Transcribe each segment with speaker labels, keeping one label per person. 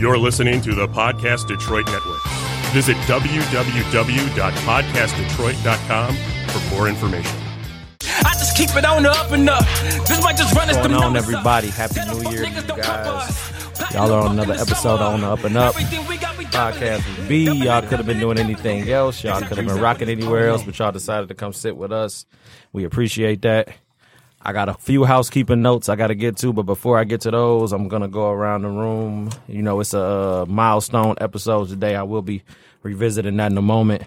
Speaker 1: You're listening to the Podcast Detroit Network. Visit www.podcastdetroit.com for more information.
Speaker 2: I just keep it on the up and up. This might just run us
Speaker 3: What's
Speaker 2: them
Speaker 3: going on,
Speaker 2: numbers up.
Speaker 3: everybody? Happy
Speaker 2: Tell
Speaker 3: New
Speaker 2: them
Speaker 3: Year to
Speaker 2: niggas
Speaker 3: you
Speaker 2: don't cover
Speaker 3: guys.
Speaker 2: us.
Speaker 3: Y'all are on
Speaker 2: Platinum
Speaker 3: another
Speaker 2: up in the
Speaker 3: episode
Speaker 2: summer.
Speaker 3: on the Up and Up
Speaker 2: Everything we got, we doubling it.
Speaker 3: podcast with B. Y'all could have been doing anything else. Y'all could have been rocking anywhere else, but y'all decided to come sit with us. We appreciate that. I got a few housekeeping notes I got to get to, but before I get to those, I'm going to go around the room. You know, it's a uh, milestone episode today. I will be revisiting that in a moment.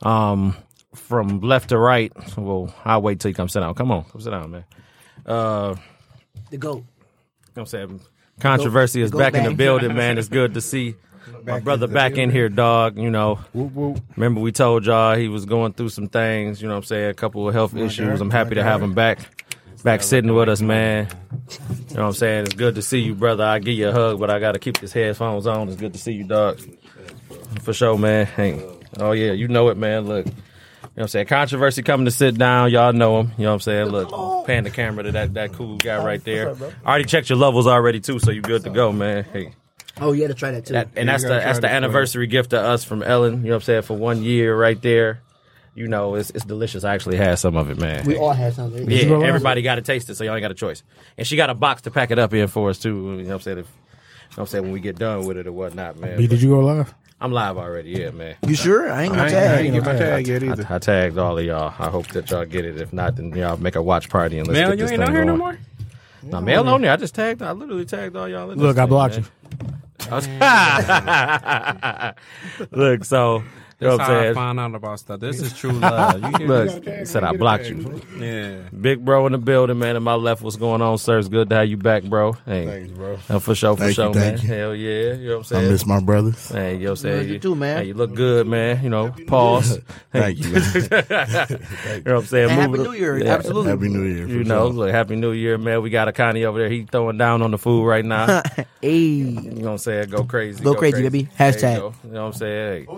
Speaker 3: Um, from left to right, well, I'll wait till you come sit down. Come on, come sit down, man. Uh,
Speaker 4: The goat.
Speaker 3: I'm saying controversy is
Speaker 4: go
Speaker 3: back, in the
Speaker 4: back.
Speaker 3: building, man. It's good to see my brother back in here, dog. You know, remember we told y'all he was going through some things. You know, what I'm saying a couple of health issues. I'm happy to have him back, back sitting with us, man. You know, what I'm saying it's good to see you, brother. I give you a hug, but I got to keep these headphones on. It's good to see you, dog. For sure, man. Hey, oh yeah, you know it, man. Look. You know what I'm saying? Controversy coming to sit down. Y'all know him. You know what I'm saying? Look, pan the camera to that, that cool guy right there. I already checked your levels already too, so you good to go, man. Hey.
Speaker 4: Oh, you had to try that too.
Speaker 3: That, and that's the that's the anniversary gift to us from Ellen, you know what I'm saying, for one year right there. You know, it's it's delicious. I actually had some of it, man.
Speaker 4: we all had something.
Speaker 3: yeah, everybody gotta taste it, so y'all ain't got a choice. And she got a box to pack it up in for us too. You know what I'm saying? If, you know what I'm saying when we get done with it or whatnot, man.
Speaker 5: B, did you go live?
Speaker 3: I'm live already, yeah, man.
Speaker 4: You sure? I ain't gonna
Speaker 5: I
Speaker 4: tag.
Speaker 5: ain't
Speaker 4: you.
Speaker 5: get my tag yet either.
Speaker 3: I, I tagged all of y'all. I hope that y'all get it. If not, then y'all make a watch party and let's
Speaker 6: Mel,
Speaker 3: get
Speaker 6: you
Speaker 3: this
Speaker 6: ain't
Speaker 3: thing
Speaker 6: on here
Speaker 3: going.
Speaker 6: no more?
Speaker 3: Nah, Mel on there. I just tagged. I literally tagged all y'all. In
Speaker 5: Look,
Speaker 3: this
Speaker 5: I
Speaker 3: thing,
Speaker 5: blocked
Speaker 3: man.
Speaker 5: you.
Speaker 3: Look, so you know what
Speaker 6: That's
Speaker 3: I'm
Speaker 6: how I
Speaker 3: saying.
Speaker 6: find out about stuff. This is true love. You hear
Speaker 3: Look, he said I blocked you.
Speaker 6: me? Yeah.
Speaker 3: Big bro in the building, man. To my left, what's going on, sir? It's good to have you back, bro. Hey,
Speaker 5: Thanks, bro.
Speaker 3: Uh, for sure, for
Speaker 5: Thank you,
Speaker 3: sure, man.
Speaker 5: thank you.
Speaker 3: Hell yeah, you know what I'm
Speaker 5: I
Speaker 3: saying.
Speaker 5: miss my brothers.
Speaker 3: Hey, you know what I'm saying.
Speaker 4: you too, man.
Speaker 3: Hey, you look good, man. You know, pause.
Speaker 5: Thank you. man.
Speaker 3: You know what I'm saying.
Speaker 4: And Happy
Speaker 3: Moving-
Speaker 4: New Year.
Speaker 3: Yeah.
Speaker 4: Absolutely.
Speaker 5: Happy New Year. for
Speaker 3: You know,
Speaker 5: sure.
Speaker 3: look, happy new year, man. We got a Connie over there. He throwing down on the food right now.
Speaker 4: Hey.
Speaker 3: You know what I'm saying? Go crazy.
Speaker 4: Go crazy, baby. Hashtag.
Speaker 3: There You, go. You know what I'm saying? Hey,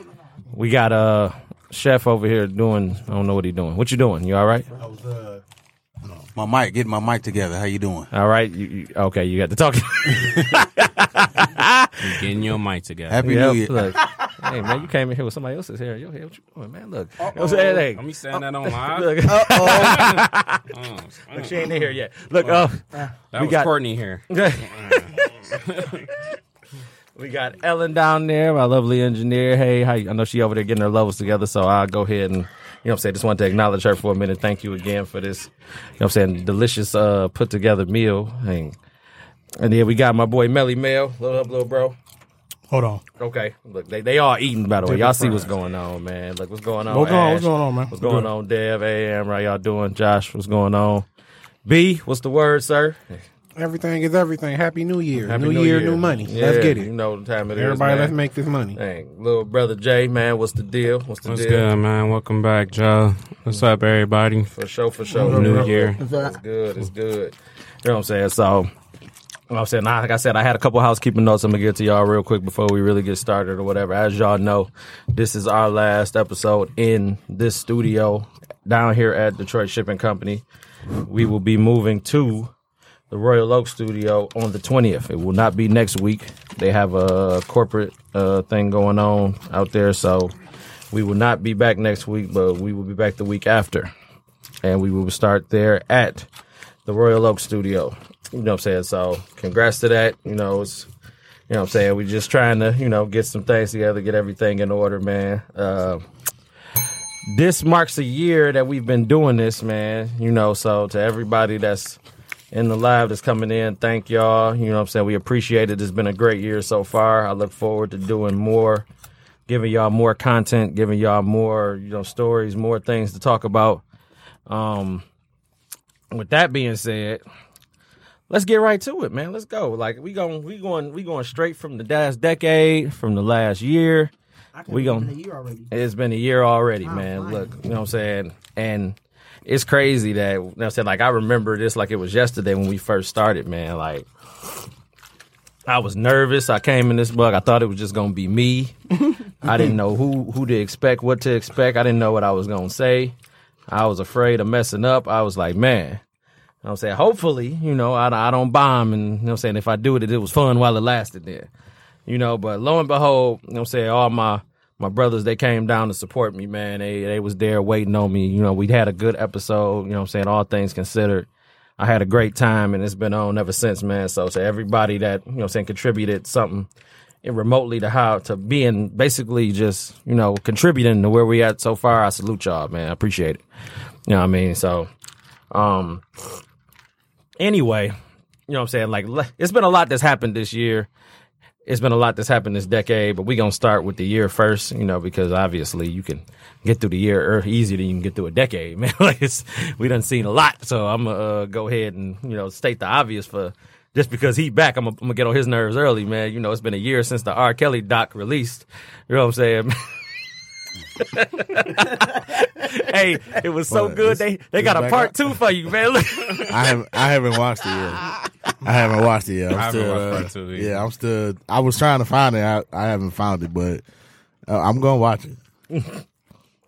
Speaker 3: we got a chef over here doing, I don't know what he doing. What you doing? You all right?
Speaker 7: my mic, getting my mic together. How you doing?
Speaker 3: All right? You, you, okay, you got to talk.
Speaker 6: You getting your mic together.
Speaker 7: Happy
Speaker 3: Yep,
Speaker 7: New Year.
Speaker 3: look. Hey, man, you came in here with somebody else's hair. Yo, hey, what you doing, man? Look. You know what I'm saying? Hey,
Speaker 6: Let me saying that on live.
Speaker 3: look.
Speaker 6: Mm.
Speaker 3: Look, she ain't in here yet. Look, uh,
Speaker 6: that
Speaker 3: we
Speaker 6: was
Speaker 3: got-
Speaker 6: Courtney here.
Speaker 3: we got Ellen down there, my lovely engineer. Hey, how you- I know she over there getting her levels together, so I'll go ahead and you know what I'm saying, just wanted to acknowledge her for a minute. Thank you again for this, you know what I'm saying, delicious uh put together meal. And, and then we got my boy Melly Mel. Little up, little bro.
Speaker 5: Hold on.
Speaker 3: Okay. Look, they, they all eating by the way. Y'all see what's going on, man. Look what's going on.
Speaker 5: What's going on? What's
Speaker 3: Ash?
Speaker 5: going on, man?
Speaker 3: What's going on, Dev? AM, right? Y'all doing? Josh, what's going on? B, what's the word, sir?
Speaker 5: Everything is everything. Happy New Year.
Speaker 3: Happy
Speaker 5: new, year, new money. Let's
Speaker 3: Yeah,
Speaker 5: get
Speaker 3: You
Speaker 5: it.
Speaker 3: know the time it is,
Speaker 5: Everybody,
Speaker 3: man.
Speaker 5: let's make this money.
Speaker 3: Hey, little brother Jay, man, what's the deal? What's the
Speaker 6: What's
Speaker 3: deal?
Speaker 6: good, man? Welcome back, Joe. What's up, everybody?
Speaker 3: For sure, for sure.
Speaker 6: New year.
Speaker 3: It's good, it's good. You know what I'm saying? So, you know what I'm saying, like I said, I had a couple housekeeping notes I'm going to get to y'all real quick before we really get started or whatever. As y'all know, this is our last episode in this studio down here at Detroit Shipping Company. We will be moving to the Royal Oak Studio on the 20th. It will not be next week. They have a corporate uh, thing going on out there, so we will not be back next week, but we will be back the week after. And we will start there at the Royal Oak Studio. You know what I'm saying? So congrats to that. You know, it's you know what I'm saying, we're just trying to, you know, get some things together, get everything in order, man. Uh, this marks a year that we've been doing this, man. You know, so to everybody that's in the live that's coming in, thank y'all. You know what I'm saying? We appreciate it. It's been a great year so far. I look forward to doing more, giving y'all more content, giving y'all more, you know, stories, more things to talk about. Um with that being said, let's get right to it, man. Let's go. Like we going we going we going straight from the last decade, from the last year. We
Speaker 4: The
Speaker 3: going
Speaker 4: year already.
Speaker 3: it's been a year already, man.
Speaker 4: fine.
Speaker 3: Look, you know what I'm saying? And it's crazy that you know what I'm saying, like I remember this like it was yesterday when we first started, man. Like I was nervous. I came in this bug. I thought it was just gonna be me. I didn't know who who to expect, what to expect. I didn't know what I was gonna say. I was afraid of messing up. I was like, man. You know what I'm saying, hopefully, you know, I, I don't bomb, and you know what I'm saying, if I do it, it was fun while it lasted. There, you you know, but lo and behold, you know what I'm saying, all my my brothers, they came down to support me, man. They they was there waiting on me. You know, we had a good episode, you know what I'm saying, all things considered. I had a great time and it's been on ever since, man. So so everybody that, you know what I'm saying, contributed something remotely to how to being basically just, you know, contributing to where we at so far. I salute y'all, man. I appreciate it. You know what I mean? So um anyway, you know what I'm saying? Like le- it's been a lot that's happened this year. It's been a lot that's happened this decade, but we gonna start with the year first, you know, because obviously you can get through the year er- easier than you can get through a decade, man. like it's we done seen a lot, so I'm gonna uh, go ahead and you know state the obvious for just because he back, I'm gonna, I'm gonna get on his nerves early, man. You know, it's been a year since the R. Kelly doc released. You know what I'm saying? hey, it was so
Speaker 8: Well,
Speaker 3: good
Speaker 8: it's-
Speaker 3: they they
Speaker 8: it's
Speaker 3: got a
Speaker 8: back
Speaker 3: part
Speaker 8: up.
Speaker 3: two for you, man. Look.
Speaker 8: I haven't I haven't watched it yet. I haven't watched it yet. I'm
Speaker 6: I haven't
Speaker 8: still,
Speaker 6: watched
Speaker 8: uh,
Speaker 6: part two either.
Speaker 8: yeah, I'm still. I was trying to find it. I, I haven't found it, but uh, I'm gonna watch it.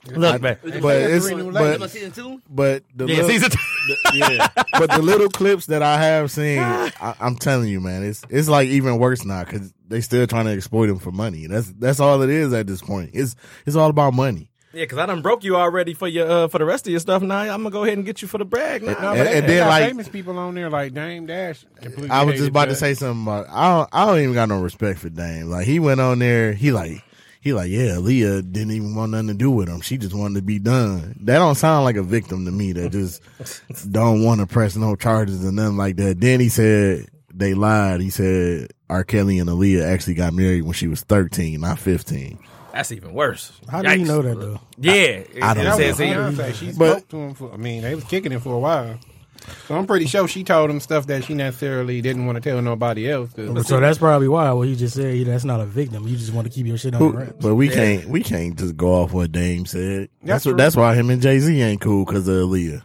Speaker 3: Look, man.
Speaker 8: But it's but,
Speaker 4: season two?
Speaker 8: but the
Speaker 3: Yeah,
Speaker 8: little,
Speaker 3: season two.
Speaker 8: the- yeah, but the little clips that I have seen, I, I'm telling you, man, it's it's like even worse now because they still trying to exploit him for money. That's that's all it is at this point. It's it's all about money.
Speaker 3: Yeah, because I done broke you already for your uh, for the rest of your stuff. Now I'm gonna go ahead and get you for the brag. man.
Speaker 5: No, but
Speaker 8: And-
Speaker 5: they-
Speaker 8: and
Speaker 5: they
Speaker 8: then,
Speaker 5: got
Speaker 8: like-
Speaker 5: famous people on there like Dame Dash. completely
Speaker 8: I was
Speaker 5: hated
Speaker 8: just about to
Speaker 5: that.
Speaker 8: say something about I don't I don't even got no respect for Dame. Like he went on there, he like he like, yeah, Leah didn't even want nothing to do with him. She just wanted to be done. That don't sound like a victim to me that just don't want to press no charges and nothing like that. Then he said they lied. He said R. Kelly and Aaliyah actually got married when she was thirteen, not fifteen.
Speaker 3: That's even worse.
Speaker 5: How do you
Speaker 3: Yikes.
Speaker 5: know that though?
Speaker 3: Yeah,
Speaker 8: I don't
Speaker 3: it
Speaker 8: know.
Speaker 5: That was
Speaker 3: says he-
Speaker 5: Beyonce. She
Speaker 8: But-
Speaker 5: spoke to him for. I mean, they was kicking it for a while. So I'm pretty sure she told him stuff that she necessarily didn't want to tell nobody else. 'cause-
Speaker 9: So that's probably why what he just said. he- That's not a victim. You just want to keep your shit on
Speaker 4: Oh,
Speaker 9: the wraps.
Speaker 8: But we can't we can't just go off what Dame said. That's
Speaker 5: That's
Speaker 8: what,
Speaker 5: true.
Speaker 8: that's why him and Jay Z ain't cool because of Aaliyah.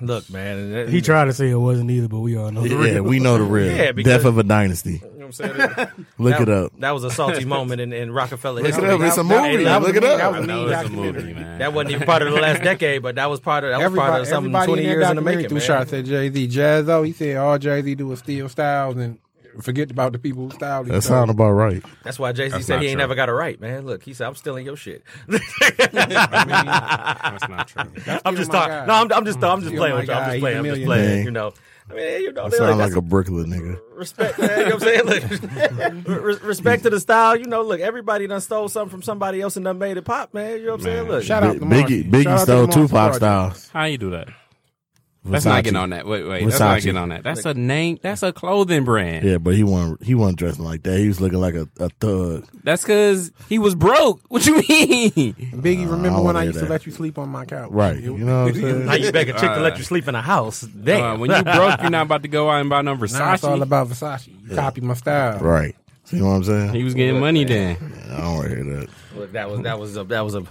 Speaker 3: Look, man. that-
Speaker 9: He tried to say it wasn't either, but we all know. the
Speaker 8: Yeah, we know the real
Speaker 3: Yeah, because-
Speaker 8: death of a dynasty.
Speaker 3: You know what I'm saying?
Speaker 8: Look
Speaker 3: That-
Speaker 8: it up.
Speaker 3: That was a salty moment in, in Rockefeller
Speaker 8: Look it
Speaker 3: history.
Speaker 8: up. It's a movie.
Speaker 3: that was
Speaker 8: Look it
Speaker 5: me.
Speaker 8: up.
Speaker 5: That
Speaker 6: I
Speaker 5: was
Speaker 6: know
Speaker 5: me
Speaker 6: it's a movie,
Speaker 5: documentary.
Speaker 6: man.
Speaker 3: That wasn't even part of the last decade, but that was part of that was part
Speaker 5: Everybody,
Speaker 3: of something
Speaker 5: everybody
Speaker 3: 20
Speaker 5: in that
Speaker 3: years in the
Speaker 5: documentary
Speaker 3: making.
Speaker 5: threw
Speaker 3: Man.
Speaker 5: shots at Jay Z. Jazzo, he said all Jay Z do is steal styles and forget about the people who styled him.
Speaker 8: That sound about right.
Speaker 3: That's why Jay Z
Speaker 6: That's
Speaker 3: said
Speaker 6: not
Speaker 3: he ain't
Speaker 6: true.
Speaker 3: never got it right, man. Look, he said I'm stealing your shit.
Speaker 6: That's not true.
Speaker 3: I'm
Speaker 5: Steal
Speaker 3: just
Speaker 5: my
Speaker 3: talking.
Speaker 5: guy.
Speaker 3: No, I'm, I'm just I'm just
Speaker 5: Steal
Speaker 3: playing
Speaker 5: my
Speaker 3: with y'all. I'm
Speaker 5: guy.
Speaker 3: just
Speaker 5: He's
Speaker 3: playing.
Speaker 5: a
Speaker 3: I'm just
Speaker 5: millionaire.
Speaker 3: playing.
Speaker 8: Yeah.
Speaker 3: You know, I mean, you know,
Speaker 8: That
Speaker 3: they
Speaker 8: sound
Speaker 3: that's
Speaker 8: like a Brooklyn nigga.
Speaker 3: respect, man. You know what I'm saying? Look, re- respect to the style. You know, look, everybody done stole something from somebody else and done made it pop, man. You know what I'm saying?
Speaker 6: Man.
Speaker 3: Look,
Speaker 5: Shout out
Speaker 8: Bi-
Speaker 5: to
Speaker 8: Biggie,
Speaker 5: Marcy. Shout out
Speaker 8: Biggie
Speaker 5: to
Speaker 8: stole
Speaker 5: Marcy
Speaker 8: Tupac
Speaker 5: Project.
Speaker 8: styles.
Speaker 6: How you do that? Let's not get on that. Wait, wait. Let's
Speaker 8: Versace.
Speaker 6: not get on that. That's a name. That's a clothing brand.
Speaker 8: Yeah, but he wasn't he wasn't dressing like that. He was looking like a, a thug.
Speaker 6: That's because he was broke. What you mean?
Speaker 5: Biggie, remember when
Speaker 8: wanna
Speaker 5: I
Speaker 8: hear
Speaker 5: used
Speaker 8: that.
Speaker 5: to let you sleep on my couch?
Speaker 8: Right. You know what I'm saying?
Speaker 3: Now you beg a chick to let you sleep in a house.
Speaker 6: Uh,
Speaker 3: Damn.
Speaker 6: when you broke, you're not about to go out and buy no
Speaker 5: Now it's all
Speaker 6: Versace.
Speaker 5: about Versace. You copy my style.
Speaker 8: Right. See what I'm saying?
Speaker 6: He was getting money then.
Speaker 8: I don't want to hear that.
Speaker 3: Look, that was that was a that was a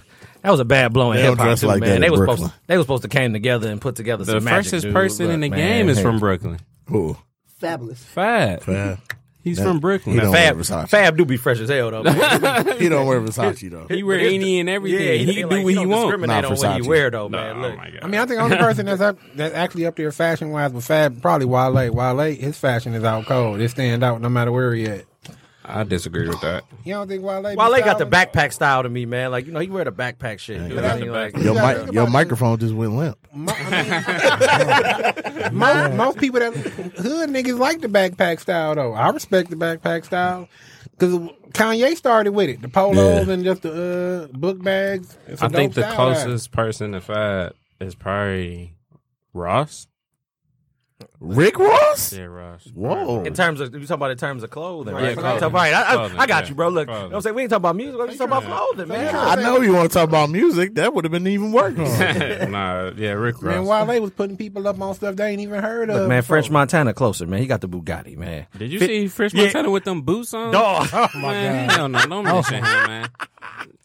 Speaker 3: that was a bad blow in
Speaker 8: They
Speaker 3: hip
Speaker 8: don't
Speaker 3: hop
Speaker 8: dress
Speaker 3: too,
Speaker 8: like that
Speaker 3: man.
Speaker 8: in
Speaker 3: They was
Speaker 8: Brooklyn.
Speaker 3: supposed to, they was supposed to came together and put together
Speaker 6: The
Speaker 3: some magic,
Speaker 6: fastest
Speaker 3: dude.
Speaker 6: person
Speaker 3: Look,
Speaker 6: in the
Speaker 3: man,
Speaker 6: game is
Speaker 3: hey.
Speaker 6: from Brooklyn.
Speaker 8: Cool.
Speaker 4: Fabulous.
Speaker 6: Fab.
Speaker 8: Fab.
Speaker 6: He's from Brooklyn.
Speaker 8: He don't wear
Speaker 3: Fab,
Speaker 8: Versace.
Speaker 3: Fab do be fresh as hell though. man.
Speaker 8: He don't wear Versace though.
Speaker 6: He wear any and everything. he,
Speaker 3: like,
Speaker 6: do what he
Speaker 3: don't
Speaker 6: want.
Speaker 3: Discriminate
Speaker 8: Nah,
Speaker 3: on what
Speaker 8: Versace.
Speaker 3: he wear though, man.
Speaker 6: Nah,
Speaker 3: Look,
Speaker 6: oh my God.
Speaker 5: I mean, I think the only person that's up, that's actually up there fashion wise with Fab probably Wale. Wale, his fashion is out cold. It stand out no matter where he at.
Speaker 6: I disagree with that.
Speaker 5: You don't think Wale?
Speaker 3: Wale
Speaker 5: be
Speaker 3: got the
Speaker 5: styling?
Speaker 3: backpack style to me, man. Like you know, he wear the backpack shit. dude.
Speaker 6: got
Speaker 3: I mean,
Speaker 6: the
Speaker 3: like,
Speaker 8: Your
Speaker 5: You gotta
Speaker 8: mic,
Speaker 5: think
Speaker 8: your
Speaker 5: about
Speaker 8: microphone just went limp.
Speaker 5: Mo- I mean, most, most people that hood niggas like the backpack style though. I respect the backpack style because Kanye started with it, the polos
Speaker 8: Yeah.
Speaker 5: and just the uh, book bags. It's a
Speaker 6: I think
Speaker 5: dope
Speaker 6: the
Speaker 5: style to have.
Speaker 6: closest person to Fab is probably Ross.
Speaker 8: Rick Ross?
Speaker 6: Yeah, Ross.
Speaker 8: Whoa.
Speaker 3: In terms of you talking about in terms of clothing,
Speaker 6: Yeah,
Speaker 3: right?
Speaker 6: clothing.
Speaker 3: Talking about- right, I, I-
Speaker 6: Clothing,
Speaker 3: I got
Speaker 6: yeah.
Speaker 3: you, bro. Look, you know
Speaker 6: Clothing.
Speaker 3: what I'm saying we ain't talking about music. We're just talking about clothing, man.
Speaker 8: I know you want to talk about music. That would have been even worse.
Speaker 6: nah, yeah, Rick Ross.
Speaker 5: Man, Wale was putting people up on stuff they ain't even heard of.
Speaker 3: Man,
Speaker 5: before.
Speaker 3: French Montana closer, man. He got the Bugatti, man.
Speaker 6: Did you see Fresh Montana with them boots on?
Speaker 3: Dog.
Speaker 6: Oh my man, god! Oh. Hell no, don't mention him, man.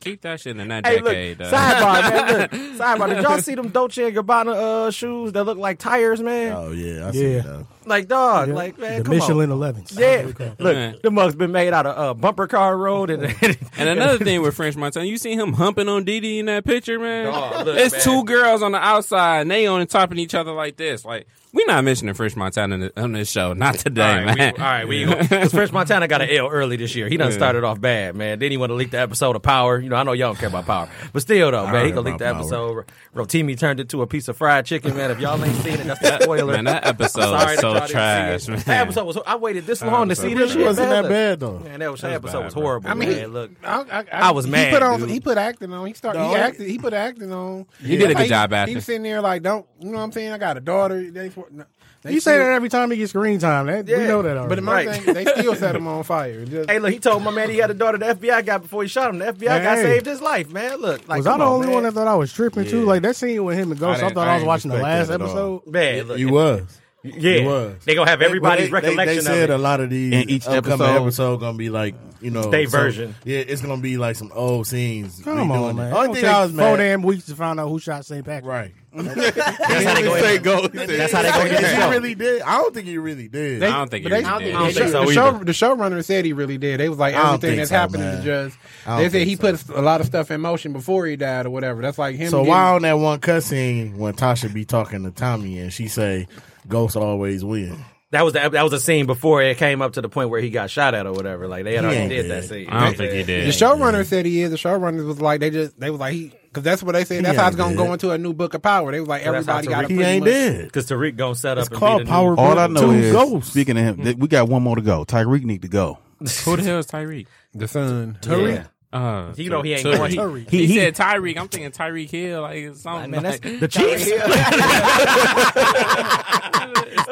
Speaker 6: Keep that shit in that
Speaker 3: Hey, look,
Speaker 6: decade. uh,
Speaker 3: sidebar, man. Look, sidebar. Did y'all see them Dolce and Gabbana uh, shoes that look like tires, man?
Speaker 8: Oh yeah, I see
Speaker 9: Yeah.
Speaker 8: that.
Speaker 3: Like dog, like man,
Speaker 9: the
Speaker 3: come on.
Speaker 9: Michelin 11s.
Speaker 3: Yeah,
Speaker 6: Yeah.
Speaker 3: look, the mug's been made out of uh, bumper car road and,
Speaker 6: And another thing with French Montana, you seen him humping on Didi in that picture, man.
Speaker 3: Dog, look,
Speaker 6: it's
Speaker 3: man.
Speaker 6: two girls on the outside, and they on top of each other like this. Like we not mentioning French Montana in the- on this show, not today,
Speaker 3: all right,
Speaker 6: man.
Speaker 3: We, all right, we because French Montana got an L early this year. He done started off bad, man. Then he want to leak the episode of Power. You know, I know y'all don't care about Power, but still though, man, he
Speaker 8: heard
Speaker 3: gonna leak the
Speaker 8: about
Speaker 3: episode. Rotimi turned into a piece of fried chicken, man. If y'all ain't seen it, that's the spoiler.
Speaker 6: man, that episode
Speaker 3: Sorry that y'all
Speaker 6: is so
Speaker 3: didn't see
Speaker 6: trash,
Speaker 3: it.
Speaker 6: man.
Speaker 3: That episode was. I waited this long to see this.
Speaker 8: It wasn't
Speaker 3: shit,
Speaker 8: that bad though.
Speaker 3: Man, that, was, that episode
Speaker 6: bad,
Speaker 3: was
Speaker 6: bro.
Speaker 3: horrible.
Speaker 5: I mean,
Speaker 3: man. look,
Speaker 5: I, I,
Speaker 3: I was mad,
Speaker 5: He put, on,
Speaker 3: dude.
Speaker 5: he put acting on. He started.
Speaker 7: No.
Speaker 5: He acted. He put acting on.
Speaker 6: You did a good job
Speaker 5: He
Speaker 6: acting.
Speaker 5: was sitting there like, don't. You know what I'm saying? I got a daughter. They, for- no, they
Speaker 9: You say
Speaker 5: still-
Speaker 9: that every time he gets screen time. That, We
Speaker 3: Yeah.
Speaker 9: know that already.
Speaker 5: But in my
Speaker 3: Right.
Speaker 5: thing, they still set him on fire. Just,
Speaker 3: hey, look, he told my man he had a daughter the FBI got before he shot him. The FBI guy
Speaker 9: Hey.
Speaker 3: saved his life, man. Look, like
Speaker 9: was I
Speaker 3: come
Speaker 9: the
Speaker 3: on,
Speaker 9: only
Speaker 3: man.
Speaker 9: one that thought I was tripping too? Like that scene with him and Ghost, I,
Speaker 7: didn't-
Speaker 9: thought
Speaker 7: I
Speaker 9: I was
Speaker 7: didn't
Speaker 9: watching the
Speaker 7: expect
Speaker 9: last
Speaker 7: that at all.
Speaker 9: episode.
Speaker 3: Man, look,
Speaker 8: You was.
Speaker 3: yeah,
Speaker 8: you was.
Speaker 3: they gonna have everybody's
Speaker 8: Well, they- they-
Speaker 3: recollection
Speaker 8: They, said
Speaker 3: of it.
Speaker 8: a lot of these
Speaker 7: In each
Speaker 8: upcoming
Speaker 7: episode-
Speaker 8: episode gonna be like you know
Speaker 3: They
Speaker 8: so-
Speaker 3: version.
Speaker 8: Yeah, it's gonna be like some old scenes.
Speaker 9: Come
Speaker 8: redoing
Speaker 9: on,
Speaker 8: it.
Speaker 9: man.
Speaker 8: Only
Speaker 9: It
Speaker 8: thing
Speaker 9: don't
Speaker 8: I
Speaker 9: take
Speaker 8: was mad.
Speaker 9: Four damn weeks to find out who shot St. Patrick.
Speaker 8: Right.
Speaker 3: That's how they go.
Speaker 7: Say
Speaker 3: in.
Speaker 7: go.
Speaker 3: That's how they go. in the
Speaker 8: He
Speaker 3: show.
Speaker 8: really did. I don't think he really did.
Speaker 6: I don't think
Speaker 5: but
Speaker 6: it
Speaker 5: they-
Speaker 6: really did.
Speaker 3: I don't
Speaker 5: the,
Speaker 3: think
Speaker 5: show,
Speaker 3: so
Speaker 5: the, show,
Speaker 3: either.
Speaker 5: the showrunner said he really did. They was like
Speaker 8: I don't
Speaker 5: everything
Speaker 8: think
Speaker 5: that's
Speaker 8: so,
Speaker 5: happening
Speaker 8: man.
Speaker 5: to Judge.
Speaker 8: I don't
Speaker 5: They said
Speaker 8: think
Speaker 5: he
Speaker 8: so.
Speaker 5: put a lot of stuff in motion before he died or whatever. That's like him.
Speaker 8: so
Speaker 5: getting-
Speaker 8: why on that one cussing when Tasha be talking to Tommy and she say Ghost always win?
Speaker 3: That was the, that was a scene before it came up to the point where he got shot at or whatever. Like they had
Speaker 8: He
Speaker 3: already
Speaker 8: ain't
Speaker 3: did
Speaker 8: dead.
Speaker 3: that scene.
Speaker 6: I don't think he did.
Speaker 5: The showrunner said he is. The showrunners was like they just they was like he because that's what they said. That's how it's gonna
Speaker 8: ain't
Speaker 5: go
Speaker 8: dead.
Speaker 5: into a new book of power. They was like
Speaker 3: That's how
Speaker 5: everybody got.
Speaker 3: Tariq-
Speaker 8: He ain't dead.
Speaker 3: because Tariq gonna set up.
Speaker 8: It's
Speaker 3: and
Speaker 8: called
Speaker 3: be the
Speaker 8: Power.
Speaker 3: New,
Speaker 7: All I know
Speaker 8: two
Speaker 7: is
Speaker 8: ghosts.
Speaker 7: speaking of him, that we got one more to go. Tyreek need to go.
Speaker 6: Who the hell is Tyreek?
Speaker 5: The son.
Speaker 3: Tariq.
Speaker 6: Uh,
Speaker 3: You know he ain't
Speaker 6: Tyreek.
Speaker 3: going-
Speaker 6: He, he said Tyreek. I'm thinking Tyreek Hill, like something.
Speaker 3: Man, that's
Speaker 6: Like,
Speaker 3: the Chiefs.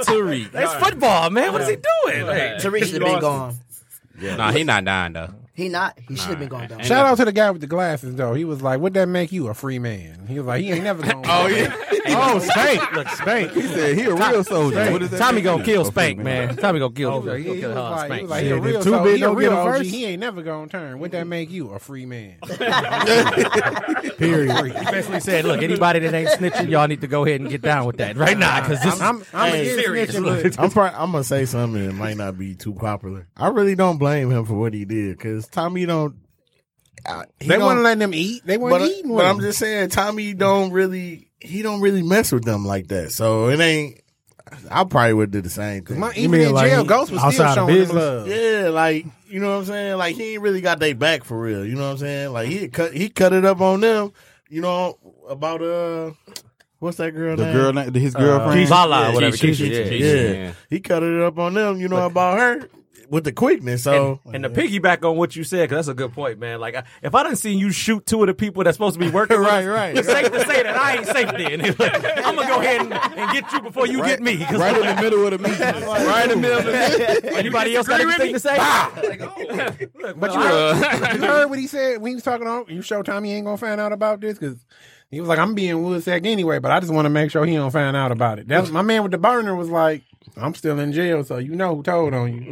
Speaker 6: Tyreek.
Speaker 3: That's football, man. What is he doing? Hey,
Speaker 4: Tariq should have been gone.
Speaker 6: Nah, he not dying though.
Speaker 4: He not. He should have been gone. Though.
Speaker 5: Shout out to the guy with the glasses though. He was like, "Would that make you a free man?" He was like, "He ain't never going." oh yeah,
Speaker 9: Oh, Spank. Look, Spank.
Speaker 7: He said he a real soldier. What is that?
Speaker 3: Tommy gonna kill Spank, man. Tommy gonna kill.
Speaker 5: he,
Speaker 3: he'll
Speaker 5: he
Speaker 3: kill
Speaker 5: was
Speaker 3: uh,
Speaker 5: like, he
Speaker 3: Spank.
Speaker 5: was like, he a
Speaker 9: Shit, if
Speaker 5: real,
Speaker 9: two
Speaker 5: so,
Speaker 9: big
Speaker 5: he a
Speaker 9: don't get
Speaker 5: real
Speaker 9: a
Speaker 5: OG.
Speaker 9: first.
Speaker 5: He ain't never gonna turn. Would that make you a free man?
Speaker 9: Period.
Speaker 3: Basically said, look, anybody that ain't snitching, y'all need to go ahead and get down with that right now because this.
Speaker 5: I'm, I'm
Speaker 8: Hey,
Speaker 5: against
Speaker 3: serious.
Speaker 5: snitching, but-
Speaker 8: I'm pro- I'm gonna say something that might not be too popular. I really don't blame him for what he did because Tommy don't. I- he
Speaker 5: They
Speaker 8: don't-
Speaker 5: weren't letting them eat. They weren't
Speaker 8: but, uh,
Speaker 5: eating.
Speaker 8: but
Speaker 5: with
Speaker 8: I'm
Speaker 5: them.
Speaker 8: just saying, Tommy don't really he don't really mess with them like that. So it ain't. I probably would do the same thing.
Speaker 5: my uh,
Speaker 9: You
Speaker 5: even
Speaker 9: mean
Speaker 5: in
Speaker 9: like
Speaker 5: jail, Ghost was still
Speaker 9: outside of
Speaker 5: showing him
Speaker 9: his love?
Speaker 5: love.
Speaker 8: yeah, like you know what I'm saying. Like he ain't really got their back for real. You know what I'm saying. Like he cut he cut it up on them. You know about uh, what's that girl?
Speaker 7: The
Speaker 8: name?
Speaker 7: girl, na- his girlfriend.
Speaker 3: Lala,
Speaker 8: yeah,
Speaker 3: whatever.
Speaker 6: Keisha,
Speaker 3: Keisha,
Speaker 6: Keisha,
Speaker 3: yeah.
Speaker 8: Yeah.
Speaker 6: Yeah.
Speaker 8: he cut it up on them. You know about her with the quickness. So
Speaker 3: And to piggyback on what you said, because that's a good point, man. Like, I, if I didn't see you shoot two of the people that's supposed to be working, with
Speaker 8: Right,
Speaker 3: us,
Speaker 8: right,
Speaker 3: it's safe to say that I ain't safe then. I'm gonna go ahead and, and get you before you get me. 'cause
Speaker 7: Right in the middle of the meeting.
Speaker 8: right in the middle.
Speaker 3: anybody else got anything to say? Like, oh, look,
Speaker 5: But
Speaker 3: well,
Speaker 5: you,
Speaker 3: I-
Speaker 5: heard, you heard what he said when he was talking on. You show Tommy ain't gonna find out about this because he was like, "I'm being Woodsack anyway," but I just want to make sure he don't find out about it. That's my man with the burner was like, "I'm still in jail, so you know who told on you."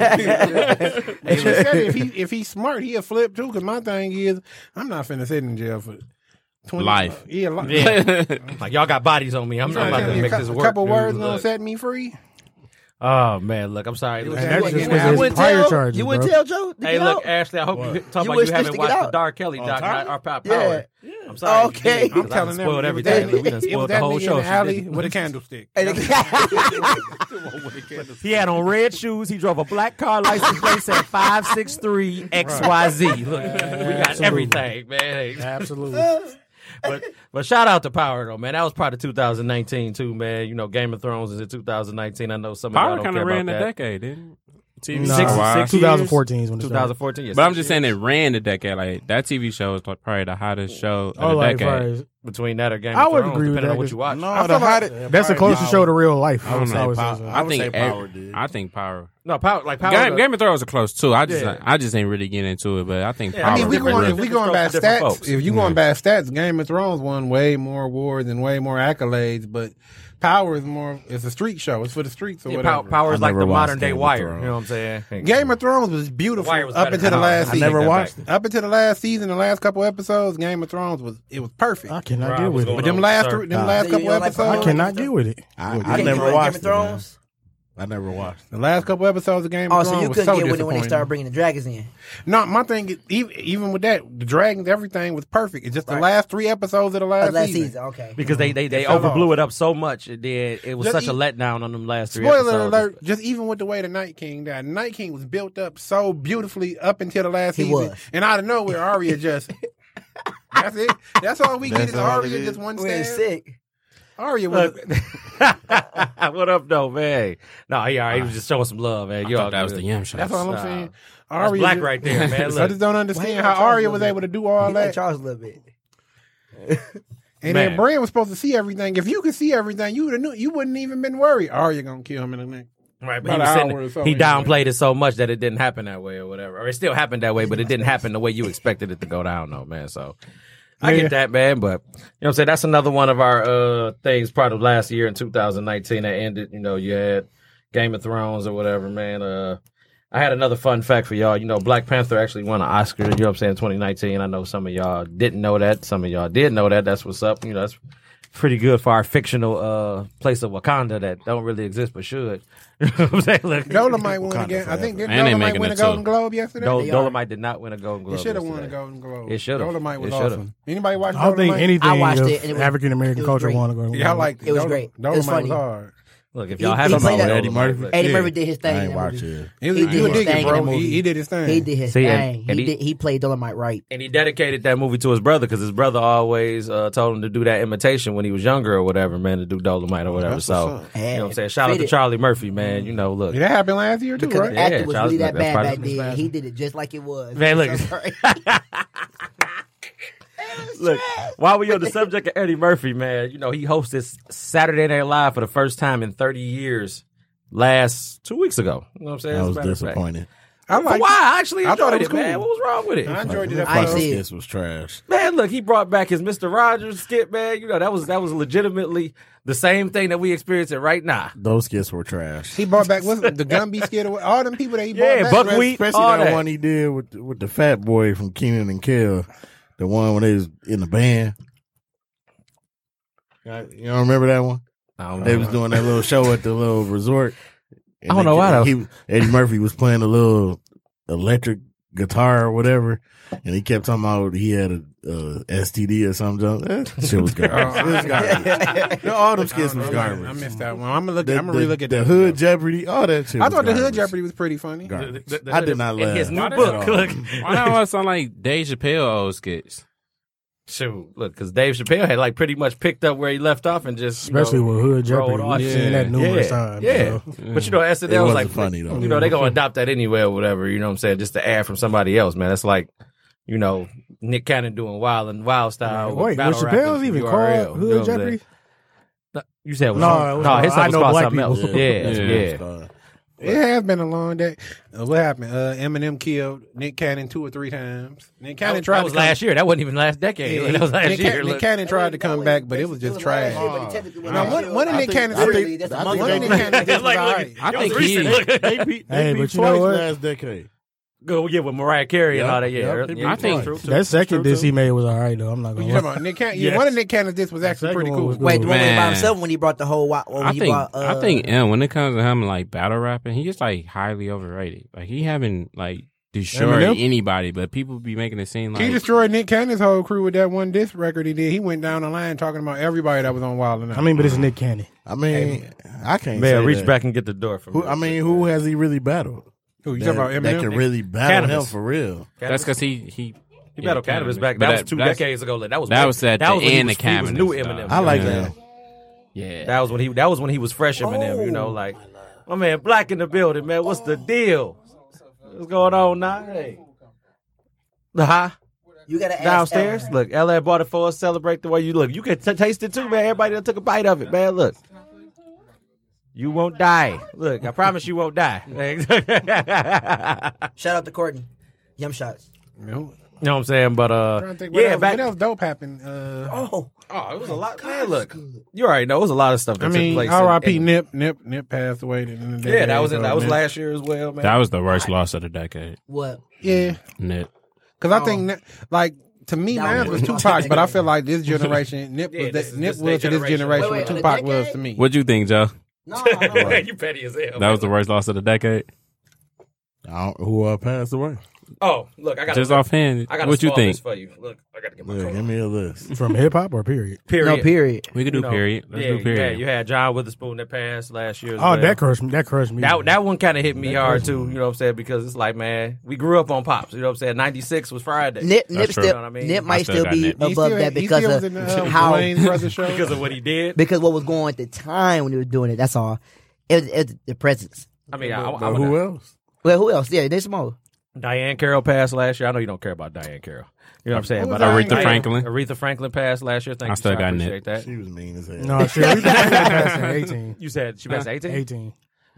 Speaker 5: and she said, "If he if he's smart, he'll flip too." Because my thing is, I'm not finna sit in jail for twenty
Speaker 6: Life.
Speaker 5: Yeah, li-
Speaker 8: uh,
Speaker 3: Like y'all got bodies on me. I'm not about
Speaker 5: Tell
Speaker 3: to
Speaker 5: me a
Speaker 3: make
Speaker 5: cou-
Speaker 3: this
Speaker 5: a
Speaker 3: work.
Speaker 5: couple
Speaker 3: dude.
Speaker 5: words gonna
Speaker 3: Look.
Speaker 5: set me free.
Speaker 3: Oh man, look, I'm sorry. Look,
Speaker 9: That's
Speaker 5: You
Speaker 9: just
Speaker 5: wouldn't-
Speaker 9: because his prior charges,
Speaker 4: You
Speaker 9: bro.
Speaker 4: wouldn't tell Joe. to
Speaker 3: hey,
Speaker 4: get
Speaker 3: look,
Speaker 4: out?
Speaker 3: Ashley. I hope you talk about
Speaker 4: wish
Speaker 3: you
Speaker 4: this
Speaker 3: haven't
Speaker 4: to get
Speaker 3: watched the
Speaker 4: out?
Speaker 3: Dark Kelly doc,
Speaker 8: Tommy?
Speaker 3: our power.
Speaker 4: Yeah.
Speaker 3: I'm sorry.
Speaker 4: Okay.
Speaker 3: I'm
Speaker 5: I'm telling them
Speaker 3: spoiled
Speaker 5: it was that-
Speaker 3: everything. Look, We done
Speaker 5: It
Speaker 3: spoiled
Speaker 5: was
Speaker 3: the
Speaker 5: that
Speaker 3: whole
Speaker 5: nigga in
Speaker 3: show.
Speaker 5: the alley with a candlestick.
Speaker 4: And the-
Speaker 3: He had on red shoes. He drove a black car license plate said five six three XYZ. Look, we got everything, man. Hey,
Speaker 9: Absolutely.
Speaker 3: But but shout out to Power though, man. That was part of 2019 too, man. You know, Game of Thrones is in 2019. I know some of
Speaker 6: Power
Speaker 3: y'all don't
Speaker 6: kind
Speaker 3: care
Speaker 6: of ran
Speaker 3: about
Speaker 6: a
Speaker 3: that.
Speaker 6: decade, didn't? it? TV
Speaker 9: No,
Speaker 3: Six-
Speaker 6: for a while.
Speaker 3: six-
Speaker 9: 2014 is when it started.
Speaker 3: 2014. yes.
Speaker 6: But I'm just saying it ran the decade. Like that TV show is like probably the hottest show of
Speaker 9: Oh,
Speaker 6: the
Speaker 9: like,
Speaker 6: decade.
Speaker 9: far as-
Speaker 3: between that or Game
Speaker 9: I
Speaker 3: of
Speaker 9: would
Speaker 3: Thrones,
Speaker 9: agree with
Speaker 3: depending on
Speaker 9: that,
Speaker 3: what
Speaker 9: cause-
Speaker 3: you watch.
Speaker 7: No, the hottest.
Speaker 9: that's the closest show to real life. I,
Speaker 6: say
Speaker 9: would
Speaker 8: Power.
Speaker 9: say.
Speaker 8: I would
Speaker 6: think
Speaker 8: say
Speaker 6: ev-
Speaker 8: Power did.
Speaker 6: I think Power.
Speaker 3: No, Power like Power.
Speaker 6: Game, Game of Thrones are close too. I just
Speaker 3: Yeah.
Speaker 6: I just ain't really getting into it, but I think
Speaker 3: Yeah,
Speaker 6: Power.
Speaker 5: I mean, we
Speaker 3: different
Speaker 5: going, if
Speaker 3: groups.
Speaker 5: we going by
Speaker 3: Different
Speaker 5: stats,
Speaker 3: folks.
Speaker 5: if you going by stats, Game of Thrones won way more awards and way more accolades, but Power is more. It's a street show. It's for the streets or
Speaker 3: Yeah,
Speaker 5: whatever.
Speaker 3: pow- power is like
Speaker 8: I never
Speaker 3: the
Speaker 8: watched
Speaker 3: modern day
Speaker 8: Game of
Speaker 3: wire.
Speaker 8: Thrones.
Speaker 3: You know what I'm saying?
Speaker 5: Game of Thrones was beautiful
Speaker 3: Wire was
Speaker 5: up
Speaker 3: better.
Speaker 5: until the
Speaker 3: No,
Speaker 5: last
Speaker 3: I
Speaker 5: season.
Speaker 3: never watched it.
Speaker 5: Up until the last season, the last couple episodes, Game of Thrones was it was perfect.
Speaker 9: I cannot
Speaker 3: Rob
Speaker 9: deal with
Speaker 3: was going
Speaker 9: it.
Speaker 5: Them
Speaker 3: on,
Speaker 5: last
Speaker 3: sir.
Speaker 5: three, them
Speaker 8: Nah.
Speaker 5: last
Speaker 4: You
Speaker 5: couple
Speaker 4: don't like
Speaker 5: episodes,
Speaker 4: Power?
Speaker 9: I cannot deal with it.
Speaker 8: I,
Speaker 4: You
Speaker 8: I
Speaker 4: can't
Speaker 8: never
Speaker 4: get
Speaker 8: watched
Speaker 4: Game
Speaker 8: it.
Speaker 4: of Thrones.
Speaker 8: man. I never watched.
Speaker 5: the last couple episodes of Game of
Speaker 4: Oh,
Speaker 5: Thrones
Speaker 4: so you
Speaker 5: was
Speaker 4: couldn't
Speaker 5: so
Speaker 4: get with it when they
Speaker 5: disappointing.
Speaker 4: started bringing the dragons in.
Speaker 5: No, my thing is even, even with that, the dragons, everything was perfect. It's just the
Speaker 4: Right.
Speaker 5: last three episodes of the
Speaker 4: Oh,
Speaker 5: last,
Speaker 4: last
Speaker 5: season.
Speaker 4: season, okay.
Speaker 3: because they they, they
Speaker 5: fell off.
Speaker 3: overblew it up so much. It did. It was such
Speaker 5: Just
Speaker 3: a
Speaker 5: e-
Speaker 3: letdown on them last three.
Speaker 5: Spoiler
Speaker 3: episodes.
Speaker 5: alert! Just even with the way the Night King died, Night King was built up so beautifully up until the last
Speaker 4: He
Speaker 5: season,
Speaker 4: was.
Speaker 5: and out of nowhere, Arya just. That's it. That's all we get
Speaker 7: That's
Speaker 5: is
Speaker 7: all it
Speaker 5: Arya
Speaker 7: is.
Speaker 5: just one
Speaker 4: We ain't
Speaker 5: stand.
Speaker 4: sick.
Speaker 5: Arya was.
Speaker 3: Look, what up, though, man? No, he all right. He was just showing some love, man. You
Speaker 6: I
Speaker 3: all
Speaker 6: thought that was
Speaker 3: good.
Speaker 6: the yam shot.
Speaker 5: That's all I'm
Speaker 3: Nah.
Speaker 5: saying.
Speaker 3: That's
Speaker 5: Arya
Speaker 3: black
Speaker 5: just-
Speaker 3: right there, man.
Speaker 5: I
Speaker 3: Look,
Speaker 5: just don't
Speaker 4: Why
Speaker 5: understand
Speaker 4: you
Speaker 5: how
Speaker 4: like Charles
Speaker 5: Arya was
Speaker 4: Woodley?
Speaker 5: able to do all
Speaker 4: He like
Speaker 5: that,
Speaker 4: Charles a little bit.
Speaker 3: Man.
Speaker 5: and then Bran was supposed to see everything. If you could see everything, you would have knew. You wouldn't even been worried. Arya gonna kill him in the neck.
Speaker 3: right, but he,
Speaker 5: about
Speaker 3: was
Speaker 5: an
Speaker 3: sitting-
Speaker 5: hour or so
Speaker 3: he
Speaker 5: anyway.
Speaker 3: downplayed it so much that it didn't happen that way or whatever. Or it still happened that way, but it didn't happen the way you expected it to go down, though, man. So I
Speaker 5: Yeah.
Speaker 3: get that, man. But you know what I'm saying? That's another one of our uh things part of last year in 2019 that ended. You know, you had Game of Thrones or whatever, man. Uh I had another fun fact for y'all. You know, Black Panther actually won an Oscar, you know what I'm saying, 2019. I know some of y'all didn't know that. Some of y'all did know that. That's what's up. You know, that's pretty good for our fictional uh place of Wakanda that don't really exist but should. You know what I'm saying? Look,
Speaker 5: Dolomite won again. I think did
Speaker 6: And they
Speaker 5: Dolomite
Speaker 6: making
Speaker 5: win
Speaker 6: it
Speaker 5: a Golden
Speaker 6: too.
Speaker 5: Globe yesterday.
Speaker 3: Dol-
Speaker 4: They are.
Speaker 3: Dolomite did not win a Golden Globe.
Speaker 5: It should have won a
Speaker 3: yesterday.
Speaker 5: Golden Globe.
Speaker 3: It should've.
Speaker 5: Dolomite was
Speaker 3: It should've.
Speaker 5: awesome. Anybody watch?
Speaker 9: I don't think
Speaker 5: Dolomite?
Speaker 9: anything
Speaker 4: I watched
Speaker 9: of
Speaker 4: it, and it was-
Speaker 9: African American
Speaker 4: it was
Speaker 9: culture
Speaker 4: great.
Speaker 9: want to go.
Speaker 5: Yeah, I liked it.
Speaker 4: It was
Speaker 5: Dol-
Speaker 4: great. It
Speaker 5: Dolomite
Speaker 4: was
Speaker 5: was,
Speaker 4: funny.
Speaker 5: hard.
Speaker 3: Look, if
Speaker 4: He-
Speaker 3: y'all
Speaker 4: he
Speaker 3: haven't
Speaker 4: played
Speaker 3: seen
Speaker 4: that-
Speaker 3: Dolomite,
Speaker 7: Eddie Murphy.
Speaker 3: look.
Speaker 4: Eddie
Speaker 7: Yeah.
Speaker 4: Murphy did his thing.
Speaker 7: I
Speaker 4: in
Speaker 7: ain't
Speaker 4: that
Speaker 7: watch
Speaker 4: movie.
Speaker 7: it.
Speaker 5: He,
Speaker 4: He did his
Speaker 5: was digging,
Speaker 4: thing in that
Speaker 5: bro. He,
Speaker 4: movie.
Speaker 5: he did his thing.
Speaker 4: He did his
Speaker 3: See, and-
Speaker 4: thing.
Speaker 3: and
Speaker 4: he,
Speaker 3: he-
Speaker 4: did, he played Dolomite right.
Speaker 3: and he dedicated that movie to his brother because his brother always uh, told him to do that imitation when he was younger or whatever, man, to do Dolomite or whatever. So, you know what I'm saying? Shout out
Speaker 4: Fit
Speaker 3: to
Speaker 4: it.
Speaker 3: Charlie Murphy, man. You know, look.
Speaker 5: That happened last year too,
Speaker 4: Because
Speaker 5: right?
Speaker 4: the actor was
Speaker 3: Charles
Speaker 4: really that
Speaker 3: Woodley, that's
Speaker 4: bad
Speaker 3: part
Speaker 4: back
Speaker 3: of
Speaker 5: his
Speaker 4: then.
Speaker 5: bad.
Speaker 4: He did it just like it was.
Speaker 3: Man, look.
Speaker 4: I'm sorry.
Speaker 3: Look, while we on the subject of Eddie Murphy, man, you know, he hosted Saturday Night Live for the first time in 30 years last two weeks ago. You know what I'm saying?
Speaker 8: I
Speaker 3: As a
Speaker 8: was
Speaker 3: matter of fact.
Speaker 8: disappointed.
Speaker 5: I
Speaker 3: But
Speaker 5: like.
Speaker 3: why? I actually
Speaker 5: I
Speaker 3: enjoyed
Speaker 5: thought it
Speaker 3: it,
Speaker 5: was cool.
Speaker 3: man. What was wrong with it?
Speaker 5: I enjoyed it.
Speaker 4: I ain't
Speaker 5: episode.
Speaker 4: see it.
Speaker 8: This was trash.
Speaker 3: Man, look, he brought back his Mister Rogers skit, man. You know that was that was legitimately the same thing that we experiencing right now.
Speaker 8: Those skits were trash.
Speaker 5: He brought back what's the Gumby skit. or what- All them people that he
Speaker 3: Yeah,
Speaker 5: brought back.
Speaker 3: Buckwheat,
Speaker 8: especially
Speaker 3: all
Speaker 8: that,
Speaker 3: that.
Speaker 8: one he did with with the fat boy from Keenan and Kel, the one when they was in the band. You don't remember that one?
Speaker 3: I don't
Speaker 8: They was doing that little show at the little resort. And
Speaker 3: I don't
Speaker 8: they-
Speaker 3: know why, though.
Speaker 8: He, Eddie Murphy was playing a little electric guitar or whatever, and he kept talking about he had a, uh STD or something. That shit was garbage. it was garbage. No, all them skits was
Speaker 5: Oh. I, don't know. I
Speaker 8: garbage.
Speaker 5: missed that one. I'm gonna look.
Speaker 8: The,
Speaker 5: I'm gonna relook
Speaker 8: the,
Speaker 5: at
Speaker 8: the
Speaker 5: that.
Speaker 8: hood Jeopardy, all that shit.
Speaker 5: I
Speaker 8: was
Speaker 5: thought the hood
Speaker 8: garbage.
Speaker 5: Jeopardy was pretty funny.
Speaker 8: Garbage.
Speaker 3: the- the-
Speaker 8: I did not laugh.
Speaker 3: in his new
Speaker 6: Not at
Speaker 3: book,
Speaker 8: all.
Speaker 3: look,
Speaker 6: Why don't I sound like Dave Chappelle old skits?
Speaker 3: shoot, look, because Dave Chappelle had like pretty much picked up where he left off and just you
Speaker 9: Especially
Speaker 3: know,
Speaker 9: with Hood
Speaker 3: rolled
Speaker 9: Jeopardy.
Speaker 3: off.
Speaker 9: We've seen that numerous
Speaker 3: yeah,
Speaker 9: times.
Speaker 3: Yeah,
Speaker 9: so.
Speaker 3: but you know,
Speaker 8: It
Speaker 3: SNL was
Speaker 8: wasn't
Speaker 3: like
Speaker 8: funny, though.
Speaker 3: You know, they gonna adopt that anyway or whatever. You know what I'm saying? Just to add from somebody else, man. That's like. You know, Nick Cannon doing wild and wild style.
Speaker 9: Wait,
Speaker 3: battle
Speaker 9: was
Speaker 3: rap
Speaker 9: Chappelle's
Speaker 3: with
Speaker 9: even
Speaker 3: URL,
Speaker 9: called
Speaker 3: you know what
Speaker 9: Hood
Speaker 3: I'm saying?
Speaker 9: Jeopardy?
Speaker 3: No, You said it was
Speaker 9: No,
Speaker 3: no,
Speaker 9: it was-
Speaker 3: no, his
Speaker 9: I
Speaker 3: stuff was
Speaker 9: know
Speaker 3: called
Speaker 9: black
Speaker 3: something else.
Speaker 9: people.
Speaker 3: Yeah, yeah.
Speaker 5: It has been a long day. Uh, what happened? Uh, Eminem killed Nick Cannon two or three times. Nick
Speaker 3: That,
Speaker 5: Cannon
Speaker 3: was-
Speaker 5: tried
Speaker 3: that was
Speaker 5: to come-
Speaker 3: last year. That wasn't even last decade.
Speaker 5: Yeah,
Speaker 3: that was last
Speaker 5: Nick, Cannon-
Speaker 3: year.
Speaker 5: Nick
Speaker 3: Look.
Speaker 5: Cannon tried to come back, but it was just trash. No, one, one of Nick Cannon's
Speaker 8: I
Speaker 5: really,
Speaker 8: think-
Speaker 4: that's
Speaker 8: I
Speaker 4: a
Speaker 8: think
Speaker 5: one of Nick
Speaker 8: they-
Speaker 5: Cannon's was
Speaker 3: Like, look,
Speaker 5: alright.
Speaker 6: I
Speaker 3: That
Speaker 6: think
Speaker 3: was
Speaker 6: he.
Speaker 3: recent. Look.
Speaker 8: They beat, they
Speaker 9: Hey,
Speaker 8: beat
Speaker 9: but you
Speaker 8: twice
Speaker 9: know what?
Speaker 8: last decade.
Speaker 3: Go yeah, with Mariah Carey and
Speaker 8: Yep,
Speaker 3: all that. Yeah,
Speaker 8: yep, they
Speaker 3: yeah
Speaker 6: beat Detroit.
Speaker 3: true, too.
Speaker 9: That second diss he made was all right, though. I'm not
Speaker 5: You
Speaker 9: going to
Speaker 5: talking
Speaker 9: lie.
Speaker 5: about Nick Cannon?
Speaker 9: Yes.
Speaker 5: One of Nick Cannon's discs was actually
Speaker 9: second
Speaker 5: pretty
Speaker 9: one
Speaker 5: cool.
Speaker 9: was good.
Speaker 4: Wait,
Speaker 8: Oh,
Speaker 4: the one went by
Speaker 6: Man.
Speaker 4: himself when he brought the whole. wa- When
Speaker 6: I
Speaker 4: he
Speaker 6: think
Speaker 4: brought, uh,
Speaker 6: I think yeah, when it comes to him like battle rapping, he's like highly overrated. Like he haven't like destroyed
Speaker 5: Eminem?
Speaker 6: anybody, but people be making it seem like
Speaker 5: He destroyed Nick Cannon's whole crew with that one disc record he did. He went down the line talking about everybody that was on Wild and
Speaker 9: I mean, but it's Nick Cannon.
Speaker 8: I mean, I can't.
Speaker 3: Man,
Speaker 8: say
Speaker 3: reach
Speaker 8: that.
Speaker 3: back and get the door for
Speaker 8: Who,
Speaker 3: me.
Speaker 8: I mean, who has he really battled?
Speaker 5: Who you
Speaker 8: that,
Speaker 5: talking about?
Speaker 8: that
Speaker 5: Eminem?
Speaker 8: can really battle
Speaker 3: Cannabis.
Speaker 8: him for real.
Speaker 6: that's because he he
Speaker 3: he battled
Speaker 6: yeah,
Speaker 3: cannabis
Speaker 6: Cannabis.
Speaker 3: back.
Speaker 6: But
Speaker 3: That, was
Speaker 6: that-
Speaker 3: two
Speaker 6: that's-
Speaker 3: decades ago. That was
Speaker 6: that
Speaker 3: when-
Speaker 6: was at
Speaker 3: that
Speaker 6: the
Speaker 3: was when he
Speaker 6: end
Speaker 3: was, he
Speaker 6: of
Speaker 3: was
Speaker 6: Cannabis,
Speaker 3: new
Speaker 6: dog.
Speaker 3: Eminem.
Speaker 8: I like
Speaker 3: Yeah.
Speaker 8: that.
Speaker 6: yeah.
Speaker 3: That was when he. That was when he was fresh Eminem. You know, like my man Black in the building, man. What's the deal? What's going on now? Hey. Huh?
Speaker 4: you got to
Speaker 3: downstairs. Look, LA bought it for us. Celebrate the way you look. You can t- taste it too, man. Everybody that took a bite of it, man. Look, you won't die. Look, I promise you won't die.
Speaker 4: Shout out to Courtney, Yum Shots.
Speaker 5: You know,
Speaker 3: You know what I'm saying? But
Speaker 5: I'm
Speaker 3: uh,
Speaker 5: trying to think what,
Speaker 3: yeah,
Speaker 5: else,
Speaker 3: back
Speaker 5: what else dope happened? Uh,
Speaker 4: Oh,
Speaker 3: Oh, it was a lot. Man, look, you already know it was a lot of stuff. That
Speaker 5: I mean,
Speaker 3: took place
Speaker 5: R.I.P.
Speaker 3: And-
Speaker 5: Nip. Nip. Nip passed away. the end of the
Speaker 3: yeah,
Speaker 5: day,
Speaker 3: that was it.
Speaker 5: so,
Speaker 3: That was
Speaker 5: man.
Speaker 3: last year as well, man.
Speaker 6: That was the worst loss of the decade.
Speaker 4: what?
Speaker 5: Yeah,
Speaker 6: Nip.
Speaker 5: because I think that- like to me,
Speaker 4: That
Speaker 5: mine was
Speaker 4: was-
Speaker 5: Tupac, but I feel like this generation, Nip
Speaker 3: Yeah,
Speaker 5: was
Speaker 3: this
Speaker 5: that,
Speaker 3: is-
Speaker 5: Nip
Speaker 3: this is
Speaker 5: was
Speaker 3: their
Speaker 5: to this
Speaker 3: generation.
Speaker 5: generation
Speaker 4: Wait,
Speaker 5: what
Speaker 4: wait,
Speaker 5: Tupac
Speaker 4: a
Speaker 5: was
Speaker 4: decade?
Speaker 5: to me.
Speaker 6: What'd you think, Joe?
Speaker 4: No, no, no.
Speaker 3: you petty as hell.
Speaker 6: That was the worst loss of the decade.
Speaker 8: I don't, who uh, passed away?
Speaker 3: Oh, look, I got
Speaker 6: Just offhand,
Speaker 3: I got
Speaker 6: what you think?
Speaker 3: for you. Look, I got to get my
Speaker 8: Yeah,
Speaker 3: coat.
Speaker 8: give me a list.
Speaker 9: From hip hop or period?
Speaker 3: Period.
Speaker 4: No, period.
Speaker 6: We could do
Speaker 3: You know,
Speaker 6: period. Let's
Speaker 3: yeah,
Speaker 6: do period.
Speaker 3: Yeah, you had John Witherspoon that passed last year. As
Speaker 9: Oh,
Speaker 3: well.
Speaker 9: that crushed me. That crushed me.
Speaker 3: That, that one kind of hit me hard too, you know what I'm saying? Because it's like, man, we grew up on pops. You know what I'm saying? '96 was Friday
Speaker 4: Nip, nip,
Speaker 6: That's true.
Speaker 4: still,
Speaker 3: You know what I mean?
Speaker 4: nip
Speaker 6: I
Speaker 4: might
Speaker 6: still
Speaker 4: still
Speaker 6: got
Speaker 4: be
Speaker 6: Nip.
Speaker 5: He
Speaker 4: above
Speaker 5: still-
Speaker 4: that
Speaker 5: he
Speaker 4: because
Speaker 5: still was
Speaker 4: of
Speaker 5: in the, uh,
Speaker 4: how
Speaker 5: Wayne's Brothers show.
Speaker 3: because of what he did.
Speaker 4: because what was going on at the time when he was doing it. That's all. It was, it was the presence.
Speaker 3: I mean, I, I,
Speaker 8: But
Speaker 3: I
Speaker 8: who else?
Speaker 4: Well, who else? Yeah, there's more.
Speaker 3: Diane Carroll passed last year. I know you don't care about Diane Carroll. You know what I'm saying?
Speaker 5: Who was
Speaker 3: But
Speaker 5: Aretha
Speaker 3: Diane-
Speaker 6: Franklin?
Speaker 3: Aretha Franklin passed last year. Thank
Speaker 6: I
Speaker 3: you.
Speaker 6: still
Speaker 3: sir. I
Speaker 6: got
Speaker 3: appreciate that.
Speaker 8: She was mean as hell.
Speaker 9: no shit. We passed in eighteen.
Speaker 3: You said she passed 18?
Speaker 9: 18.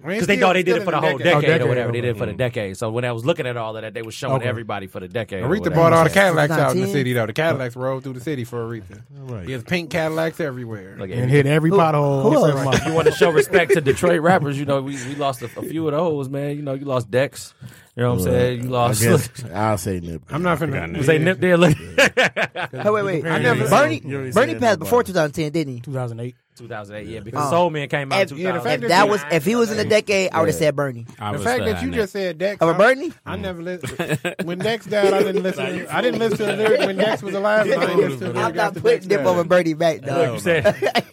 Speaker 3: Because they thought they did it for the whole decade,
Speaker 9: decade.
Speaker 3: or whatever. They did it for the decade. So when I was looking at all of that, they were showing everybody for the decade. or
Speaker 5: Aretha
Speaker 3: whatever.
Speaker 5: bought all the
Speaker 4: Yeah.
Speaker 5: Cadillacs out in the
Speaker 4: 2010.
Speaker 5: city, though. The Cadillacs rode through the city for Aretha.
Speaker 8: Right.
Speaker 5: There's pink Cadillacs everywhere.
Speaker 3: Look,
Speaker 9: And
Speaker 3: if
Speaker 9: hit every
Speaker 8: Oh,
Speaker 9: pothole.
Speaker 4: who
Speaker 9: except
Speaker 4: else?
Speaker 9: mine.
Speaker 3: you want to show respect to Detroit rappers, you know, we, we lost a, a few of those, man. You know, you lost Dex. You know what I'm saying? You
Speaker 8: I
Speaker 3: lost.
Speaker 8: guess I'll say Nip.
Speaker 5: I'm not finna.
Speaker 3: Was they nip there? Look,
Speaker 4: Hey, wait, wait.
Speaker 5: I never-
Speaker 4: Bernie,
Speaker 8: You already
Speaker 4: Bernie
Speaker 8: said
Speaker 4: passed
Speaker 8: nobody.
Speaker 4: before 2010, didn't he?
Speaker 9: 2008.
Speaker 3: 2008, yeah, because
Speaker 4: Oh.
Speaker 3: Soul Man came out.
Speaker 4: If-
Speaker 3: in
Speaker 5: yeah, the
Speaker 3: 2000.
Speaker 5: fact
Speaker 4: If
Speaker 5: that
Speaker 4: that
Speaker 5: you-
Speaker 4: was, if he was in the decade, I would have said Bernie.
Speaker 6: I
Speaker 5: The
Speaker 6: was
Speaker 5: fact
Speaker 6: still
Speaker 5: that you
Speaker 6: on
Speaker 5: just said Dex.
Speaker 4: Of a
Speaker 5: I-
Speaker 4: Bernie?
Speaker 5: I never listened. When Dex died, I didn't listen. to- I didn't listen to the lyric when Dex was alive. and I didn't listen to the
Speaker 4: I'm
Speaker 5: lyric
Speaker 4: not
Speaker 5: after
Speaker 4: putting
Speaker 5: Dex
Speaker 4: Nip over
Speaker 5: died.
Speaker 4: Bernie back,
Speaker 3: Look,
Speaker 4: dog.
Speaker 3: you said.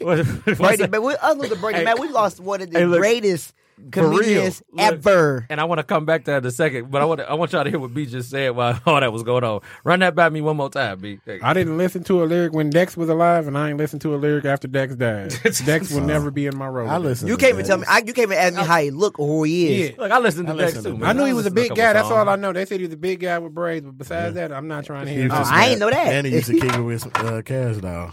Speaker 3: what- what's
Speaker 4: Brady,
Speaker 3: that?
Speaker 4: man, we, other than Brady, man, we lost one of the
Speaker 3: Hey, look,
Speaker 4: greatest comedians
Speaker 3: real, look.
Speaker 4: ever.
Speaker 3: and I want to come back to that in a second, but I want I want y'all to hear what B just said while all that was going on. Run that by me one more time, B.
Speaker 5: I didn't listen to a lyric when Dex was alive, and I ain't listened to a lyric after Dex died. Dex will never be in my road.
Speaker 8: I listen.
Speaker 4: You
Speaker 8: to
Speaker 4: can't even
Speaker 8: that.
Speaker 4: tell me. I, you can't even ask me how he look or who he is.
Speaker 3: Look, I listened to
Speaker 8: I
Speaker 3: Dex
Speaker 8: listened
Speaker 3: too.
Speaker 8: to
Speaker 3: man.
Speaker 5: I knew he was a
Speaker 3: listened to
Speaker 5: big
Speaker 3: couple
Speaker 5: guy. That's all
Speaker 3: songs.
Speaker 5: I know. They said he was a big guy with braids, but besides that, I'm not trying to
Speaker 8: He
Speaker 5: hear.
Speaker 8: was just
Speaker 5: it.
Speaker 4: I
Speaker 8: mad.
Speaker 4: ain't know that.
Speaker 8: And he used to kick it with uh, Cash Doll.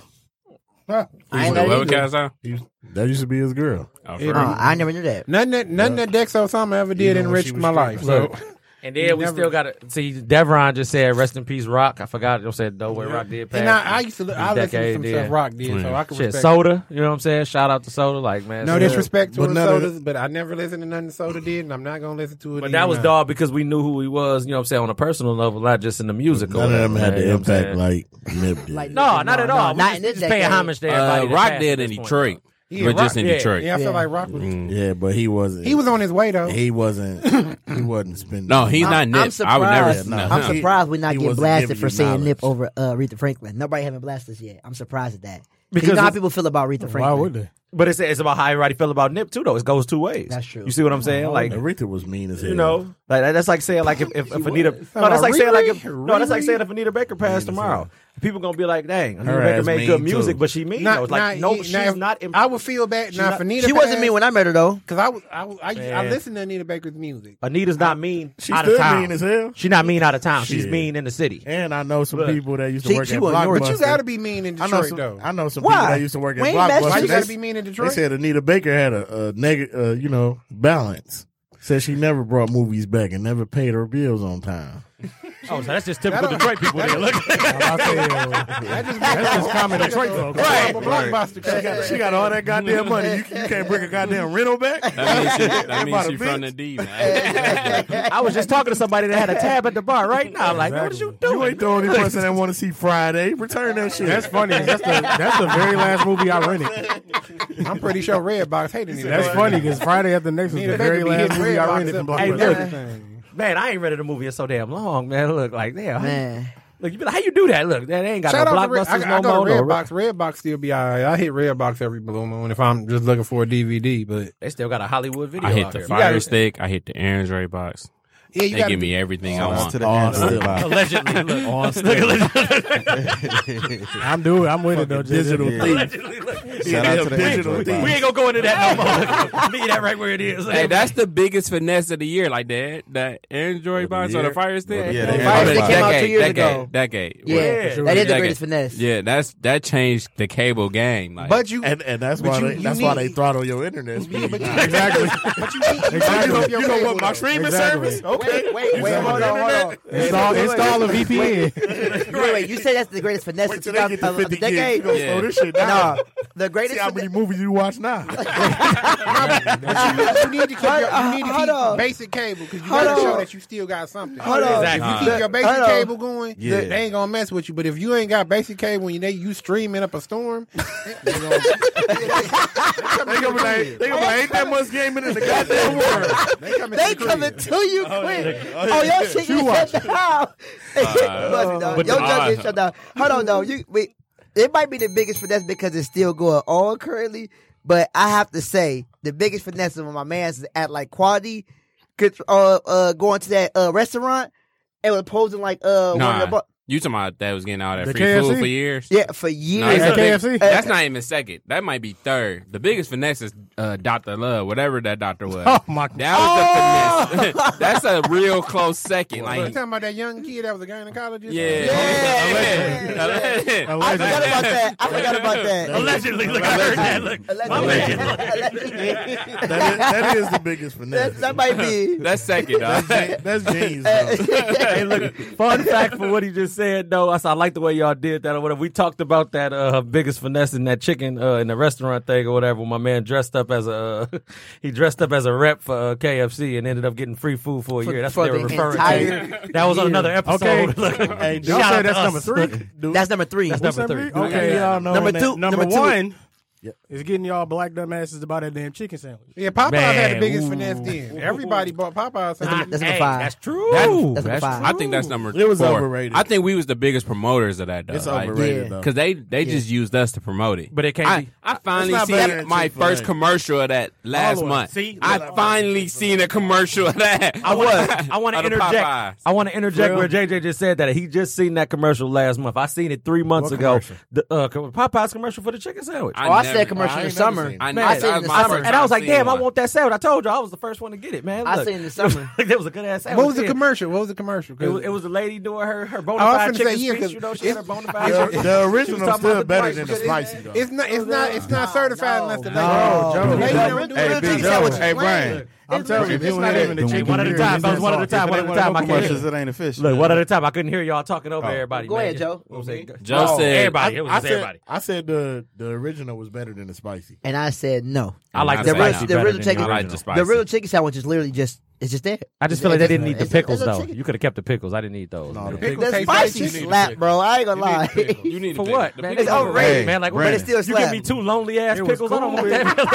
Speaker 5: Uh,
Speaker 4: I ain't
Speaker 6: that.
Speaker 4: know
Speaker 6: What was
Speaker 4: that. either.
Speaker 6: Cass on?
Speaker 8: He used- That used to be his girl.
Speaker 6: Oh,
Speaker 5: It-
Speaker 6: for
Speaker 4: Uh, I never knew that.
Speaker 5: Nothing that nothing that Dex Osama ever did
Speaker 8: Even when she
Speaker 5: enriched
Speaker 8: was
Speaker 5: my life.
Speaker 8: pregnant.
Speaker 5: So
Speaker 3: And then we
Speaker 5: never-
Speaker 3: still got to see. Devron just said, "Rest in peace, Rock." I forgot. You said, "No way, Rock did pass."
Speaker 5: and I, I used to li-
Speaker 3: This
Speaker 5: I listened to
Speaker 3: decade
Speaker 5: some
Speaker 3: did.
Speaker 5: stuff Rock did, so I could
Speaker 3: Shit,
Speaker 5: respect.
Speaker 3: Soda. You know what I'm saying? Shout out to Soda, like man.
Speaker 5: No
Speaker 3: Soda-
Speaker 5: disrespect to
Speaker 8: But
Speaker 5: her
Speaker 8: none of
Speaker 5: sodas, but I never listened to nothing soda did, and I'm not gonna listen to it.
Speaker 3: But that was
Speaker 5: anymore.
Speaker 3: dog because we knew who he was. You know what I'm saying on a personal level, not just in the music.
Speaker 4: Oh,
Speaker 3: or
Speaker 8: None of them
Speaker 3: whatever,
Speaker 8: had
Speaker 3: man, you
Speaker 8: the
Speaker 3: know what I'm
Speaker 8: impact
Speaker 3: saying?
Speaker 8: like Nip did.
Speaker 4: Like,
Speaker 3: No, not at
Speaker 4: no,
Speaker 3: all.
Speaker 4: no,
Speaker 3: We
Speaker 4: not
Speaker 3: just,
Speaker 4: in
Speaker 3: we
Speaker 4: this
Speaker 3: just paying
Speaker 4: decade.
Speaker 3: homage to
Speaker 6: Uh,
Speaker 3: everybody. that
Speaker 6: Rock
Speaker 3: passed at
Speaker 6: did in
Speaker 3: this point.
Speaker 6: Detroit,
Speaker 5: Yeah,
Speaker 6: but
Speaker 5: Rock-
Speaker 6: just in
Speaker 3: yeah,
Speaker 6: Detroit.
Speaker 5: Yeah, I
Speaker 4: Yeah.
Speaker 5: feel like Rock was.
Speaker 8: yeah, but he wasn't.
Speaker 5: He was on his way though.
Speaker 8: He wasn't. He wasn't spending.
Speaker 6: No, he's
Speaker 4: I'm,
Speaker 6: not
Speaker 4: I'm
Speaker 6: Nip. I would never.
Speaker 4: surprised.
Speaker 8: no,
Speaker 4: I'm
Speaker 8: he-
Speaker 4: surprised we're not
Speaker 8: he
Speaker 4: getting
Speaker 8: wasn't
Speaker 4: blasted
Speaker 8: giving
Speaker 4: for
Speaker 8: you
Speaker 4: saying
Speaker 8: knowledge.
Speaker 4: Nip over uh, Aretha Franklin. Nobody haven't blasted us yet. I'm surprised at that. Because
Speaker 3: Because
Speaker 4: you know how
Speaker 3: it's-
Speaker 4: people feel about Aretha Franklin.
Speaker 9: Why would they?
Speaker 3: But it's it's about how everybody feel about Nip too, though. It goes two ways.
Speaker 4: That's true.
Speaker 3: You see what I'm saying? Like
Speaker 8: Aretha was mean as hell.
Speaker 3: You know, like that- that's like saying like if, if, if Anita, no, that's like saying like if, no, that's like saying if Anita Baker passed tomorrow, people gonna be like, dang, Anita
Speaker 8: Her
Speaker 3: Baker
Speaker 8: ass
Speaker 3: made
Speaker 8: mean
Speaker 3: good music,
Speaker 8: too.
Speaker 3: but she mean though. It's like no, she's
Speaker 5: now,
Speaker 3: not. Imp-
Speaker 5: I would feel bad. Now, if Anita
Speaker 4: She wasn't me when I met her though.
Speaker 5: because I was I was, I, I
Speaker 3: Man.
Speaker 5: listened to Anita Baker's music.
Speaker 3: Anita's not mean
Speaker 8: She
Speaker 3: out of
Speaker 8: still
Speaker 3: town.
Speaker 8: mean as hell.
Speaker 3: She not mean out of town. She's
Speaker 8: Shit.
Speaker 3: mean in the city.
Speaker 8: And I know some
Speaker 3: Look,
Speaker 8: people that used to
Speaker 4: she-
Speaker 8: work
Speaker 4: she
Speaker 8: at
Speaker 4: wasn't yours.
Speaker 8: Blockbuster.
Speaker 4: But
Speaker 5: You gotta be mean in
Speaker 8: I
Speaker 5: Detroit
Speaker 8: know some.
Speaker 5: though.
Speaker 8: I know some
Speaker 4: Why?
Speaker 8: people that used to work at
Speaker 4: We ain't messing
Speaker 8: Blockbuster.
Speaker 4: with
Speaker 5: Why you
Speaker 8: They-
Speaker 5: gotta be mean in Detroit?
Speaker 8: They said Anita Baker had a, a neg- uh, you know, balance. Said she never brought movies back and never paid her bills on time.
Speaker 3: Oh, so that's just typical Detroit people. There, look,
Speaker 8: I said, that's just common Detroit folks.
Speaker 5: Right.
Speaker 8: She got, she got all that goddamn money. You, you can't bring a goddamn rental back.
Speaker 6: That means she, that means
Speaker 8: About a
Speaker 6: she from the
Speaker 8: bitch.
Speaker 6: D, man.
Speaker 3: I was just talking to somebody that had a tab at the bar right now. Like, man, what you
Speaker 8: You
Speaker 3: doing?
Speaker 8: ain't the only person that want to see Friday. Return that shit.
Speaker 5: That's funny. That's the
Speaker 9: That's the very last movie I rented.
Speaker 5: I'm pretty sure Redbox hated Anita.
Speaker 9: That's
Speaker 5: Baker.
Speaker 9: funny because Friday after next was
Speaker 5: Anita
Speaker 9: the
Speaker 5: Baker
Speaker 9: very
Speaker 5: be
Speaker 9: last
Speaker 5: hitting
Speaker 9: movie I
Speaker 5: Redbox
Speaker 9: rented from
Speaker 5: up and
Speaker 3: Blockbuster.
Speaker 9: Blockbuster.
Speaker 5: everything.
Speaker 3: Man, I ain't read the movie in so damn long, man. Look, like, damn.
Speaker 4: Man,
Speaker 3: Look, you be like, how you do that? Look, that ain't got
Speaker 5: Shout
Speaker 3: no
Speaker 5: out to Red,
Speaker 3: blockbusters
Speaker 5: I, I
Speaker 3: no
Speaker 5: go
Speaker 3: more.
Speaker 5: to
Speaker 3: no-
Speaker 5: Redbox. Redbox still be all right. I hit Redbox every blue moon if I'm just looking for a DVD. But
Speaker 3: They still got a Hollywood video.
Speaker 6: I hit
Speaker 3: out
Speaker 6: the
Speaker 3: here.
Speaker 6: fire stick. I hit the Aaron's Ray box.
Speaker 5: yeah, you
Speaker 6: They
Speaker 5: gotta
Speaker 6: give me everything I want.
Speaker 8: Oh, still.
Speaker 3: Allegedly, look,
Speaker 8: On still.
Speaker 9: I'm doing. I'm with it though. Digital.
Speaker 8: Digital thief.
Speaker 3: Allegedly, look.
Speaker 8: Shout out to the digital
Speaker 3: We
Speaker 8: thief.
Speaker 3: ain't gonna go into that no more. Leave that right where it is.
Speaker 6: Hey, that's the biggest finesse of the year, like that. That Android box or the
Speaker 8: year?
Speaker 6: Fire Stick.
Speaker 8: Yeah,
Speaker 6: Oh,
Speaker 8: they-
Speaker 4: Fire
Speaker 6: that
Speaker 4: Stick came out two years
Speaker 6: decade,
Speaker 4: ago.
Speaker 6: Decade.
Speaker 4: yeah,
Speaker 6: Well,
Speaker 4: that is the
Speaker 6: Decade.
Speaker 4: greatest finesse.
Speaker 6: Yeah, that's that changed the cable game. Like,
Speaker 5: But you,
Speaker 8: And, and that's
Speaker 5: But
Speaker 8: why
Speaker 5: you-
Speaker 8: they,
Speaker 5: you
Speaker 8: that's why
Speaker 5: need-
Speaker 8: they throttle your internet speed.
Speaker 5: but you, exactly. But you, need-
Speaker 8: You
Speaker 5: you
Speaker 8: know,
Speaker 5: need
Speaker 8: you know what my
Speaker 5: cable,
Speaker 8: streaming
Speaker 9: Exactly.
Speaker 8: service? Okay,
Speaker 4: Wait, wait, wait, hold on, hold on.
Speaker 10: Install, install a VPN.
Speaker 4: Wait, wait, you said that's the greatest finesse
Speaker 10: Wait
Speaker 4: of
Speaker 10: till they get to
Speaker 4: 2000 of the
Speaker 10: 50 gigs. You
Speaker 4: decade?
Speaker 10: gonna slow this shit down.
Speaker 4: Nah, the
Speaker 10: See
Speaker 4: greatest
Speaker 10: how many movies you watch now.
Speaker 5: you need to keep, your, you need to
Speaker 4: Hold
Speaker 5: keep
Speaker 4: on.
Speaker 5: basic cable because you
Speaker 4: Hold
Speaker 5: gotta show
Speaker 4: on.
Speaker 5: that you still got something.
Speaker 4: Hold on.
Speaker 5: If you keep your basic
Speaker 4: Hold on.
Speaker 5: cable going,
Speaker 7: Yeah.
Speaker 5: they ain't gonna mess with you. But if you ain't got basic cable and they you streaming up a storm, they gonna,
Speaker 10: They gonna be like, they gonna be like, ain't that much gaming in the goddamn world.
Speaker 5: they coming.
Speaker 4: They
Speaker 5: to the
Speaker 4: coming
Speaker 5: crib.
Speaker 4: to you quick. Oh, your shit you shut
Speaker 10: Uh,
Speaker 4: down. Must be done.
Speaker 1: but
Speaker 4: Your
Speaker 1: the-
Speaker 4: junk
Speaker 1: uh,
Speaker 4: is shut down. Hold on, though. You wait. It might be the biggest finesse because it's still going on currently, but I have to say the biggest finesse of my man's is at like quality, could- uh, uh, going to that uh, restaurant and was posing like uh one of the
Speaker 6: Nah,
Speaker 4: bar-
Speaker 6: you talking about that was getting all that
Speaker 10: The
Speaker 6: free food
Speaker 10: KFC?
Speaker 6: for years?
Speaker 4: yeah for
Speaker 6: Nah,
Speaker 4: years.
Speaker 6: that's,
Speaker 10: At
Speaker 6: a big-
Speaker 10: KFC?
Speaker 6: that's not even second. That might be third. The biggest finesse is uh, Doctor Love, whatever that doctor was.
Speaker 10: Oh my god.
Speaker 6: That was the finesse. that's a real close second.
Speaker 5: You
Speaker 6: Like,
Speaker 5: talking about that young kid that was a gynecologist?
Speaker 6: yeah,
Speaker 4: Yeah. I forgot about that. I forgot about that.
Speaker 10: Allegedly,
Speaker 1: Look, I heard that. Look,
Speaker 8: That is, that is the biggest finesse.
Speaker 4: that, that might be.
Speaker 6: That's second. Dog.
Speaker 8: That's genius. though.
Speaker 3: hey, look, fun fact for what he just said, though. I, said, I like the way y'all did that or whatever. We talked about that uh, biggest finesse in that chicken uh, in the restaurant thing or whatever. When my man dressed up as a uh, he dressed up as a rep for uh, KFC and ended up getting free food for a year. That's what
Speaker 4: for
Speaker 3: they
Speaker 4: the
Speaker 3: were referring
Speaker 4: entire
Speaker 3: to. That was on another
Speaker 10: Okay.
Speaker 3: episode. Look,
Speaker 10: hey, don't
Speaker 3: shout
Speaker 10: say
Speaker 3: out
Speaker 10: that's
Speaker 3: to
Speaker 10: number
Speaker 3: us.
Speaker 10: three. Dude,
Speaker 4: That's number three.
Speaker 3: That's number
Speaker 10: number
Speaker 3: three.
Speaker 10: Okay, y'all know
Speaker 4: Number
Speaker 10: that.
Speaker 4: two-
Speaker 10: Number,
Speaker 4: number two-
Speaker 10: one is getting y'all black dumbasses to buy that damn chicken sandwich.
Speaker 5: Yeah, Popeyes had
Speaker 3: Man,
Speaker 5: the biggest finesse then. Everybody bought Popeyes.
Speaker 4: That's number five.
Speaker 3: That's true.
Speaker 4: That's number five.
Speaker 6: I think that's number.
Speaker 8: It was
Speaker 6: four.
Speaker 8: overrated.
Speaker 6: I think we was the biggest promoters of that. Though.
Speaker 8: It's overrated, though.
Speaker 6: because they they just used us to promote it.
Speaker 3: But it can't
Speaker 6: I,
Speaker 3: be.
Speaker 6: I finally
Speaker 8: not better
Speaker 6: seen
Speaker 8: than
Speaker 6: my
Speaker 8: Chick-fil-A.
Speaker 6: first commercial of that last
Speaker 8: the way.
Speaker 6: month.
Speaker 8: See?
Speaker 6: I
Speaker 8: Look, I-
Speaker 6: finally seen a commercial of that.
Speaker 3: I want. I want to
Speaker 6: Of the
Speaker 3: interject. Oh,
Speaker 6: Popeyes.
Speaker 3: I want to interject where JJ just said that he just seen that commercial last month. I seen it three months ago. The uh, co- Popeyes commercial for the chicken sandwich.
Speaker 4: Oh, I
Speaker 6: never-
Speaker 4: said commercial
Speaker 8: I
Speaker 4: in the
Speaker 8: ain't never
Speaker 4: summer.
Speaker 8: seen it.
Speaker 6: I,
Speaker 4: I seen it in the
Speaker 6: my
Speaker 4: summer.
Speaker 6: first
Speaker 3: and I was
Speaker 6: time
Speaker 3: like, damn,
Speaker 6: seeing
Speaker 3: I
Speaker 6: one.
Speaker 3: want that sandwich. I told you I was the first one to get it, man.
Speaker 4: I
Speaker 3: Look.
Speaker 4: seen it in the summer.
Speaker 3: Like, that was a good ass sandwich.
Speaker 5: What was the
Speaker 3: Yeah.
Speaker 5: commercial? What was the commercial?
Speaker 3: It was, it was a lady doing her her bona
Speaker 5: I was
Speaker 3: fide
Speaker 5: finna
Speaker 3: chicken
Speaker 5: say, yeah,
Speaker 3: speech,
Speaker 5: 'cause
Speaker 3: You know, she had her
Speaker 5: it's-
Speaker 3: bona
Speaker 8: The,
Speaker 3: fide. chicken.
Speaker 8: the
Speaker 3: She was
Speaker 8: original
Speaker 3: talking
Speaker 8: still
Speaker 3: about
Speaker 8: better
Speaker 3: price,
Speaker 8: than the
Speaker 3: because it- uh,
Speaker 8: spicy though.
Speaker 5: It's not. It's not. It's not certified unless oh, the lady.
Speaker 8: No, Joe.
Speaker 5: The lady
Speaker 8: Hey,
Speaker 5: don't do
Speaker 8: Big
Speaker 5: it.
Speaker 8: Joe. Hey, Brian. I'm telling you, if you ain't even the chicken
Speaker 3: One at a
Speaker 8: here,
Speaker 3: time,
Speaker 8: it's
Speaker 3: fellas,
Speaker 8: just
Speaker 3: one at a
Speaker 8: all-
Speaker 3: time,
Speaker 8: if
Speaker 3: one
Speaker 8: it
Speaker 3: at a
Speaker 8: ain't
Speaker 3: time,
Speaker 8: no
Speaker 3: I can't
Speaker 8: commercials, It ain't official.
Speaker 3: Look, one at a time. I couldn't hear y'all talking over everybody.
Speaker 4: Oh. Go
Speaker 3: man.
Speaker 4: ahead, Joe.
Speaker 3: What was it?
Speaker 6: Joe
Speaker 3: Oh,
Speaker 6: said-
Speaker 3: everybody. It was
Speaker 8: I
Speaker 3: just
Speaker 8: said,
Speaker 3: everybody.
Speaker 8: I said the the original was better than the spicy.
Speaker 4: And I said no.
Speaker 3: I like
Speaker 6: I'm
Speaker 3: the
Speaker 4: The real,
Speaker 3: spicy
Speaker 6: saying no.
Speaker 4: the
Speaker 3: better
Speaker 4: real
Speaker 3: than
Speaker 4: chicken,
Speaker 6: I like the spicy.
Speaker 4: the real chicken sandwich is literally just it's just there.
Speaker 3: I just feel like they didn't need
Speaker 4: It's-
Speaker 3: the
Speaker 4: it's
Speaker 3: pickles
Speaker 4: a
Speaker 3: though.
Speaker 4: chicken.
Speaker 3: You could have kept the pickles. I didn't need those.
Speaker 8: No, the
Speaker 3: man.
Speaker 8: pickles.
Speaker 4: The
Speaker 5: taste
Speaker 4: spicy
Speaker 5: like chicken.
Speaker 4: slap, bro. I ain't gonna lie.
Speaker 6: You need to
Speaker 3: For
Speaker 6: pick-
Speaker 3: what,
Speaker 6: the
Speaker 3: man?
Speaker 6: pickles
Speaker 4: It's
Speaker 6: are
Speaker 4: overrated.
Speaker 3: man. Like,
Speaker 4: but it's still
Speaker 3: you give
Speaker 4: slap.
Speaker 3: me two lonely ass
Speaker 8: was
Speaker 3: pickles. I don't want
Speaker 8: cool.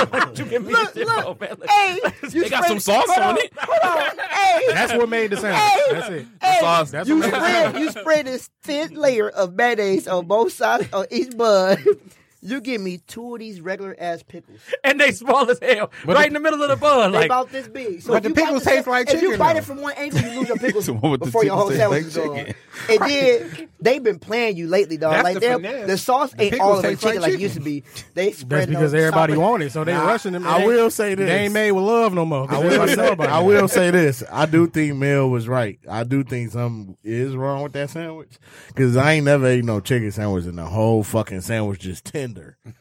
Speaker 3: that. man. you give me
Speaker 4: Look,
Speaker 3: shit,
Speaker 4: look.
Speaker 3: man. Like,
Speaker 4: Hey, you
Speaker 6: They got some
Speaker 4: spread-
Speaker 6: sauce
Speaker 4: hold
Speaker 6: on
Speaker 4: on,
Speaker 6: it.
Speaker 4: Hold on, hey,
Speaker 10: That's what made the
Speaker 4: hey,
Speaker 10: sandwich. That's it.
Speaker 4: hey,
Speaker 6: sauce.
Speaker 10: That's
Speaker 4: You
Speaker 10: what made the sandwich.
Speaker 4: spread, you spread this thin layer of mayonnaise on both sides on each bud. You give me two of these regular ass pickles.
Speaker 3: and they small as hell, right in the middle of the bun.
Speaker 4: They
Speaker 3: Like,
Speaker 4: about this big. So
Speaker 5: But
Speaker 4: if
Speaker 5: the
Speaker 4: you bite
Speaker 5: pickles
Speaker 4: the-
Speaker 5: taste like
Speaker 4: If you
Speaker 5: chicken,
Speaker 4: bite
Speaker 5: though.
Speaker 4: it from one angle, you lose your pickles
Speaker 7: The one with the
Speaker 4: before your
Speaker 7: pickles
Speaker 4: whole
Speaker 7: taste
Speaker 4: sandwich is
Speaker 7: like
Speaker 4: gone.
Speaker 7: chicken.
Speaker 4: And then they've been playing you lately, dog.
Speaker 5: That's
Speaker 4: like
Speaker 5: the
Speaker 4: they're-
Speaker 5: finesse.
Speaker 4: the sauce
Speaker 5: The
Speaker 4: ain't
Speaker 5: pickles
Speaker 4: all of it
Speaker 5: taste like
Speaker 4: chicken like it used to be. They
Speaker 10: That's
Speaker 4: spread
Speaker 10: because
Speaker 4: those
Speaker 10: everybody
Speaker 4: soppers-
Speaker 10: wanted it, so they rushing them.
Speaker 8: I
Speaker 10: They-
Speaker 8: will say
Speaker 10: They
Speaker 8: this.
Speaker 10: ain't made with love no more. 'cause
Speaker 8: I will,
Speaker 10: everybody know
Speaker 8: say,
Speaker 10: about
Speaker 8: I
Speaker 10: it.
Speaker 8: will say this. I do think Mel was right. I do think something is wrong with that sandwich. Because I ain't never ate no chicken sandwich and the whole fucking sandwich just tender.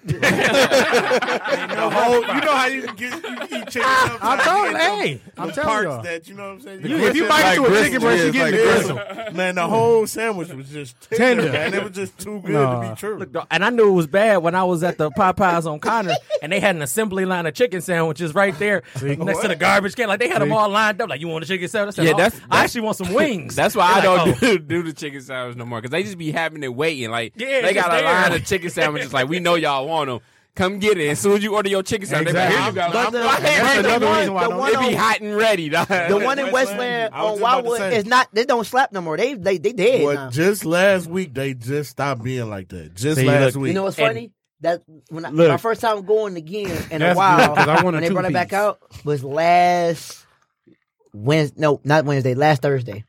Speaker 8: the whole, you know how you can get you eat chicken sandwich?
Speaker 10: I'm telling, hey, I'm telling y'all.
Speaker 8: that, you know what I'm saying?
Speaker 10: You- if you bite into a chicken breast, you get the gristle.
Speaker 8: Man, the whole sandwich was just tender.
Speaker 10: Tender.
Speaker 8: Man, it was just too good to
Speaker 10: Nah.
Speaker 8: be true.
Speaker 3: Look, dawg, and I knew it was bad when I was at the Popeyes on Connor, and they had an assembly line of chicken sandwiches right there next to the garbage can. Like they had them all lined up. Like you want a chicken sandwich? I said,
Speaker 6: Yeah,
Speaker 3: "Oh,
Speaker 6: that's-
Speaker 3: I actually want some wings.
Speaker 6: That's why
Speaker 3: They're
Speaker 6: I don't
Speaker 3: like, "Oh."
Speaker 6: do, do the chicken sandwich no more because they just be having it waiting. Like
Speaker 3: Yeah, it's
Speaker 6: they got
Speaker 3: just
Speaker 6: a line
Speaker 3: there.
Speaker 6: of chicken sandwiches. like we know y'all want them. Come get it. As soon as you order your chicken sandwich,
Speaker 10: Exactly.
Speaker 6: they be, here you go.
Speaker 4: But
Speaker 6: I'm-
Speaker 4: the-
Speaker 6: I had
Speaker 10: that's
Speaker 6: it.
Speaker 10: another
Speaker 6: The
Speaker 10: reason why I
Speaker 6: one-
Speaker 10: don't-
Speaker 6: It be hot and ready. dawg.
Speaker 4: The one in Westland
Speaker 8: I
Speaker 4: on
Speaker 8: was just about to
Speaker 4: Wildwood
Speaker 8: say.
Speaker 4: is not. They don't slap no more. They they they dead. now.
Speaker 8: But just last week, they just stopped being like that. Just
Speaker 10: See,
Speaker 8: last
Speaker 10: look,
Speaker 8: week.
Speaker 4: You know what's
Speaker 3: And-
Speaker 4: funny? That when I,
Speaker 10: Look.
Speaker 4: my first time going again in a
Speaker 10: That's
Speaker 4: while,
Speaker 10: good, 'cause I want a
Speaker 4: when they brought it back
Speaker 10: two-piece.
Speaker 4: out was last Wednesday. No, not Wednesday. Last Thursday.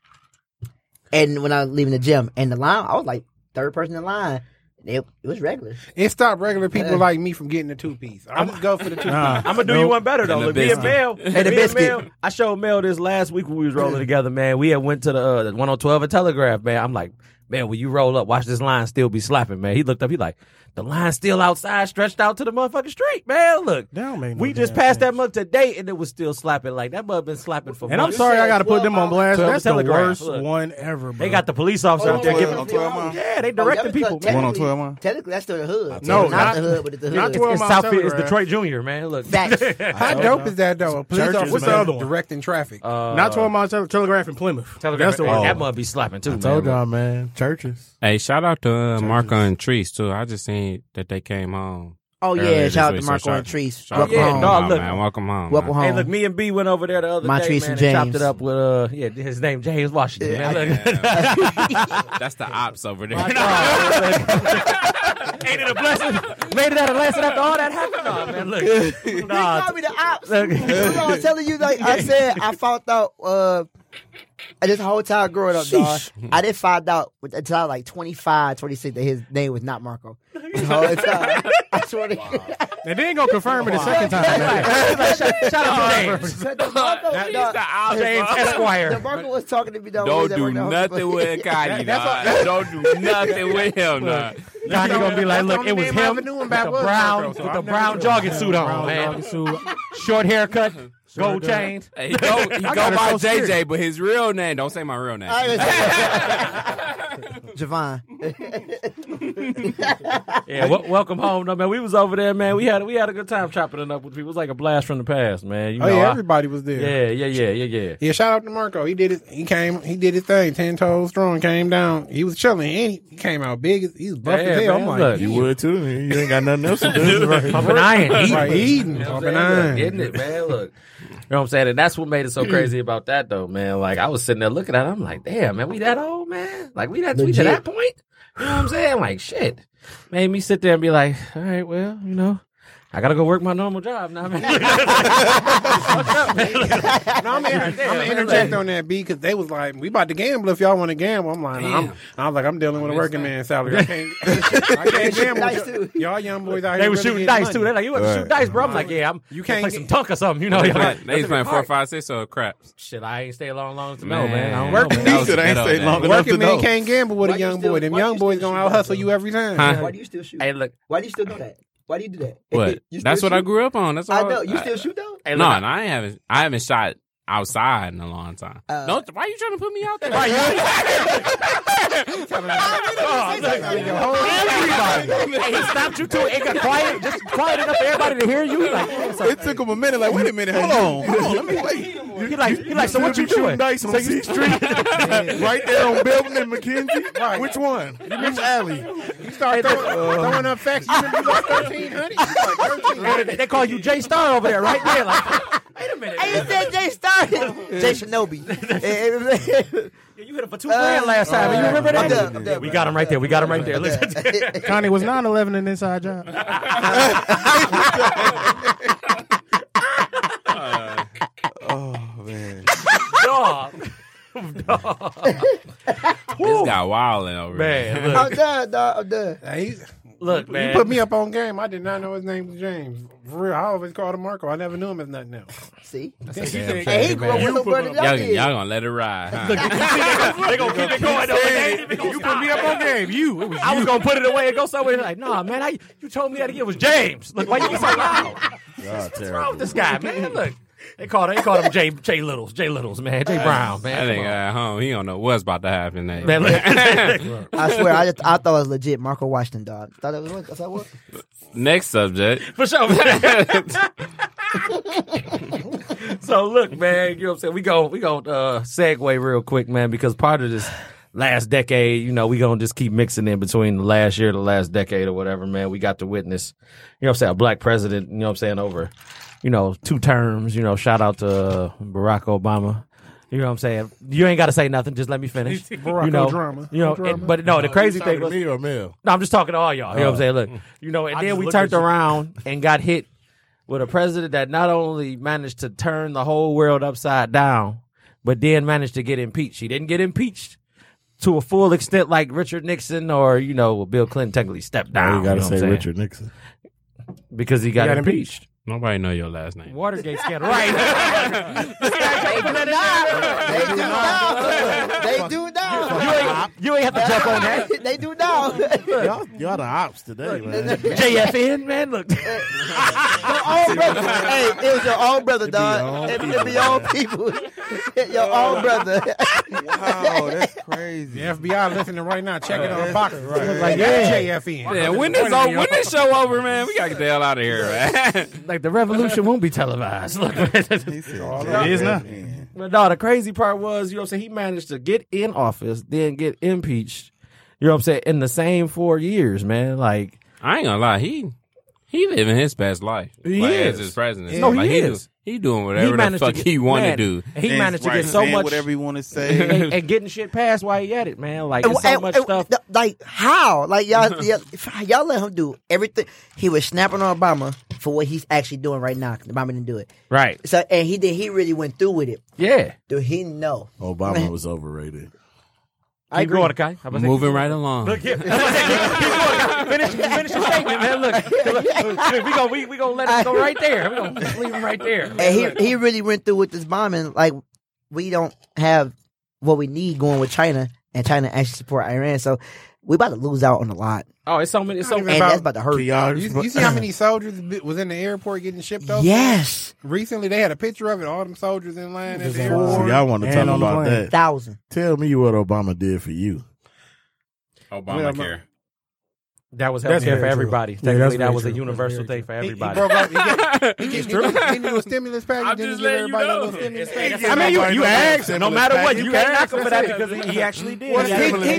Speaker 4: And when I was leaving the gym and the line, I was like third person in line. It, it was regular.
Speaker 5: It stopped regular people like me from getting the two piece. I'm gonna go for the two piece.
Speaker 10: Nah.
Speaker 3: I'm gonna do you one better though. Look, me and Mel, me and
Speaker 4: biscuit.
Speaker 3: Mel, I showed Mel this last week when we was rolling together, man. We had went to the uh, 112 and oh Telegraph, man. I'm like, man, when you roll up, watch this line still be slapping, man. He looked up, he like, the line still outside, stretched out to the motherfucking street, man. Look,
Speaker 9: don't make no
Speaker 3: we just
Speaker 9: damn
Speaker 3: passed that month today, and it was still slapping. Like that must have been slapping for.
Speaker 9: And I'm
Speaker 3: months.
Speaker 9: sorry I got to put them on blast.
Speaker 3: Tele-
Speaker 9: That's the
Speaker 3: Telegraph,
Speaker 9: worst
Speaker 3: look.
Speaker 9: one ever. Bro. Oh,
Speaker 3: They got the police officer out there giving. Oh,
Speaker 7: On 12 mile?
Speaker 3: Yeah,
Speaker 4: Oh,
Speaker 3: they directing people. man.
Speaker 7: One on 12 mile?
Speaker 4: Technically, that's still the hood.
Speaker 5: No,
Speaker 4: No, not,
Speaker 5: not-
Speaker 4: the hood, but it's the hood.
Speaker 5: not 12
Speaker 3: It's
Speaker 5: mile
Speaker 3: South. It's
Speaker 5: Telegraph.
Speaker 3: Detroit Junior, man. Look,
Speaker 4: Facts.
Speaker 5: How dope is that though? A Police
Speaker 8: Churches,
Speaker 5: officer
Speaker 8: man.
Speaker 5: directing traffic.
Speaker 9: not 12 miles tele- telegraph in Plymouth.
Speaker 3: Telegraph,
Speaker 9: That's the
Speaker 3: man,
Speaker 9: one.
Speaker 3: that must be slapping too,
Speaker 8: Told
Speaker 3: man.
Speaker 8: y'all, man. Churches.
Speaker 6: Hey, shout out to uh, Marco and Treese too. I just seen that they came home.
Speaker 4: Oh,
Speaker 6: earlier
Speaker 4: yeah.
Speaker 6: this
Speaker 4: Shout out
Speaker 6: week,
Speaker 4: to
Speaker 6: so
Speaker 4: Marco
Speaker 6: shout-
Speaker 4: and Treese.
Speaker 6: shout out
Speaker 4: Welcome
Speaker 6: to
Speaker 3: Yeah,
Speaker 6: them
Speaker 4: home.
Speaker 3: dog,
Speaker 6: all,
Speaker 3: look.
Speaker 6: man. Welcome home.
Speaker 4: Welcome
Speaker 6: man.
Speaker 4: home.
Speaker 3: Hey, look, me and B went over there the other day,
Speaker 4: Montrese
Speaker 3: man,
Speaker 4: and
Speaker 3: and chopped
Speaker 4: James.
Speaker 3: it up with uh, yeah, his name James Washington. man. Look.
Speaker 6: That's the ops over there.
Speaker 3: Ain't it a blessing? Made it out of lesson after all that happened. Nah, man, look.
Speaker 4: He
Speaker 3: Nah,
Speaker 4: called me the ops.
Speaker 3: look.
Speaker 4: That's what I was telling you. Like I said, I found out uh, this whole time growing up, dog. I didn't find out until I was like 25, 26 that his name was not Marco. The whole time. I swear to God.
Speaker 9: And they ain't going to confirm it a second time.
Speaker 3: Shout out to James.
Speaker 4: Said the Marco- dog,
Speaker 3: James Esquire.
Speaker 4: the Marco was talking to me. Dog,
Speaker 6: Don't do nothing with Kanye. nah. Don't do nothing with him. Nah.
Speaker 3: Kanye gonna be like, look, it was him with the brown,
Speaker 5: Marco, so
Speaker 3: with
Speaker 5: I've
Speaker 3: the
Speaker 5: never
Speaker 3: brown jogging suit on,
Speaker 9: Brown
Speaker 3: man.
Speaker 9: jogging suit.
Speaker 3: Short haircut, gold
Speaker 9: done.
Speaker 3: chains.
Speaker 6: Hey, he go, he go
Speaker 9: got a
Speaker 6: by
Speaker 9: Social
Speaker 6: JJ,
Speaker 9: Security.
Speaker 6: but his real name. Don't say my real name.
Speaker 4: Javon.
Speaker 3: Yeah, wel- welcome home, though, man. We was over there, man. We had we had a good time chopping it up with people. It was like a blast from the past, man. You know,
Speaker 5: oh yeah,
Speaker 3: I-
Speaker 5: everybody was there.
Speaker 3: yeah, yeah, yeah, yeah, yeah.
Speaker 5: Yeah, shout out to Marco. He did his he came he did his thing, ten toes strong, came down. He was chilling and he, he came out big. as- He was buff
Speaker 3: Yeah,
Speaker 5: as hell.
Speaker 3: man,
Speaker 5: I'm
Speaker 3: look.
Speaker 5: like,
Speaker 8: You would too. You ain't got nothing else to do.
Speaker 3: Pumping iron, eating.
Speaker 5: right, eating,
Speaker 3: You know what
Speaker 5: pumping
Speaker 3: I'm saying? Look,
Speaker 5: iron.
Speaker 3: Isn't it, man? Look. You know what I'm saying? And that's what made it so crazy about that though, man. Like I was sitting there looking at it, I'm like, damn, man, we that old, man? Like we that we to that point? You know what I'm saying? Like shit. Made me sit there and be like, all right, well, you know. I gotta go work my normal job now, man.
Speaker 5: No, I'm, inter- I'm gonna interject on that B because they was like, "We about to gamble if y'all want to gamble." I'm like, nah, I'm, I was like, I'm dealing with a working man salary. I can't, I can't gamble.
Speaker 4: Dice,
Speaker 5: with
Speaker 4: too.
Speaker 5: y'all, y'all young boys out here.
Speaker 3: They were
Speaker 5: really
Speaker 3: shooting dice
Speaker 5: getting money.
Speaker 3: too. They're like, you want to shoot dice, bro? I'm like, yeah, I'm
Speaker 5: You
Speaker 3: you can't
Speaker 5: can't
Speaker 3: play
Speaker 5: get-
Speaker 3: some tunk or something, you know?
Speaker 6: They
Speaker 3: Like,
Speaker 6: playing- they was playing four, five, six or craps.
Speaker 3: Shit, I ain't stayed long long to know, man.
Speaker 6: Man,
Speaker 3: I don't
Speaker 5: Work-
Speaker 3: know, man.
Speaker 6: That
Speaker 7: He
Speaker 6: was
Speaker 7: said I ain't
Speaker 6: metal,
Speaker 7: stayed
Speaker 6: man.
Speaker 7: long enough to
Speaker 5: Working man
Speaker 7: know.
Speaker 5: can't gamble with
Speaker 4: Why
Speaker 5: a
Speaker 4: you
Speaker 5: young
Speaker 4: still-
Speaker 5: boy. Them
Speaker 4: why you
Speaker 5: young
Speaker 4: still
Speaker 5: boys gonna out
Speaker 4: shoot
Speaker 5: hustle
Speaker 4: dice,
Speaker 5: you every time.
Speaker 6: Huh?
Speaker 4: Why do you still shoot?
Speaker 3: Hey, look,
Speaker 4: Why do you still do that? Why do you do that?
Speaker 6: What?
Speaker 4: You still
Speaker 6: That's what I
Speaker 4: shoot?
Speaker 6: grew up on. That's
Speaker 4: I
Speaker 6: all.
Speaker 4: know. You still shoot though?
Speaker 3: hey,
Speaker 6: No,
Speaker 3: look,
Speaker 6: no, I haven't. I haven't shot outside in a long time.
Speaker 4: Uh,
Speaker 6: Don't. Why you trying to put me out there?
Speaker 3: Hey, he stopped you too. It got quiet, just quiet enough for everybody to hear you. Like,
Speaker 7: It took him a minute. Like, wait a minute. Hold on. Hold on. Let me wait.
Speaker 3: he like, he like. So what you
Speaker 8: shooting
Speaker 3: doing?
Speaker 8: dice on C Street, right there on Belton and McKenzie. Which one? Which alley?
Speaker 5: You start throwing, throwing up facts. You remember you was 1300?
Speaker 3: Hey, They call you Jay Star over there, right there. Like, wait a minute.
Speaker 4: Hey, you said Jay started. Jay Shinobi.
Speaker 3: you hit him for two grand last time. you remember
Speaker 4: I'm
Speaker 3: that?
Speaker 4: done, I'm done,
Speaker 3: we
Speaker 4: bro.
Speaker 3: got him right there. We got him right there. Listen,
Speaker 9: Connie was 9 11 an inside job.
Speaker 7: Oh, man.
Speaker 3: dog.
Speaker 6: This guy wilding over here.
Speaker 3: Man,
Speaker 4: I'm
Speaker 3: look,
Speaker 4: done, dog. I'm done.
Speaker 5: Hey, he's-
Speaker 3: look,
Speaker 5: You
Speaker 3: man.
Speaker 5: put me up on game. I did not know his name was James. For real, I always called him Marco. I never knew him as nothing else.
Speaker 4: See?
Speaker 5: He said-
Speaker 4: And he grew up with no brother than I
Speaker 6: Y'all, y'all
Speaker 4: did.
Speaker 6: gonna let it ride? Huh?
Speaker 3: they gonna keep it going. though. They ain't even gonna
Speaker 8: You
Speaker 3: stop.
Speaker 8: put me up on game. You. It was
Speaker 3: I was gonna put it away and go somewhere. Like, nah, man. I, you told me that it was James. Look, why you be so loud?
Speaker 7: God,
Speaker 3: What's wrong with
Speaker 7: terrible.
Speaker 3: this guy, man? Look, they called they called him Jay Jay Littles, Jay Littles, man, Jay Brown,
Speaker 6: I
Speaker 3: man.
Speaker 6: think at home he don't know what's about to happen. Next.
Speaker 3: Man, look.
Speaker 4: I swear, I just I thought it was legit Marco Washington, dog. Thought that was what? That's how it was.
Speaker 6: Next subject.
Speaker 3: for sure. so look, man, you know what I'm saying? We go we gonna uh segue real quick, man, because part of this last decade, you know, we gonna just keep mixing in between the last year to the last decade or whatever, man. We got to witness, you know what I'm saying, a black president, you know what I'm saying, over, you know, two terms, you know, shout out to uh, Barack Obama. You know what I'm saying? You ain't got to say nothing. Just let me finish. you know,
Speaker 5: Obama.
Speaker 3: You know, and- but no, the crazy thing was,
Speaker 8: me or Mel.
Speaker 3: no, I'm just talking to all y'all. You know what I'm saying? Uh-huh. Look, you know, and then we turned around and got hit with a president that not only managed to turn the whole world upside down, but then managed to get impeached. He didn't get impeached to a full extent like Richard Nixon or, you know, Bill Clinton technically stepped down.
Speaker 8: You gotta
Speaker 3: know what I'm
Speaker 8: say
Speaker 3: saying?
Speaker 8: Richard Nixon.
Speaker 3: Because he got,
Speaker 5: got
Speaker 3: impeached.
Speaker 6: Nobody know your last name.
Speaker 3: Watergate scandal. right.
Speaker 4: They do now. They do now.
Speaker 3: You ain't,
Speaker 8: op.
Speaker 4: You ain't have to jump on that. they do now.
Speaker 8: Y'all, y'all the ops today, man.
Speaker 3: JFN, man. Look,
Speaker 4: your own brother. hey, it was your own brother,
Speaker 8: own
Speaker 4: dog. It it be your own people. your own brother.
Speaker 7: Wow, Oh, that's crazy.
Speaker 5: The FBI listening right now, checking on the boxes. Like, yeah, JFN.
Speaker 6: Yeah, when this over, when this show over, man, we gotta get the hell out of here, man.
Speaker 3: like the revolution won't be televised. Look,
Speaker 7: He said,
Speaker 8: It is now.
Speaker 7: "Man."
Speaker 3: But no, the crazy part was, you know what I'm saying, he managed to get in office, then get impeached. You know what I'm saying? In the same four years, man. Like
Speaker 6: I ain't gonna lie, he he living his best life.
Speaker 3: He
Speaker 6: like,
Speaker 3: is.
Speaker 6: as his president.
Speaker 3: No, he
Speaker 6: Like, do-
Speaker 3: is.
Speaker 6: He doing whatever the fuck he want to
Speaker 3: man,
Speaker 6: do.
Speaker 3: and He
Speaker 7: And
Speaker 3: managed to
Speaker 7: right,
Speaker 3: get so
Speaker 7: saying
Speaker 3: much
Speaker 7: whatever you want to say.
Speaker 3: and, and getting shit passed while he at it, man. Like
Speaker 4: And-
Speaker 3: it's so
Speaker 4: and-
Speaker 3: much
Speaker 4: and-
Speaker 3: stuff.
Speaker 4: th- Like how? Like y'all, y'all, y'all let him do everything. He was snapping on Obama for what he's actually doing right now. 'cause Obama didn't do it.
Speaker 3: Right.
Speaker 4: So and he did. He really went through with it.
Speaker 3: Yeah.
Speaker 4: Do he know?
Speaker 8: Obama was overrated.
Speaker 3: I agree. Going, Kai. I'm
Speaker 6: Moving right along.
Speaker 3: finish, finish your statement, man. Look, look, we gonna we, we gonna let him go right there. We gonna leave him right there.
Speaker 4: And he he really went through with this bombing. Like we don't have what we need going with China, and China actually support Iran. So we about to lose out on a lot,
Speaker 3: Oh, it's so many. It's so
Speaker 4: and
Speaker 3: many.
Speaker 4: that's about to hurt.
Speaker 8: Can y'all-
Speaker 5: You, you see how many soldiers bi- was in the airport getting shipped over?
Speaker 4: Yes,
Speaker 5: Recently, they had a picture of it. All them soldiers in line at the
Speaker 8: So
Speaker 5: airport.
Speaker 8: y'all want to
Speaker 9: And
Speaker 8: talk
Speaker 9: on the
Speaker 8: about
Speaker 9: plane.
Speaker 8: that?
Speaker 4: thousand.
Speaker 8: Tell me what Obama did for you.
Speaker 6: Obamacare.
Speaker 3: That was
Speaker 9: That's
Speaker 3: healthcare for
Speaker 9: very
Speaker 3: everybody.
Speaker 9: true. Yeah, that's
Speaker 3: Technically, that
Speaker 9: very
Speaker 3: was a
Speaker 9: true.
Speaker 3: universal
Speaker 9: That's very
Speaker 3: thing for
Speaker 5: He- he
Speaker 3: everybody.
Speaker 5: broke out- he got- he get- he got- he knew a stimulus package.
Speaker 6: I'm
Speaker 5: then he
Speaker 6: just
Speaker 5: give
Speaker 6: letting you
Speaker 5: everybody a little
Speaker 6: know.
Speaker 5: stimulus
Speaker 6: It's-
Speaker 5: package.
Speaker 6: I
Speaker 8: mean, you- you asked, no matter what, you can't
Speaker 3: knock him for that because he actually did.
Speaker 4: He, he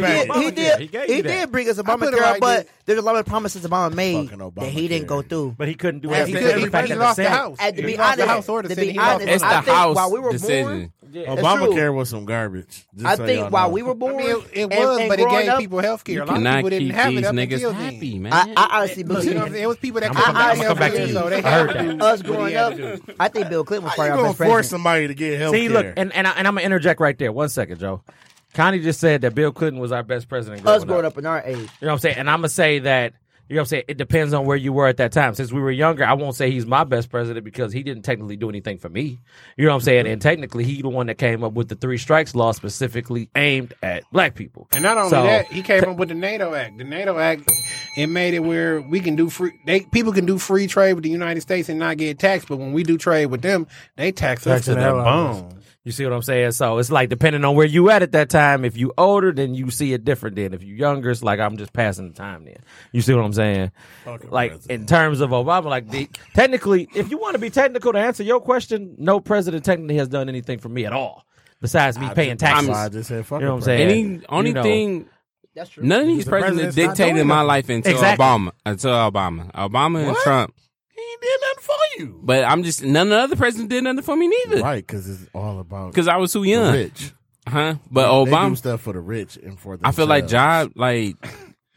Speaker 4: did. He did. He, did bring us
Speaker 5: put it
Speaker 4: Obamacare,
Speaker 5: like
Speaker 4: but
Speaker 5: this.
Speaker 4: there's a lot of promises Obama made
Speaker 8: Fucking Obamacare.
Speaker 4: that he didn't go through.
Speaker 3: But he couldn't do
Speaker 4: Yes,
Speaker 3: it. He
Speaker 5: He
Speaker 4: he
Speaker 5: said
Speaker 4: couldn't
Speaker 3: couldn't
Speaker 5: he
Speaker 4: even pass
Speaker 5: he
Speaker 4: the
Speaker 5: lost the
Speaker 4: Senate.
Speaker 5: house.
Speaker 4: And to
Speaker 5: He
Speaker 4: be
Speaker 5: lost the
Speaker 4: honest,
Speaker 5: house or the
Speaker 4: to
Speaker 5: Senate,
Speaker 4: be
Speaker 5: he lost
Speaker 4: honest,
Speaker 5: the
Speaker 6: It's the
Speaker 4: I think
Speaker 6: house
Speaker 4: while we were
Speaker 6: decision.
Speaker 8: Obamacare was some garbage. Just
Speaker 4: I
Speaker 8: so
Speaker 4: think
Speaker 8: y'all
Speaker 4: while
Speaker 8: know.
Speaker 4: we were born,
Speaker 5: I mean, it, it
Speaker 4: and-
Speaker 5: was,
Speaker 4: and
Speaker 5: but it
Speaker 4: growing
Speaker 5: gave
Speaker 4: up,
Speaker 5: people health care. A lot of
Speaker 6: Cannot
Speaker 5: people didn't
Speaker 6: keep
Speaker 5: have it
Speaker 6: these
Speaker 5: up until
Speaker 6: niggas
Speaker 5: then.
Speaker 6: happy, man.
Speaker 4: I, I honestly
Speaker 5: Look,
Speaker 4: believe
Speaker 5: you know what I'm saying? It was people that
Speaker 4: I-
Speaker 5: couldn't
Speaker 4: I-
Speaker 5: buy
Speaker 4: I'm gonna
Speaker 5: health
Speaker 4: come back
Speaker 5: care,
Speaker 3: to
Speaker 5: so
Speaker 3: you.
Speaker 5: they
Speaker 3: I heard
Speaker 5: had to
Speaker 3: that.
Speaker 5: do
Speaker 4: us
Speaker 5: what he
Speaker 4: growing
Speaker 5: had
Speaker 4: up,
Speaker 5: to do.
Speaker 4: I think Bill Clinton was
Speaker 8: How
Speaker 4: probably
Speaker 8: you
Speaker 4: our
Speaker 8: gonna
Speaker 4: best
Speaker 8: force
Speaker 4: president.
Speaker 8: somebody to get health
Speaker 3: See, look, and, and, I, and I'm going to interject right there. One second, Joe. Connie just said that Bill Clinton was our best president growing,
Speaker 4: Us growing up in our age.
Speaker 3: You know what I'm saying? And I'm going to say that, you know what I'm saying? It depends on where you were at that time. Since we were younger, I won't say he's my best president because he didn't technically do anything for me. You know what I'm saying? And technically, he the one that came up with the three strikes law specifically aimed at black people.
Speaker 5: And not only
Speaker 3: So-
Speaker 5: that, he came up with the NATO Act. The NATO Act it made it where we can do free they people can do free trade with the United States and not get taxed, but when we do trade with them, they tax us to
Speaker 9: Taxing
Speaker 5: the
Speaker 9: the hell out of us.
Speaker 5: bone.
Speaker 3: You see what I'm saying? So it's like depending on where you at at that time. If you older, then you see it different. Then if you younger, it's like I'm just passing the time. Then you see what I'm saying? like in terms of Obama, like the, technically, if you want to be technical to answer your question, no president technically has done anything for me at all besides me paying
Speaker 8: That's
Speaker 3: taxes.
Speaker 8: why I just said fuck
Speaker 3: you know what I'm
Speaker 8: it,
Speaker 3: saying?
Speaker 6: Any only
Speaker 3: You know,
Speaker 6: thing
Speaker 4: That's true.
Speaker 6: none of these
Speaker 8: the
Speaker 6: presidents
Speaker 8: president's not
Speaker 6: dictated
Speaker 8: doing
Speaker 6: my
Speaker 8: nothing.
Speaker 6: life until
Speaker 3: Exactly.
Speaker 6: Obama. Until Obama. Obama and
Speaker 8: What?
Speaker 6: Trump.
Speaker 8: He ain't did nothing for you.
Speaker 6: But I'm just none of the other presidents did nothing for me neither.
Speaker 8: Right, because it's all about
Speaker 6: Because I was too
Speaker 8: the
Speaker 6: young.
Speaker 8: rich.
Speaker 6: Huh? But
Speaker 8: they do
Speaker 6: uh, Obama
Speaker 8: stuff for the rich and for the
Speaker 6: I feel like job like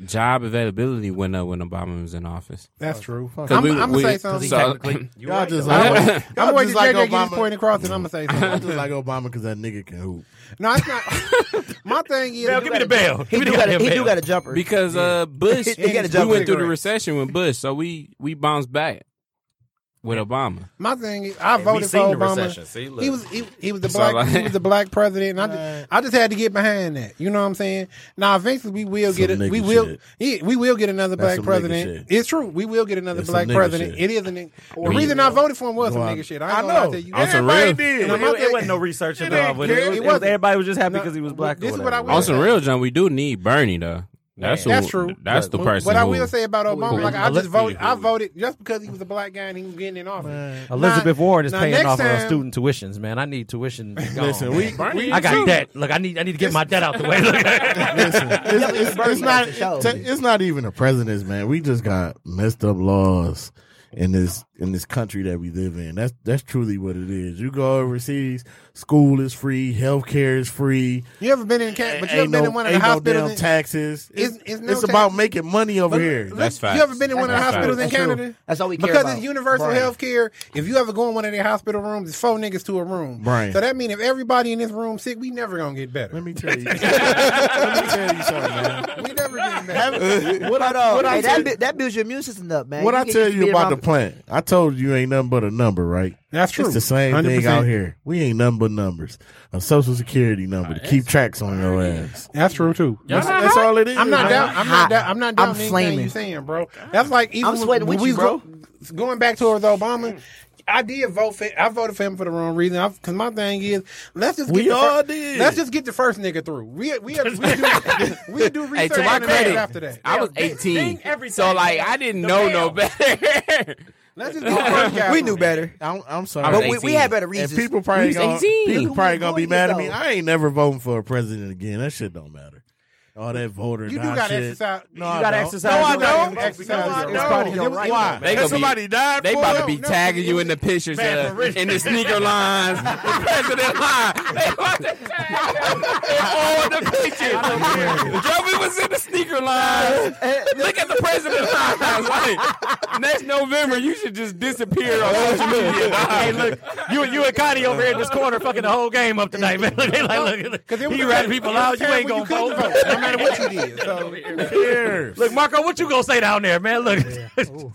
Speaker 6: job availability went up when Obama was in office.
Speaker 5: That's true.
Speaker 8: Fuck.
Speaker 5: I'm,
Speaker 6: we-
Speaker 5: I'm gonna
Speaker 6: we-
Speaker 5: say something.
Speaker 6: so-
Speaker 8: Y'all just
Speaker 5: I'm
Speaker 8: like
Speaker 5: waiting- I'm
Speaker 8: y'all
Speaker 5: waiting
Speaker 8: just
Speaker 5: to
Speaker 8: like
Speaker 5: JJ get
Speaker 8: Obama.
Speaker 5: his point across, and I'm gonna say
Speaker 8: I
Speaker 5: something.
Speaker 8: just like Obama because that nigga can hoop.
Speaker 5: No, it's not. My thing is,
Speaker 3: Give me the bell.
Speaker 4: He
Speaker 3: Give
Speaker 4: do
Speaker 3: me the
Speaker 4: got a,
Speaker 3: goddamn
Speaker 4: he do
Speaker 3: bell.
Speaker 4: got a jumper.
Speaker 6: Because uh Bush
Speaker 4: He
Speaker 6: we
Speaker 4: got
Speaker 6: went
Speaker 4: a job
Speaker 6: through the
Speaker 5: cigarettes.
Speaker 6: recession with Bush, so we we bounced back with Obama.
Speaker 5: My thing is, I
Speaker 3: we
Speaker 5: voted for
Speaker 3: seen the
Speaker 5: Obama.
Speaker 3: recession. See, look.
Speaker 5: he was he, he was the
Speaker 6: So,
Speaker 5: black
Speaker 6: like-
Speaker 5: he was the black president, and I just, I just had to get behind that. You know what I'm saying? Now eventually we will
Speaker 8: Some
Speaker 5: get a, we
Speaker 8: nigga
Speaker 5: will
Speaker 8: shit.
Speaker 5: yeah, we will get another
Speaker 8: That's some
Speaker 5: black
Speaker 8: nigga
Speaker 5: president.
Speaker 8: shit.
Speaker 5: It's true. We will get another
Speaker 8: That's
Speaker 5: black
Speaker 8: some nigga
Speaker 5: president.
Speaker 8: shit.
Speaker 5: It is a nigga. The reason I voted for him was some nigga shit. I, ain't gonna lie to
Speaker 3: Oh,
Speaker 5: you.
Speaker 6: On some
Speaker 8: Everybody
Speaker 6: real-
Speaker 8: did.
Speaker 5: No, my
Speaker 3: it, it
Speaker 5: thing-
Speaker 3: wasn't no research
Speaker 5: It
Speaker 3: involved.
Speaker 5: ain't-
Speaker 3: It, it,
Speaker 5: it
Speaker 3: was- it was
Speaker 5: wasn't.
Speaker 3: everybody was just happy
Speaker 5: No,
Speaker 3: because he was
Speaker 5: but
Speaker 3: black. or
Speaker 5: this is what I
Speaker 3: whatever.
Speaker 5: will
Speaker 6: On some real John, we do need Bernie though. That's who,
Speaker 5: That's true.
Speaker 6: That's the
Speaker 5: But
Speaker 6: person.
Speaker 5: What I
Speaker 6: who-
Speaker 5: will say about Obama,
Speaker 6: who-
Speaker 5: like I
Speaker 6: who-
Speaker 5: just voted. I
Speaker 6: who-
Speaker 5: voted just because he was a black guy and he was getting in office.
Speaker 3: Elizabeth
Speaker 5: Now-
Speaker 3: Warren is
Speaker 5: now
Speaker 3: paying
Speaker 5: next
Speaker 3: off on
Speaker 5: time-
Speaker 3: student tuitions, man. I need tuition. Listen,
Speaker 8: we-
Speaker 6: Bernie,
Speaker 3: I got
Speaker 6: too.
Speaker 3: debt. Look, I need I need to get my debt out the way. Look.
Speaker 8: Listen, it's, it's, it's not.
Speaker 4: the show.
Speaker 8: It's it's not even the presidents, man. We just got messed up laws in this in this country that we live in. That's that's truly what it is. You go overseas, school is free, healthcare is free.
Speaker 5: You ever been in camp? But you ever
Speaker 8: ain't no,
Speaker 5: been in one of the
Speaker 8: ain't no
Speaker 5: hospitals?
Speaker 8: damn
Speaker 5: in-
Speaker 8: taxes. It's,
Speaker 5: It's- it's no
Speaker 8: it's about
Speaker 5: taxes.
Speaker 8: making money over
Speaker 5: But
Speaker 8: here.
Speaker 5: look,
Speaker 6: That's
Speaker 5: You ever
Speaker 6: facts.
Speaker 5: been in one of the
Speaker 6: That's
Speaker 5: hospitals
Speaker 4: facts.
Speaker 5: in
Speaker 4: That's
Speaker 5: Canada?
Speaker 4: true. That's all we care
Speaker 5: because
Speaker 4: about.
Speaker 5: it's universal
Speaker 4: Right.
Speaker 5: health care. If you ever go in one of their hospital rooms, it's four niggas to a room.
Speaker 8: Right.
Speaker 5: So that means if everybody in this room sick, we never gonna get better.
Speaker 8: Let me tell you. let me tell you something, man.
Speaker 5: We never everything,
Speaker 8: Have-
Speaker 5: man.
Speaker 8: what I-
Speaker 4: Hold on.
Speaker 8: what I
Speaker 4: Hey, that,
Speaker 8: said-
Speaker 4: bu- that builds your immune system up, man.
Speaker 8: what I
Speaker 4: get
Speaker 8: tell
Speaker 4: used to
Speaker 8: you
Speaker 4: being
Speaker 8: about the
Speaker 4: around-
Speaker 8: plant, I told you ain't nothing but a number, right?
Speaker 5: That's true.
Speaker 8: It's the same thing
Speaker 5: 100%.
Speaker 8: out here. We ain't nothing but numbers. A social security number to keep tracks on your ass.
Speaker 5: That's true too.
Speaker 8: That's, that's all it is.
Speaker 5: I'm not down. I'm
Speaker 4: hot.
Speaker 5: not down. I'm not
Speaker 4: I'm
Speaker 5: down. anything
Speaker 4: flaming.
Speaker 5: you saying, bro. That's like even
Speaker 4: I'm sweating
Speaker 5: when
Speaker 4: with you,
Speaker 5: we was go- going back towards Obama. I did vote for. I voted for him for the wrong reason. Because my thing is, let's just get
Speaker 8: We
Speaker 5: the
Speaker 8: all
Speaker 5: fir-
Speaker 8: did.
Speaker 5: Let's just get the first nigga through. We we we do, we do research
Speaker 6: Hey, to my
Speaker 5: on the matter
Speaker 6: credit,
Speaker 5: after that.
Speaker 6: I was
Speaker 5: Ding, ding,
Speaker 6: 18,
Speaker 5: everything.
Speaker 6: so like I didn't know no better.
Speaker 5: Let's just get the first guy
Speaker 4: We
Speaker 5: through.
Speaker 4: knew better.
Speaker 8: I'm, I'm
Speaker 6: I
Speaker 8: sorry.
Speaker 6: was
Speaker 4: But we, we
Speaker 6: 18.
Speaker 4: had better
Speaker 8: and
Speaker 4: reasons.
Speaker 8: people probably
Speaker 6: was
Speaker 8: gonna,
Speaker 6: 18.
Speaker 8: people probably gonna be
Speaker 4: Who
Speaker 8: mad at
Speaker 4: was
Speaker 8: me.
Speaker 4: though?
Speaker 8: I ain't never voting for a president again. That shit don't matter. All that voter.
Speaker 5: You do
Speaker 8: die
Speaker 5: got
Speaker 8: shit.
Speaker 5: exercise.
Speaker 8: No,
Speaker 5: you
Speaker 8: I
Speaker 5: got
Speaker 8: don't.
Speaker 4: exercise
Speaker 8: No, I
Speaker 4: your right to
Speaker 8: don't.
Speaker 5: vote. Exercise
Speaker 8: No, I
Speaker 5: your
Speaker 8: don't.
Speaker 5: part of your
Speaker 8: It was-
Speaker 5: right.
Speaker 8: Why?
Speaker 6: They
Speaker 8: Because
Speaker 6: gonna be-
Speaker 8: somebody died
Speaker 6: They
Speaker 8: for
Speaker 6: about to
Speaker 8: him?
Speaker 6: be
Speaker 5: no,
Speaker 6: tagging
Speaker 5: for
Speaker 6: you
Speaker 5: real.
Speaker 6: in the pictures
Speaker 10: Bad
Speaker 6: uh,
Speaker 10: for Richard.
Speaker 6: in the sneaker lines, the president line. They about to tag him in all the pictures. Joe, we was in the sneaker lines. Look at the president lines. Like next November, you should just disappear on social media.
Speaker 10: hey, look, you you and Connie over here in this corner, fucking the whole game up tonight, man. Look, they like, look, look,
Speaker 5: Because it was
Speaker 10: you ratting people out. You
Speaker 5: time
Speaker 10: ain't
Speaker 5: when
Speaker 10: gonna vote.
Speaker 5: couldn't vote, no matter what you did. So
Speaker 10: Look, Marco, what you gonna say down there, man? Look,
Speaker 5: that's,
Speaker 7: Look, look,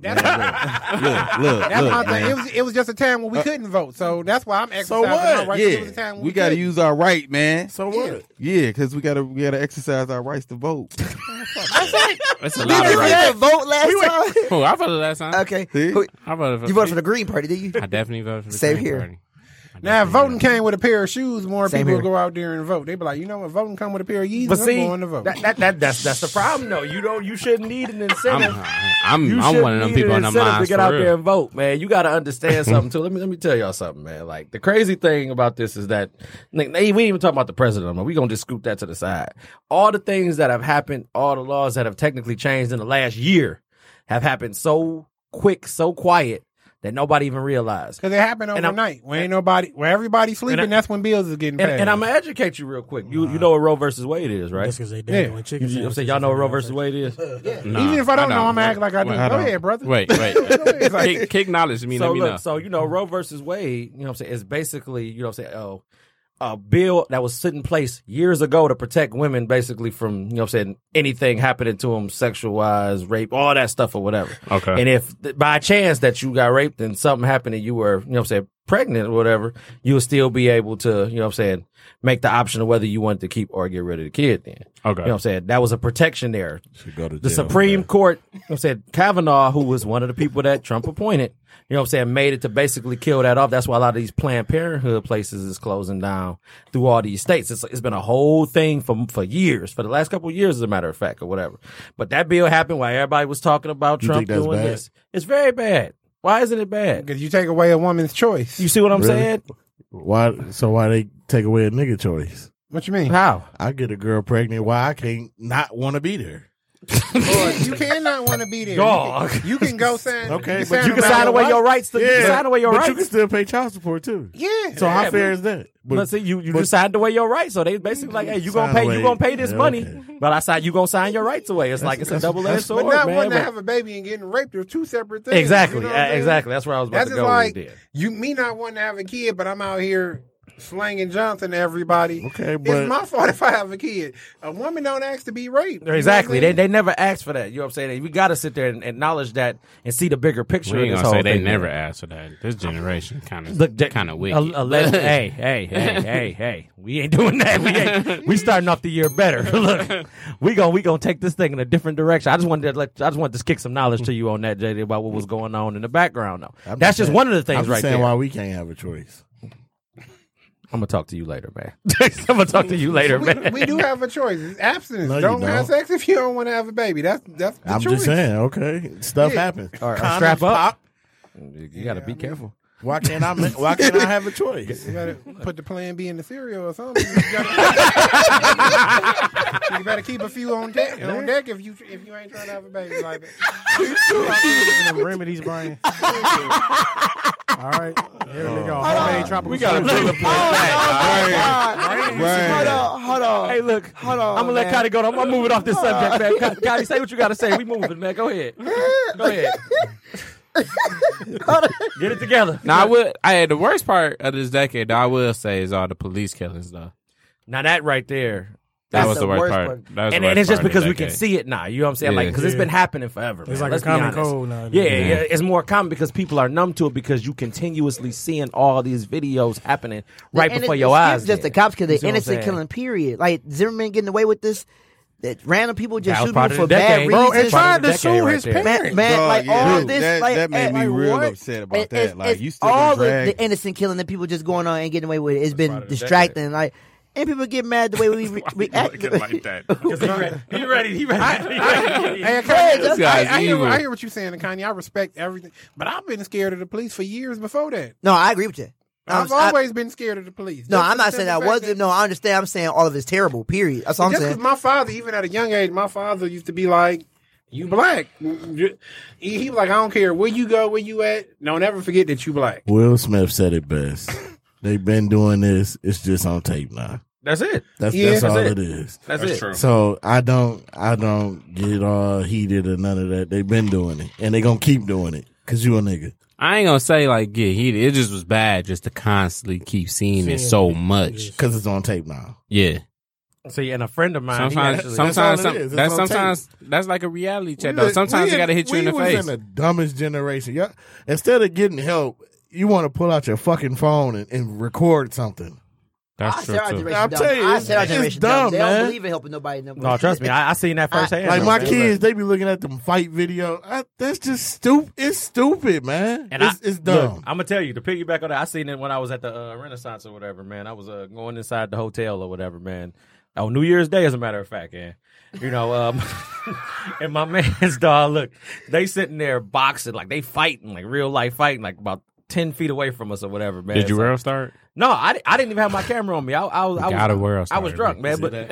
Speaker 5: that's my
Speaker 7: look,
Speaker 5: thing. It
Speaker 7: man.
Speaker 5: was it was just a time
Speaker 3: Uh,
Speaker 5: when we couldn't vote. So that's why I'm exercising
Speaker 8: So what?
Speaker 5: my right. It was a
Speaker 7: Yeah,
Speaker 5: time when
Speaker 7: we got to
Speaker 5: couldn't.
Speaker 7: use our right, man.
Speaker 8: So what?
Speaker 7: Yeah, because we gotta we gotta exercise our rights to vote.
Speaker 6: That's a
Speaker 4: Did
Speaker 6: lot
Speaker 4: you forget to vote last time?
Speaker 6: Oh, I voted last time.
Speaker 4: Okay.
Speaker 7: See?
Speaker 4: Who-
Speaker 6: I voted for
Speaker 4: You voted for the Green Party, did you?
Speaker 6: I definitely voted for the
Speaker 4: Same
Speaker 6: Green
Speaker 4: here.
Speaker 6: Party. I
Speaker 5: Now, if
Speaker 6: definitely
Speaker 5: voting
Speaker 6: voted.
Speaker 5: came with a pair of shoes, more
Speaker 4: Same
Speaker 5: people
Speaker 4: here.
Speaker 5: would go out there and vote. They'd be like, you know what? Voting come with a pair of Yeezys.
Speaker 3: But
Speaker 5: I'm
Speaker 3: see,
Speaker 5: going to vote.
Speaker 3: that, that, that, that's that's the problem though. You don't you shouldn't need an incentive.
Speaker 6: I'm
Speaker 3: You
Speaker 6: Hmm, I'm, I'm
Speaker 3: shouldn't
Speaker 6: one of them
Speaker 3: need an
Speaker 6: people on the
Speaker 3: incentive
Speaker 6: lines
Speaker 3: to get
Speaker 6: for
Speaker 3: out
Speaker 6: real.
Speaker 3: there and vote, man. You got to understand something too. Let me let me tell y'all something, man. Like the crazy thing about this is that like, they- we ain't even talking about the president. Man. We gonna just scoop that to the side. All the things that have happened, all the laws that have technically changed in the last year, have happened so quick, so quiet that nobody even realized.
Speaker 5: Because it happened
Speaker 3: And I'm-
Speaker 5: overnight. Where ain't nobody, where everybody's sleeping,
Speaker 3: And I-
Speaker 5: that's when bills is getting
Speaker 3: And,
Speaker 5: paid.
Speaker 3: and I'm gonna educate you real quick. You you know what Roe versus Wade is, right?
Speaker 9: That's because they dangling
Speaker 5: Yeah.
Speaker 9: chicken.
Speaker 3: You, you, I'm
Speaker 9: sandwiches
Speaker 3: saying y'all know what
Speaker 9: in
Speaker 3: Roe
Speaker 9: front
Speaker 3: versus
Speaker 9: of
Speaker 3: Wade is.
Speaker 6: Nah,
Speaker 5: Even if I don't, know, I'm going to act like I do.
Speaker 7: I
Speaker 5: Go
Speaker 7: don't.
Speaker 5: ahead, brother.
Speaker 6: Wait, wait. kick, kick knowledge to me.
Speaker 3: so
Speaker 6: let me
Speaker 3: look,
Speaker 6: know.
Speaker 3: so you know, Roe versus Wade, you know what I'm saying, is basically, you know what I'm saying, oh, a bill that was set in place years ago to protect women basically from, you know what I'm saying, anything happening to them, sexual wise, rape, all that stuff or whatever.
Speaker 6: Okay.
Speaker 3: And if th- by chance that you got raped and something happened and you were, you know what I'm saying, pregnant or whatever, you'll still be able to, you know what I'm saying, make the option of whether you wanted to keep or get rid of the kid then.
Speaker 6: Okay.
Speaker 3: You know what I'm saying? That was a protection there
Speaker 7: Go to
Speaker 3: the Supreme Court, you know what I'm saying, Kavanaugh, who was one of the people that Trump appointed, you know what I'm saying, made it to basically kill that off. That's why a lot of these Planned Parenthood places is closing down through all these states. It's, it's been a whole thing for, for years, for the last couple of years, as a matter of fact, or whatever. But that bill happened while everybody was talking about
Speaker 8: You
Speaker 3: Trump
Speaker 8: think that's
Speaker 3: doing
Speaker 8: bad?
Speaker 3: this. It's very bad. Why isn't it bad?
Speaker 5: Because you take away a woman's choice.
Speaker 3: You see what I'm
Speaker 8: Really?
Speaker 3: saying?
Speaker 8: Why? So why they take away a nigga choice?
Speaker 5: What you mean?
Speaker 3: How?
Speaker 8: I get a girl pregnant. Why I can't not want to be there?
Speaker 5: Boy, you cannot want to be there.
Speaker 3: Dog.
Speaker 5: You can, you can go sign.
Speaker 8: Okay, but
Speaker 5: sign
Speaker 8: you
Speaker 3: You can
Speaker 5: no
Speaker 3: sign
Speaker 5: matter
Speaker 3: away
Speaker 5: what.
Speaker 3: your rights. To, you can sign away your
Speaker 8: but
Speaker 3: rights.
Speaker 8: you can still pay child support too.
Speaker 5: Yeah.
Speaker 8: So how fair is that?
Speaker 3: But, see, you you just signed away your rights, so they basically like, hey, you gonna
Speaker 8: Sign
Speaker 3: pay, you
Speaker 8: away.
Speaker 3: gonna pay this
Speaker 8: Yeah,
Speaker 3: money,
Speaker 8: okay.
Speaker 3: but I said you gonna sign your rights away. It's like it's a double edged
Speaker 5: But
Speaker 3: sword,
Speaker 5: not
Speaker 3: man.
Speaker 5: wanting to
Speaker 3: but-
Speaker 5: have a baby and getting raped are two separate things.
Speaker 3: exactly,
Speaker 5: You know what
Speaker 3: uh,
Speaker 5: I'm saying?
Speaker 3: exactly. That's where I was about
Speaker 5: That's
Speaker 3: to
Speaker 5: just
Speaker 3: go.
Speaker 5: like,
Speaker 3: with it.
Speaker 5: you me not wanting to have a kid, but I'm out here slanging Johnson to everybody.
Speaker 8: Okay,
Speaker 5: It's
Speaker 8: but-
Speaker 5: my fault if I have a kid. A woman don't ask to be raped. You know
Speaker 3: Exactly.
Speaker 5: what
Speaker 3: They
Speaker 5: I'm saying?
Speaker 3: they never asked for that. You know what I'm saying? We got to sit there and acknowledge that and see the bigger picture.
Speaker 6: We ain't
Speaker 3: of this
Speaker 6: gonna say
Speaker 3: whole
Speaker 6: they
Speaker 3: thing, man.
Speaker 6: never asked for that. This generation kind
Speaker 3: Look,
Speaker 6: of
Speaker 3: that-
Speaker 6: kind of
Speaker 3: a-
Speaker 6: wicked.
Speaker 3: a legend- hey, hey, hey, hey, hey. We ain't doing that. We ain't. We starting off the year better. Look, we gonna we gonna take this thing in a different direction. I just wanted to let, I just wanted to kick some knowledge to you on that, JD, about what was going on in the background. Though
Speaker 8: I'm
Speaker 3: that's just
Speaker 8: saying-
Speaker 3: one of the
Speaker 8: I'm
Speaker 3: things
Speaker 8: just
Speaker 3: right
Speaker 8: saying
Speaker 3: there.
Speaker 8: why we can't have a choice.
Speaker 3: I'm gonna talk to you later, man. I'm gonna talk to you later, man.
Speaker 5: We, we do have a choice. It's abstinence.
Speaker 8: No, you
Speaker 5: don't, have
Speaker 8: don't.
Speaker 5: sex if you don't want to have a baby. That's that's the
Speaker 8: I'm
Speaker 5: choice.
Speaker 8: just saying. Okay, stuff
Speaker 5: Yeah.
Speaker 8: happens.
Speaker 3: Or- or
Speaker 8: Condoms
Speaker 3: strap up.
Speaker 8: pop.
Speaker 3: You gotta be careful.
Speaker 8: Why can't I? ma- Why can't I have a choice?
Speaker 5: You better put the plan B in the cereal or something. You, gotta- you better keep a few on deck on deck if you if you ain't trying to have a baby like that.
Speaker 10: remedies, Brian. All right, here we go. Homemade tropical
Speaker 6: we got a bullet point.
Speaker 4: Hold on, hold on.
Speaker 3: oh, Hey, look,
Speaker 4: Hold on,
Speaker 3: I'm gonna let
Speaker 4: man.
Speaker 3: Cotty go. I'm, I'm moving off this subject, man. Cotty, Cotty, say what you gotta say. We moving, man. Go ahead. Go ahead. Get it together.
Speaker 6: Now I would. I the worst part of this decade. Though, I will say is all the police killings though.
Speaker 3: Now that right there
Speaker 6: That was
Speaker 4: the
Speaker 6: the worst
Speaker 4: worst
Speaker 6: part.
Speaker 4: part.
Speaker 6: That was the
Speaker 3: and,
Speaker 6: worst
Speaker 3: and it's just
Speaker 6: part of
Speaker 3: because we
Speaker 6: that
Speaker 3: can
Speaker 6: day.
Speaker 3: see it now. You know what I'm saying? Like,
Speaker 6: Yeah.
Speaker 3: because it's been happening forever. man.
Speaker 9: like a
Speaker 3: Let's be
Speaker 9: common
Speaker 3: honest.
Speaker 9: cold nowadays.
Speaker 3: Yeah,
Speaker 9: Yeah.
Speaker 3: yeah, It's more common because people are numb to it because you continuously seeing all these videos happening right
Speaker 4: And it-
Speaker 3: before
Speaker 4: it
Speaker 3: your
Speaker 4: skips
Speaker 3: eyes.
Speaker 4: Just the
Speaker 3: then.
Speaker 4: cops because
Speaker 3: You see
Speaker 4: they
Speaker 3: what I'm
Speaker 4: innocent
Speaker 3: saying?
Speaker 4: killing. Period. Like Zimmerman getting away with this. That random people just
Speaker 3: That was
Speaker 4: shooting
Speaker 3: part
Speaker 4: him
Speaker 3: of
Speaker 4: for
Speaker 3: the
Speaker 4: bad
Speaker 3: decade.
Speaker 4: reasons.
Speaker 3: Bro, and
Speaker 4: Like,
Speaker 3: tried
Speaker 5: Trying to
Speaker 3: Decade
Speaker 5: sue
Speaker 3: right
Speaker 5: his
Speaker 3: there.
Speaker 5: parents.
Speaker 4: Man, man,
Speaker 7: Dog,
Speaker 4: like
Speaker 7: yeah.
Speaker 4: all
Speaker 7: Dude,
Speaker 4: this,
Speaker 7: that-
Speaker 4: like
Speaker 7: that made
Speaker 4: eh,
Speaker 7: me
Speaker 4: like,
Speaker 7: real
Speaker 4: what?
Speaker 7: upset about
Speaker 4: It-
Speaker 7: that.
Speaker 4: it's-
Speaker 7: Like,
Speaker 4: it's
Speaker 7: you still
Speaker 4: all
Speaker 7: gonna
Speaker 4: the,
Speaker 7: drag-
Speaker 4: the innocent killing that people just going on and getting away with it. It's
Speaker 6: part
Speaker 4: been
Speaker 6: of the decade.
Speaker 4: distracting. Like, and people get mad the way we re-
Speaker 1: Why you
Speaker 4: react. to
Speaker 1: looking
Speaker 4: it.
Speaker 1: like that?
Speaker 6: He ready. He ready.
Speaker 5: Hey, Kanye,
Speaker 6: this
Speaker 5: I,
Speaker 6: guy's
Speaker 5: I hear,
Speaker 6: evil.
Speaker 5: I hear what you're saying, Kanye. I respect everything, but I've been scared of the police for years before that.
Speaker 4: No, I agree with you. I'm-
Speaker 5: I've
Speaker 4: I-
Speaker 5: always been scared of the police.
Speaker 4: No,
Speaker 5: Just
Speaker 4: I'm
Speaker 5: the
Speaker 4: not saying that
Speaker 5: simple fact
Speaker 4: wasn't. No, I understand. I'm saying all of it's terrible. Period. That's all I'm
Speaker 5: just
Speaker 4: saying.
Speaker 5: because my father, even at a young age, my father used to be like, "You black." He he was like, "I don't care where you go, where you at. Don't ever forget that you black."
Speaker 8: Will Smith said it best. They've been doing this. It's just on tape now.
Speaker 3: That's it.
Speaker 8: That's
Speaker 5: Yeah,
Speaker 8: that's,
Speaker 5: that's
Speaker 8: all
Speaker 3: it.
Speaker 8: it is.
Speaker 3: That's,
Speaker 1: That's
Speaker 3: it.
Speaker 1: true.
Speaker 8: So I don't I don't get all heated or none of that. They've been doing it and they gonna keep doing it because you a nigga.
Speaker 6: I ain't gonna say like get heated. It just was bad just to constantly keep seeing it so much.
Speaker 8: Because it's on tape now.
Speaker 6: Yeah.
Speaker 3: See, and a friend of mine, he
Speaker 6: Sometimes,
Speaker 3: actually-
Speaker 6: sometimes,
Speaker 8: all it
Speaker 6: some-
Speaker 8: is. It's
Speaker 6: that's
Speaker 8: on tape.
Speaker 6: sometimes that's like a reality check. Though sometimes it gotta hit you
Speaker 8: we
Speaker 6: in the
Speaker 8: was
Speaker 6: face.
Speaker 8: the dumbest generation. Y'all, instead of getting help, you want to pull out your fucking phone and, and record something.
Speaker 4: I said our generation
Speaker 8: I'm
Speaker 4: dumb.
Speaker 8: telling you,
Speaker 4: I
Speaker 8: it's-
Speaker 4: said our
Speaker 8: it's
Speaker 4: generation
Speaker 8: dumb,
Speaker 4: dumb. They
Speaker 8: man.
Speaker 4: don't believe in helping nobody. No,
Speaker 3: no, trust me, I, I seen that firsthand.
Speaker 8: Like
Speaker 3: though,
Speaker 8: my
Speaker 3: man.
Speaker 8: kids, they be looking at them fight video. I, that's just stupid. It's stupid, man.
Speaker 3: And
Speaker 8: it's,
Speaker 3: I,
Speaker 8: it's dumb.
Speaker 3: I'm gonna tell you to piggyback on that. I seen it when I was at the uh, Renaissance or whatever, man. I was uh, going inside the hotel or whatever, man. On New Year's Day, as a matter of fact, and you know, um, and my man's dog. Look, they sitting there boxing like they fighting, like real life fighting, like about ten feet away from us or whatever, man.
Speaker 6: Did you
Speaker 3: So-
Speaker 6: world start?
Speaker 3: No, I, di- I didn't even have my camera on me. I, I was I
Speaker 6: Gotta
Speaker 3: was,
Speaker 6: world
Speaker 3: I was
Speaker 6: star,
Speaker 3: drunk, man.
Speaker 6: man.
Speaker 3: But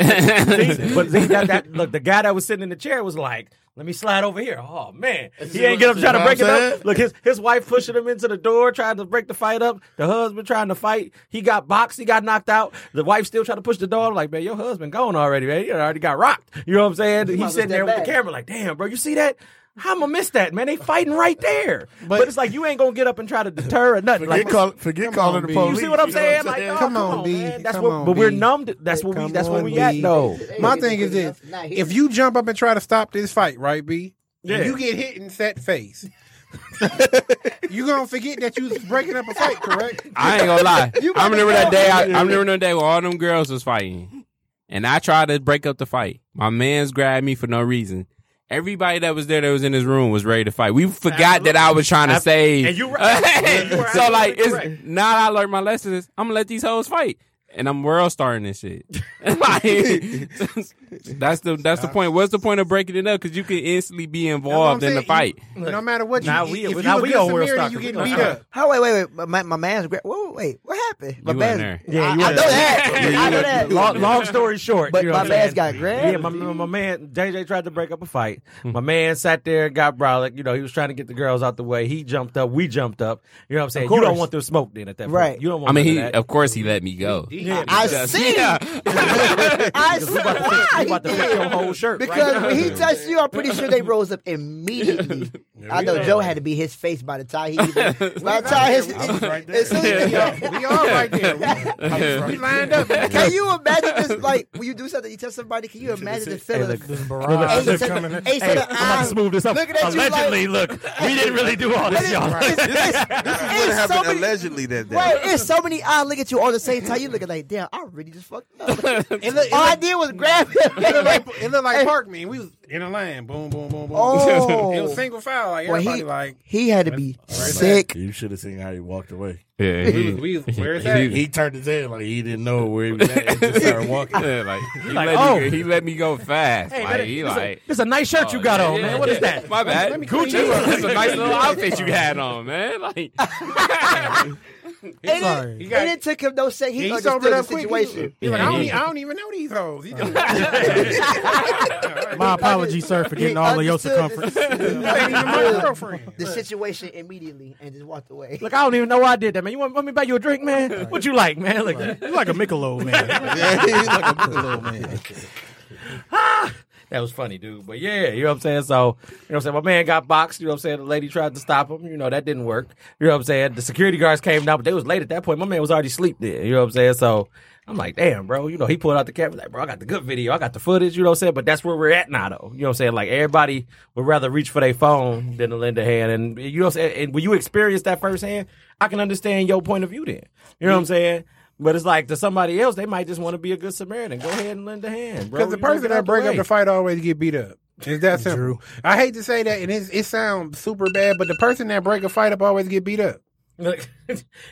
Speaker 6: See
Speaker 3: see, but see, that, that look, the guy that was sitting in the chair was like, "Let me slide over here." Oh man, he ain't get up
Speaker 8: see
Speaker 3: trying to
Speaker 8: what
Speaker 3: break it
Speaker 8: I'm saying?
Speaker 3: up. Look, his his wife pushing him into the door, trying to break the fight up. The husband trying to fight. He got boxed. He got knocked out. The wife still trying to push the door. I'm like, man, your husband gone already, man. He already got rocked. You know what I'm saying? He's sitting there with the camera, like, damn, bro, you see that? How am I miss that, man? They fighting right there. But, it's like you ain't gonna get up and try to deter or nothing.
Speaker 8: Forget,
Speaker 3: Like,
Speaker 8: call, forget calling the
Speaker 5: B.
Speaker 8: police.
Speaker 3: you see what I'm saying? Like, dog,
Speaker 5: Come
Speaker 3: come,
Speaker 5: on,
Speaker 3: on,
Speaker 5: B.
Speaker 3: man. That's
Speaker 5: Come
Speaker 3: what,
Speaker 5: on,
Speaker 3: but we're
Speaker 5: B.
Speaker 3: numb. To, that's what we.
Speaker 5: Come
Speaker 3: That's where
Speaker 5: on,
Speaker 3: we
Speaker 5: B.
Speaker 3: at, though.
Speaker 5: My thing is this: if you jump up and try to stop this fight, right, B?
Speaker 3: Yeah.
Speaker 5: You get hit in that face. you gonna forget that you was breaking up a fight, correct?
Speaker 6: I ain't gonna lie. I remember that day. I, I remember that day where all them girls was fighting, and I tried to break up the fight. My man's grabbed me for no reason. Everybody that was there, that was in this room, was ready to fight. We forgot that I was trying to save.
Speaker 3: And you were- and you were
Speaker 6: so like,
Speaker 3: absolutely
Speaker 6: it's,
Speaker 3: correct.
Speaker 6: now that I learned my lessons. I'm gonna let these hoes fight, and I'm world starting this shit. like, that's the that's the point. What's the point of breaking it up? Because you can instantly be involved
Speaker 5: I'm
Speaker 6: in the
Speaker 5: saying.
Speaker 6: fight.
Speaker 5: No matter what you,
Speaker 3: Now
Speaker 5: if
Speaker 3: we-
Speaker 5: you
Speaker 3: now
Speaker 5: a
Speaker 3: we
Speaker 5: good
Speaker 3: on World
Speaker 5: Samaritan,
Speaker 3: Stock.
Speaker 5: you
Speaker 3: We
Speaker 5: getting
Speaker 3: on
Speaker 5: beat up.
Speaker 4: Oh wait, wait, wait! My, my man's gra- whoa, wait, wait, what happened? My
Speaker 6: You
Speaker 4: man's,
Speaker 6: in there.
Speaker 3: Yeah, you
Speaker 4: I, I
Speaker 3: in
Speaker 4: know
Speaker 3: there.
Speaker 4: that. I know that.
Speaker 3: Long, long story short,
Speaker 4: But
Speaker 3: you know
Speaker 4: my
Speaker 3: what I'm
Speaker 4: man's
Speaker 3: saying?
Speaker 4: got grabbed.
Speaker 3: Yeah, my, my my man JJ tried to break up a fight. My man sat there and got brolic. You know, he was trying to get the girls out the way. He jumped up. We jumped up. You know what I'm saying? You don't want them smoke then at that point.
Speaker 4: Right.
Speaker 3: You don't want.
Speaker 6: I mean,
Speaker 3: none
Speaker 6: he
Speaker 3: of that.
Speaker 6: of course he let me go.
Speaker 4: I see. I see
Speaker 3: We about to flip-
Speaker 4: why
Speaker 3: we
Speaker 4: he
Speaker 3: about to flip
Speaker 4: did.
Speaker 3: your whole shirt right
Speaker 4: Because
Speaker 3: now.
Speaker 4: when he touched you, I'm pretty sure they rose up immediately. I know Joe had to be his face by the time he even. by the time his, as soon as he-
Speaker 5: We all right there. We, we lined up.
Speaker 4: Can you imagine this? Like when you do something, you touch somebody. Can you imagine the feeling? of-
Speaker 9: This
Speaker 4: Ace
Speaker 9: barrage
Speaker 4: of
Speaker 9: is
Speaker 4: the-
Speaker 9: coming. in.
Speaker 4: Ace of
Speaker 3: Hey,
Speaker 4: the
Speaker 3: I'm about to
Speaker 4: eyes.
Speaker 3: smooth this up.
Speaker 4: Looking at you like-
Speaker 3: Allegedly, look, we didn't really do all this, y'all.
Speaker 4: It's- it's-
Speaker 7: What
Speaker 4: it's so
Speaker 7: happened
Speaker 4: many-
Speaker 7: allegedly that day?
Speaker 4: Right, it's so many eyes look at you all the same time. You looking like, damn, I really just fucked up. all I did was grab
Speaker 5: It looked
Speaker 4: him.
Speaker 5: like, it looked like Parkman. We was in a line. Boom, boom, boom, boom.
Speaker 4: Oh.
Speaker 5: it was single file. Like
Speaker 4: Well,
Speaker 5: everybody,
Speaker 4: he,
Speaker 5: like
Speaker 4: he had to be
Speaker 3: uh,
Speaker 4: sick.
Speaker 8: You should have seen how he walked away.
Speaker 6: Yeah,
Speaker 5: we, was-
Speaker 6: he,
Speaker 5: we was- where is that?
Speaker 8: He turned his head like he didn't know where he was at and just started walking.
Speaker 6: Yeah, like, he,
Speaker 3: like,
Speaker 6: let
Speaker 3: oh.
Speaker 6: me, he let me go fast.
Speaker 3: Hey,
Speaker 6: like,
Speaker 3: man,
Speaker 6: he
Speaker 3: this a-
Speaker 6: like, oh,
Speaker 3: this a nice shirt you got on, man. What is that?
Speaker 6: my bad. Gucci. That's a nice little outfit you had on, man. Like,
Speaker 4: And it,
Speaker 9: sorry.
Speaker 4: and it took him no second. He,
Speaker 5: He sobered
Speaker 4: understood the
Speaker 5: up quick. He,
Speaker 4: situation.
Speaker 5: he like, I, don't, e- I don't even know these hoes. He just, I
Speaker 9: My apologies, sir, for getting all of your
Speaker 4: understood the-
Speaker 9: circumference.
Speaker 5: ain't even my girlfriend.
Speaker 4: The situation immediately and just walked away.
Speaker 3: Look, I don't even know why I did that, man. You want, want me to buy you a drink, man? What you like, man? Like,
Speaker 9: You're like a Michelob man.
Speaker 7: Yeah, he's like a little man.
Speaker 3: That was funny, dude. But yeah, you know what I'm saying? So, you know what I'm saying? My man got boxed. You know what I'm saying? The lady tried to stop him. You know, that didn't work. You know what I'm saying? The security guards came down, but they was late at that point. My man was already asleep there. You know what I'm saying? So, I'm like, damn, bro. You know, he pulled out the camera, like, bro, I got the good video, I got the footage. You know what I'm saying? But that's where we're at now, though. You know what I'm saying? Like everybody would rather reach for their phone than to lend a hand. And you know what I'm saying? And when you experience that firsthand, I can understand your point of view. Then you know what I'm saying? But it's like to somebody else, they might just want to be a good Samaritan. Go ahead and lend a hand, bro.
Speaker 5: Because the
Speaker 3: You know,
Speaker 5: person
Speaker 3: get
Speaker 5: that
Speaker 3: out the
Speaker 5: break up
Speaker 3: way.
Speaker 5: the fight always get beat up. It's that simple. I hate to say that, and it's, it sounds super bad, but the person that break a fight up always get beat up.
Speaker 3: you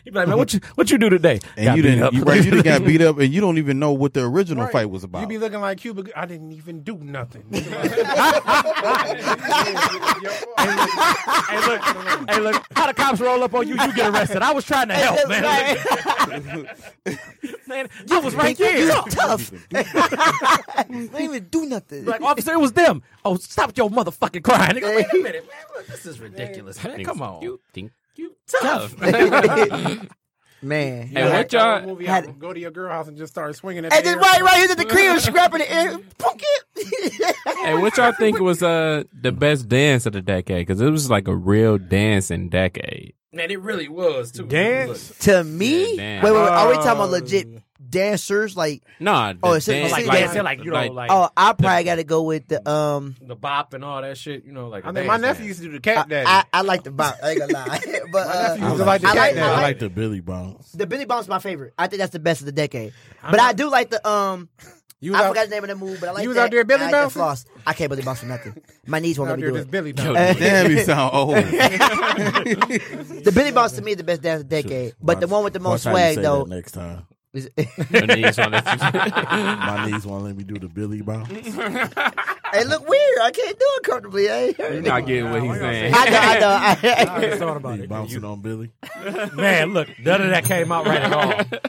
Speaker 3: be like, man, what you what you do today?
Speaker 7: And
Speaker 3: Got
Speaker 7: you
Speaker 3: beat
Speaker 7: didn't,
Speaker 3: up.
Speaker 7: you, bro, you done got beat up, and you don't even know what the original fight was about.
Speaker 5: You be looking like Cuba. Go- I didn't even do nothing. hey,
Speaker 3: look, hey, look, how the cops roll up on you, you get arrested. I was trying to help, man. man, you was right there.
Speaker 4: You tough. I didn't even do nothing.
Speaker 3: Like, officer, it was them. Oh, stop your motherfucking crying. Nigga, wait a minute, man. Look, this is ridiculous. Man, come on.
Speaker 6: You think you
Speaker 3: tough.
Speaker 4: Man.
Speaker 6: Hey, what y'all?
Speaker 5: Movie,
Speaker 4: Had-
Speaker 5: I go to your girl house and just start swinging at
Speaker 4: And
Speaker 5: the
Speaker 4: then
Speaker 5: air.
Speaker 4: right, right, he's at the crib, scrapping the air. Punk it.
Speaker 6: Hey, what y'all think was uh the best dance of the decade? Because it was like a real dancing decade.
Speaker 3: Man, it really was, too.
Speaker 10: Dance?
Speaker 4: to
Speaker 6: Yeah,
Speaker 4: me,
Speaker 6: damn.
Speaker 4: wait, wait, wait, are we talking about legit dancers? Like,
Speaker 6: Nah,
Speaker 4: Oh,
Speaker 6: the
Speaker 4: it's- it's
Speaker 3: Like,
Speaker 4: Like,
Speaker 3: dancing, like, you know, like,
Speaker 7: uh,
Speaker 4: oh, I probably got to go with the um.
Speaker 3: the bop and all that shit. You know, like,
Speaker 5: I
Speaker 3: the
Speaker 5: mean, my
Speaker 3: dance
Speaker 5: nephew
Speaker 3: dance.
Speaker 5: used to do the cat daddy.
Speaker 4: I, I like the bounce. I ain't gonna lie, but
Speaker 5: My
Speaker 4: uh,
Speaker 5: nephew used to like the
Speaker 4: I
Speaker 5: cat
Speaker 4: like-
Speaker 5: daddy.
Speaker 4: I
Speaker 8: I
Speaker 4: like-
Speaker 8: like the Billy Bones.
Speaker 4: the Billy Bounce is my favorite. I think that's the best of the decade. But I do like the um.
Speaker 5: you was
Speaker 4: I
Speaker 5: out-
Speaker 4: forgot the name of the move, but I like
Speaker 5: You was
Speaker 4: that.
Speaker 5: out there Billy
Speaker 4: I like the
Speaker 5: bouncing?
Speaker 4: floss. I can't Billy bounce for nothing. My knees won't let
Speaker 5: out
Speaker 4: me
Speaker 5: there
Speaker 4: do
Speaker 5: just
Speaker 4: it.
Speaker 5: Billy
Speaker 6: Yo,
Speaker 5: bouncing.
Speaker 7: Damn, you sound old.
Speaker 4: The Billy bounce to me is the best dance of the decade. But the one with the most
Speaker 8: Watch how
Speaker 4: swag
Speaker 8: you say
Speaker 4: though
Speaker 8: that Next time,
Speaker 4: is
Speaker 6: your knees won't let you-
Speaker 8: my niece won't let me do the Billy Bones.
Speaker 4: it look weird. I can't do it comfortably. I ain't heard
Speaker 6: You're
Speaker 4: it.
Speaker 6: not getting what he's saying.
Speaker 4: I know, I know. I,
Speaker 9: I just thought about
Speaker 8: Be
Speaker 9: it.
Speaker 8: bouncing on Billy.
Speaker 3: Man, look, none of that came out right at all.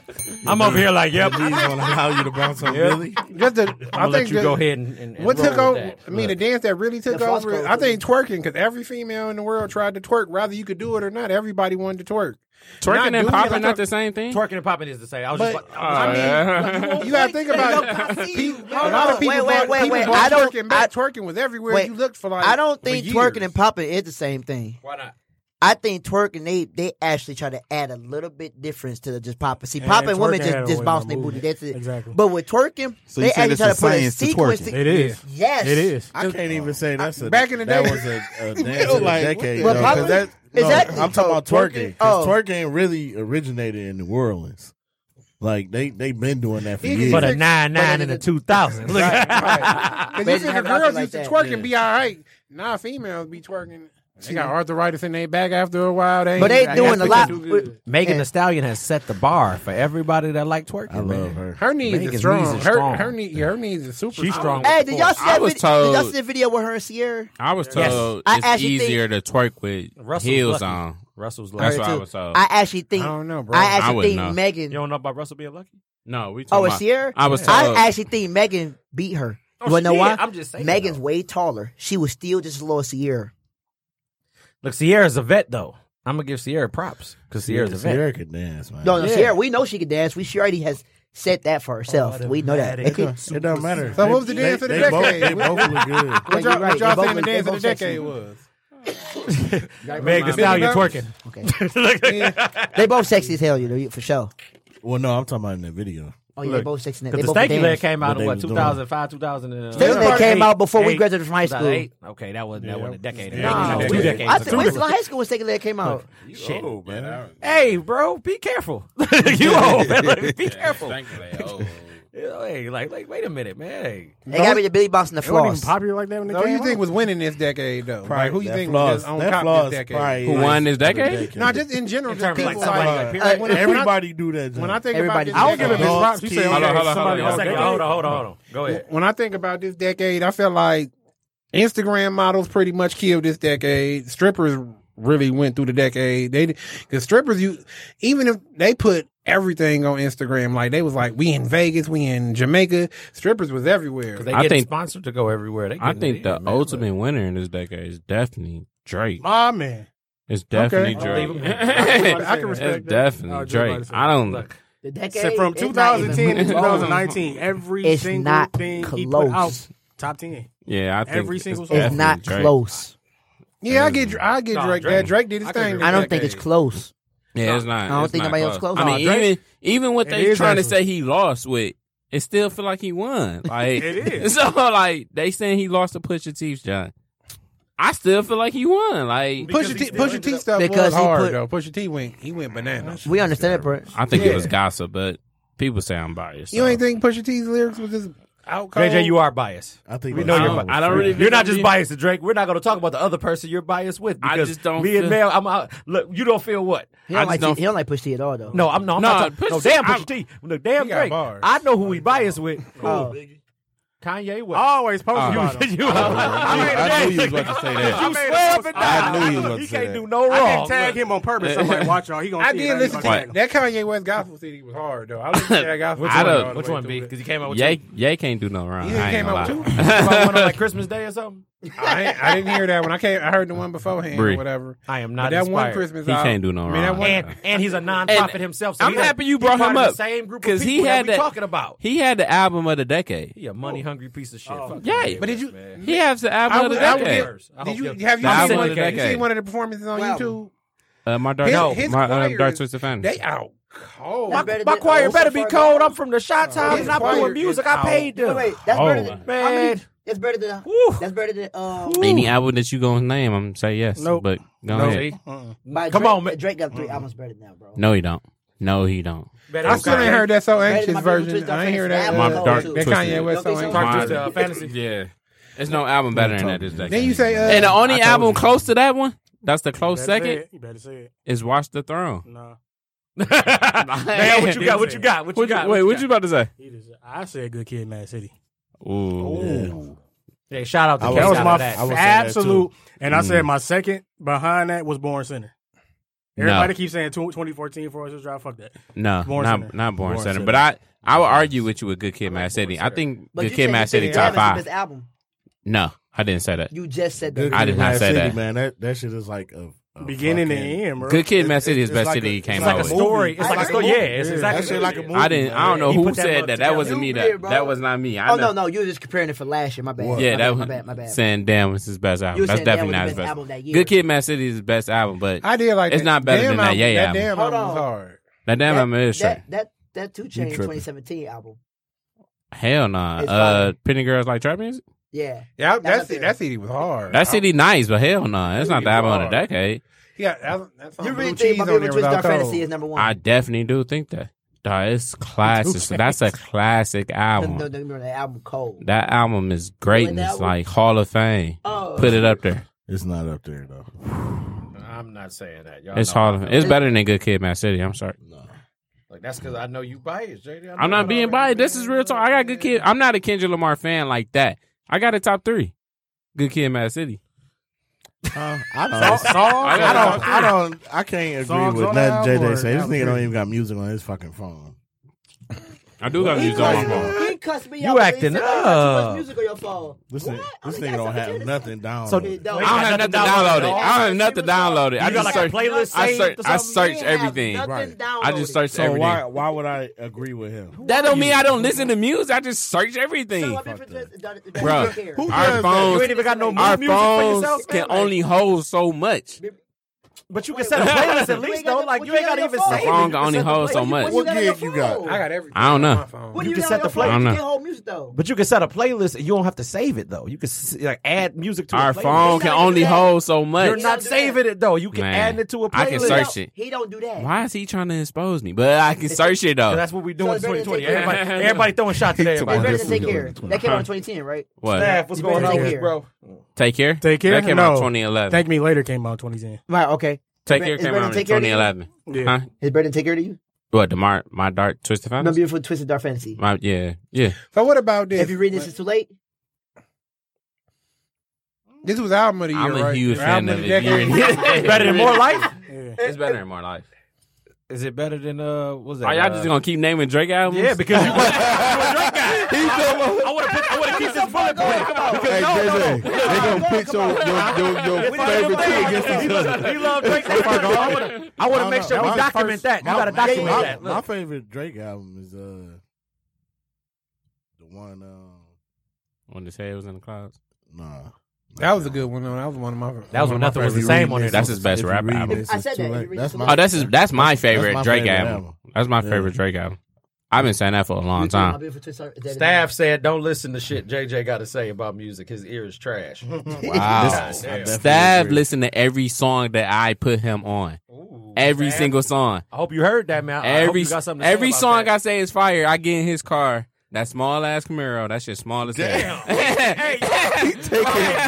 Speaker 3: I'm over here like, yep.
Speaker 8: Knees won't allow you to bounce on Billy.
Speaker 5: Just the, I
Speaker 3: I'm
Speaker 5: think
Speaker 3: gonna let you
Speaker 5: just-
Speaker 3: go ahead and, and, and
Speaker 5: What
Speaker 3: roll
Speaker 5: took
Speaker 3: with
Speaker 5: over?
Speaker 3: that.
Speaker 5: I mean, the dance that really took
Speaker 4: The floss
Speaker 5: over.
Speaker 4: code
Speaker 5: I think twerking, because every female in the world tried to twerk, whether you could do it or not. Everybody wanted to twerk.
Speaker 6: Twerking and
Speaker 5: doing it
Speaker 6: popping,
Speaker 5: like
Speaker 6: not
Speaker 5: a-
Speaker 6: the same thing.
Speaker 3: Twerking and popping is the same. I was just
Speaker 5: But- uh,
Speaker 3: like,
Speaker 6: Oh, yeah.
Speaker 5: You gotta think about it. Pe- a lot of people
Speaker 4: wait, wait,
Speaker 5: bought-
Speaker 4: wait,
Speaker 5: people
Speaker 4: wait.
Speaker 5: bought
Speaker 4: I don't.
Speaker 5: twerking
Speaker 4: I,
Speaker 5: back. twerking was everywhere
Speaker 4: wait.
Speaker 5: you looked for like
Speaker 4: I don't
Speaker 5: for
Speaker 4: think
Speaker 5: years.
Speaker 4: twerking and popping is the same thing.
Speaker 3: why not?
Speaker 4: I think twerking they they actually try to add a little bit difference to the just popping. See,
Speaker 9: And
Speaker 4: popping women
Speaker 9: twerking
Speaker 4: just
Speaker 9: had a
Speaker 4: just
Speaker 9: way
Speaker 4: bounce
Speaker 9: more
Speaker 4: their booty.
Speaker 9: movement.
Speaker 4: That's it.
Speaker 9: Exactly.
Speaker 4: But with twerking,
Speaker 7: So you
Speaker 4: they
Speaker 7: say
Speaker 4: actually
Speaker 7: it's
Speaker 4: try
Speaker 7: a
Speaker 4: to put a
Speaker 7: science to
Speaker 4: sequence.
Speaker 7: twerking.
Speaker 4: to-
Speaker 9: It is.
Speaker 4: Yes,
Speaker 9: It is.
Speaker 8: I can't even say that's a
Speaker 5: Back in the
Speaker 8: that
Speaker 5: day-
Speaker 8: was a, a dance of
Speaker 7: Like, what
Speaker 8: the decade.
Speaker 7: the-
Speaker 8: though,
Speaker 4: But
Speaker 8: 'cause
Speaker 4: probably-
Speaker 8: that,
Speaker 4: is
Speaker 8: no,
Speaker 4: that-
Speaker 8: I'm talking about
Speaker 4: oh,
Speaker 8: twerking. 'cause
Speaker 4: twerking? Oh.
Speaker 8: twerking really originated in New Orleans. Like they they've been doing that for
Speaker 5: It is.
Speaker 8: years.
Speaker 5: But
Speaker 3: But
Speaker 5: a
Speaker 3: a nine
Speaker 4: nine
Speaker 3: nine
Speaker 4: and
Speaker 3: and
Speaker 4: a
Speaker 3: a two thousand. Look,
Speaker 4: They just
Speaker 5: Because you said the
Speaker 4: have it out there
Speaker 5: girls
Speaker 4: like
Speaker 5: used to
Speaker 4: that.
Speaker 5: twerk and be all right. Nah, females be twerking. They got arthritis in their back after a while. They
Speaker 4: but they
Speaker 5: ain't-
Speaker 4: doing a
Speaker 5: that's
Speaker 4: lot.
Speaker 5: because-
Speaker 4: with-
Speaker 3: Megan
Speaker 4: Yeah.
Speaker 3: the Stallion has set the bar for everybody that like twerking.
Speaker 8: I love her.
Speaker 5: Her knees
Speaker 3: Megan's
Speaker 5: are strong.
Speaker 3: knees are
Speaker 5: her
Speaker 3: strong.
Speaker 5: her knee her knees are super.
Speaker 3: She's strong.
Speaker 4: Hey, did y'all see
Speaker 6: I
Speaker 4: that?
Speaker 6: was
Speaker 4: Vid- did y'all see
Speaker 6: told-
Speaker 4: the video with her and Sierra?
Speaker 6: I was told
Speaker 4: I
Speaker 6: it's
Speaker 4: actually think-
Speaker 6: easier to twerk with
Speaker 3: Russell's
Speaker 6: heels
Speaker 3: lucky.
Speaker 6: on.
Speaker 3: Russell's lucky.
Speaker 6: That's what
Speaker 4: Her
Speaker 6: I
Speaker 4: too.
Speaker 6: was told.
Speaker 4: I actually think.
Speaker 5: I don't know, bro.
Speaker 6: Oh.
Speaker 4: I
Speaker 6: I
Speaker 4: actually
Speaker 6: wouldn't
Speaker 4: think
Speaker 6: know.
Speaker 4: Megan.
Speaker 3: You don't know about Russell being lucky?
Speaker 6: no, we. Talking
Speaker 4: Oh, it's
Speaker 6: about-
Speaker 4: Sierra.
Speaker 6: I was told.
Speaker 4: I actually think Megan beat her.
Speaker 3: Oh,
Speaker 4: You wanna know
Speaker 3: she
Speaker 4: why?
Speaker 3: did. I'm just saying,
Speaker 4: Megan's
Speaker 3: though.
Speaker 4: way taller. She was still just a little Sierra.
Speaker 3: Look, Sierra's a vet though. I'm gonna give Sierra props because Sierra's a vet.
Speaker 8: Sierra could dance, man.
Speaker 4: No, no,
Speaker 3: Yeah.
Speaker 4: Sierra. We know she can dance. We she already has said that for herself. we know that.
Speaker 3: Automatic.
Speaker 8: It don't matter.
Speaker 5: So what was the
Speaker 8: They-
Speaker 5: dance
Speaker 8: they,
Speaker 5: of the
Speaker 8: they both-
Speaker 5: decade?
Speaker 8: They both look good.
Speaker 5: What
Speaker 4: Yeah,
Speaker 5: y'all,
Speaker 4: you're right.
Speaker 5: what y'all
Speaker 4: They
Speaker 5: saying the
Speaker 4: both-
Speaker 5: dance
Speaker 4: they
Speaker 5: of the
Speaker 4: both sexy.
Speaker 5: decade was?
Speaker 3: Meg the Stallion twerking.
Speaker 4: Okay. they both sexy as hell, you know, for sure.
Speaker 8: Well, no, I'm talking about in the video.
Speaker 4: Oh, yeah, they both sexy. They
Speaker 3: Because the
Speaker 4: both
Speaker 3: Stanky
Speaker 4: can
Speaker 3: Leg
Speaker 4: dance.
Speaker 3: came out in
Speaker 8: What they
Speaker 3: what
Speaker 8: was
Speaker 3: 2005, 2000. uh,
Speaker 4: Stanky Leg came out before we
Speaker 3: eight,
Speaker 4: graduated from high school.
Speaker 3: 2008? Okay, that wasn't that wasn't a decade.
Speaker 5: Nah,
Speaker 3: Two
Speaker 5: we-
Speaker 3: decades.
Speaker 4: I think we
Speaker 3: ago.
Speaker 4: was in high school when Second Leg came out.
Speaker 3: Shit.
Speaker 7: Oh, man.
Speaker 3: Hey, bro, be careful. you old man. Like, be careful.
Speaker 6: oh.
Speaker 3: Hey, like, like, wait a minute, man. Hey.
Speaker 4: They got me the Billy Boss and the
Speaker 9: It wasn't even
Speaker 4: floss.
Speaker 9: popular like that when it
Speaker 5: So who
Speaker 9: came
Speaker 5: you think
Speaker 9: out.
Speaker 5: was winning this decade though? Like, who you
Speaker 8: That
Speaker 5: think
Speaker 8: floss-
Speaker 5: was just on
Speaker 8: that
Speaker 5: top
Speaker 8: flows
Speaker 5: this decade?
Speaker 8: probably
Speaker 6: Who
Speaker 8: is
Speaker 6: won this
Speaker 8: the
Speaker 6: decade?
Speaker 5: No, just in general, just
Speaker 3: terms of,
Speaker 5: people
Speaker 3: like,
Speaker 5: like,
Speaker 3: somebody like Pierre-
Speaker 5: when I- when I-
Speaker 8: Everybody do that.
Speaker 5: When I think
Speaker 4: Everybody-
Speaker 5: about this
Speaker 4: I don't give
Speaker 5: decade,
Speaker 4: a
Speaker 5: I
Speaker 8: Adults,
Speaker 5: don't give
Speaker 8: kids.
Speaker 6: Hold on, hold on,
Speaker 3: Somebody
Speaker 6: hold
Speaker 3: else
Speaker 6: on.
Speaker 3: take it. Hold on, hold on, hold on. Go ahead.
Speaker 5: When I think about this decade, I felt like Instagram models pretty much killed this decade. Strippers really went through the decade. They because strippers, you even if they put everything on Instagram, like they was like, we in Vegas, we in Jamaica. Strippers was everywhere.
Speaker 3: They
Speaker 6: I
Speaker 3: get
Speaker 6: think-
Speaker 3: sponsored to go everywhere. They
Speaker 6: I
Speaker 3: getting
Speaker 6: think
Speaker 3: it
Speaker 6: the
Speaker 3: in, man,
Speaker 6: ultimate winner in this decade is definitely Drake.
Speaker 10: My man.
Speaker 6: It's definitely
Speaker 5: Okay.
Speaker 6: Drake.
Speaker 10: I can respect
Speaker 6: it's
Speaker 10: that. I
Speaker 6: definitely
Speaker 10: was just about
Speaker 6: Drake.
Speaker 10: to say
Speaker 6: I don't.
Speaker 3: Look,
Speaker 4: The decade
Speaker 10: So from
Speaker 4: is not even
Speaker 10: 2010 to
Speaker 4: close.
Speaker 10: 2019, every
Speaker 4: It's
Speaker 10: single
Speaker 4: not
Speaker 10: thing he put
Speaker 4: close.
Speaker 10: out, top 10.
Speaker 6: Yeah, I think
Speaker 10: Every
Speaker 6: it's
Speaker 10: single song.
Speaker 4: It's
Speaker 6: definitely
Speaker 4: not
Speaker 6: Drake.
Speaker 4: close.
Speaker 5: yeah, I get, I get
Speaker 3: Nah,
Speaker 5: Drake.
Speaker 3: Drake.
Speaker 5: That Drake did his
Speaker 3: I can
Speaker 5: thing.
Speaker 3: agree
Speaker 5: this
Speaker 4: I don't think
Speaker 5: decade.
Speaker 4: it's close.
Speaker 6: Yeah, it's not.
Speaker 4: I don't
Speaker 6: it's
Speaker 4: think
Speaker 6: not
Speaker 4: nobody else close.
Speaker 6: I
Speaker 4: No,
Speaker 6: mean,
Speaker 4: Drake-
Speaker 6: even even what
Speaker 4: It
Speaker 6: they
Speaker 4: is
Speaker 6: trying to
Speaker 4: actually.
Speaker 6: say he lost with, it still feel like he won. Like
Speaker 3: It is.
Speaker 6: So like they saying he lost to Pusha T's John. I still feel like he won. Like
Speaker 5: Pusha T, Pusha T stuff was
Speaker 4: Because he
Speaker 5: hard
Speaker 4: put-
Speaker 5: though. Pusha T went, he went bananas.
Speaker 4: We understand that, Prince.
Speaker 6: I think
Speaker 5: Yeah.
Speaker 6: it was gossip, but people say I'm biased.
Speaker 5: You ain't think Pusha T's lyrics was just out cold?
Speaker 3: JJ, you are biased.
Speaker 8: I think
Speaker 3: We
Speaker 8: that's
Speaker 3: know
Speaker 6: I
Speaker 3: you're
Speaker 6: don't,
Speaker 3: biased.
Speaker 6: I don't really.
Speaker 3: You're
Speaker 6: think
Speaker 3: not
Speaker 6: I'm
Speaker 3: just
Speaker 6: being-
Speaker 3: biased to Drake. We're not going to talk about the other person you're biased with.
Speaker 6: I
Speaker 3: Because
Speaker 6: just don't
Speaker 3: Me and
Speaker 6: feel-
Speaker 3: Mel, I'm out. Look, you don't feel what?
Speaker 4: He
Speaker 6: I
Speaker 4: don't
Speaker 6: just
Speaker 4: like
Speaker 6: don't-
Speaker 4: T- he don't like Push T at all though.
Speaker 3: No, I'm not. I'm
Speaker 6: Nah,
Speaker 3: not talking, no,
Speaker 6: Pusha T-
Speaker 3: damn
Speaker 6: I-
Speaker 3: Pusha T. No, damn
Speaker 5: He got
Speaker 3: Drake.
Speaker 5: bars.
Speaker 3: I know who he biased with. Uh,
Speaker 4: Oh.
Speaker 3: Kanye West. I
Speaker 5: always post
Speaker 11: Oh.
Speaker 5: about him.
Speaker 3: you, you, I
Speaker 11: knew- I knew you was about to say that.
Speaker 3: You swear up and down.
Speaker 11: I knew you was about
Speaker 3: He
Speaker 11: to say
Speaker 3: can't
Speaker 11: that.
Speaker 3: do no
Speaker 7: I
Speaker 3: wrong.
Speaker 7: didn't tag him on purpose. I'm like, watch y'all. He gonna
Speaker 5: I
Speaker 7: see
Speaker 5: did
Speaker 7: it.
Speaker 5: listen to
Speaker 7: How you
Speaker 5: that.
Speaker 7: gonna
Speaker 5: That Kanye West gospel CD was hard though. I listened to that gospel.
Speaker 6: I
Speaker 5: CD
Speaker 6: don't-
Speaker 5: all the
Speaker 3: Which
Speaker 5: way
Speaker 3: one,
Speaker 5: through
Speaker 3: B?
Speaker 5: it.
Speaker 3: Because he came out with
Speaker 6: Ye,
Speaker 3: two.
Speaker 6: Ye can't do no wrong.
Speaker 5: Yeah,
Speaker 6: I
Speaker 5: he
Speaker 6: ain't
Speaker 5: came
Speaker 6: gonna
Speaker 5: out with
Speaker 6: lie.
Speaker 5: two.
Speaker 3: About one on like Christmas Day or something.
Speaker 5: I, ain't- I didn't hear that one. I can't. I heard the one beforehand
Speaker 6: Bree.
Speaker 5: or whatever.
Speaker 3: I am
Speaker 5: But
Speaker 3: not
Speaker 5: that one
Speaker 3: inspired.
Speaker 5: Christmas,
Speaker 6: He
Speaker 5: album-
Speaker 6: can't do no
Speaker 5: I mean, that
Speaker 6: wrong.
Speaker 5: one,
Speaker 3: and and he's a nonprofit
Speaker 6: And
Speaker 3: himself. So
Speaker 6: I'm
Speaker 3: he a-
Speaker 6: happy you
Speaker 3: he
Speaker 6: brought
Speaker 3: part
Speaker 6: him
Speaker 3: of
Speaker 6: up
Speaker 3: The same group
Speaker 6: because
Speaker 3: because
Speaker 6: he had
Speaker 3: we
Speaker 6: that.
Speaker 3: talking about. Oh,
Speaker 6: He had the album of the decade.
Speaker 3: He a money hungry piece of shit. Fuck
Speaker 6: Yeah.
Speaker 3: him.
Speaker 5: But did you-
Speaker 3: Man.
Speaker 6: He has the album
Speaker 5: I
Speaker 6: of the
Speaker 5: would, I would
Speaker 3: decade.
Speaker 5: get,
Speaker 6: decade.
Speaker 3: First. I
Speaker 5: did
Speaker 3: hope
Speaker 5: you
Speaker 3: you-
Speaker 5: have you
Speaker 6: The
Speaker 5: seen
Speaker 6: album
Speaker 5: one,
Speaker 6: of the
Speaker 5: you
Speaker 6: decade.
Speaker 5: seen one of the performances on
Speaker 7: Wow.
Speaker 5: YouTube?
Speaker 6: Uh, my dark,
Speaker 5: His-
Speaker 6: no,
Speaker 5: his
Speaker 6: my uh,
Speaker 5: choir
Speaker 6: dark
Speaker 5: is-
Speaker 6: twisted fantasy.
Speaker 5: They out cold.
Speaker 4: That
Speaker 5: My-
Speaker 4: better
Speaker 3: My
Speaker 4: than-
Speaker 3: choir
Speaker 4: oh,
Speaker 3: better
Speaker 4: so
Speaker 3: be
Speaker 4: far
Speaker 3: cold. I'm from the shot town,
Speaker 5: his
Speaker 3: and I'm
Speaker 5: choir
Speaker 3: doing
Speaker 5: is
Speaker 3: music. I
Speaker 5: out.
Speaker 3: paid
Speaker 4: Wait,
Speaker 3: them.
Speaker 4: wait, that's
Speaker 6: Oh,
Speaker 4: better than
Speaker 3: man.
Speaker 4: I mean, that's better than
Speaker 3: Woo.
Speaker 4: that's better than um.
Speaker 6: Any album that you gonna name, I'm gonna say yes.
Speaker 3: Nope.
Speaker 6: But go
Speaker 3: No,
Speaker 6: ahead.
Speaker 3: see?
Speaker 4: by
Speaker 3: Come
Speaker 4: Drake,
Speaker 3: on, man.
Speaker 4: Drake got three albums better than that, bro.
Speaker 6: No, he don't. No, he don't.
Speaker 3: Better
Speaker 5: I
Speaker 3: than
Speaker 5: still ain't
Speaker 3: Kanye.
Speaker 5: heard that so
Speaker 4: Better than
Speaker 5: anxious
Speaker 4: my people
Speaker 5: version.
Speaker 4: twist
Speaker 5: I ain't
Speaker 4: our
Speaker 5: heard
Speaker 4: fans
Speaker 5: that.
Speaker 4: for
Speaker 6: My
Speaker 5: uh,
Speaker 4: Apple
Speaker 6: dark
Speaker 4: too.
Speaker 5: that
Speaker 6: twisted.
Speaker 5: Kanye West
Speaker 4: Don't think
Speaker 5: song ain't
Speaker 4: so.
Speaker 3: Talk
Speaker 5: cold.
Speaker 3: to the uh, fantasy.
Speaker 6: Yeah, there's no album better than that. This decade.
Speaker 5: Then you say, uh,
Speaker 6: and the only
Speaker 3: I told
Speaker 6: album
Speaker 3: you.
Speaker 6: close to that one, that's the close
Speaker 7: see it?
Speaker 6: second,
Speaker 7: You better say it.
Speaker 6: is Watch the Throne.
Speaker 7: No,
Speaker 3: Man, what you got? What you got? What you
Speaker 6: What you-
Speaker 3: got?
Speaker 6: wait, what you about to say?
Speaker 7: he just. I said good kid, Mad City.
Speaker 6: Ooh.
Speaker 3: Hey, shout out to
Speaker 8: I
Speaker 3: Kate
Speaker 8: was-
Speaker 7: That was
Speaker 3: out
Speaker 7: my
Speaker 3: of that.
Speaker 8: I would say that
Speaker 7: absolute. And I
Speaker 5: Mm.
Speaker 7: said my second behind that was Born Center.
Speaker 6: No.
Speaker 7: Everybody keeps saying tw- 2014 for us to drive. Fuck that.
Speaker 6: No,
Speaker 7: Born
Speaker 6: not
Speaker 7: Center.
Speaker 6: not Born
Speaker 7: Born
Speaker 6: Center.
Speaker 7: Center.
Speaker 6: But I I would argue with you with Good Kid, Mad City. I think
Speaker 4: But
Speaker 6: Good
Speaker 4: you
Speaker 6: Kid,
Speaker 4: said
Speaker 6: Mad
Speaker 4: you
Speaker 6: City
Speaker 4: said
Speaker 6: top
Speaker 4: Jam is the
Speaker 6: five.
Speaker 4: Best album.
Speaker 6: No, I didn't say that.
Speaker 4: You just said that.
Speaker 8: Good
Speaker 6: I
Speaker 8: Kid,
Speaker 6: did not
Speaker 8: Mad
Speaker 6: say
Speaker 8: City,
Speaker 6: that.
Speaker 8: Man, that that shit is like a, a
Speaker 7: Beginning to
Speaker 8: fucking-
Speaker 7: end, bro.
Speaker 6: Good Kid, Mad City is
Speaker 8: it's
Speaker 6: best
Speaker 8: like
Speaker 6: city
Speaker 8: a-
Speaker 6: he
Speaker 8: it's
Speaker 6: came
Speaker 8: like
Speaker 6: out
Speaker 8: a
Speaker 6: with.
Speaker 3: Story. It's
Speaker 4: I
Speaker 3: like a
Speaker 4: like
Speaker 3: story.
Speaker 4: that
Speaker 3: Yeah,
Speaker 4: movie.
Speaker 3: it's exactly
Speaker 8: That shit like a movie.
Speaker 6: I didn't. I don't know
Speaker 3: He
Speaker 6: who
Speaker 3: put that
Speaker 6: said
Speaker 3: up
Speaker 6: that. That
Speaker 3: together.
Speaker 6: wasn't me.
Speaker 4: You
Speaker 6: That
Speaker 4: weird, bro.
Speaker 6: that was not me. I
Speaker 4: Oh
Speaker 6: know.
Speaker 4: no, no, you were just comparing it for last year. My bad.
Speaker 6: Yeah, that
Speaker 4: my bad,
Speaker 6: was
Speaker 4: my bad. My bad.
Speaker 6: Saying Damn was his best
Speaker 4: You
Speaker 6: album.
Speaker 4: were
Speaker 6: That's
Speaker 4: saying that
Speaker 6: definitely
Speaker 4: was
Speaker 6: not
Speaker 4: the
Speaker 6: his
Speaker 4: best
Speaker 6: best.
Speaker 4: album that year.
Speaker 6: Good Kid, Mad City is his best album, but
Speaker 5: I did like
Speaker 6: It's
Speaker 5: that.
Speaker 6: not better
Speaker 5: Damn
Speaker 6: than that
Speaker 5: album-
Speaker 6: Ye
Speaker 5: That
Speaker 6: album.
Speaker 5: damn
Speaker 4: Hold
Speaker 5: album was
Speaker 4: on.
Speaker 5: hard.
Speaker 6: that damn album is
Speaker 4: that,
Speaker 6: straight.
Speaker 4: that that that two chain
Speaker 8: tripping.
Speaker 4: 2017 album.
Speaker 6: Hell nah.
Speaker 4: It's
Speaker 6: Uh,
Speaker 4: fire.
Speaker 6: Penny Girls Like Trap Music.
Speaker 4: Yeah,
Speaker 5: Yeah,
Speaker 4: That's
Speaker 5: that
Speaker 4: up
Speaker 5: CD,
Speaker 4: there.
Speaker 5: that CD was hard.
Speaker 6: That city nice, but hell nah. That's not the
Speaker 5: Yeah,
Speaker 6: album of
Speaker 5: hard.
Speaker 6: the decade.
Speaker 5: Yeah, that, that song
Speaker 4: you really
Speaker 5: Blue
Speaker 4: think
Speaker 5: Cheese
Speaker 4: my favorite
Speaker 5: on there was
Speaker 4: Twist
Speaker 5: all
Speaker 4: Our Fantasy
Speaker 5: cold.
Speaker 4: is number one?
Speaker 6: I definitely do think that. Dawg, it's classic. So that's a classic
Speaker 4: no, no,
Speaker 6: album.
Speaker 4: no, no, that album cold.
Speaker 6: That album is greatness,
Speaker 4: album?
Speaker 6: like Hall of Fame.
Speaker 4: Oh.
Speaker 6: Put it up there.
Speaker 8: It's not up there though.
Speaker 3: I'm not saying that. Y'all
Speaker 6: It's
Speaker 3: know.
Speaker 6: Hall of Fame. It's better than Good Kid, Mad City. I'm sorry.
Speaker 3: Like that's because I know you biased, JD. I
Speaker 6: I'm
Speaker 3: know
Speaker 6: not
Speaker 3: it
Speaker 6: being
Speaker 3: already.
Speaker 6: biased. This is real talk. I got Good Kid. I'm not a Kendrick Lamar fan like that. I got a top three. Good Kid, Mad City.
Speaker 8: Huh? I don't. I don't. I don't. I can't
Speaker 7: Songs
Speaker 8: agree with
Speaker 7: on the
Speaker 8: nothing
Speaker 7: album
Speaker 8: JJ
Speaker 7: or
Speaker 8: say. This
Speaker 7: album
Speaker 8: nigga
Speaker 7: period?
Speaker 8: don't even got music on his fucking phone.
Speaker 6: I do got
Speaker 4: He
Speaker 6: music on my
Speaker 4: cussed-
Speaker 6: phone.
Speaker 4: He cussed me
Speaker 3: You
Speaker 4: out. when he
Speaker 3: acting
Speaker 4: said, "Oh, you got Too
Speaker 3: up.
Speaker 4: much music on your phone.
Speaker 8: This
Speaker 4: What?
Speaker 8: nigga,
Speaker 4: I
Speaker 8: this
Speaker 4: only
Speaker 8: nigga
Speaker 4: got
Speaker 8: don't have
Speaker 4: seven
Speaker 8: nothing down.
Speaker 3: So-
Speaker 4: minutes.
Speaker 3: don't-
Speaker 6: I don't have nothing downloaded. I don't have nothing downloaded. I
Speaker 3: You got
Speaker 6: just
Speaker 3: like a
Speaker 6: search.
Speaker 3: playlist
Speaker 6: I
Speaker 3: saved
Speaker 6: search.
Speaker 3: or
Speaker 6: I
Speaker 3: something?
Speaker 6: search
Speaker 4: You have
Speaker 6: everything.
Speaker 4: nothing
Speaker 8: Right.
Speaker 6: I just
Speaker 4: downloaded.
Speaker 6: search everything.
Speaker 8: why would I agree with him?
Speaker 6: That don't mean I don't listen to music. I just search everything.
Speaker 4: So I mean, for Twist- that- that-
Speaker 6: Bruh.
Speaker 4: that- that-
Speaker 8: Who
Speaker 6: Our
Speaker 8: does that?
Speaker 6: phones-
Speaker 3: You ain't even got no
Speaker 4: Our
Speaker 3: more
Speaker 6: Our
Speaker 3: music for yourself.
Speaker 6: phones can
Speaker 3: man. Like,
Speaker 6: only hold so much.
Speaker 3: but you can set a playlist at least though. Like you ain't got to even
Speaker 4: Our
Speaker 3: say.
Speaker 6: phone can only hold so much.
Speaker 8: What gig you got?
Speaker 5: I got everything.
Speaker 6: I don't know.
Speaker 5: On my phone.
Speaker 3: You
Speaker 4: What do you
Speaker 3: can
Speaker 4: got
Speaker 3: set
Speaker 4: on your
Speaker 3: the play.
Speaker 6: I don't
Speaker 4: phone? You
Speaker 6: know.
Speaker 4: get whole music though.
Speaker 3: But you can set a playlist and you don't have to save it though. You can s- like add music to a
Speaker 6: Our
Speaker 3: playlist.
Speaker 6: phone can only hold so
Speaker 3: You're
Speaker 6: much.
Speaker 3: not saving it though. You can
Speaker 6: Man,
Speaker 3: add it to a playlist.
Speaker 6: I can
Speaker 4: He
Speaker 6: search
Speaker 4: don't-
Speaker 6: it.
Speaker 4: He don't do that.
Speaker 6: Why is he trying to expose me? But I can search it though.
Speaker 3: That's what we doing
Speaker 4: So
Speaker 3: in
Speaker 4: it's better than
Speaker 3: 2020.
Speaker 4: taking-
Speaker 3: Everybody, everybody throwing shots at
Speaker 4: It's
Speaker 3: everybody.
Speaker 4: better than take care. That came out in 2010, right?
Speaker 6: What?
Speaker 3: Staff, what's
Speaker 4: You
Speaker 3: going
Speaker 4: better
Speaker 3: on,
Speaker 4: take
Speaker 3: with you,
Speaker 4: care.
Speaker 3: bro?
Speaker 6: Take care.
Speaker 7: Take care.
Speaker 6: That came
Speaker 7: no.
Speaker 6: out 2011.
Speaker 7: Thank me later came out 2010.
Speaker 4: Right. Okay.
Speaker 6: Take
Speaker 4: It's
Speaker 6: care
Speaker 4: better
Speaker 6: came
Speaker 4: than
Speaker 6: out in
Speaker 4: Take Care to you?
Speaker 6: 2011.
Speaker 7: Yeah.
Speaker 6: Huh?
Speaker 4: Is better than take care to you?
Speaker 6: What? The mar- my dark twisted
Speaker 4: My
Speaker 6: fantasy.
Speaker 4: beautiful twisted dark fantasy.
Speaker 6: My yeah yeah.
Speaker 5: So what about this?
Speaker 4: If you read this, it's too late.
Speaker 5: This was album of the year,
Speaker 6: I'm a
Speaker 5: right?
Speaker 6: huge
Speaker 5: Or
Speaker 6: fan
Speaker 5: album
Speaker 6: of
Speaker 5: the
Speaker 6: it.
Speaker 5: decade.
Speaker 6: It's
Speaker 3: Better than more life.
Speaker 6: It's better than more life.
Speaker 3: Is it better than uh? What's that? Uh,
Speaker 6: Are Oh, y'all just gonna keep naming Drake albums?
Speaker 3: Yeah, because you you a drunk guy. I want to put. I want to keep this bullet point.
Speaker 8: Hey, JJ, they gonna put your your your, your favorite two against each other.
Speaker 3: We love Drake. so much, though. I want to. I want to
Speaker 8: No,
Speaker 3: make
Speaker 8: no,
Speaker 3: sure
Speaker 8: that
Speaker 3: we
Speaker 8: was
Speaker 3: document
Speaker 8: first-
Speaker 3: that. You
Speaker 8: my-
Speaker 3: gotta
Speaker 8: my-
Speaker 3: document
Speaker 8: my-
Speaker 3: that.
Speaker 8: My
Speaker 3: Look.
Speaker 8: favorite Drake album is uh the one um
Speaker 6: When his head was in the clouds.
Speaker 8: nah
Speaker 5: That was a good one. though. That was one of my.
Speaker 6: That was when nothing was the same on it. That's his best rap album.
Speaker 5: I said that.
Speaker 6: That's my, oh, that's his, that's my favorite
Speaker 8: my
Speaker 6: Drake
Speaker 8: favorite
Speaker 6: album.
Speaker 8: album.
Speaker 6: That's my favorite Drake album. I've been saying that for a long time.
Speaker 3: Staff said, "Don't listen to shit JJ got to say about music. His ear is trash."
Speaker 6: Wow.
Speaker 3: God damn.
Speaker 6: Stav listened to every song that I put him on. every
Speaker 3: Stav.
Speaker 6: single song.
Speaker 3: I hope you heard that, man. I hope
Speaker 6: Every
Speaker 3: you got something to say
Speaker 6: every
Speaker 3: about
Speaker 6: song
Speaker 3: that.
Speaker 6: I say is fire. I get in his car. That small ass Camaro. That shit small as hell.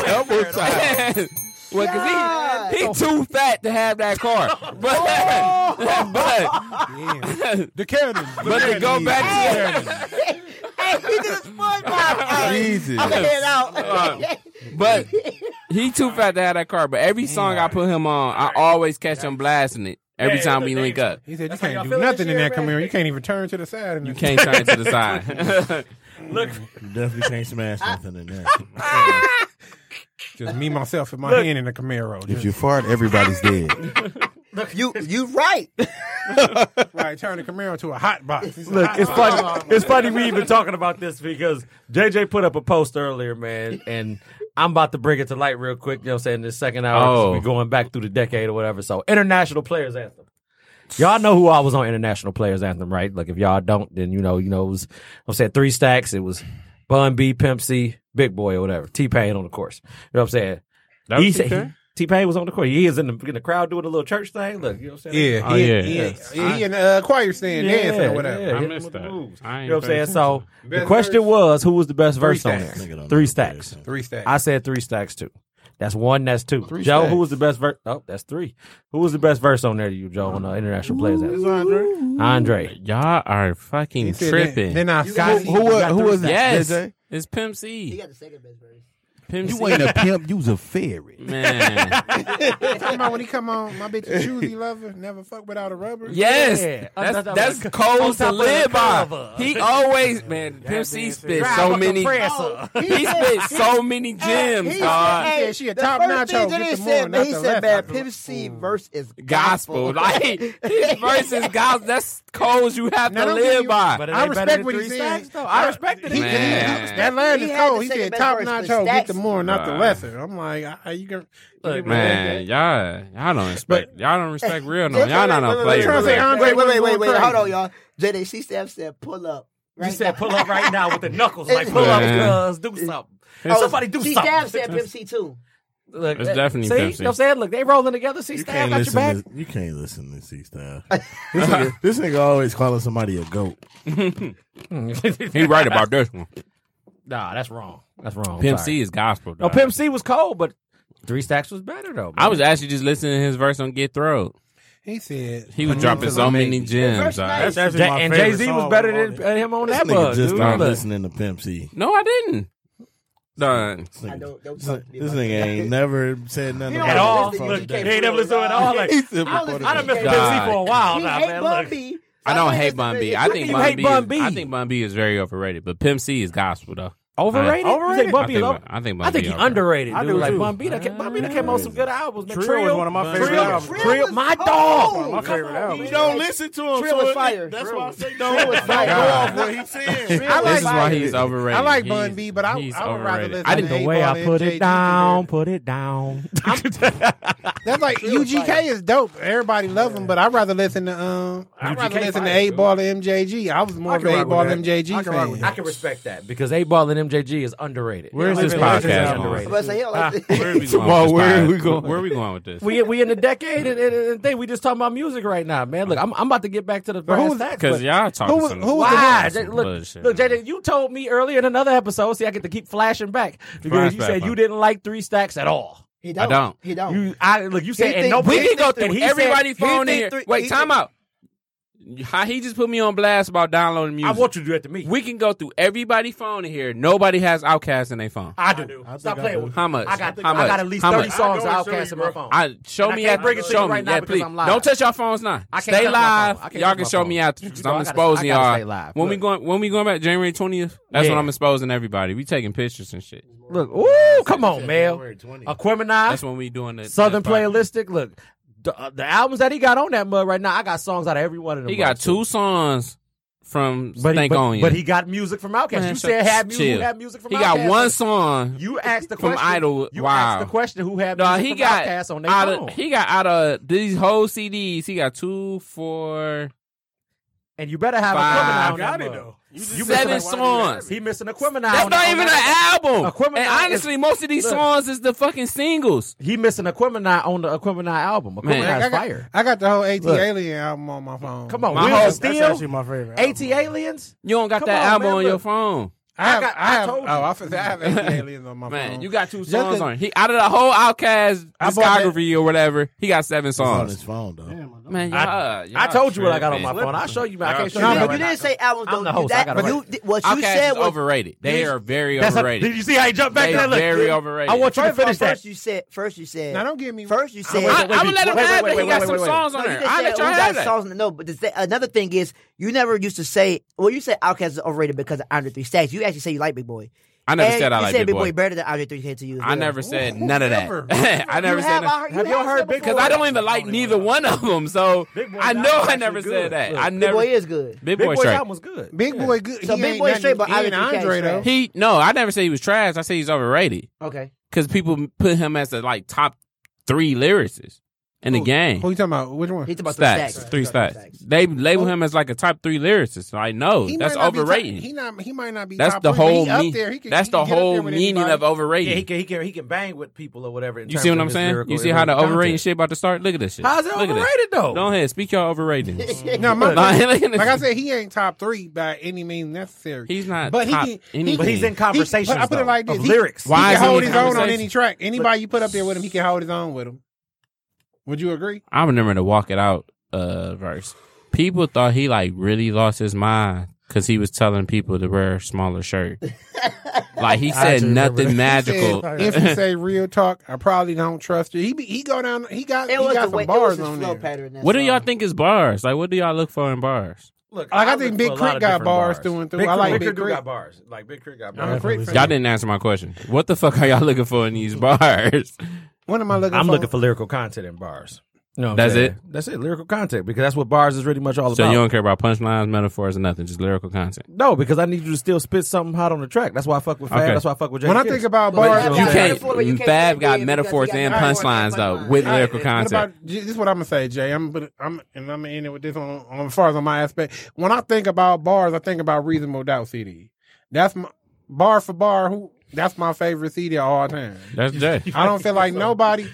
Speaker 10: double time.
Speaker 6: well, cause he he too fat to have that car. But but
Speaker 5: The Kennedy.
Speaker 6: but to go back to
Speaker 4: Hey, he just spun my
Speaker 10: Jesus.
Speaker 4: I'm head out.
Speaker 6: but he too fat to have that car. But every song I put him on, I always catch him blasting it every time we link up.
Speaker 5: He said you can't do nothing in that Camaro. You can't even turn to the side. in
Speaker 6: You
Speaker 5: this-
Speaker 6: can't turn it to the side.
Speaker 8: You definitely can't smash nothing in there.
Speaker 5: Just me, myself, and my hand in the Camaro.
Speaker 7: If
Speaker 5: Just,
Speaker 7: you fart, everybody's dead.
Speaker 4: You you right.
Speaker 5: right, turn the Camaro to a hot box.
Speaker 3: Look, it's
Speaker 6: Oh,
Speaker 3: funny. It's funny we even talking about this because JJ put up a post earlier, man, and I'm about to bring it to light real quick. You know, what I'm saying this second hour, 'cause
Speaker 6: Oh.
Speaker 3: we going back through the decade or whatever. So, international players anthem. Y'all know who I was on international players anthem, right? Like, if y'all don't, then you know, you know, it was I'm saying three stacks. It was Bun B, Pimp C, Big Boy, or whatever. T Pain on the course. You know what I'm saying?
Speaker 6: That was
Speaker 3: He said-
Speaker 6: T-Pain?
Speaker 3: T Pain was on the course. He is in the, in the crowd doing a little church thing. Look, you know what I'm saying?
Speaker 5: Yeah,
Speaker 6: Oh,
Speaker 5: he,
Speaker 6: yeah.
Speaker 5: He, he in the uh, choir stand dancing or whatever.
Speaker 3: yeah, hit
Speaker 6: missed
Speaker 3: with the
Speaker 6: that.
Speaker 3: moves.
Speaker 6: I ain't
Speaker 3: you know what I'm
Speaker 6: paying
Speaker 3: saying? So the
Speaker 5: Best
Speaker 3: question
Speaker 5: verse?
Speaker 3: was, who was the best verse
Speaker 5: stacks.
Speaker 3: on
Speaker 8: Nigga
Speaker 3: there?
Speaker 8: don't
Speaker 3: Three
Speaker 8: know
Speaker 3: stacks.
Speaker 5: Three stacks.
Speaker 3: I said three stacks too. That's one. That's two. Joe, who was the best verse? Oh, that's three. Who was the best verse on there to you, Joe, on uh, international players? Anthem?
Speaker 10: Andre.
Speaker 3: Andre.
Speaker 6: Y'all are fucking
Speaker 5: He said,
Speaker 6: tripping.
Speaker 5: Then, then I
Speaker 7: who,
Speaker 5: Scotty.
Speaker 7: who, wa- who was that?
Speaker 6: yes,
Speaker 7: JJ?
Speaker 6: it's Pimp C.
Speaker 4: the second best verse.
Speaker 6: Pimp
Speaker 7: You
Speaker 6: C.
Speaker 7: ain't a pimp. You was a fairy.
Speaker 6: Man,
Speaker 5: talking about when he come on, my bitch is choosy lover, never fuck without a rubber.
Speaker 6: yes,
Speaker 3: Yeah.
Speaker 6: that's
Speaker 3: On top
Speaker 6: that's
Speaker 3: of-
Speaker 6: codes to
Speaker 3: on top of
Speaker 6: live
Speaker 3: the
Speaker 6: by.
Speaker 3: cover.
Speaker 6: He always man, Pimp C spit so many. He spit so many gems,
Speaker 4: He
Speaker 6: dog.
Speaker 4: said,
Speaker 5: Yeah,
Speaker 4: hey,
Speaker 5: she a
Speaker 4: the
Speaker 5: top
Speaker 4: first
Speaker 5: notch
Speaker 4: thing
Speaker 5: hoe,
Speaker 4: that
Speaker 5: get
Speaker 4: he
Speaker 5: the
Speaker 4: said,
Speaker 5: more,
Speaker 4: man,
Speaker 5: not
Speaker 4: he
Speaker 5: the
Speaker 4: said,
Speaker 5: less.
Speaker 4: man, Pimp C verse is
Speaker 6: Gospel, like his verses, gospel. That's codes you have
Speaker 5: Now,
Speaker 6: to
Speaker 5: don't get
Speaker 6: live
Speaker 5: me-
Speaker 6: by.
Speaker 3: But it
Speaker 5: I
Speaker 3: ain't better
Speaker 5: respect
Speaker 3: than
Speaker 5: what he
Speaker 3: three
Speaker 5: said.
Speaker 3: stacks, though. I respect it.
Speaker 5: He, he,
Speaker 6: Man.
Speaker 5: that line
Speaker 4: He
Speaker 5: is
Speaker 4: had to
Speaker 5: cold. He
Speaker 4: say
Speaker 5: said
Speaker 4: the best
Speaker 5: top
Speaker 4: verse,
Speaker 5: notch
Speaker 4: but
Speaker 5: hoe, get
Speaker 4: stacks-
Speaker 5: the more, not the
Speaker 6: Nah.
Speaker 5: lesser. I'm like, I, you can.
Speaker 3: Look,
Speaker 6: Man, y'all, y'all don't respect, y'all don't respect real no, y'all not no
Speaker 5: look, look,
Speaker 6: player.
Speaker 5: look.
Speaker 4: Wait, wait, wait, wait, wait.
Speaker 5: Andre
Speaker 4: Hold
Speaker 5: was
Speaker 4: on, y'all. JD, she said, said pull up.
Speaker 3: You
Speaker 4: Right
Speaker 3: said
Speaker 4: now.
Speaker 3: pull up right now with the knuckles, like pull
Speaker 6: Man.
Speaker 3: up, cuz do something. Somebody do
Speaker 4: Oh, she
Speaker 3: something.
Speaker 4: She said Pimp C too.
Speaker 3: Look,
Speaker 6: It's
Speaker 3: uh,
Speaker 6: definitely
Speaker 3: see,
Speaker 6: Pimp C.
Speaker 3: You know what I'm saying? Look, they rolling together. See,
Speaker 8: You
Speaker 3: Stab
Speaker 8: can't,
Speaker 3: got your back.
Speaker 8: listen to, you can't listen to C style. This nigga, this nigga always calling somebody a goat.
Speaker 6: He right about this one.
Speaker 3: Nah, that's wrong. That's wrong.
Speaker 6: Pimp
Speaker 3: Sorry.
Speaker 6: C is gospel.
Speaker 3: No,
Speaker 6: Dog.
Speaker 3: Pimp C was cold, but Three Stacks was better though.
Speaker 6: I was actually just listening to his verse on Get Throwed.
Speaker 5: He said
Speaker 6: He was dropping so many gems. dog.
Speaker 12: That's actually my
Speaker 3: and Jay
Speaker 12: favorite
Speaker 3: Z was
Speaker 12: song
Speaker 3: better
Speaker 12: on
Speaker 3: than
Speaker 12: it.
Speaker 3: uh, him on
Speaker 8: This
Speaker 3: that
Speaker 8: nigga
Speaker 3: bus.
Speaker 8: just
Speaker 3: dude.
Speaker 8: not
Speaker 3: Look.
Speaker 8: listening to Pimp C.
Speaker 6: No, I didn't. Done.
Speaker 8: This nigga,
Speaker 4: don't- don't
Speaker 8: this,
Speaker 4: talk to me
Speaker 8: this
Speaker 4: about
Speaker 8: nigga
Speaker 4: that.
Speaker 8: ain't never said nothing
Speaker 4: You
Speaker 8: about
Speaker 4: don't
Speaker 3: at
Speaker 8: it.
Speaker 3: all.
Speaker 4: Listen,
Speaker 3: Look,
Speaker 4: you
Speaker 3: they
Speaker 4: can't
Speaker 3: ain't never
Speaker 4: feel
Speaker 3: listened to
Speaker 4: it.
Speaker 3: it at all. Like,
Speaker 8: He's super
Speaker 4: I don't listen
Speaker 8: funny.
Speaker 3: I done missed Pimp
Speaker 6: God.
Speaker 3: C for a while
Speaker 4: He
Speaker 3: now,
Speaker 4: hate
Speaker 3: man.
Speaker 4: Bun
Speaker 3: Look.
Speaker 4: B.
Speaker 6: I don't
Speaker 4: Somebody
Speaker 6: hate
Speaker 4: listen
Speaker 6: Bun
Speaker 4: to
Speaker 6: B.
Speaker 4: this.
Speaker 6: I
Speaker 3: How
Speaker 6: think
Speaker 3: can you
Speaker 6: Bun
Speaker 3: hate
Speaker 6: B.
Speaker 3: Bun
Speaker 6: is,
Speaker 3: B?
Speaker 6: I think Bun B is very overrated, but Pimp C is gospel though.
Speaker 3: Overrated?
Speaker 6: I,
Speaker 3: You think Bun B is
Speaker 6: I think-
Speaker 3: over-
Speaker 6: I think Bun
Speaker 3: I think
Speaker 6: B
Speaker 3: he
Speaker 6: overrated.
Speaker 3: underrated,
Speaker 12: I
Speaker 3: dude.
Speaker 12: do,
Speaker 3: like
Speaker 12: too.
Speaker 3: Bun B, that came, Bun B that came on some good albums. Man.
Speaker 12: Trio was one of my favorite
Speaker 3: Trio-
Speaker 12: albums.
Speaker 3: Trio,
Speaker 4: Trio was
Speaker 3: my
Speaker 4: cold.
Speaker 3: dog.
Speaker 12: One of my
Speaker 4: Come
Speaker 12: favorite
Speaker 4: on,
Speaker 12: albums.
Speaker 4: dude.
Speaker 10: Don't listen to him.
Speaker 4: Trill
Speaker 10: so
Speaker 4: was
Speaker 10: it-
Speaker 4: fire.
Speaker 10: That's
Speaker 4: Trill
Speaker 10: why I
Speaker 4: was-
Speaker 10: say
Speaker 4: Trill
Speaker 10: don't
Speaker 4: was
Speaker 10: don't go
Speaker 4: fire.
Speaker 10: off what he's saying.
Speaker 5: I like
Speaker 6: This is why
Speaker 5: Bun-
Speaker 6: he's overrated.
Speaker 5: I like
Speaker 6: He's-
Speaker 5: Bun B, but I, I
Speaker 6: he's
Speaker 5: would rather
Speaker 6: overrated.
Speaker 5: listen.
Speaker 6: I
Speaker 5: to
Speaker 3: the way I
Speaker 5: A-Ball
Speaker 3: put
Speaker 5: and
Speaker 3: it
Speaker 5: JT
Speaker 3: down,
Speaker 5: than-
Speaker 3: put it down.
Speaker 5: That's like UGK is dope. Everybody love him, but I rather listen to um. I
Speaker 3: UGK
Speaker 5: rather listen to
Speaker 3: fire,
Speaker 5: Eight Ball and MJG. I was more
Speaker 12: I
Speaker 5: of
Speaker 12: can
Speaker 5: an
Speaker 12: rock
Speaker 5: Eight
Speaker 12: with
Speaker 5: Ball
Speaker 12: that.
Speaker 5: MJG
Speaker 12: I can rock with
Speaker 5: fan.
Speaker 3: I can respect that because A Ball and MJG is underrated.
Speaker 6: Where's this
Speaker 3: Underrated.
Speaker 6: podcast on?
Speaker 3: Underrated.
Speaker 4: But say, he don't like this.
Speaker 6: Where are we going
Speaker 7: Tomorrow,
Speaker 6: with this? pod?
Speaker 7: where we going?
Speaker 6: Where are we going with this?
Speaker 3: We we in the decade and, and, and thing. We just talking about music right now, man. Look, I'm I'm about to get back to the brass
Speaker 5: who's-
Speaker 3: tacks,
Speaker 6: Because
Speaker 3: but-
Speaker 6: y'all talking
Speaker 5: who was-
Speaker 6: some
Speaker 5: who was the
Speaker 3: Why?
Speaker 5: Why?
Speaker 6: some
Speaker 3: look,
Speaker 6: bullshit.
Speaker 3: look, Jaden, you told me earlier in another episode. See, I get to keep flashing back because you
Speaker 6: Flashback,
Speaker 3: said
Speaker 6: huh?
Speaker 3: you didn't like three stacks at all.
Speaker 4: He
Speaker 6: I don't.
Speaker 4: He don't.
Speaker 3: You, I look. You said,
Speaker 4: He
Speaker 3: and
Speaker 4: think-
Speaker 3: no, we
Speaker 4: he
Speaker 3: can go
Speaker 4: think
Speaker 3: through
Speaker 4: three-
Speaker 6: Everybody
Speaker 4: he
Speaker 6: phone in
Speaker 4: think
Speaker 6: here.
Speaker 4: three-
Speaker 6: Wait,
Speaker 4: he
Speaker 6: time
Speaker 4: think-
Speaker 6: out. How he just put me on blast about downloading
Speaker 3: I
Speaker 6: music.
Speaker 3: want you to do that to me.
Speaker 6: we can go through everybody phone in here. Nobody has Outcast in their phone.
Speaker 3: I do. Stop playing with me.
Speaker 6: How much?
Speaker 3: I got.
Speaker 6: How
Speaker 3: I
Speaker 6: much?
Speaker 3: got at least
Speaker 6: How
Speaker 3: thirty
Speaker 6: much?
Speaker 3: songs
Speaker 10: I know it's
Speaker 3: outcast in
Speaker 10: silly,
Speaker 3: my
Speaker 10: bro.
Speaker 3: phone.
Speaker 6: I show
Speaker 3: And I
Speaker 6: me
Speaker 3: can't
Speaker 6: after
Speaker 3: bring it to you
Speaker 6: show me.
Speaker 3: right now
Speaker 6: yeah,
Speaker 3: because
Speaker 6: please.
Speaker 3: I'm live.
Speaker 6: Don't touch your phones now.
Speaker 3: I can't touch
Speaker 6: Stay
Speaker 3: my
Speaker 6: live.
Speaker 3: phone. I can't
Speaker 6: Y'all
Speaker 3: touch
Speaker 6: can
Speaker 3: my
Speaker 6: show
Speaker 3: phone.
Speaker 6: me after because
Speaker 3: You know I
Speaker 6: I'm
Speaker 3: gotta-
Speaker 6: exposing
Speaker 3: I gotta stay
Speaker 6: y'all.
Speaker 3: live.
Speaker 6: When we
Speaker 3: Look.
Speaker 6: going when we going back January twentieth, that's when
Speaker 3: Yeah.
Speaker 6: I'm exposing everybody. We taking pictures and shit.
Speaker 3: Look, ooh, come on, Mel. Aquemini,
Speaker 6: That's when we doing the
Speaker 3: Southern
Speaker 6: that's fine.
Speaker 3: Playalistic. Look, the, uh, the albums that he got on that mud right now, I got songs out of every one of them.
Speaker 6: He got
Speaker 3: motherfuckers.
Speaker 6: two songs from
Speaker 3: But he,
Speaker 6: Stank
Speaker 3: but,
Speaker 6: on You.
Speaker 3: but he got music from Outkast.
Speaker 6: Man,
Speaker 3: you
Speaker 6: shut-
Speaker 3: said had music.
Speaker 6: chill.
Speaker 3: Who had music from
Speaker 6: He
Speaker 3: Outkast?
Speaker 6: got one song
Speaker 3: You asked the
Speaker 6: from
Speaker 3: question.
Speaker 6: Idol.
Speaker 3: You
Speaker 6: wow.
Speaker 3: asked the question. Who had
Speaker 6: No,
Speaker 3: music
Speaker 6: he
Speaker 3: from
Speaker 6: got
Speaker 3: Outkast on
Speaker 6: out
Speaker 3: their
Speaker 6: of
Speaker 3: phone?
Speaker 6: he got out of these whole CDs. He got two, four,
Speaker 3: and you better have
Speaker 6: five,
Speaker 3: a Quemini on that mug.
Speaker 6: You
Speaker 3: You
Speaker 6: just
Speaker 3: missing
Speaker 6: seven
Speaker 3: a-
Speaker 6: songs.
Speaker 3: He missing a Quemini.
Speaker 6: That's not even an album.
Speaker 3: Aquemini
Speaker 6: And honestly,
Speaker 3: is-
Speaker 6: most of these
Speaker 3: Look.
Speaker 6: songs is the fucking singles.
Speaker 3: He missing a Quemini on the Quemini album. A
Speaker 6: Man.
Speaker 3: Quemini
Speaker 5: I
Speaker 3: is
Speaker 5: got,
Speaker 3: fire.
Speaker 5: I got the whole AT
Speaker 3: Look.
Speaker 5: Alien album on my phone.
Speaker 3: Come on,
Speaker 5: My
Speaker 3: Will
Speaker 5: whole-
Speaker 3: and Steel.
Speaker 13: my favorite.
Speaker 3: AT Aliens.
Speaker 6: You don't got
Speaker 3: Come
Speaker 6: that
Speaker 3: on, Uh-huh.
Speaker 6: album
Speaker 3: man,
Speaker 6: on your
Speaker 3: look.
Speaker 6: phone.
Speaker 5: I have, I,
Speaker 3: got- I
Speaker 5: have,
Speaker 3: told you.
Speaker 5: oh, I, forgot I have AT Aliens on my phone.
Speaker 6: Man, you got two
Speaker 5: Just
Speaker 6: songs
Speaker 5: the-
Speaker 6: on. it. He out of the whole Outcast
Speaker 5: I bought that-
Speaker 6: discography or whatever, he got seven
Speaker 8: on
Speaker 6: songs.
Speaker 8: his phone though.
Speaker 6: Man, y'all,
Speaker 3: I-
Speaker 6: y'all
Speaker 3: I told you what I got on my
Speaker 6: tripping.
Speaker 3: phone. I'll show you. man. I can't show
Speaker 4: No,
Speaker 3: you.
Speaker 4: but
Speaker 3: right
Speaker 4: you
Speaker 3: now.
Speaker 4: didn't say albums.
Speaker 3: I'm
Speaker 4: Though
Speaker 3: the host. I
Speaker 4: That,
Speaker 3: got it
Speaker 4: but
Speaker 3: right.
Speaker 4: you, what you
Speaker 6: Outkast
Speaker 4: said
Speaker 6: is
Speaker 4: was
Speaker 6: overrated. They are very
Speaker 3: That's how-
Speaker 6: overrated.
Speaker 3: did you see how he jumped back
Speaker 6: They
Speaker 3: in there? Look,
Speaker 6: very
Speaker 3: dude,
Speaker 6: overrated.
Speaker 3: I want you to
Speaker 4: First, of all,
Speaker 3: finish that.
Speaker 4: first you said. First you said.
Speaker 5: Now don't give me.
Speaker 4: First you said.
Speaker 6: I, I would let him
Speaker 3: wait,
Speaker 6: have
Speaker 3: wait,
Speaker 6: that. He
Speaker 3: wait, wait,
Speaker 6: got some
Speaker 3: wait, wait.
Speaker 6: songs on
Speaker 4: No, you
Speaker 6: there.
Speaker 4: just
Speaker 6: I
Speaker 4: said
Speaker 6: let y'all
Speaker 4: we
Speaker 6: have
Speaker 4: got
Speaker 6: that.
Speaker 4: songs. No, but the, th- another thing is you never used to say. Well, you said Outkast is overrated because of Andre Three Stacks. You actually say you like Big Boy.
Speaker 6: I never
Speaker 4: And
Speaker 6: said I
Speaker 4: you
Speaker 6: like
Speaker 4: said
Speaker 6: Big
Speaker 4: Big
Speaker 6: Boy.
Speaker 4: Boy better than Andre Three K to you. as
Speaker 6: I
Speaker 4: well.
Speaker 6: never said none of that. I never
Speaker 4: You
Speaker 6: said
Speaker 4: have, I
Speaker 6: that.
Speaker 4: heard,
Speaker 3: Have y'all heard Big
Speaker 6: Because I don't even like neither one of them. So
Speaker 3: Big Boy
Speaker 6: I
Speaker 3: Down
Speaker 6: know
Speaker 3: was
Speaker 6: I
Speaker 3: actually
Speaker 6: never
Speaker 3: good.
Speaker 6: said that.
Speaker 3: Look,
Speaker 6: I
Speaker 4: Big
Speaker 6: never.
Speaker 4: Boy is good.
Speaker 6: Big
Speaker 3: Big
Speaker 6: Boy
Speaker 3: Boy's
Speaker 6: straight.
Speaker 3: album was good.
Speaker 5: Big Boy good.
Speaker 4: So
Speaker 5: he
Speaker 4: Big
Speaker 5: ain't
Speaker 4: Boy
Speaker 5: nothing-
Speaker 4: straight, but
Speaker 5: he ain't
Speaker 4: Andre 3K
Speaker 5: Andre though.
Speaker 4: straight.
Speaker 6: He no, I never said he was trash. I said he's overrated
Speaker 4: Okay.
Speaker 6: because people put him as the like top three lyricists in the game.
Speaker 5: Who you talking about? Which one?
Speaker 4: He's about
Speaker 6: stats,
Speaker 4: the stacks.
Speaker 6: three stats. They label him as like a top three lyricist. I know
Speaker 5: He
Speaker 6: that's
Speaker 5: might not be top-
Speaker 6: overrated.
Speaker 5: he not. He might not be.
Speaker 6: that's
Speaker 5: top
Speaker 6: the
Speaker 5: three, but
Speaker 6: whole.
Speaker 5: He up
Speaker 6: mean-
Speaker 5: there. He can,
Speaker 6: that's
Speaker 5: he
Speaker 6: the
Speaker 5: can get up
Speaker 6: whole
Speaker 5: there with
Speaker 6: meaning
Speaker 5: anybody.
Speaker 6: of overrated.
Speaker 3: Yeah, he can, he can he can bang with people or whatever. in
Speaker 6: you
Speaker 3: terms
Speaker 6: see what
Speaker 3: of
Speaker 6: I'm
Speaker 3: his
Speaker 6: saying?
Speaker 3: lyrical
Speaker 6: You see how the
Speaker 3: content.
Speaker 6: overrated shit about to start? Look at this shit.
Speaker 3: How's it
Speaker 6: Look at that.
Speaker 3: overrated though?
Speaker 6: Don't head. Speak your overrated.
Speaker 5: No, my,
Speaker 6: Nah,
Speaker 5: thing-
Speaker 6: look at this.
Speaker 5: like I said, he ain't top three by any means necessary.
Speaker 6: He's not
Speaker 5: But he
Speaker 6: top
Speaker 5: can-
Speaker 6: anything.
Speaker 5: he
Speaker 3: But he's in conversations.
Speaker 5: He- but I put it
Speaker 3: though,
Speaker 5: like this.
Speaker 3: of
Speaker 5: He-
Speaker 3: lyrics.
Speaker 6: Why
Speaker 5: he
Speaker 6: is
Speaker 5: can
Speaker 6: he
Speaker 5: hold
Speaker 6: in
Speaker 5: his own on
Speaker 6: conversation?
Speaker 5: any track. Anybody you put up there with him, he can hold his own with him. Would you agree?
Speaker 6: I remember the walk it out uh, verse. People thought he like really lost his mind because he was telling people to wear a smaller shirt. like he said
Speaker 13: actually remember
Speaker 6: nothing magical.
Speaker 5: Said, if you say real talk, I probably don't trust you. He be, he go down. He got
Speaker 4: It
Speaker 5: he
Speaker 4: was the
Speaker 5: got some
Speaker 4: way. It was
Speaker 5: bars
Speaker 4: his
Speaker 5: on
Speaker 4: flow
Speaker 5: there.
Speaker 4: pattern. in that
Speaker 6: what do y'all
Speaker 4: song.
Speaker 6: think is bars? Like what do y'all look for in bars?
Speaker 3: Look,
Speaker 5: Like, I think
Speaker 3: look
Speaker 5: Big
Speaker 3: for a lot
Speaker 5: Crit
Speaker 3: of
Speaker 5: got
Speaker 3: different
Speaker 5: bars through and through. I like Big Crit.
Speaker 3: got bars. Like Big Crit got
Speaker 5: I'm a
Speaker 3: bars.
Speaker 5: Crit
Speaker 6: Y'all
Speaker 5: fan.
Speaker 6: didn't answer my question. What the fuck are y'all looking for in these bars?
Speaker 5: What am I looking?
Speaker 3: I'm
Speaker 5: for?
Speaker 3: looking for lyrical content in bars. No,
Speaker 6: That's it?
Speaker 3: That's it. Lyrical content because that's what bars is really much all
Speaker 6: So
Speaker 3: about.
Speaker 6: you don't care about punchlines, metaphors, or nothing, just lyrical content.
Speaker 3: no, because I need you to still spit something hot on the track. That's why I fuck with Fab.
Speaker 6: Okay.
Speaker 3: That's why I fuck with. Jay
Speaker 5: When I
Speaker 3: Kiss.
Speaker 5: think about
Speaker 4: But
Speaker 5: bars,
Speaker 4: you
Speaker 5: I'm
Speaker 6: You
Speaker 4: Yeah.
Speaker 5: like-
Speaker 6: can't.
Speaker 4: Metaphor, but you can't
Speaker 6: Fab
Speaker 4: say
Speaker 6: got
Speaker 4: it because
Speaker 6: metaphors
Speaker 4: you got
Speaker 6: and
Speaker 4: punchlines,
Speaker 6: punchlines though
Speaker 4: punchlines.
Speaker 6: with
Speaker 5: All right,
Speaker 6: lyrical
Speaker 5: what
Speaker 6: content.
Speaker 5: about- this is what I'm gonna say, Jay. I'm but I'm and I'm gonna end it with this on, on as far as on my aspect. When I think about bars, I think about Reasonable Doubt CD. That's my bar for bar. Who that's my favorite CD of all time.
Speaker 6: That's Jay.
Speaker 5: I don't feel like nobody,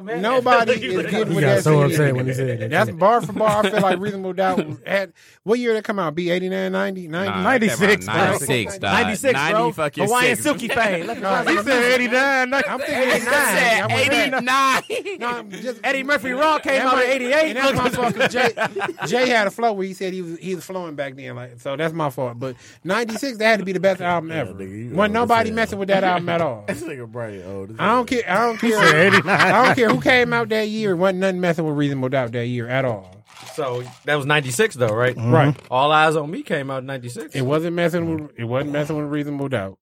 Speaker 5: nobody is getting
Speaker 13: He got
Speaker 5: with that
Speaker 13: so
Speaker 5: CD.
Speaker 13: upset when he said that.
Speaker 5: That's bar for bar. I feel like Reasonable Doubt was at what year did it come out? B 89, 90, 90?
Speaker 6: Nah,
Speaker 13: 96,
Speaker 6: that's about 96, dog.
Speaker 3: 96,
Speaker 6: 90
Speaker 3: bro.
Speaker 6: fucking
Speaker 3: Hawaiian
Speaker 6: six.
Speaker 3: silky fade. Look,
Speaker 5: He said 89. I'm thinking 89. I'm like,
Speaker 6: Eighty-nine.
Speaker 5: No, I'm just-
Speaker 3: Eddie Murphy Raw came out in '88.
Speaker 5: And that's my fault 'cause Jay, Jay had a flow where he said he was he was flowing back then, like so that's my fault. But '96, that had to be the best album ever.
Speaker 8: nigga, you
Speaker 5: Wasn't
Speaker 8: old as
Speaker 5: nobody
Speaker 8: hell.
Speaker 5: messing with that album at all.
Speaker 8: This nigga Brian old.
Speaker 5: I don't care. I don't care. I don't care who came out that year. Wasn't nothing messing with Reasonable Doubt that year at all.
Speaker 3: So that was '96 though, right?
Speaker 5: Right.
Speaker 3: All Eyes on Me came out in '96.
Speaker 5: Mm-hmm. It wasn't messing with. It wasn't messing with Reasonable Doubt.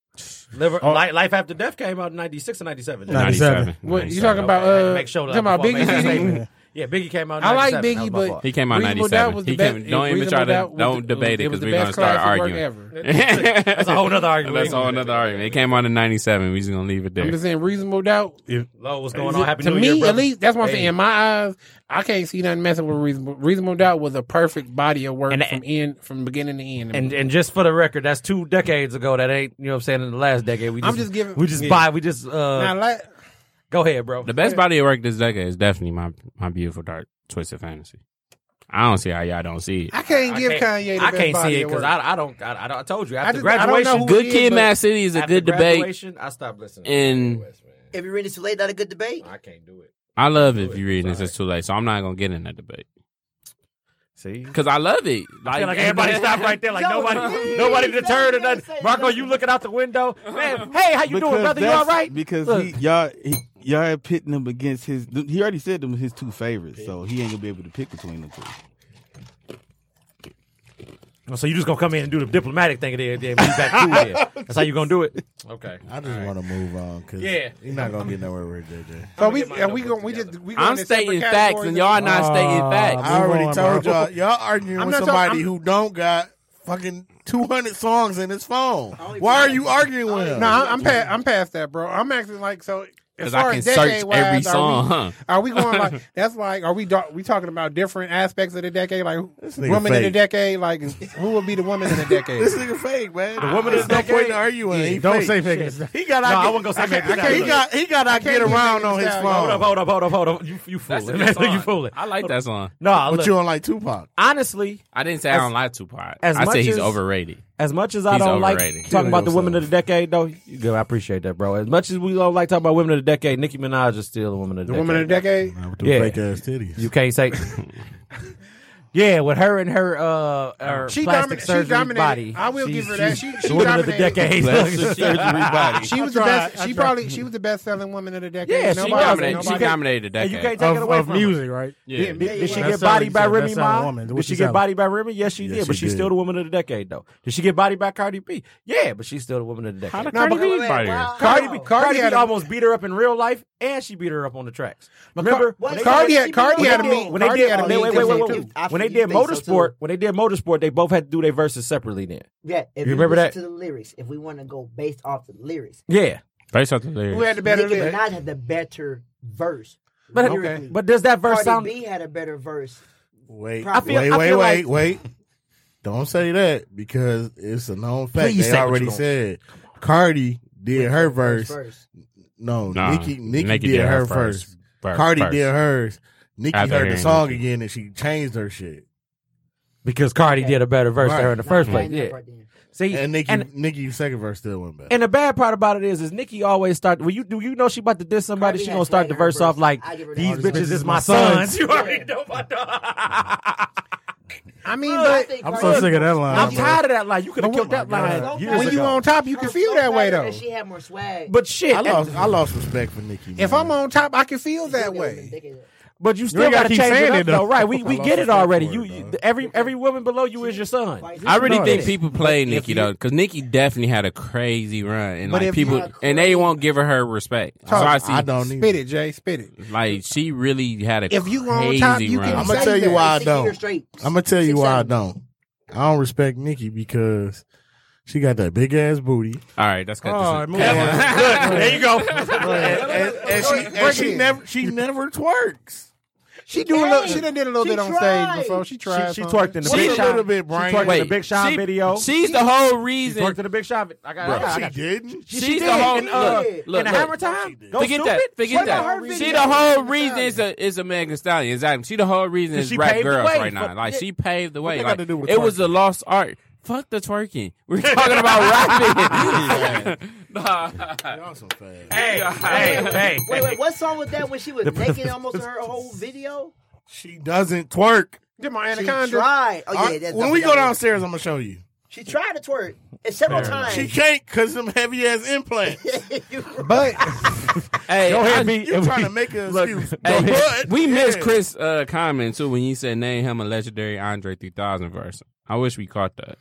Speaker 3: Liver,
Speaker 5: oh.
Speaker 3: Li- Life After Death came out in '96 and '97.
Speaker 6: Ninety-seven.
Speaker 5: What you talking about?
Speaker 3: Okay, I had to
Speaker 5: Uh,
Speaker 3: make sure that
Speaker 5: talking about
Speaker 3: before I made
Speaker 5: Biggie
Speaker 3: that
Speaker 5: CD.
Speaker 3: statement. Yeah, Biggie came out. In
Speaker 5: I
Speaker 3: 97.
Speaker 5: like
Speaker 3: That was
Speaker 5: Biggie,
Speaker 3: my
Speaker 5: but
Speaker 3: fault.
Speaker 6: He came out
Speaker 5: Reasonable Doubt
Speaker 6: ninety-seven.
Speaker 5: was the
Speaker 6: He came,
Speaker 5: best-
Speaker 6: don't even
Speaker 5: Reasonable
Speaker 6: try to
Speaker 5: Doubt was
Speaker 6: don't
Speaker 5: the-
Speaker 6: debate
Speaker 5: it
Speaker 6: it because
Speaker 5: was the
Speaker 6: we're gonna
Speaker 5: best
Speaker 6: start
Speaker 5: classic work
Speaker 6: arguing.
Speaker 5: ever.
Speaker 3: that's a whole nother argument.
Speaker 6: That's all another argument. It came out in '97. We just gonna leave it
Speaker 5: I'm
Speaker 6: there.
Speaker 5: just saying, Reasonable Doubt
Speaker 3: Lo, what's going on? Happy
Speaker 5: to
Speaker 3: New
Speaker 5: me,
Speaker 3: Year, brother.
Speaker 5: at least, that's what I'm
Speaker 3: Hey.
Speaker 5: saying. In my eyes, I can't see nothing messing with reasonable. Reasonable doubt was a perfect body of work
Speaker 3: And-
Speaker 5: from end, from beginning to end.
Speaker 3: And and just for the record, that's two decades ago. That ain't you know what I'm saying. In the last decade, we
Speaker 5: I'm
Speaker 3: just,
Speaker 5: just giving-
Speaker 3: we just
Speaker 5: yeah.
Speaker 3: buy we just uh
Speaker 5: now, like,
Speaker 3: go ahead, bro.
Speaker 6: The best body of work this decade is definitely my my beautiful dark twisted fantasy. I don't see how y'all don't see it.
Speaker 5: I can't give
Speaker 3: I
Speaker 5: Kanye. The best
Speaker 3: can't
Speaker 5: body
Speaker 3: see it
Speaker 5: of
Speaker 3: because
Speaker 5: work.
Speaker 3: I, I don't I, I don't- I told you after
Speaker 5: just- I don't know
Speaker 3: graduation.
Speaker 5: who
Speaker 6: Good
Speaker 5: it is,
Speaker 6: Kid,
Speaker 5: but
Speaker 6: Mad City is a
Speaker 3: after
Speaker 6: good debate.
Speaker 3: graduation, I stopped listening. to
Speaker 6: and-
Speaker 3: Kanye West, man.
Speaker 4: If you read it too late, not a good debate.
Speaker 3: I can't do it.
Speaker 6: I love it if you're reading this. It's too late, so I'm not gonna get in that debate
Speaker 3: See,
Speaker 6: because I love it.
Speaker 3: I feel like everybody stopped right there. Like
Speaker 4: Yo,
Speaker 3: nobody,
Speaker 4: please,
Speaker 3: nobody deterred or
Speaker 4: don't
Speaker 3: nothing.
Speaker 4: say
Speaker 3: Marco,
Speaker 4: nothing.
Speaker 3: you looking out the window, man. Hey, how you doing, brother? You all
Speaker 14: that's-
Speaker 3: right?
Speaker 15: Because
Speaker 3: Look.
Speaker 15: he, y'all he, y'all are pitting him against his. He already said them his two favorites, so he ain't gonna be able to pick between the two.
Speaker 3: Oh, So you just gonna come in and do the diplomatic thing and then then we back cool here. That's how you gonna do it? Okay.
Speaker 8: I just want to move on because
Speaker 3: Yeah.
Speaker 8: you're not gonna get nowhere with JJ.
Speaker 5: so we and we going we just we going
Speaker 6: I'm
Speaker 5: to
Speaker 6: stating
Speaker 5: separate
Speaker 6: facts, and y'all
Speaker 5: categories.
Speaker 6: not stating
Speaker 13: Ah,
Speaker 6: facts.
Speaker 13: Move
Speaker 8: I already
Speaker 13: on,
Speaker 8: told
Speaker 13: bro.
Speaker 8: y'all. Y'all arguing
Speaker 5: I'm
Speaker 8: with
Speaker 5: not talking-
Speaker 8: somebody
Speaker 5: I'm-
Speaker 8: who don't got fucking two hundred songs in his phone. Why are you arguing with him?
Speaker 5: No, I'm, I'm past. I'm past that, bro. I'm acting like so. As
Speaker 8: 'Cause I
Speaker 5: far
Speaker 8: can
Speaker 5: as
Speaker 8: search
Speaker 5: decade wise,
Speaker 8: every song,
Speaker 5: are we,
Speaker 8: huh?
Speaker 5: Are we going like that's like? Are we do- we talking about different aspects of the decade? Like
Speaker 8: nigga
Speaker 5: woman in the
Speaker 8: fake.
Speaker 5: decade? Like who would be the woman in the decade?
Speaker 8: This nigga fake, man.
Speaker 5: The woman
Speaker 8: There's
Speaker 5: is
Speaker 8: no
Speaker 5: fake.
Speaker 8: point in arguing.
Speaker 5: Yeah,
Speaker 8: He
Speaker 5: don't
Speaker 8: fake.
Speaker 5: say fake.
Speaker 8: He got.
Speaker 5: No,
Speaker 8: I,
Speaker 5: I
Speaker 8: get,
Speaker 5: wouldn't go say
Speaker 8: I
Speaker 5: fake.
Speaker 8: can't-
Speaker 5: I can't-
Speaker 8: He got. He got. I
Speaker 5: I
Speaker 8: get
Speaker 5: can't
Speaker 8: around
Speaker 5: do
Speaker 8: on his
Speaker 5: that.
Speaker 8: phone.
Speaker 5: Hold up, hold
Speaker 3: up, hold up, hold up. You, you fooling?
Speaker 6: good
Speaker 3: you
Speaker 6: song.
Speaker 3: fooling?
Speaker 6: I like that song.
Speaker 3: No, I
Speaker 8: but
Speaker 3: look-
Speaker 8: you don't like Tupac.
Speaker 3: Honestly,
Speaker 6: I didn't say I
Speaker 3: As-
Speaker 6: don't like Tupac.
Speaker 3: as
Speaker 6: I
Speaker 3: much
Speaker 6: said he's
Speaker 3: as-
Speaker 6: overrated.
Speaker 3: As much as I
Speaker 6: He's
Speaker 3: don't
Speaker 6: overrated.
Speaker 3: like talking about the women of the decade, though, you good. I appreciate that, bro. As much as we don't like talking about women of the decade, Nicki Minaj is still a woman of the,
Speaker 5: The
Speaker 3: decade.
Speaker 5: woman of the decade?
Speaker 8: with them
Speaker 3: yeah.
Speaker 8: fake ass titties.
Speaker 3: You can't say. yeah, with her and her uh, her
Speaker 5: She
Speaker 3: plastic
Speaker 5: domin- she
Speaker 3: surgery
Speaker 5: dominated.
Speaker 3: body.
Speaker 5: I will give her that. She-
Speaker 3: she's
Speaker 5: she
Speaker 3: the woman of the
Speaker 5: dominated.
Speaker 3: decade.
Speaker 6: Plastic surgery body.
Speaker 5: She was the best. She probably she was the best selling woman of the decade.
Speaker 3: Yeah, she
Speaker 5: nobody,
Speaker 6: dominated-
Speaker 5: nobody-
Speaker 6: she dominated the
Speaker 3: And you can't
Speaker 6: decade.
Speaker 3: take
Speaker 6: Of-
Speaker 3: it away
Speaker 6: of
Speaker 3: from her.
Speaker 6: music, right? Yeah.
Speaker 3: Did, did- did she
Speaker 6: That's
Speaker 3: get
Speaker 6: selling-
Speaker 3: bodied by
Speaker 6: that's
Speaker 3: Remy
Speaker 6: selling
Speaker 3: Ma?
Speaker 6: woman.
Speaker 3: Did
Speaker 6: What
Speaker 3: she
Speaker 6: she
Speaker 3: get
Speaker 6: selling?
Speaker 3: bodied by Remy? Yes, she
Speaker 6: Yes,
Speaker 3: did. But
Speaker 6: she
Speaker 3: she's
Speaker 6: did.
Speaker 3: still the woman of the decade, though. Did she get bodied by Cardi B? Yeah, but she's still the woman of the decade.
Speaker 6: How did No, Cardi but- B wait, wait, body her? wow.
Speaker 3: Cardi B,
Speaker 5: Cardi
Speaker 3: Cardi
Speaker 5: had
Speaker 3: B
Speaker 5: a-
Speaker 3: almost beat her up in real life, and she beat her up on the tracks. Remember,
Speaker 5: What?
Speaker 3: when they-
Speaker 5: Cardi had- Cardi
Speaker 3: when
Speaker 5: had
Speaker 3: they
Speaker 5: a
Speaker 3: did-
Speaker 5: mean-
Speaker 3: when they
Speaker 5: Cardi
Speaker 3: did
Speaker 5: had a
Speaker 3: when they-
Speaker 5: mean
Speaker 3: wait, wait, wait,
Speaker 5: thing,
Speaker 3: wait,
Speaker 5: too.
Speaker 3: wait.
Speaker 5: I
Speaker 3: when they
Speaker 5: think you
Speaker 3: did
Speaker 5: think so,
Speaker 3: motorsport, when they did motorsport, they both had to do their verses separately. Then,
Speaker 4: Yeah,
Speaker 3: you
Speaker 4: if you
Speaker 3: remember
Speaker 4: listen
Speaker 3: that?
Speaker 4: to the lyrics, if we want to go based off the lyrics,
Speaker 3: Yeah,
Speaker 6: Based off the lyrics.
Speaker 3: Who had the better
Speaker 4: Nicki
Speaker 3: lyric?
Speaker 4: Minaj had the better verse.
Speaker 3: But-
Speaker 4: lyrically.
Speaker 3: okay. but does that verse
Speaker 4: Cardi
Speaker 3: sound-
Speaker 4: B had a better verse.
Speaker 8: Wait,
Speaker 4: I feel-
Speaker 8: wait,
Speaker 4: I
Speaker 8: wait,
Speaker 4: feel
Speaker 8: wait,
Speaker 4: like-
Speaker 8: wait. Don't say that because it's a known fact.
Speaker 4: Please
Speaker 8: they
Speaker 4: say what
Speaker 8: already
Speaker 4: you gonna-
Speaker 8: said Cardi did her verse.
Speaker 4: first.
Speaker 8: No,
Speaker 6: Nah,
Speaker 8: Nikki, Nikki, did, her first.
Speaker 6: Fir-
Speaker 8: Cardi
Speaker 6: first.
Speaker 8: did hers. Nikki
Speaker 6: After
Speaker 8: heard the
Speaker 6: hearing
Speaker 8: song again and she changed her shit.
Speaker 3: because Cardi did a better verse to her in the first place. Yeah. See,
Speaker 8: and Nikki,
Speaker 3: and-
Speaker 8: Nikki's second verse still went better.
Speaker 3: And the bad part about it is, is Nikki always start. When you do, you know she about to diss somebody. she gonna start the verse off like, "These bitches is my sons." You already know my
Speaker 5: I mean,
Speaker 3: Look,
Speaker 5: but
Speaker 3: I'm so sick of that line,
Speaker 5: I'm
Speaker 3: bro.
Speaker 5: tired of that line.
Speaker 3: You could have killed that line. years
Speaker 5: When you
Speaker 3: ago.
Speaker 5: on top, you can feel that way though.
Speaker 4: She had more swag.
Speaker 3: But shit,
Speaker 8: I lost, I lost respect for Nikki.
Speaker 5: If I'm on top, I can feel that way.
Speaker 3: But you still
Speaker 5: ain't
Speaker 3: gotta,
Speaker 5: gotta keep
Speaker 3: change it
Speaker 5: saying
Speaker 3: up,
Speaker 5: it,
Speaker 3: though.
Speaker 5: though.
Speaker 3: right? We
Speaker 5: I
Speaker 3: we
Speaker 5: lost
Speaker 3: get it
Speaker 5: respect
Speaker 3: already.
Speaker 5: for
Speaker 3: You, you every every woman below you is your son.
Speaker 6: I really think people play Nikki though, because Nikki definitely had a crazy run, and
Speaker 3: But
Speaker 6: like
Speaker 3: if
Speaker 6: people,
Speaker 3: you-
Speaker 6: and they won't give her her respect. So I, see,
Speaker 5: Spit it, Jay. Spit it.
Speaker 6: Like she really had a
Speaker 5: If you on
Speaker 6: crazy
Speaker 5: top, you
Speaker 6: run.
Speaker 5: can
Speaker 8: I'm gonna
Speaker 5: say
Speaker 8: tell you
Speaker 5: that.
Speaker 8: why I
Speaker 5: Six years
Speaker 8: don't.
Speaker 5: straight.
Speaker 8: I'm gonna tell you why I don't. I don't respect Nikki because she got that big ass booty.
Speaker 6: All right, that's good. This
Speaker 8: Oh,
Speaker 6: is-
Speaker 8: move on.
Speaker 6: Look, there you go.
Speaker 8: and, and she, and she never she never twerks.
Speaker 5: She do a little. She done did a little bit on stage before. She tried.
Speaker 3: She, she
Speaker 5: something.
Speaker 3: twerked in the
Speaker 5: She
Speaker 3: big
Speaker 5: a
Speaker 3: shot.
Speaker 5: little bit,
Speaker 3: She
Speaker 5: Brian.
Speaker 3: twerked in the
Speaker 5: Wait,
Speaker 3: big shot
Speaker 5: she-
Speaker 3: video.
Speaker 5: she's the whole
Speaker 6: reason.
Speaker 3: She twerked in the big shot. vi- I got. I
Speaker 6: Bro,
Speaker 3: got, I
Speaker 6: she
Speaker 3: got
Speaker 8: didn't.
Speaker 3: She,
Speaker 6: She's
Speaker 3: did.
Speaker 6: the whole.
Speaker 3: in, uh,
Speaker 6: look, look,
Speaker 3: in the
Speaker 6: look.
Speaker 3: hammer time. Go
Speaker 6: forget
Speaker 3: stupid.
Speaker 6: that. Forget
Speaker 3: What about
Speaker 6: that.
Speaker 3: her
Speaker 6: She
Speaker 3: video?
Speaker 6: the whole reason is a is a Megan Thee Stallion. Exactly. She the whole reason
Speaker 3: 'Cause
Speaker 6: is
Speaker 3: she
Speaker 6: rap
Speaker 3: paved the
Speaker 6: girls
Speaker 3: way.
Speaker 6: right now.
Speaker 3: Fuck
Speaker 6: Like
Speaker 3: that.
Speaker 6: she paved the way.
Speaker 3: that
Speaker 6: Like
Speaker 3: got to do with
Speaker 6: it was a lost art. Fuck the twerking. We're talking about rapping. hey,
Speaker 4: Hey,
Speaker 6: hey.
Speaker 4: Wait, wait, what song was that when she was
Speaker 8: The-
Speaker 4: naked almost her whole video?
Speaker 8: She doesn't twerk.
Speaker 5: Did my
Speaker 4: She tried. Oh, yeah,
Speaker 8: I-
Speaker 4: that's-
Speaker 8: when we go downstairs, I'm gonna show you.
Speaker 4: She tried to twerk and several
Speaker 8: Fair enough.
Speaker 4: times.
Speaker 8: She can't because them heavy ass implants.
Speaker 5: but
Speaker 6: Hey,
Speaker 8: go
Speaker 6: I-
Speaker 8: ahead, me. You're trying to make an excuse. but
Speaker 6: we missed
Speaker 8: yeah.
Speaker 6: Chris' uh, comment too when you said name him a legendary Andre 3000 verse. I wish we caught that.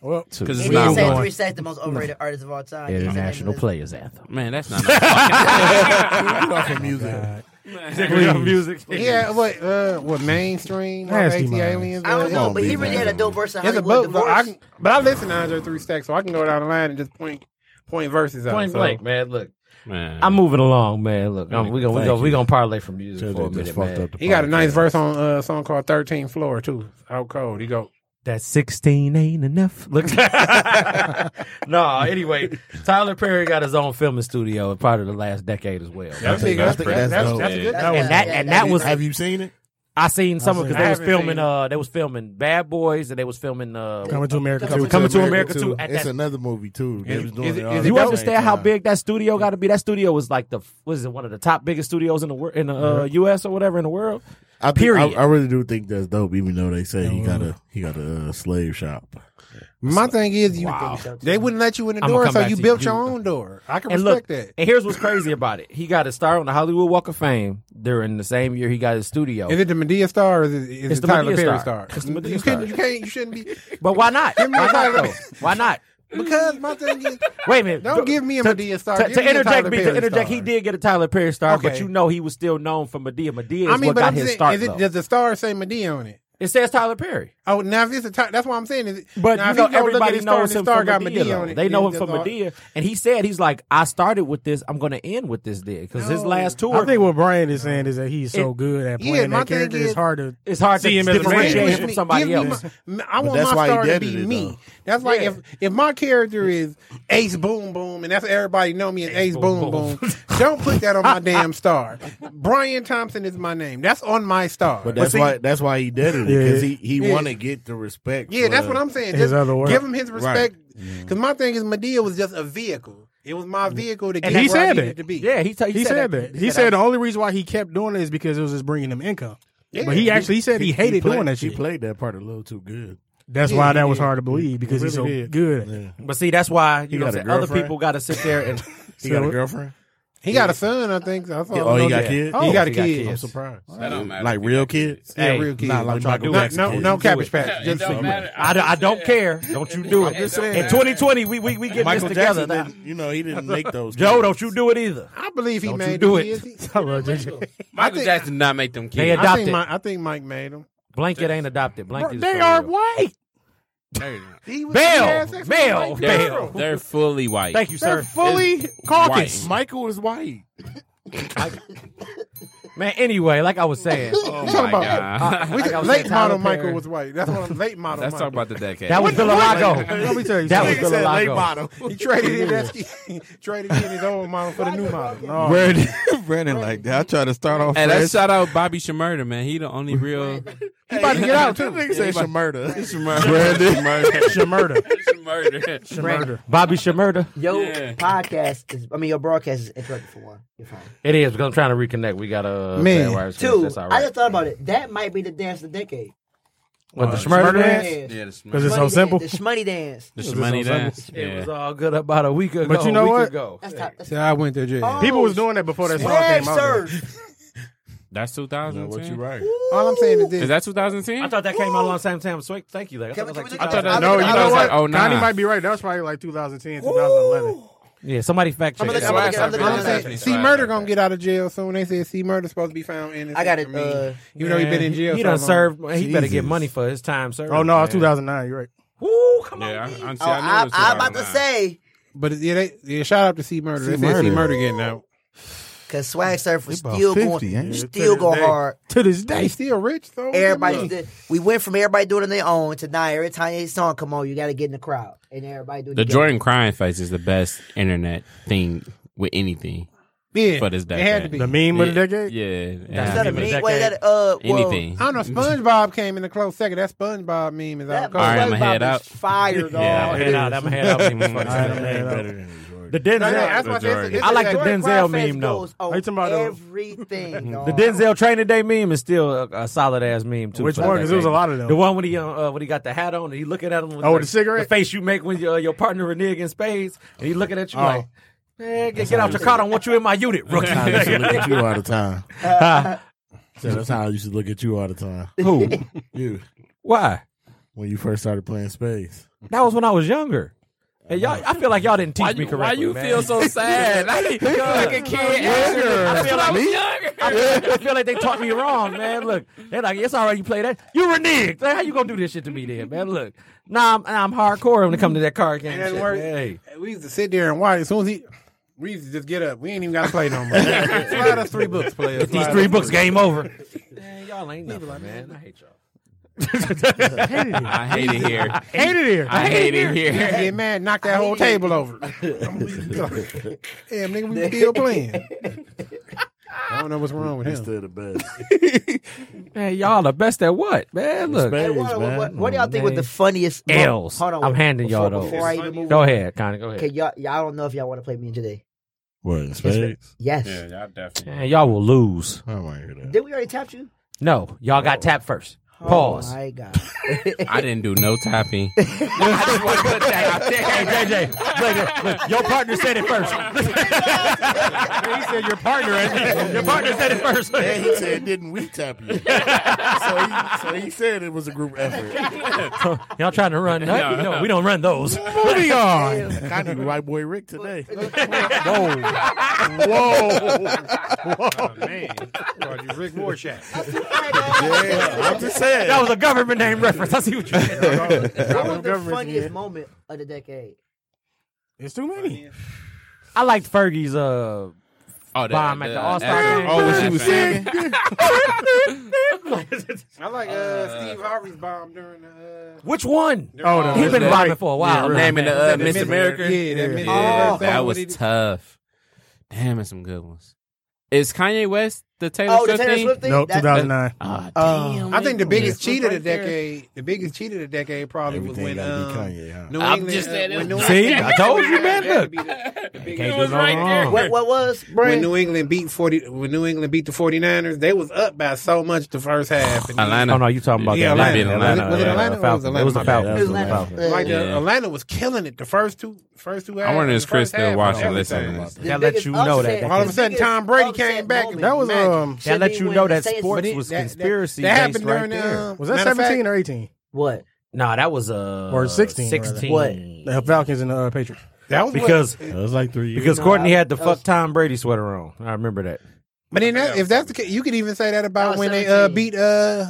Speaker 5: Well,
Speaker 6: because it's
Speaker 4: He didn't
Speaker 6: not
Speaker 4: say
Speaker 6: one.
Speaker 4: three sacks the most overrated artist of all time. He said
Speaker 3: International
Speaker 4: that-
Speaker 3: Players Anthem.
Speaker 6: Man, that's not.
Speaker 8: Get off of music.
Speaker 3: Get off music.
Speaker 5: Yeah, what? Uh, what mainstream? What,
Speaker 3: Nasty
Speaker 5: AT
Speaker 3: minds.
Speaker 5: aliens?
Speaker 4: I don't
Speaker 5: What?
Speaker 4: know, but he really had a dope verse on
Speaker 5: It's a
Speaker 4: Hollywood
Speaker 5: book, but I,
Speaker 4: Divorce.
Speaker 5: can, but I listen to Andre Three Stacks, so I can go down the line and just point point verses out.
Speaker 3: Point
Speaker 5: so.
Speaker 3: blank, man. Look, I'm moving along, man. Look, I'm, we gonna we
Speaker 5: Thank
Speaker 3: gonna we
Speaker 5: you.
Speaker 3: gonna parlay from music
Speaker 5: Dude,
Speaker 3: for a
Speaker 5: they just
Speaker 3: minute, man.
Speaker 5: He got a nice verse on uh, a song called 13th Floor too. Out cold. He go.
Speaker 3: That sixteen ain't enough. Look, no. Anyway, Tyler Perry got his own filming studio in part of the last decade as well.
Speaker 5: That's big. That's- that's- that's- that's a good-
Speaker 3: And that and that was.
Speaker 8: Have you seen it?
Speaker 3: I seen some of
Speaker 8: seen
Speaker 3: because
Speaker 8: it.
Speaker 3: they
Speaker 8: I
Speaker 3: was
Speaker 8: haven't
Speaker 3: filming.
Speaker 8: seen it.
Speaker 3: Uh, they was filming Bad Boys and they was filming uh,
Speaker 8: Coming to America
Speaker 3: Coming,
Speaker 8: too.
Speaker 3: to America too. At
Speaker 8: It's
Speaker 3: that-
Speaker 8: another movie too. They was doing it all at
Speaker 3: you
Speaker 8: the
Speaker 3: understand
Speaker 8: same
Speaker 3: how
Speaker 8: time.
Speaker 3: big that studio got to be? That studio was like the was it one of the top biggest studios in the world in the uh, U.S. or whatever in the world.
Speaker 8: I think-
Speaker 3: period.
Speaker 8: I, I really do think that's dope, even though they say he got a he got a uh, slave shop.
Speaker 5: My thing is, you
Speaker 8: Wow.
Speaker 5: they wouldn't let you in the
Speaker 8: I'ma
Speaker 5: door,
Speaker 8: come
Speaker 5: so
Speaker 8: back
Speaker 5: you
Speaker 8: to
Speaker 5: built
Speaker 8: you.
Speaker 5: your own door. I can
Speaker 3: and
Speaker 5: respect
Speaker 3: look,
Speaker 5: that.
Speaker 3: And here's what's crazy about it: he got a star on the Hollywood Walk of Fame during the same year he got his studio.
Speaker 5: Is it the Medea star or is it, is
Speaker 3: It's
Speaker 5: it
Speaker 3: the
Speaker 5: Tyler
Speaker 3: Madea
Speaker 5: Perry
Speaker 3: star.
Speaker 5: star?
Speaker 3: It's the Madea
Speaker 5: you
Speaker 3: star.
Speaker 5: Couldn't, you can't. You shouldn't be
Speaker 3: but why not? Why
Speaker 5: Give me a
Speaker 3: not?
Speaker 5: Tyler.
Speaker 3: though? Why not?
Speaker 5: because my thing is.
Speaker 3: Wait a minute.
Speaker 5: Don't give me a Madea star.
Speaker 3: To,
Speaker 5: Give
Speaker 3: to
Speaker 5: me a
Speaker 3: interject,
Speaker 5: Tyler
Speaker 3: me, to
Speaker 5: Perry
Speaker 3: interject,
Speaker 5: star.
Speaker 3: he did get a Tyler Perry star, but
Speaker 5: Okay.
Speaker 3: you know he was still known for Medea. Medea is
Speaker 5: I mean,
Speaker 3: what
Speaker 5: but
Speaker 3: got
Speaker 5: I'm
Speaker 3: his
Speaker 5: saying,
Speaker 3: start.
Speaker 5: is it,
Speaker 3: though.
Speaker 5: does the star say Medea on it?
Speaker 3: It says Tyler Perry.
Speaker 5: Oh, now if it's a Ty- that's what I'm saying. Is it,
Speaker 3: But
Speaker 5: now,
Speaker 3: you know,
Speaker 5: if you go look at
Speaker 3: everybody
Speaker 5: his star,
Speaker 3: knows
Speaker 5: his
Speaker 3: him
Speaker 5: star
Speaker 3: from
Speaker 5: got
Speaker 3: Medea.
Speaker 5: Madea
Speaker 3: though.
Speaker 5: on it.
Speaker 3: They know him
Speaker 5: That's
Speaker 3: from
Speaker 5: all.
Speaker 3: Medea, and he said he's like, I started with this. I'm going to end with this then because his last tour.
Speaker 12: I think what Brian is saying is that he's so
Speaker 3: It-
Speaker 12: good at
Speaker 3: yeah,
Speaker 12: playing
Speaker 3: my
Speaker 12: that
Speaker 3: thing
Speaker 12: character.
Speaker 3: is-
Speaker 12: it's hard to
Speaker 3: it's hard to
Speaker 12: see him as a
Speaker 3: differentiate
Speaker 12: man.
Speaker 3: him from somebody
Speaker 5: Give me
Speaker 3: else.
Speaker 5: my- I
Speaker 12: But
Speaker 5: want
Speaker 12: that's
Speaker 5: my
Speaker 12: why he
Speaker 5: star to
Speaker 12: edited
Speaker 5: be
Speaker 12: it,
Speaker 5: me.
Speaker 12: though.
Speaker 5: That's like if if my character is Ace Boom Boom, and that's everybody know me as Ace, Boom Boom. don't put that on my damn star. Brian Thompson is my name. That's on my star.
Speaker 8: But that's
Speaker 5: see-
Speaker 8: why that's why he did it because he he
Speaker 5: Yeah.
Speaker 8: want to get the respect.
Speaker 5: Yeah, that's
Speaker 8: for
Speaker 5: what I'm saying.
Speaker 8: his
Speaker 5: Just
Speaker 8: other work.
Speaker 5: give him his
Speaker 8: Right.
Speaker 5: respect. Because my thing is, Medea was just a vehicle. It was my vehicle to get
Speaker 12: And he
Speaker 5: where I
Speaker 12: said
Speaker 5: needed
Speaker 12: that.
Speaker 5: to be.
Speaker 12: Yeah, he, said, that. He said the only reason why he kept doing it is because it was just bringing him income.
Speaker 8: Yeah.
Speaker 12: but he actually he said he, hated
Speaker 8: played-
Speaker 12: doing that shit.
Speaker 8: He played that part a little too good.
Speaker 12: That's
Speaker 8: Yeah,
Speaker 12: why
Speaker 8: he
Speaker 12: that was
Speaker 8: did.
Speaker 12: hard to
Speaker 8: He
Speaker 12: believe because he's so
Speaker 8: really did.
Speaker 12: good.
Speaker 3: But see, that's why
Speaker 8: He
Speaker 3: you know what
Speaker 8: got a
Speaker 3: I'm saying? other
Speaker 8: girlfriend?
Speaker 3: people got to sit there and
Speaker 8: He got a girlfriend.
Speaker 5: He got a son, I think. so. I thought-
Speaker 8: Oh, he got kids.
Speaker 5: Oh, he got a
Speaker 8: kids.
Speaker 5: kid.
Speaker 8: I'm surprised.
Speaker 5: That don't matter.
Speaker 8: Like real kids.
Speaker 5: Yeah, real kids.
Speaker 8: Not like
Speaker 5: Don't
Speaker 8: Michael
Speaker 5: do it.
Speaker 8: Jackson
Speaker 5: No,
Speaker 8: kids.
Speaker 5: no Cabbage Patch. Just
Speaker 8: Something.
Speaker 3: I, don't- I don't care. Don't you do it.
Speaker 8: just saying.
Speaker 3: In 2020, we we we getting
Speaker 8: Michael
Speaker 3: this together.
Speaker 8: Jackson didn't- you know, he didn't make those
Speaker 3: Joe,
Speaker 8: kids.
Speaker 3: don't you do it either.
Speaker 5: I believe he
Speaker 3: Don't you
Speaker 5: made
Speaker 3: do
Speaker 5: them
Speaker 3: it.
Speaker 5: kids.
Speaker 6: Michael Jackson did not make them kids.
Speaker 3: They
Speaker 5: I
Speaker 3: adopted.
Speaker 5: think, Mi- I think Mike made them.
Speaker 3: Blanket ain't adopted. Blanket. is
Speaker 12: They
Speaker 3: for
Speaker 12: are
Speaker 3: real.
Speaker 12: white.
Speaker 5: He was-
Speaker 3: Bell,
Speaker 5: he had sex with
Speaker 3: Bell,
Speaker 5: a white
Speaker 3: Bell.
Speaker 5: girl.
Speaker 6: They're fully white.
Speaker 3: Thank you,
Speaker 6: They're
Speaker 3: sir.
Speaker 6: fully
Speaker 3: It's
Speaker 6: caucus.
Speaker 3: white.
Speaker 8: Michael is white.
Speaker 3: Man, anyway, like I was saying,
Speaker 5: You talking
Speaker 6: Oh
Speaker 5: about
Speaker 6: God.
Speaker 5: we
Speaker 3: Like I
Speaker 5: could-
Speaker 3: was
Speaker 5: late
Speaker 3: saying,
Speaker 5: model
Speaker 3: Tyler
Speaker 5: Michael
Speaker 3: Perry.
Speaker 5: was white. That's what I'm late model.
Speaker 6: Let's
Speaker 5: Michael.
Speaker 6: talk about the decade.
Speaker 3: That was Villalago.
Speaker 5: Let me tell you
Speaker 3: That was
Speaker 5: something. Nigga said
Speaker 3: Villalago.
Speaker 5: He traded in that ski- traded in his old model for the new model. Oh. No.
Speaker 16: Brandon, Brandon like that. I try to start off
Speaker 6: Hey,
Speaker 16: fresh.
Speaker 6: let's shout out Bobby Shmurda, man. He the only real.
Speaker 5: He about to get out too.
Speaker 8: Nigga said Shmurda.
Speaker 6: Shmurda.
Speaker 16: Brandon.
Speaker 6: Shmurda. Shmurda.
Speaker 3: Bobby Shmurda.
Speaker 4: Your
Speaker 6: Yeah.
Speaker 4: podcast is, I mean, your broadcast is interrupted for one. You're fine.
Speaker 3: It is. Because I'm trying to reconnect. We got a
Speaker 5: Man.
Speaker 4: Two,
Speaker 3: That's all
Speaker 4: I
Speaker 3: right.
Speaker 4: just thought about it. That might be the dance of the decade.
Speaker 3: What the
Speaker 12: Uh,
Speaker 3: Shmurda
Speaker 12: Shmurda
Speaker 3: dance?
Speaker 12: dance?
Speaker 6: Yeah, the Shmurda.
Speaker 12: Because it's so
Speaker 4: Shmoney
Speaker 12: simple.
Speaker 4: Dance, the shmoney dance.
Speaker 6: The Shmoney dance.
Speaker 3: It was
Speaker 6: Yeah.
Speaker 3: all good about a week ago.
Speaker 12: But you know
Speaker 3: a week
Speaker 12: what?
Speaker 3: Ago.
Speaker 4: That's top. Oh, That's
Speaker 5: So I went to jail.
Speaker 12: People was doing that before that song came out. though.
Speaker 6: That's 2010.
Speaker 8: What you right?
Speaker 5: All I'm saying is this.
Speaker 6: Is that 2010?
Speaker 3: I thought that came out along the same time. So thank you. Like, I
Speaker 4: Can
Speaker 3: thought, it
Speaker 4: we-
Speaker 3: was
Speaker 4: can
Speaker 3: like
Speaker 4: we- I thought that-
Speaker 12: No, you
Speaker 4: I
Speaker 12: know
Speaker 4: was
Speaker 12: what?
Speaker 6: like, oh, nah.
Speaker 12: Connie might be right. That was probably like 2010, 2011.
Speaker 3: yeah, somebody fact
Speaker 4: I'm
Speaker 3: check.
Speaker 4: gonna look-
Speaker 3: that.
Speaker 4: I'm gonna look- I'm
Speaker 5: I'm
Speaker 4: gonna
Speaker 5: saying,
Speaker 4: look-
Speaker 5: C Murder gonna get out of jail soon. They said C Murder's supposed to be found innocent.
Speaker 4: I got it,
Speaker 5: mean,
Speaker 4: uh,
Speaker 5: even though he been in jail.
Speaker 3: He
Speaker 5: so
Speaker 3: done
Speaker 5: long.
Speaker 3: served. He better get
Speaker 8: Jesus.
Speaker 3: money for his time served.
Speaker 12: Oh, no, it's
Speaker 3: man.
Speaker 12: 2009. You're right.
Speaker 3: Woo, come
Speaker 6: Yeah, I, I, see,
Speaker 4: Oh, I,
Speaker 6: I, knew it was
Speaker 4: I'm about to
Speaker 6: 2009.
Speaker 4: say,
Speaker 5: But yeah, they, yeah, shout out to C Murder. They said C
Speaker 8: C-Murder.
Speaker 5: Murder getting out.
Speaker 4: because Swag Surf was
Speaker 8: They about
Speaker 4: still
Speaker 8: 50,
Speaker 4: going,
Speaker 8: ain't it?
Speaker 4: still
Speaker 12: To
Speaker 4: going
Speaker 12: this day.
Speaker 4: hard.
Speaker 12: To this
Speaker 5: They
Speaker 12: day.
Speaker 5: still rich though.
Speaker 4: Everybody, did, we went from everybody doing it on their own to now every time his song come on, you got to get in the crowd and everybody doing
Speaker 6: The
Speaker 4: it
Speaker 6: Jordan crying face is the best internet thing with anything
Speaker 5: yeah,
Speaker 6: for this
Speaker 5: It
Speaker 6: decade.
Speaker 5: had to be.
Speaker 12: The meme of the
Speaker 6: Yeah,
Speaker 12: decade?
Speaker 6: Yeah. it
Speaker 4: together. Is
Speaker 6: had
Speaker 4: that
Speaker 6: to
Speaker 4: a
Speaker 6: be.
Speaker 4: mean
Speaker 3: decade.
Speaker 4: way that uh well,
Speaker 6: Anything.
Speaker 5: I don't know. SpongeBob came in a close second. That SpongeBob meme is
Speaker 4: That
Speaker 5: out.
Speaker 4: boy
Speaker 6: All right, I'ma
Speaker 4: Bob
Speaker 6: head
Speaker 4: is
Speaker 6: out.
Speaker 4: Fire, dog.
Speaker 3: Yeah, I'm head out. I'm head out. I'm head out. The Denzel. I like the
Speaker 4: Jordan
Speaker 3: Denzel
Speaker 4: Crawford
Speaker 3: meme, though.
Speaker 4: goes on
Speaker 12: Are you talking about uh, the-
Speaker 4: everything? dog.
Speaker 3: uh, The Denzel Training Day meme is still a, a solid ass meme too.
Speaker 12: Which
Speaker 3: So
Speaker 12: one?
Speaker 3: I
Speaker 12: 'Cause
Speaker 3: think
Speaker 12: there was a
Speaker 3: that-
Speaker 12: lot of them.
Speaker 3: The one when he uh, uh, when he got the hat on and he looking at him. With
Speaker 12: Oh,
Speaker 3: like,
Speaker 12: the cigarette?
Speaker 3: The face you make when your your partner renege in spades and he looking
Speaker 12: Oh.
Speaker 3: at you like, man, get, get out your car. I don't want you in my unit, rookie.
Speaker 8: I used to look at you all the time. So that's how I used to look at you all the time. Who? You.
Speaker 3: Why?
Speaker 8: When you first started playing space.
Speaker 3: That was when I was younger. And y'all, I feel like y'all didn't teach
Speaker 6: Why
Speaker 3: me
Speaker 6: you,
Speaker 3: correctly.
Speaker 6: why you
Speaker 3: man.
Speaker 6: feel so sad? I think you're like a kid. I feel like I was younger.
Speaker 3: I feel like they taught me wrong, man. Look, they're like, it's all right, you play that. You reneged. Like, how you gonna do this shit to me, then, man? Look, nah, I'm, I'm hardcore when it comes to that card game.
Speaker 5: It doesn't
Speaker 3: shit,
Speaker 5: work.
Speaker 3: man. Hey.
Speaker 5: We used to sit there and watch. As soon as he, we used to just get up. We ain't even got to play no more. Slide us three books, players.
Speaker 3: Get these
Speaker 5: Slide
Speaker 3: three
Speaker 5: us
Speaker 3: books, game over. Man, y'all ain't nothing, man. I hate y'all.
Speaker 6: I hate it here.
Speaker 12: Hated it here.
Speaker 6: I hate it
Speaker 5: You
Speaker 6: here.
Speaker 5: get mad, knock that whole table over. Damn, nigga, we still playing. I don't know what's wrong with
Speaker 8: He's
Speaker 5: him.
Speaker 8: still the best.
Speaker 3: man, y'all the best at what, man? Look,
Speaker 4: Hey,
Speaker 8: Space,
Speaker 4: what, what,
Speaker 8: man.
Speaker 4: what, what do y'all think was the
Speaker 3: Man.
Speaker 4: funniest mo-
Speaker 3: L's.
Speaker 4: Hold on,
Speaker 3: I'm handing
Speaker 4: before-
Speaker 3: y'all those.
Speaker 4: Before I even move
Speaker 3: Go
Speaker 4: on.
Speaker 3: ahead, Connie. Go
Speaker 4: Okay,
Speaker 3: ahead.
Speaker 4: y'all, y'all I don't know if y'all want to play me today.
Speaker 8: What, in space?
Speaker 4: Yes.
Speaker 6: y'all definitely.
Speaker 3: Man, y'all will lose.
Speaker 8: I don't want to hear that.
Speaker 4: Did we already tap you?
Speaker 3: No, y'all got tapped first. Pause.
Speaker 4: Oh my god.
Speaker 6: I didn't do no tapping.
Speaker 3: Hey, JJ, look, look, look, your partner said it first. he said your partner. Your partner said it first.
Speaker 8: And he said, didn't we tap you? so, he, so he said it was a group effort.
Speaker 3: Y'all trying to run? No, no, we don't run those.
Speaker 8: Moving on. I need white boy Rick today. Whoa. Whoa.
Speaker 5: Rick Rorschach.
Speaker 8: Yeah, I'm just saying.
Speaker 3: yeah. That was a government name reference. I see what you did.
Speaker 4: What was the funniest moment of the decade?
Speaker 17: It's too many.
Speaker 3: I liked Fergie's uh
Speaker 6: Oh, that-
Speaker 3: bomb at the
Speaker 6: that-
Speaker 3: All Star
Speaker 6: that-
Speaker 3: game.
Speaker 6: oh, when she was singing?
Speaker 5: I like uh, Steve Harvey's bomb during the. Uh,
Speaker 3: Which one?
Speaker 5: Oh, no,
Speaker 3: he's
Speaker 5: it's
Speaker 3: been
Speaker 5: that-
Speaker 3: bombing for a while.
Speaker 6: Yeah, naming the uh,
Speaker 5: That
Speaker 6: Miss
Speaker 5: Miss
Speaker 6: America.
Speaker 5: America. Yeah, that Miss
Speaker 6: Yeah,
Speaker 5: America.
Speaker 6: that was
Speaker 5: What did it-
Speaker 6: tough. Damn, it's some good ones. Is Kanye West the Taylor
Speaker 4: Oh, the
Speaker 6: Swift
Speaker 4: Taylor
Speaker 6: thing?
Speaker 4: Swift thing? Nope, That- 2009.
Speaker 6: Ah,
Speaker 4: Uh,
Speaker 6: damn,
Speaker 5: I think the
Speaker 6: man. Swift
Speaker 5: biggest cheat of the
Speaker 6: right there.
Speaker 5: decade, the biggest cheat of the decade probably was when um, New
Speaker 6: I'm
Speaker 5: England,
Speaker 6: just saying
Speaker 5: uh,
Speaker 6: it was-
Speaker 5: when New
Speaker 6: See?
Speaker 5: England-
Speaker 6: I told you, man,
Speaker 5: That
Speaker 6: look.
Speaker 5: had to be the- the biggest-
Speaker 6: Can't do no wrong.
Speaker 4: What, what was,
Speaker 5: When
Speaker 4: Brent?
Speaker 5: New England beat forty, when New England beat the 49ers, they was up by so much the first half. And
Speaker 6: Atlanta.
Speaker 3: Oh no, you talking about
Speaker 6: Yeah,
Speaker 3: that?
Speaker 6: Atlanta. Atlanta.
Speaker 5: Was it Atlanta or was it
Speaker 3: Falcons. It was the
Speaker 5: Atlanta?
Speaker 3: Falcons. It was the Falcons.
Speaker 5: Like the,
Speaker 6: Yeah.
Speaker 5: Atlanta was killing it the first two, first two.
Speaker 6: I wonder
Speaker 5: halves,
Speaker 6: is
Speaker 5: the
Speaker 6: Chris
Speaker 5: first
Speaker 6: still
Speaker 5: half,
Speaker 6: watching,
Speaker 5: everything.
Speaker 6: listening? to this.
Speaker 3: That let you know that.
Speaker 5: All of a
Speaker 3: that-
Speaker 5: sudden, Tom Brady came back. and
Speaker 17: That was um.
Speaker 3: That let you know that sports was
Speaker 5: that-
Speaker 3: conspiracy
Speaker 5: that happened
Speaker 3: based
Speaker 5: during,
Speaker 3: right
Speaker 5: uh,
Speaker 3: there.
Speaker 17: Was
Speaker 5: Matter
Speaker 17: that
Speaker 5: of fact-
Speaker 17: seventeen or eighteen?
Speaker 4: What?
Speaker 3: Nah, that was uh
Speaker 17: Or 16, rather.
Speaker 3: 16.
Speaker 17: What? The Falcons and the uh, Patriots.
Speaker 5: That was what-
Speaker 3: Because
Speaker 8: That was like three years.
Speaker 3: because
Speaker 5: No,
Speaker 3: Courtney
Speaker 5: I-
Speaker 3: had the
Speaker 5: that
Speaker 3: fuck
Speaker 5: was-
Speaker 3: Tom Brady sweater on. I remember that.
Speaker 5: But then, that, if that's the case, you could even say that about
Speaker 4: was
Speaker 5: when they uh,
Speaker 4: 17.
Speaker 5: beat uh,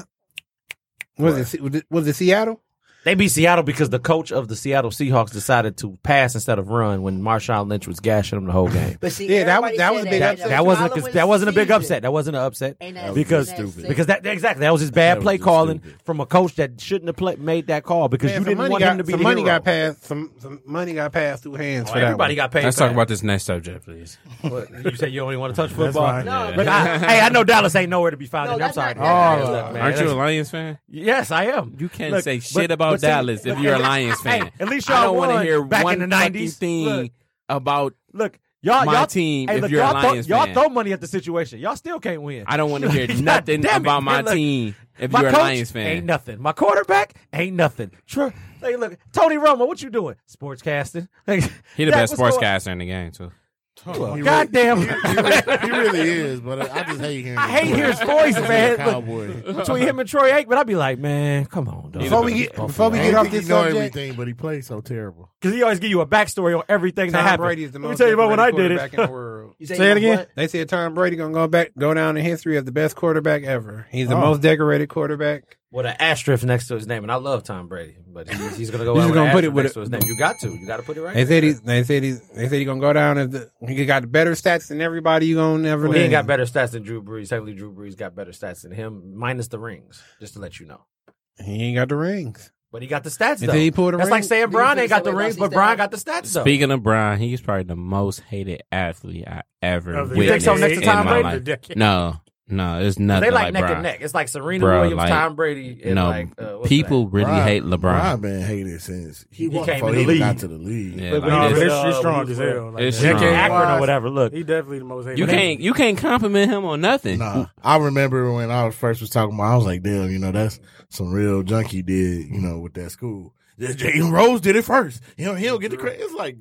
Speaker 5: was it Se- was it- was it Seattle?
Speaker 3: They beat Seattle because the coach of the Seattle Seahawks decided to pass instead of run when Marshawn Lynch was gashing them the whole game.
Speaker 4: But see,
Speaker 5: Yeah, that
Speaker 4: everybody
Speaker 5: was- that
Speaker 4: said
Speaker 5: was a big
Speaker 3: that,
Speaker 5: upset.
Speaker 3: that wasn't a,
Speaker 4: Following
Speaker 3: cons- that wasn't a big
Speaker 4: season.
Speaker 3: upset. That wasn't an upset
Speaker 4: Ain't that-
Speaker 3: because
Speaker 4: ain't that stupid.
Speaker 3: because that exactly that was his bad play calling from a coach that shouldn't have play, made that call because
Speaker 5: Man,
Speaker 3: you
Speaker 5: some
Speaker 3: didn't
Speaker 5: money
Speaker 3: want
Speaker 5: got,
Speaker 3: him to be
Speaker 5: some
Speaker 3: the
Speaker 5: money
Speaker 3: hero.
Speaker 5: got passed. Some some money got passed through hands.
Speaker 3: Oh,
Speaker 5: for that
Speaker 3: everybody
Speaker 5: one.
Speaker 3: got paid.
Speaker 6: Let's
Speaker 3: for
Speaker 6: talk
Speaker 3: that.
Speaker 6: about this next subject, please.
Speaker 3: What, you said you only want to touch football.
Speaker 17: fine.
Speaker 4: No,
Speaker 3: But I, hey, I know Dallas ain't nowhere to be found.
Speaker 4: No,
Speaker 3: in. I'm
Speaker 4: that's
Speaker 3: sorry.
Speaker 4: not- that's
Speaker 3: Oh,
Speaker 4: not-
Speaker 3: look, man,
Speaker 6: Aren't you a
Speaker 3: that's-
Speaker 6: Lions fan?
Speaker 3: Yes, I am.
Speaker 6: You can't
Speaker 3: Look,
Speaker 6: say
Speaker 3: but-
Speaker 6: shit about
Speaker 3: but see-
Speaker 6: Dallas if
Speaker 3: look,
Speaker 6: you're a
Speaker 3: at-
Speaker 6: Lions fan.
Speaker 3: hey, at least
Speaker 6: I
Speaker 3: y'all
Speaker 6: don't wanna
Speaker 3: won
Speaker 6: hear
Speaker 3: back in
Speaker 6: one
Speaker 3: the
Speaker 6: fucking
Speaker 3: 90s.
Speaker 6: thing
Speaker 3: Look.
Speaker 6: about
Speaker 3: Look, y'all,
Speaker 6: my
Speaker 3: y'all,
Speaker 6: team
Speaker 3: Hey,
Speaker 6: if
Speaker 3: look,
Speaker 6: you're a
Speaker 3: y'all, throw-
Speaker 6: Lions
Speaker 3: y'all
Speaker 6: fan.
Speaker 3: throw money at the situation. Y'all still can't win.
Speaker 6: I don't want to hear
Speaker 3: God
Speaker 6: nothing
Speaker 3: damn it,
Speaker 6: about my
Speaker 3: man, look,
Speaker 6: team if
Speaker 3: my
Speaker 6: you're a
Speaker 3: coach
Speaker 6: Lions fan.
Speaker 3: Ain't nothing. My quarterback ain't nothing. True. Hey, look, Tony Romo, what you doing? Sportscasting.
Speaker 6: He
Speaker 3: That
Speaker 6: the best
Speaker 3: was going-
Speaker 6: sportscaster in the game too.
Speaker 3: Goddamn.
Speaker 8: He really is, but I I just hate hearing.
Speaker 3: I hate
Speaker 8: him.
Speaker 3: hearing his voice, man.
Speaker 8: Cowboy.
Speaker 3: Look, between him and Troy Aikman, I'd be like, man, come on, dog.
Speaker 5: Before we get before we
Speaker 8: I
Speaker 5: get
Speaker 8: don't
Speaker 5: off
Speaker 8: think he
Speaker 5: this
Speaker 8: know
Speaker 5: subject,
Speaker 8: everything, but he plays so terrible.
Speaker 3: Because he always give you a backstory on everything that
Speaker 5: Tom
Speaker 3: happened.
Speaker 5: Brady is the
Speaker 3: Let me
Speaker 5: most
Speaker 3: tell you about when I
Speaker 5: underrated
Speaker 3: did
Speaker 5: quarterback in the
Speaker 3: it.
Speaker 5: world.
Speaker 4: You say
Speaker 17: Say it
Speaker 4: you know
Speaker 17: again.
Speaker 4: what?
Speaker 5: They said Tom Brady gonna go back, go down in history of the best quarterback ever. He's
Speaker 3: Oh.
Speaker 5: the most decorated quarterback.
Speaker 3: with an asterisk next to his name, and I love Tom Brady, but he's, he's gonna go.
Speaker 5: He's
Speaker 3: out with
Speaker 5: gonna
Speaker 3: an
Speaker 5: put it
Speaker 3: asterisk
Speaker 5: with
Speaker 3: next
Speaker 5: a-
Speaker 3: to his name. You got to. You got to put it right.
Speaker 5: They
Speaker 3: there.
Speaker 5: said he's, they said he's, they said he gonna go down as the he got better stats than everybody you gonna ever.
Speaker 3: Well, he
Speaker 5: name.
Speaker 3: ain't got better stats than Drew Brees. Technically, Drew Brees got better stats than him, minus the rings. Just to let you know,
Speaker 5: He ain't got the rings.
Speaker 3: but he got the stats
Speaker 5: They
Speaker 3: though.
Speaker 5: said he pulled a
Speaker 3: That's like
Speaker 5: ring.
Speaker 3: saying Brian
Speaker 4: He
Speaker 3: ain't got
Speaker 4: said
Speaker 3: the
Speaker 4: he
Speaker 3: rings,
Speaker 4: lost
Speaker 3: but
Speaker 4: his
Speaker 3: Brian
Speaker 4: stats.
Speaker 3: got the stats though.
Speaker 6: Speaking of Brian, he's probably the most hated athlete I ever
Speaker 17: Of the
Speaker 6: witnessed
Speaker 3: decade. Oh, You think so, next to
Speaker 6: in
Speaker 3: Tom
Speaker 6: my
Speaker 3: Brady?
Speaker 6: life.
Speaker 17: The decade.
Speaker 6: No, no, it's
Speaker 3: they
Speaker 6: nothing
Speaker 3: like,
Speaker 6: like
Speaker 3: neck
Speaker 6: Brian.
Speaker 3: and neck. It's like Serena
Speaker 6: Bruh,
Speaker 3: Williams,
Speaker 6: like,
Speaker 3: Tom Brady, and
Speaker 6: no,
Speaker 3: like uh, what's
Speaker 6: people really
Speaker 8: Brian-
Speaker 6: hate LeBron.
Speaker 8: Brian been hated since he,
Speaker 4: He
Speaker 8: won
Speaker 3: came
Speaker 8: before
Speaker 3: in the
Speaker 8: he
Speaker 3: league.
Speaker 8: got to the league.
Speaker 6: Yeah,
Speaker 3: that.
Speaker 6: like,
Speaker 17: No,
Speaker 6: it's-
Speaker 17: but
Speaker 3: this-
Speaker 17: it's, it's
Speaker 3: uh,
Speaker 17: strong
Speaker 3: we-
Speaker 17: as hell. Like,
Speaker 6: it's
Speaker 17: decade
Speaker 6: strong.
Speaker 3: Akron or
Speaker 17: wise,
Speaker 3: whatever. Look,
Speaker 17: He definitely the most hated.
Speaker 6: you
Speaker 17: But they-
Speaker 6: can't you can't compliment him on nothing.
Speaker 8: Nah, I remember when I was first was talking about. I was like, damn, you know, that's some real junkie did, you know, with that school. Just Jaden Rose did it first. You know, he don't get the credit. It's like,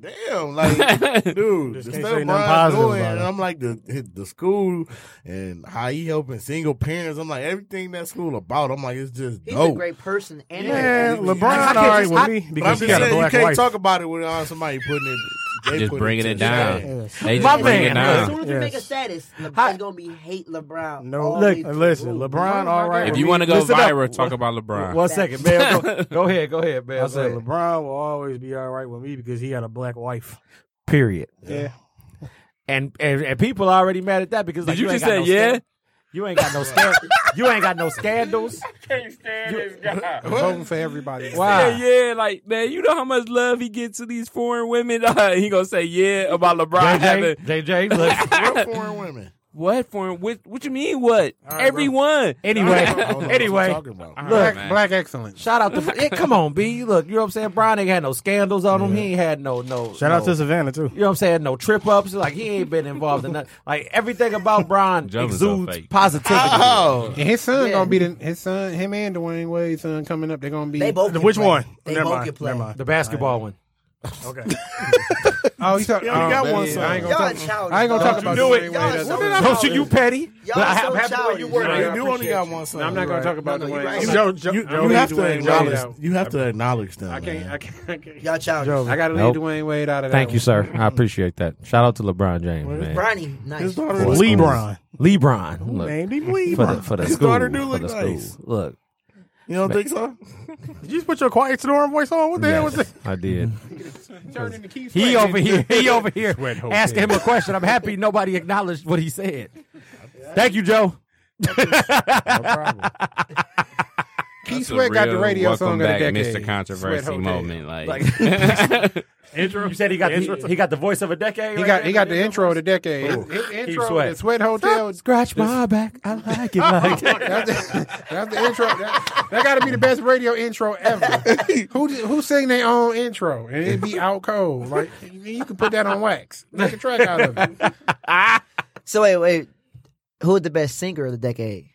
Speaker 8: damn, like, dude, the
Speaker 17: Just can't
Speaker 8: stuff
Speaker 17: say nothing
Speaker 8: Brian's
Speaker 17: positive
Speaker 8: doing,
Speaker 17: about
Speaker 8: and
Speaker 17: it.
Speaker 8: I'm like the his- the school and how he helping single parents. I'm like everything that school about. I'm like, it's just
Speaker 4: He's a
Speaker 8: dope.
Speaker 4: great person. And
Speaker 17: Man,
Speaker 4: everything.
Speaker 17: LeBron
Speaker 8: can't
Speaker 17: all right
Speaker 8: just-
Speaker 17: with
Speaker 8: I-
Speaker 17: me
Speaker 8: But I'm
Speaker 17: because he
Speaker 8: just
Speaker 17: got a
Speaker 8: saying, you
Speaker 17: black
Speaker 8: can't
Speaker 17: wife.
Speaker 8: talk about it without somebody putting it. They
Speaker 6: Just
Speaker 8: put
Speaker 6: bringing it
Speaker 8: to
Speaker 6: down.
Speaker 8: shame.
Speaker 6: They
Speaker 3: My
Speaker 6: just bring it
Speaker 3: man.
Speaker 4: As
Speaker 6: down.
Speaker 4: soon as you
Speaker 17: Yes.
Speaker 4: make a status, LeBron's gonna be hate LeBron.
Speaker 17: No,
Speaker 4: all
Speaker 17: look,
Speaker 4: the way
Speaker 17: listen,
Speaker 4: through.
Speaker 17: LeBron, all right.
Speaker 6: If
Speaker 17: with
Speaker 6: you
Speaker 17: me.
Speaker 6: want to go
Speaker 17: Listen up.
Speaker 6: viral, talk about LeBron.
Speaker 3: One second, man. Go, go ahead, go ahead, man.
Speaker 17: I said LeBron will always be all right with me because he got a black wife.
Speaker 3: period.
Speaker 17: Yeah.
Speaker 3: And, and and people are already mad at that because like,
Speaker 6: Did you
Speaker 3: ain't
Speaker 6: just
Speaker 3: got
Speaker 6: say
Speaker 3: no
Speaker 6: yeah?
Speaker 3: scan- You ain't got no scandal. you ain't got no scandals.
Speaker 5: I'm voting for everybody.
Speaker 3: Wow.
Speaker 6: Yeah, yeah, like man, you know how much love he gets to these foreign women. he gonna say yeah about LeBron having
Speaker 3: JJ, JJ, look.
Speaker 8: We're foreign women.
Speaker 6: what foreign? What, what you mean? What everyone?
Speaker 3: Anyway,
Speaker 8: I don't know what you're
Speaker 3: anyway,
Speaker 8: talking about.
Speaker 5: Black,
Speaker 6: man.
Speaker 5: black excellence.
Speaker 3: shout out to yeah, come on, B. Look, you know what I'm saying? Brian ain't had no scandals on him. He ain't had no no.
Speaker 17: Shout out
Speaker 3: no-
Speaker 17: to Savannah too.
Speaker 3: You know what I'm saying? No trip ups. Like he ain't been involved in nothing. Like everything about Brian
Speaker 6: Jump is all
Speaker 3: exudes
Speaker 6: fake. Oh.
Speaker 3: positivity.
Speaker 5: And his son gonna be the his son, him and Dwayne Wade's son coming up. They're gonna be.
Speaker 4: They both. can
Speaker 17: Which
Speaker 4: play.
Speaker 17: one?
Speaker 4: They
Speaker 17: Never
Speaker 4: both
Speaker 17: mind.
Speaker 4: can play.
Speaker 17: Never mind.
Speaker 3: The basketball one.
Speaker 17: Okay.
Speaker 5: Oh, you talking?
Speaker 8: only
Speaker 5: oh,
Speaker 8: got one
Speaker 5: man,
Speaker 8: son.
Speaker 5: I ain't gonna
Speaker 4: Y'all
Speaker 5: talk.
Speaker 4: childish.
Speaker 5: I ain't gonna
Speaker 4: dog.
Speaker 5: talk about
Speaker 4: Y'all
Speaker 5: Dwayne Wade.
Speaker 4: is so
Speaker 5: That's-
Speaker 3: Don't
Speaker 4: childish.
Speaker 3: you, you petty?
Speaker 4: Y'all
Speaker 3: But I-
Speaker 4: are so
Speaker 3: I'm happy the way you
Speaker 4: childish.
Speaker 3: word it.
Speaker 5: Nah,
Speaker 8: You do only
Speaker 5: appreciate
Speaker 8: got
Speaker 5: you.
Speaker 8: one son.
Speaker 5: No, I'm not gonna
Speaker 8: Right.
Speaker 5: talk about
Speaker 4: No, no,
Speaker 5: Dwayne
Speaker 4: you're
Speaker 5: Wade.
Speaker 4: right.
Speaker 17: Joe, Joe,
Speaker 8: You,
Speaker 17: Joe
Speaker 8: you have to
Speaker 5: Dwayne Wade
Speaker 8: acknowledge.
Speaker 5: out.
Speaker 8: You have to acknowledge them.
Speaker 5: I can't.
Speaker 8: man.
Speaker 5: I can't. I can't.
Speaker 4: Y'all childish.
Speaker 5: I gotta
Speaker 3: Nope.
Speaker 5: leave Dwayne Wade out of that.
Speaker 3: Thank
Speaker 5: one.
Speaker 3: you, sir. I appreciate that. Shout out to LeBron James, man.
Speaker 4: Bronny, nice.
Speaker 8: daughter,
Speaker 17: LeBron.
Speaker 3: LeBron. Look,
Speaker 17: Named him
Speaker 3: for the
Speaker 17: LeBron.
Speaker 3: for the
Speaker 8: His
Speaker 3: school.
Speaker 8: daughter do
Speaker 3: for
Speaker 8: look
Speaker 3: the
Speaker 8: nice.
Speaker 3: school. Look,
Speaker 8: You don't
Speaker 12: Man.
Speaker 8: think so?
Speaker 12: Did you just put your quiet snoring voice on? What the hell was that?
Speaker 18: I did.
Speaker 3: He over here. He over here.
Speaker 12: Sweat hotel.
Speaker 3: Asking him a question. I'm happy nobody acknowledged what he said. Thank you, Joe.
Speaker 5: Keith
Speaker 6: That's a
Speaker 5: Sweat got the
Speaker 6: real
Speaker 5: radio
Speaker 6: welcome
Speaker 5: song of the
Speaker 6: back,
Speaker 5: decade.
Speaker 6: Mr. Controversy
Speaker 5: Sweat Hotel.
Speaker 6: moment. Like,
Speaker 3: intro. You said he got
Speaker 5: Intro.
Speaker 3: the, he got the voice of a decade.
Speaker 5: He
Speaker 3: right
Speaker 5: got he
Speaker 3: there?
Speaker 5: got the intro of the decade.
Speaker 3: Ooh.
Speaker 5: His- his
Speaker 3: Keith
Speaker 5: intro,
Speaker 3: Sweat.
Speaker 5: the Sweat Hotel.
Speaker 3: Scratch my back. I like it like that.
Speaker 5: That's the intro. That, that got to be the best radio intro ever. who did- who sing their own intro and it be out cold? Like you can put that on wax. Make a track out of it.
Speaker 4: So wait, wait. Who the best singer of the decade?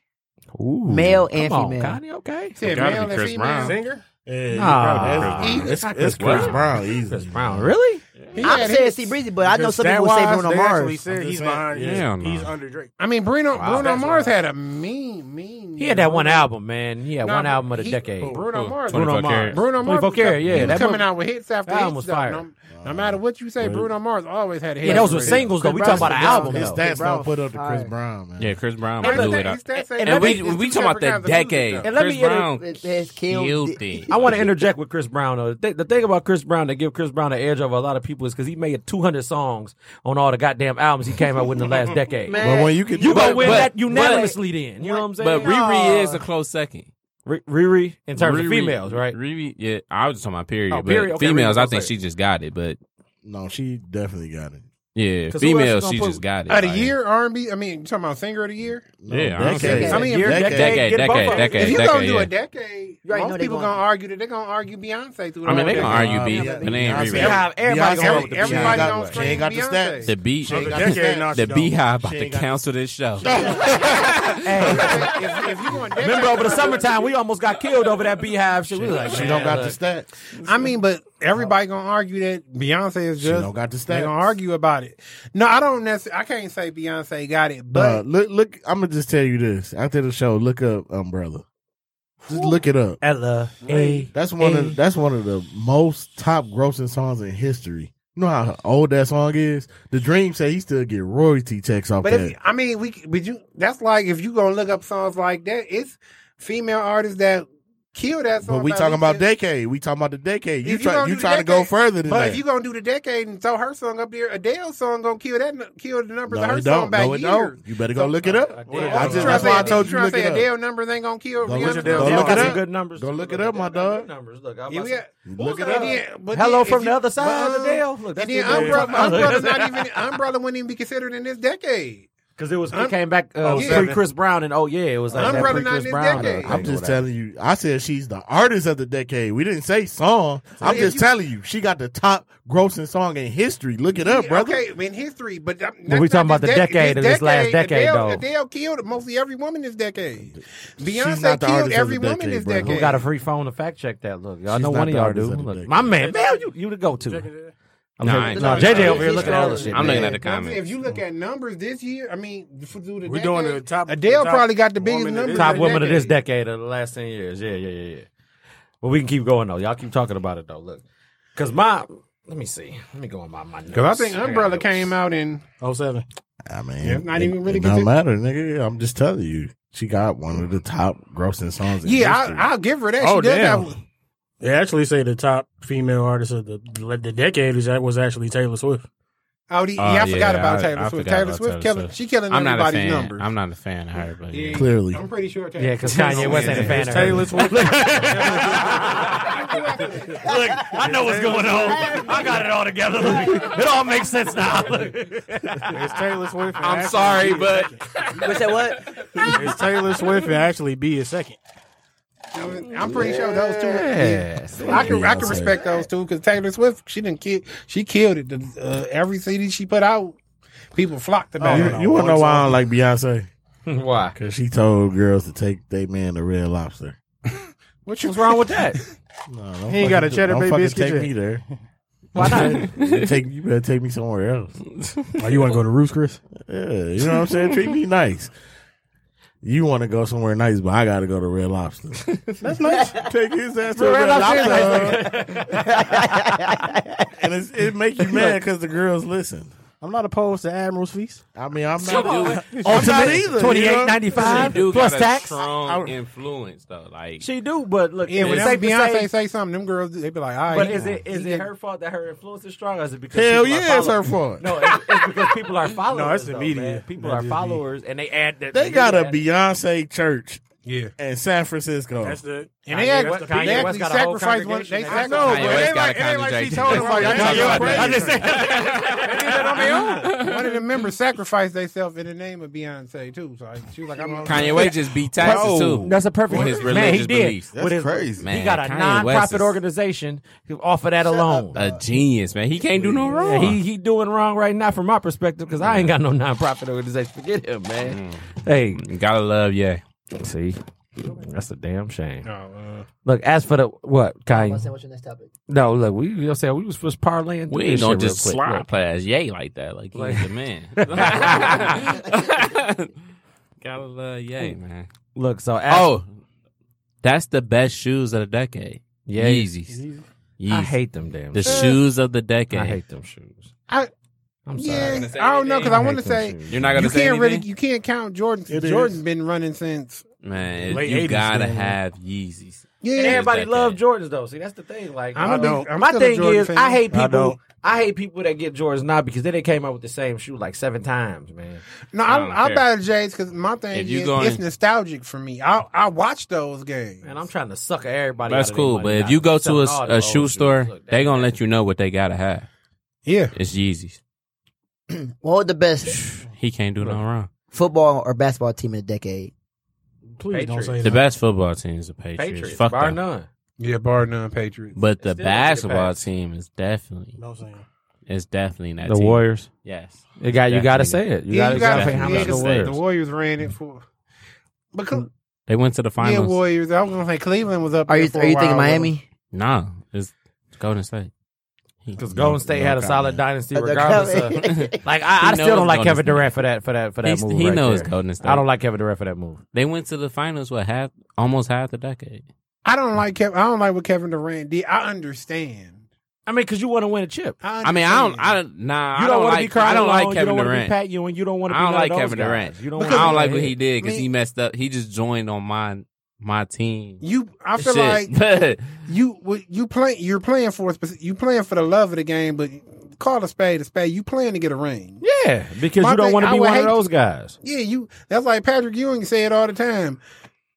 Speaker 4: male and
Speaker 3: Come on,
Speaker 4: female.
Speaker 3: Connie, okay.
Speaker 5: Said
Speaker 3: Gotta
Speaker 5: male
Speaker 3: be
Speaker 5: and
Speaker 3: Chris
Speaker 5: female
Speaker 3: Brown.
Speaker 5: singer.
Speaker 8: Yeah,
Speaker 3: Nah.
Speaker 8: it's- it's,
Speaker 3: Not
Speaker 8: it's
Speaker 3: Brown.
Speaker 8: Chris Brown. Easy.
Speaker 3: Chris Brown, really?
Speaker 4: I'm saying Steve Breezy, but I know some people say Bruno Mars.
Speaker 12: he's behind.
Speaker 6: he's- Hell no. he's
Speaker 12: under Drake.
Speaker 5: I mean, Bruno
Speaker 12: Wow.
Speaker 5: Bruno
Speaker 12: That's
Speaker 5: Mars had a mean mean.
Speaker 3: He had that one album, man. He had
Speaker 5: Nah,
Speaker 3: one
Speaker 5: but
Speaker 3: album of the
Speaker 5: he- Oh,
Speaker 3: decade.
Speaker 5: Bruno Mars.
Speaker 3: Bruno Mars.
Speaker 5: Bruno Mars.
Speaker 3: 24 Karat, yeah.
Speaker 5: He was
Speaker 3: that
Speaker 5: coming
Speaker 3: movie-
Speaker 5: out with hits after
Speaker 3: that album
Speaker 5: hits.
Speaker 3: was
Speaker 5: though.
Speaker 3: fire.
Speaker 5: No, no matter what you say, Bruno Mars always had hits.
Speaker 3: Yeah, those were singles, though. We talking about an album,
Speaker 8: His
Speaker 3: though.
Speaker 8: stats
Speaker 3: Brown
Speaker 8: don't put up to Chris
Speaker 4: Alright.
Speaker 8: Brown, man.
Speaker 6: yeah, Chris Brown
Speaker 3: And
Speaker 6: blew
Speaker 3: let
Speaker 6: it
Speaker 3: me-
Speaker 6: up.
Speaker 3: and- and
Speaker 6: And,
Speaker 3: let
Speaker 6: we
Speaker 3: me-
Speaker 6: we talking about that decade.
Speaker 3: And let
Speaker 6: Chris
Speaker 3: me
Speaker 6: Brown
Speaker 3: inter-
Speaker 4: It has killed.
Speaker 6: guilty.
Speaker 3: I want to interject with Chris Brown though. The, the thing about Chris Brown that give Chris Brown the edge over a lot of people is because he made 200 songs on all the goddamn albums he came out with in the last decade.
Speaker 8: But when you can,
Speaker 3: you gonna
Speaker 6: But-
Speaker 3: win
Speaker 6: but-
Speaker 3: that
Speaker 6: but-
Speaker 3: unanimously then. You know what I'm saying?
Speaker 6: But Riri is a close second.
Speaker 3: Ri- Riri in terms
Speaker 6: Riri-
Speaker 3: of females, right?
Speaker 6: Riri, yeah, I was just talking about period.
Speaker 3: Oh,
Speaker 6: but
Speaker 3: period, okay,
Speaker 6: females,
Speaker 3: Riri,
Speaker 6: I
Speaker 3: I'm
Speaker 6: think
Speaker 3: sorry.
Speaker 6: she just got it. But
Speaker 8: no, she definitely got it.
Speaker 6: yeah,
Speaker 3: 'Cause who else you
Speaker 6: females,
Speaker 3: gonna
Speaker 6: she
Speaker 3: put-
Speaker 6: just got it.
Speaker 5: Of the
Speaker 6: like-
Speaker 5: year R and B. I mean, you talking about singer of the year?
Speaker 8: No,
Speaker 6: Yeah, I don't
Speaker 8: decade.
Speaker 6: think-
Speaker 5: I mean,
Speaker 3: Year,
Speaker 8: decade,
Speaker 6: decade,
Speaker 3: get both of
Speaker 6: decade,
Speaker 3: them.
Speaker 6: decade,
Speaker 5: if you
Speaker 6: decade.
Speaker 5: gonna do
Speaker 6: yeah.
Speaker 5: a decade,
Speaker 4: You already know
Speaker 5: most
Speaker 4: they
Speaker 5: people
Speaker 4: gonna-
Speaker 5: gonna argue that they're gonna argue Beyonce through.
Speaker 6: I
Speaker 5: the
Speaker 6: mean,
Speaker 5: whole
Speaker 6: they gonna
Speaker 5: decade.
Speaker 6: argue B, but they ain't
Speaker 8: Beyonce-
Speaker 6: Riri.
Speaker 3: Have everybody
Speaker 8: Beyonce-
Speaker 3: going with the
Speaker 8: She ain't
Speaker 5: Everybody
Speaker 8: got
Speaker 5: on
Speaker 8: what?
Speaker 5: screen
Speaker 8: She ain't got the
Speaker 5: Beyonce.
Speaker 8: stats.
Speaker 6: The beat,
Speaker 8: She ain't got
Speaker 12: Decade,
Speaker 8: stats.
Speaker 12: no, she
Speaker 6: the
Speaker 12: don't.
Speaker 6: beehive about
Speaker 8: She
Speaker 6: to
Speaker 8: ain't got-
Speaker 6: cancel this show.
Speaker 5: if, if- if you going decade,
Speaker 3: Remember over the summertime we almost got killed over that beehive shit. We was like,
Speaker 8: She
Speaker 3: man,
Speaker 8: don't got the
Speaker 3: look.
Speaker 8: stats.
Speaker 5: I mean, but everybody gonna argue that Beyonce is
Speaker 8: She
Speaker 5: just.
Speaker 8: don't got the stats.
Speaker 5: They gonna argue about it. No, I don't necessarily. I can't say Beyonce got it,
Speaker 8: But
Speaker 5: but
Speaker 8: Uh, look, look, I'm gonna just tell you this. After the show, look up Umbrella. Just look it up.
Speaker 3: Ella A.
Speaker 8: That's one of that's one of the most top grossing songs in history. You know how old that song is. The Dream say he still get royalty checks off
Speaker 5: but
Speaker 8: that.
Speaker 5: if, I mean, we but you. That's like if you gonna look up songs like that, it's female artists that kill that song.
Speaker 8: but we
Speaker 5: like,
Speaker 8: talking about
Speaker 5: just-
Speaker 8: decade. We talking about the decade. You
Speaker 5: If you
Speaker 8: try
Speaker 5: gonna
Speaker 8: you
Speaker 5: do
Speaker 8: trying to go
Speaker 5: decade-
Speaker 8: further than
Speaker 5: But
Speaker 8: that.
Speaker 5: if you gonna do the decade and throw her song up there, Adele's song gonna kill that nu- kill the numbers
Speaker 8: no,
Speaker 5: of her
Speaker 8: it
Speaker 5: song
Speaker 8: don't.
Speaker 5: back
Speaker 8: No, it
Speaker 5: years.
Speaker 8: don't. You better go look it up. I just, that's why I told you
Speaker 5: trying
Speaker 8: look
Speaker 5: to say
Speaker 8: it up.
Speaker 5: Adele numbers ain't gonna kill
Speaker 8: Go
Speaker 5: Rihanna's
Speaker 8: look it
Speaker 5: numbers?
Speaker 8: up. Look
Speaker 3: got
Speaker 8: it
Speaker 3: some
Speaker 8: up.
Speaker 3: good numbers.
Speaker 8: Go look it
Speaker 3: They
Speaker 8: up, my
Speaker 3: got good
Speaker 8: dog.
Speaker 3: numbers. Look, I'm
Speaker 5: Yeah,
Speaker 3: about
Speaker 5: we
Speaker 3: to-
Speaker 5: got-
Speaker 8: Look it
Speaker 5: And
Speaker 8: up.
Speaker 5: then- but
Speaker 3: Hello
Speaker 5: then if
Speaker 3: from the
Speaker 5: you-
Speaker 3: other side of
Speaker 5: but,
Speaker 3: the Dale. Look,
Speaker 5: And
Speaker 3: that's
Speaker 5: then
Speaker 3: the Dale.
Speaker 5: umbrella, umbrella's not even umbrella wouldn't even be considered in this decade.
Speaker 3: Because it was it
Speaker 5: Um,
Speaker 3: came back
Speaker 8: Oh,
Speaker 3: uh,
Speaker 5: yeah.
Speaker 3: pre Chris Brown and oh yeah, it was like
Speaker 5: I'm
Speaker 3: that
Speaker 5: running
Speaker 3: pre
Speaker 5: out
Speaker 3: Chris
Speaker 5: this
Speaker 3: Brown.
Speaker 5: decade.
Speaker 3: uh,
Speaker 8: I'm
Speaker 3: thing or
Speaker 8: just
Speaker 3: whatever.
Speaker 8: telling you. I said she's the artist of the decade. We didn't say song. I'm
Speaker 5: if
Speaker 8: just
Speaker 5: you-
Speaker 8: telling you. She got the top grossing song in history. Look it up, brother.
Speaker 5: Okay, in history, but that-
Speaker 3: But we
Speaker 5: that's
Speaker 3: talking
Speaker 5: not
Speaker 3: about
Speaker 5: this
Speaker 3: the decade of this last decade,
Speaker 5: Adele,
Speaker 3: though.
Speaker 5: Adele killed mostly every woman this decade.
Speaker 8: She's not
Speaker 5: Beyonce
Speaker 8: the
Speaker 5: killed
Speaker 8: artist of
Speaker 5: every
Speaker 8: the
Speaker 5: woman this
Speaker 8: decade, bro. Who
Speaker 5: decade.
Speaker 3: Who got a free phone to fact check that? Look, y'all
Speaker 8: She's
Speaker 3: know
Speaker 8: not
Speaker 3: one of
Speaker 8: the
Speaker 3: y'all do.
Speaker 8: artist of the
Speaker 3: Look,
Speaker 8: decade.
Speaker 3: my man, man, you you the go to. I'm
Speaker 6: Nah,
Speaker 3: here-
Speaker 6: I ain't
Speaker 3: nah,
Speaker 6: talking
Speaker 3: JJ
Speaker 6: about
Speaker 3: over here
Speaker 6: it.
Speaker 3: looking at other shit.
Speaker 6: I'm looking
Speaker 3: man.
Speaker 6: at the
Speaker 5: I'm saying,
Speaker 6: comments.
Speaker 5: If you look at numbers this year, I mean, for through the
Speaker 12: We're doing
Speaker 5: decade,
Speaker 12: the top-
Speaker 5: Adele
Speaker 12: top
Speaker 5: probably got the biggest
Speaker 12: woman of
Speaker 5: numbers.
Speaker 12: this-
Speaker 3: top
Speaker 5: of the
Speaker 3: women of this
Speaker 5: decade.
Speaker 3: decade of the last ten years. Yeah, yeah, yeah, yeah. But we can keep going though. Y'all keep talking about it though. Look, because my let me see. Let me go on my my. Oh,
Speaker 5: Because I think Umbrella came out in
Speaker 12: 07.
Speaker 8: I mean,
Speaker 5: Yeah, not even really
Speaker 8: It don't
Speaker 5: consider-
Speaker 8: matter, nigga. I'm just telling you. She got one of the top grossing songs. In
Speaker 5: Yeah,
Speaker 8: history.
Speaker 5: I, I'll give her that.
Speaker 12: Oh,
Speaker 5: she does
Speaker 12: damn.
Speaker 5: have.
Speaker 12: They actually say the top female artist of the the decade is that was actually Taylor Swift.
Speaker 5: Oh, the,
Speaker 6: Oh,
Speaker 5: yeah, I forgot
Speaker 6: yeah,
Speaker 5: about
Speaker 6: I-
Speaker 5: Taylor
Speaker 6: I
Speaker 5: Swift.
Speaker 6: forgot
Speaker 5: Taylor
Speaker 6: about
Speaker 5: Swift,
Speaker 6: Taylor
Speaker 5: killing,
Speaker 6: Swift.
Speaker 5: she killing
Speaker 6: I'm not a fan.
Speaker 5: everybody's numbers.
Speaker 6: I'm not a fan of her, but yeah.
Speaker 8: Clearly.
Speaker 5: I'm pretty sure. Taylor
Speaker 3: Yeah, because Kanye West ain't a fan of her.
Speaker 12: Taylor Swift.
Speaker 3: Look, I know what's going on. I got it all together. Look, it all makes sense now.
Speaker 12: it's Taylor Swift. and
Speaker 6: I'm
Speaker 12: Ashley
Speaker 6: sorry,
Speaker 12: B.
Speaker 6: but
Speaker 4: What's that? What?
Speaker 12: it's Taylor Swift and actually B is second.
Speaker 5: I'm pretty sure those two. I can I can
Speaker 8: Beyonce.
Speaker 5: respect those two because Taylor Swift she didn't kill she killed it. The, uh, every CD she put out, people flocked
Speaker 3: Oh,
Speaker 5: to that.
Speaker 8: you you want to know why I don't like Beyonce?
Speaker 3: Why?
Speaker 8: Because she told girls to take their man to Red Lobster.
Speaker 5: What you wrong with that?
Speaker 8: No, don't
Speaker 12: He ain't got
Speaker 8: fucking
Speaker 12: a
Speaker 8: do-
Speaker 12: Cheddar
Speaker 8: don't
Speaker 12: Bay
Speaker 8: fucking
Speaker 12: biscuit
Speaker 8: Take
Speaker 12: yet.
Speaker 8: me there.
Speaker 3: Why not?
Speaker 8: take you better take me somewhere else.
Speaker 12: Oh, you want to go to Roost, Chris?
Speaker 8: Yeah, you know what I'm saying. Treat me nice. You want to go somewhere nice, but I got to go to Red Lobster. That's nice. Take his ass to Red, Lobster, and it's, it make you mad because the girls listen.
Speaker 9: I'm not opposed to Admiral's Feast.
Speaker 8: I mean, I'm
Speaker 9: not.
Speaker 7: Ultimately, $28.95
Speaker 9: plus
Speaker 6: got
Speaker 9: tax.
Speaker 6: A strong
Speaker 9: I- I-
Speaker 6: influence though. Like
Speaker 3: She do, but look,
Speaker 5: Yeah,
Speaker 3: it's
Speaker 5: when
Speaker 3: safe to
Speaker 5: Beyonce
Speaker 3: say-
Speaker 5: say, something, them girls they be like, all right.
Speaker 3: But is it is it her fault that her influence is strong? Or is it because
Speaker 5: Hell
Speaker 3: people are
Speaker 5: yeah, it's
Speaker 3: follow-
Speaker 5: her fault.
Speaker 3: No, it's, it's because people are followers.
Speaker 5: No, it's the
Speaker 3: though,
Speaker 5: media.
Speaker 3: man. People
Speaker 5: That's
Speaker 3: are
Speaker 5: just
Speaker 3: followers, and they add that.
Speaker 8: They
Speaker 3: do
Speaker 8: got a
Speaker 3: that.
Speaker 8: Beyonce church.
Speaker 5: Yeah.
Speaker 8: In San Francisco.
Speaker 12: That's the-
Speaker 5: And
Speaker 12: Kanye
Speaker 5: they act-
Speaker 12: West-
Speaker 5: they
Speaker 12: Kanye
Speaker 5: actually
Speaker 12: West got a whole
Speaker 5: sacrificed one. They
Speaker 12: congregation.
Speaker 5: sacrificed.
Speaker 12: No, but it ain't
Speaker 5: like,
Speaker 12: like- it ain't like she
Speaker 5: told them like,
Speaker 12: I just said-
Speaker 5: One of the members sacrificed themselves in the name of Beyonce too. So I- she was like, I'm on-
Speaker 6: Kanye West just beat taxes
Speaker 5: Bro.
Speaker 6: too.
Speaker 3: That's a perfect
Speaker 6: with his religious
Speaker 3: man. He did
Speaker 6: beliefs.
Speaker 3: with his, He got a
Speaker 6: Kanye West
Speaker 3: non-profit
Speaker 6: is
Speaker 3: organization off of that alone.
Speaker 6: A genius, man. He can't do no wrong.
Speaker 3: Yeah, he he doing wrong right now from my perspective because I ain't got no non-profit organization. Forget him, man.
Speaker 6: Mm.
Speaker 3: Hey,
Speaker 6: gotta love yeah.
Speaker 3: See, that's a damn shame.
Speaker 5: uh,
Speaker 3: Look, as for the what,
Speaker 19: I'm
Speaker 3: Kanye?
Speaker 19: gonna say what's your next topic.
Speaker 3: No, look, we you know saying we was supposed to parlaying. through
Speaker 6: We ain't
Speaker 3: this
Speaker 6: gonna
Speaker 3: shit real
Speaker 6: just
Speaker 3: quick.
Speaker 6: slide
Speaker 3: Look.
Speaker 6: past Ye like that. Like he's
Speaker 3: Like-
Speaker 6: the man. Gotta love Ye, man.
Speaker 3: Look, so
Speaker 6: oh, that's the best shoes of the decade.
Speaker 3: Yeah.
Speaker 6: Yeezys.
Speaker 3: I hate them damn
Speaker 6: The
Speaker 3: shoes.
Speaker 6: shoes of the decade.
Speaker 3: I hate them shoes.
Speaker 5: I,
Speaker 3: I'm sorry.
Speaker 5: yeah,
Speaker 3: I'm gonna say
Speaker 5: I don't know because I
Speaker 3: anything.
Speaker 5: want
Speaker 3: I
Speaker 5: to
Speaker 3: hate them
Speaker 5: say
Speaker 3: shoes.
Speaker 6: You're not gonna
Speaker 5: you
Speaker 6: say
Speaker 5: can't really
Speaker 6: anything?
Speaker 5: you can't count Jordan.
Speaker 6: It is.
Speaker 5: Jordan been running since
Speaker 6: Man,
Speaker 5: Late
Speaker 6: you
Speaker 5: 80s,
Speaker 6: gotta
Speaker 5: man.
Speaker 6: have Yeezys.
Speaker 5: Yeah.
Speaker 3: And everybody
Speaker 6: Decade.
Speaker 3: love Jordans though. See, that's the thing. Like,
Speaker 5: I'm a
Speaker 3: I
Speaker 5: big-
Speaker 3: don't.
Speaker 5: I'm
Speaker 3: my
Speaker 5: still a
Speaker 3: thing
Speaker 5: Jordan
Speaker 3: is,
Speaker 5: fan.
Speaker 3: I hate people.
Speaker 5: I don't.
Speaker 3: I, hate people that get Jordans now because then they came out with the same shoe like seven times, man.
Speaker 5: No,
Speaker 3: I
Speaker 5: I,
Speaker 3: don't
Speaker 5: I,
Speaker 3: care.
Speaker 5: buy the J's because my thing
Speaker 3: If you
Speaker 5: is
Speaker 3: going-
Speaker 5: it's nostalgic for me. I I watch those games.
Speaker 3: And I'm trying to suck everybody.
Speaker 6: That's
Speaker 3: out of their
Speaker 6: cool,
Speaker 3: money
Speaker 6: but if
Speaker 3: now.
Speaker 6: you go to a,
Speaker 3: Selling all
Speaker 6: a
Speaker 3: the old
Speaker 6: shoe
Speaker 3: shoes.
Speaker 6: store, they gonna let you know what they gotta have.
Speaker 5: Yeah,
Speaker 6: it's Yeezys.
Speaker 19: What would the best
Speaker 6: He can't do no wrong.
Speaker 19: football or basketball team in a decade?
Speaker 12: Please don't say
Speaker 6: The best football team is the Patriots.
Speaker 12: Patriots,
Speaker 6: Fuck
Speaker 12: bar
Speaker 6: them.
Speaker 3: none.
Speaker 5: Yeah, bar none, Patriots.
Speaker 6: But the
Speaker 12: Still don't get
Speaker 6: basketball
Speaker 12: past.
Speaker 6: team is definitely
Speaker 12: No saying.
Speaker 6: It's definitely that
Speaker 3: The
Speaker 6: team.
Speaker 3: Warriors?
Speaker 6: Yes.
Speaker 3: You got- you gotta
Speaker 6: Definitely.
Speaker 3: say it. You Yeah, gotta- you gotta say how
Speaker 5: Yeah,
Speaker 3: much the
Speaker 5: the,
Speaker 3: Warriors.
Speaker 5: the Warriors ran it for. Because
Speaker 6: They went to the
Speaker 5: yeah,
Speaker 6: finals.
Speaker 5: Warriors. I was gonna say Cleveland was up.
Speaker 19: Are
Speaker 5: there
Speaker 19: you-
Speaker 5: for
Speaker 19: are
Speaker 5: a
Speaker 19: you thinking
Speaker 5: while, though.
Speaker 19: Miami?
Speaker 6: nah, it's Golden State.
Speaker 3: Because Golden State had a solid dynasty,
Speaker 6: Uh, the
Speaker 3: regardless
Speaker 6: Golden-
Speaker 3: of like I,
Speaker 6: He
Speaker 3: I
Speaker 6: knows
Speaker 3: still don't like
Speaker 6: Golden
Speaker 3: Kevin
Speaker 6: State.
Speaker 3: Durant for that for that for that
Speaker 6: He's-
Speaker 3: move.
Speaker 6: he
Speaker 3: right
Speaker 6: knows
Speaker 3: there.
Speaker 6: Golden State.
Speaker 3: I don't like Kevin Durant for that move.
Speaker 6: They went to the finals with half, almost half the decade.
Speaker 5: I don't like Kevin. I don't like what Kevin Durant did. I understand.
Speaker 3: I mean, because you want to win a chip.
Speaker 6: I mean, I don't. I don't-
Speaker 3: You
Speaker 6: nah. I
Speaker 3: don't
Speaker 6: don't
Speaker 3: wanna
Speaker 6: like.
Speaker 3: be Carl
Speaker 6: I don't
Speaker 3: Malone,
Speaker 6: like
Speaker 3: you don't
Speaker 6: Kevin
Speaker 3: wanna be
Speaker 6: Durant.
Speaker 3: Pat Ewing, you don't wanna be
Speaker 6: I don't
Speaker 3: none of
Speaker 6: like
Speaker 3: those
Speaker 6: Kevin
Speaker 3: guys.
Speaker 6: Durant.
Speaker 3: You don't
Speaker 6: I
Speaker 3: wanna
Speaker 6: don't
Speaker 3: be
Speaker 6: like
Speaker 3: that
Speaker 6: what he
Speaker 3: head.
Speaker 6: did because
Speaker 3: Me-
Speaker 6: he messed up. He just joined on my my team.
Speaker 5: You, I feel
Speaker 6: Shit.
Speaker 5: like you what you play. You're playing for a speci- you playing for the love of the game, but call a spade a spade. You playing to get a ring.
Speaker 3: Yeah, because
Speaker 5: My
Speaker 3: you don't
Speaker 5: thing-
Speaker 3: want to
Speaker 5: I
Speaker 3: be
Speaker 5: would
Speaker 3: one of
Speaker 5: hate-
Speaker 3: those guys.
Speaker 5: Yeah, you. That's like Patrick Ewing said all the time.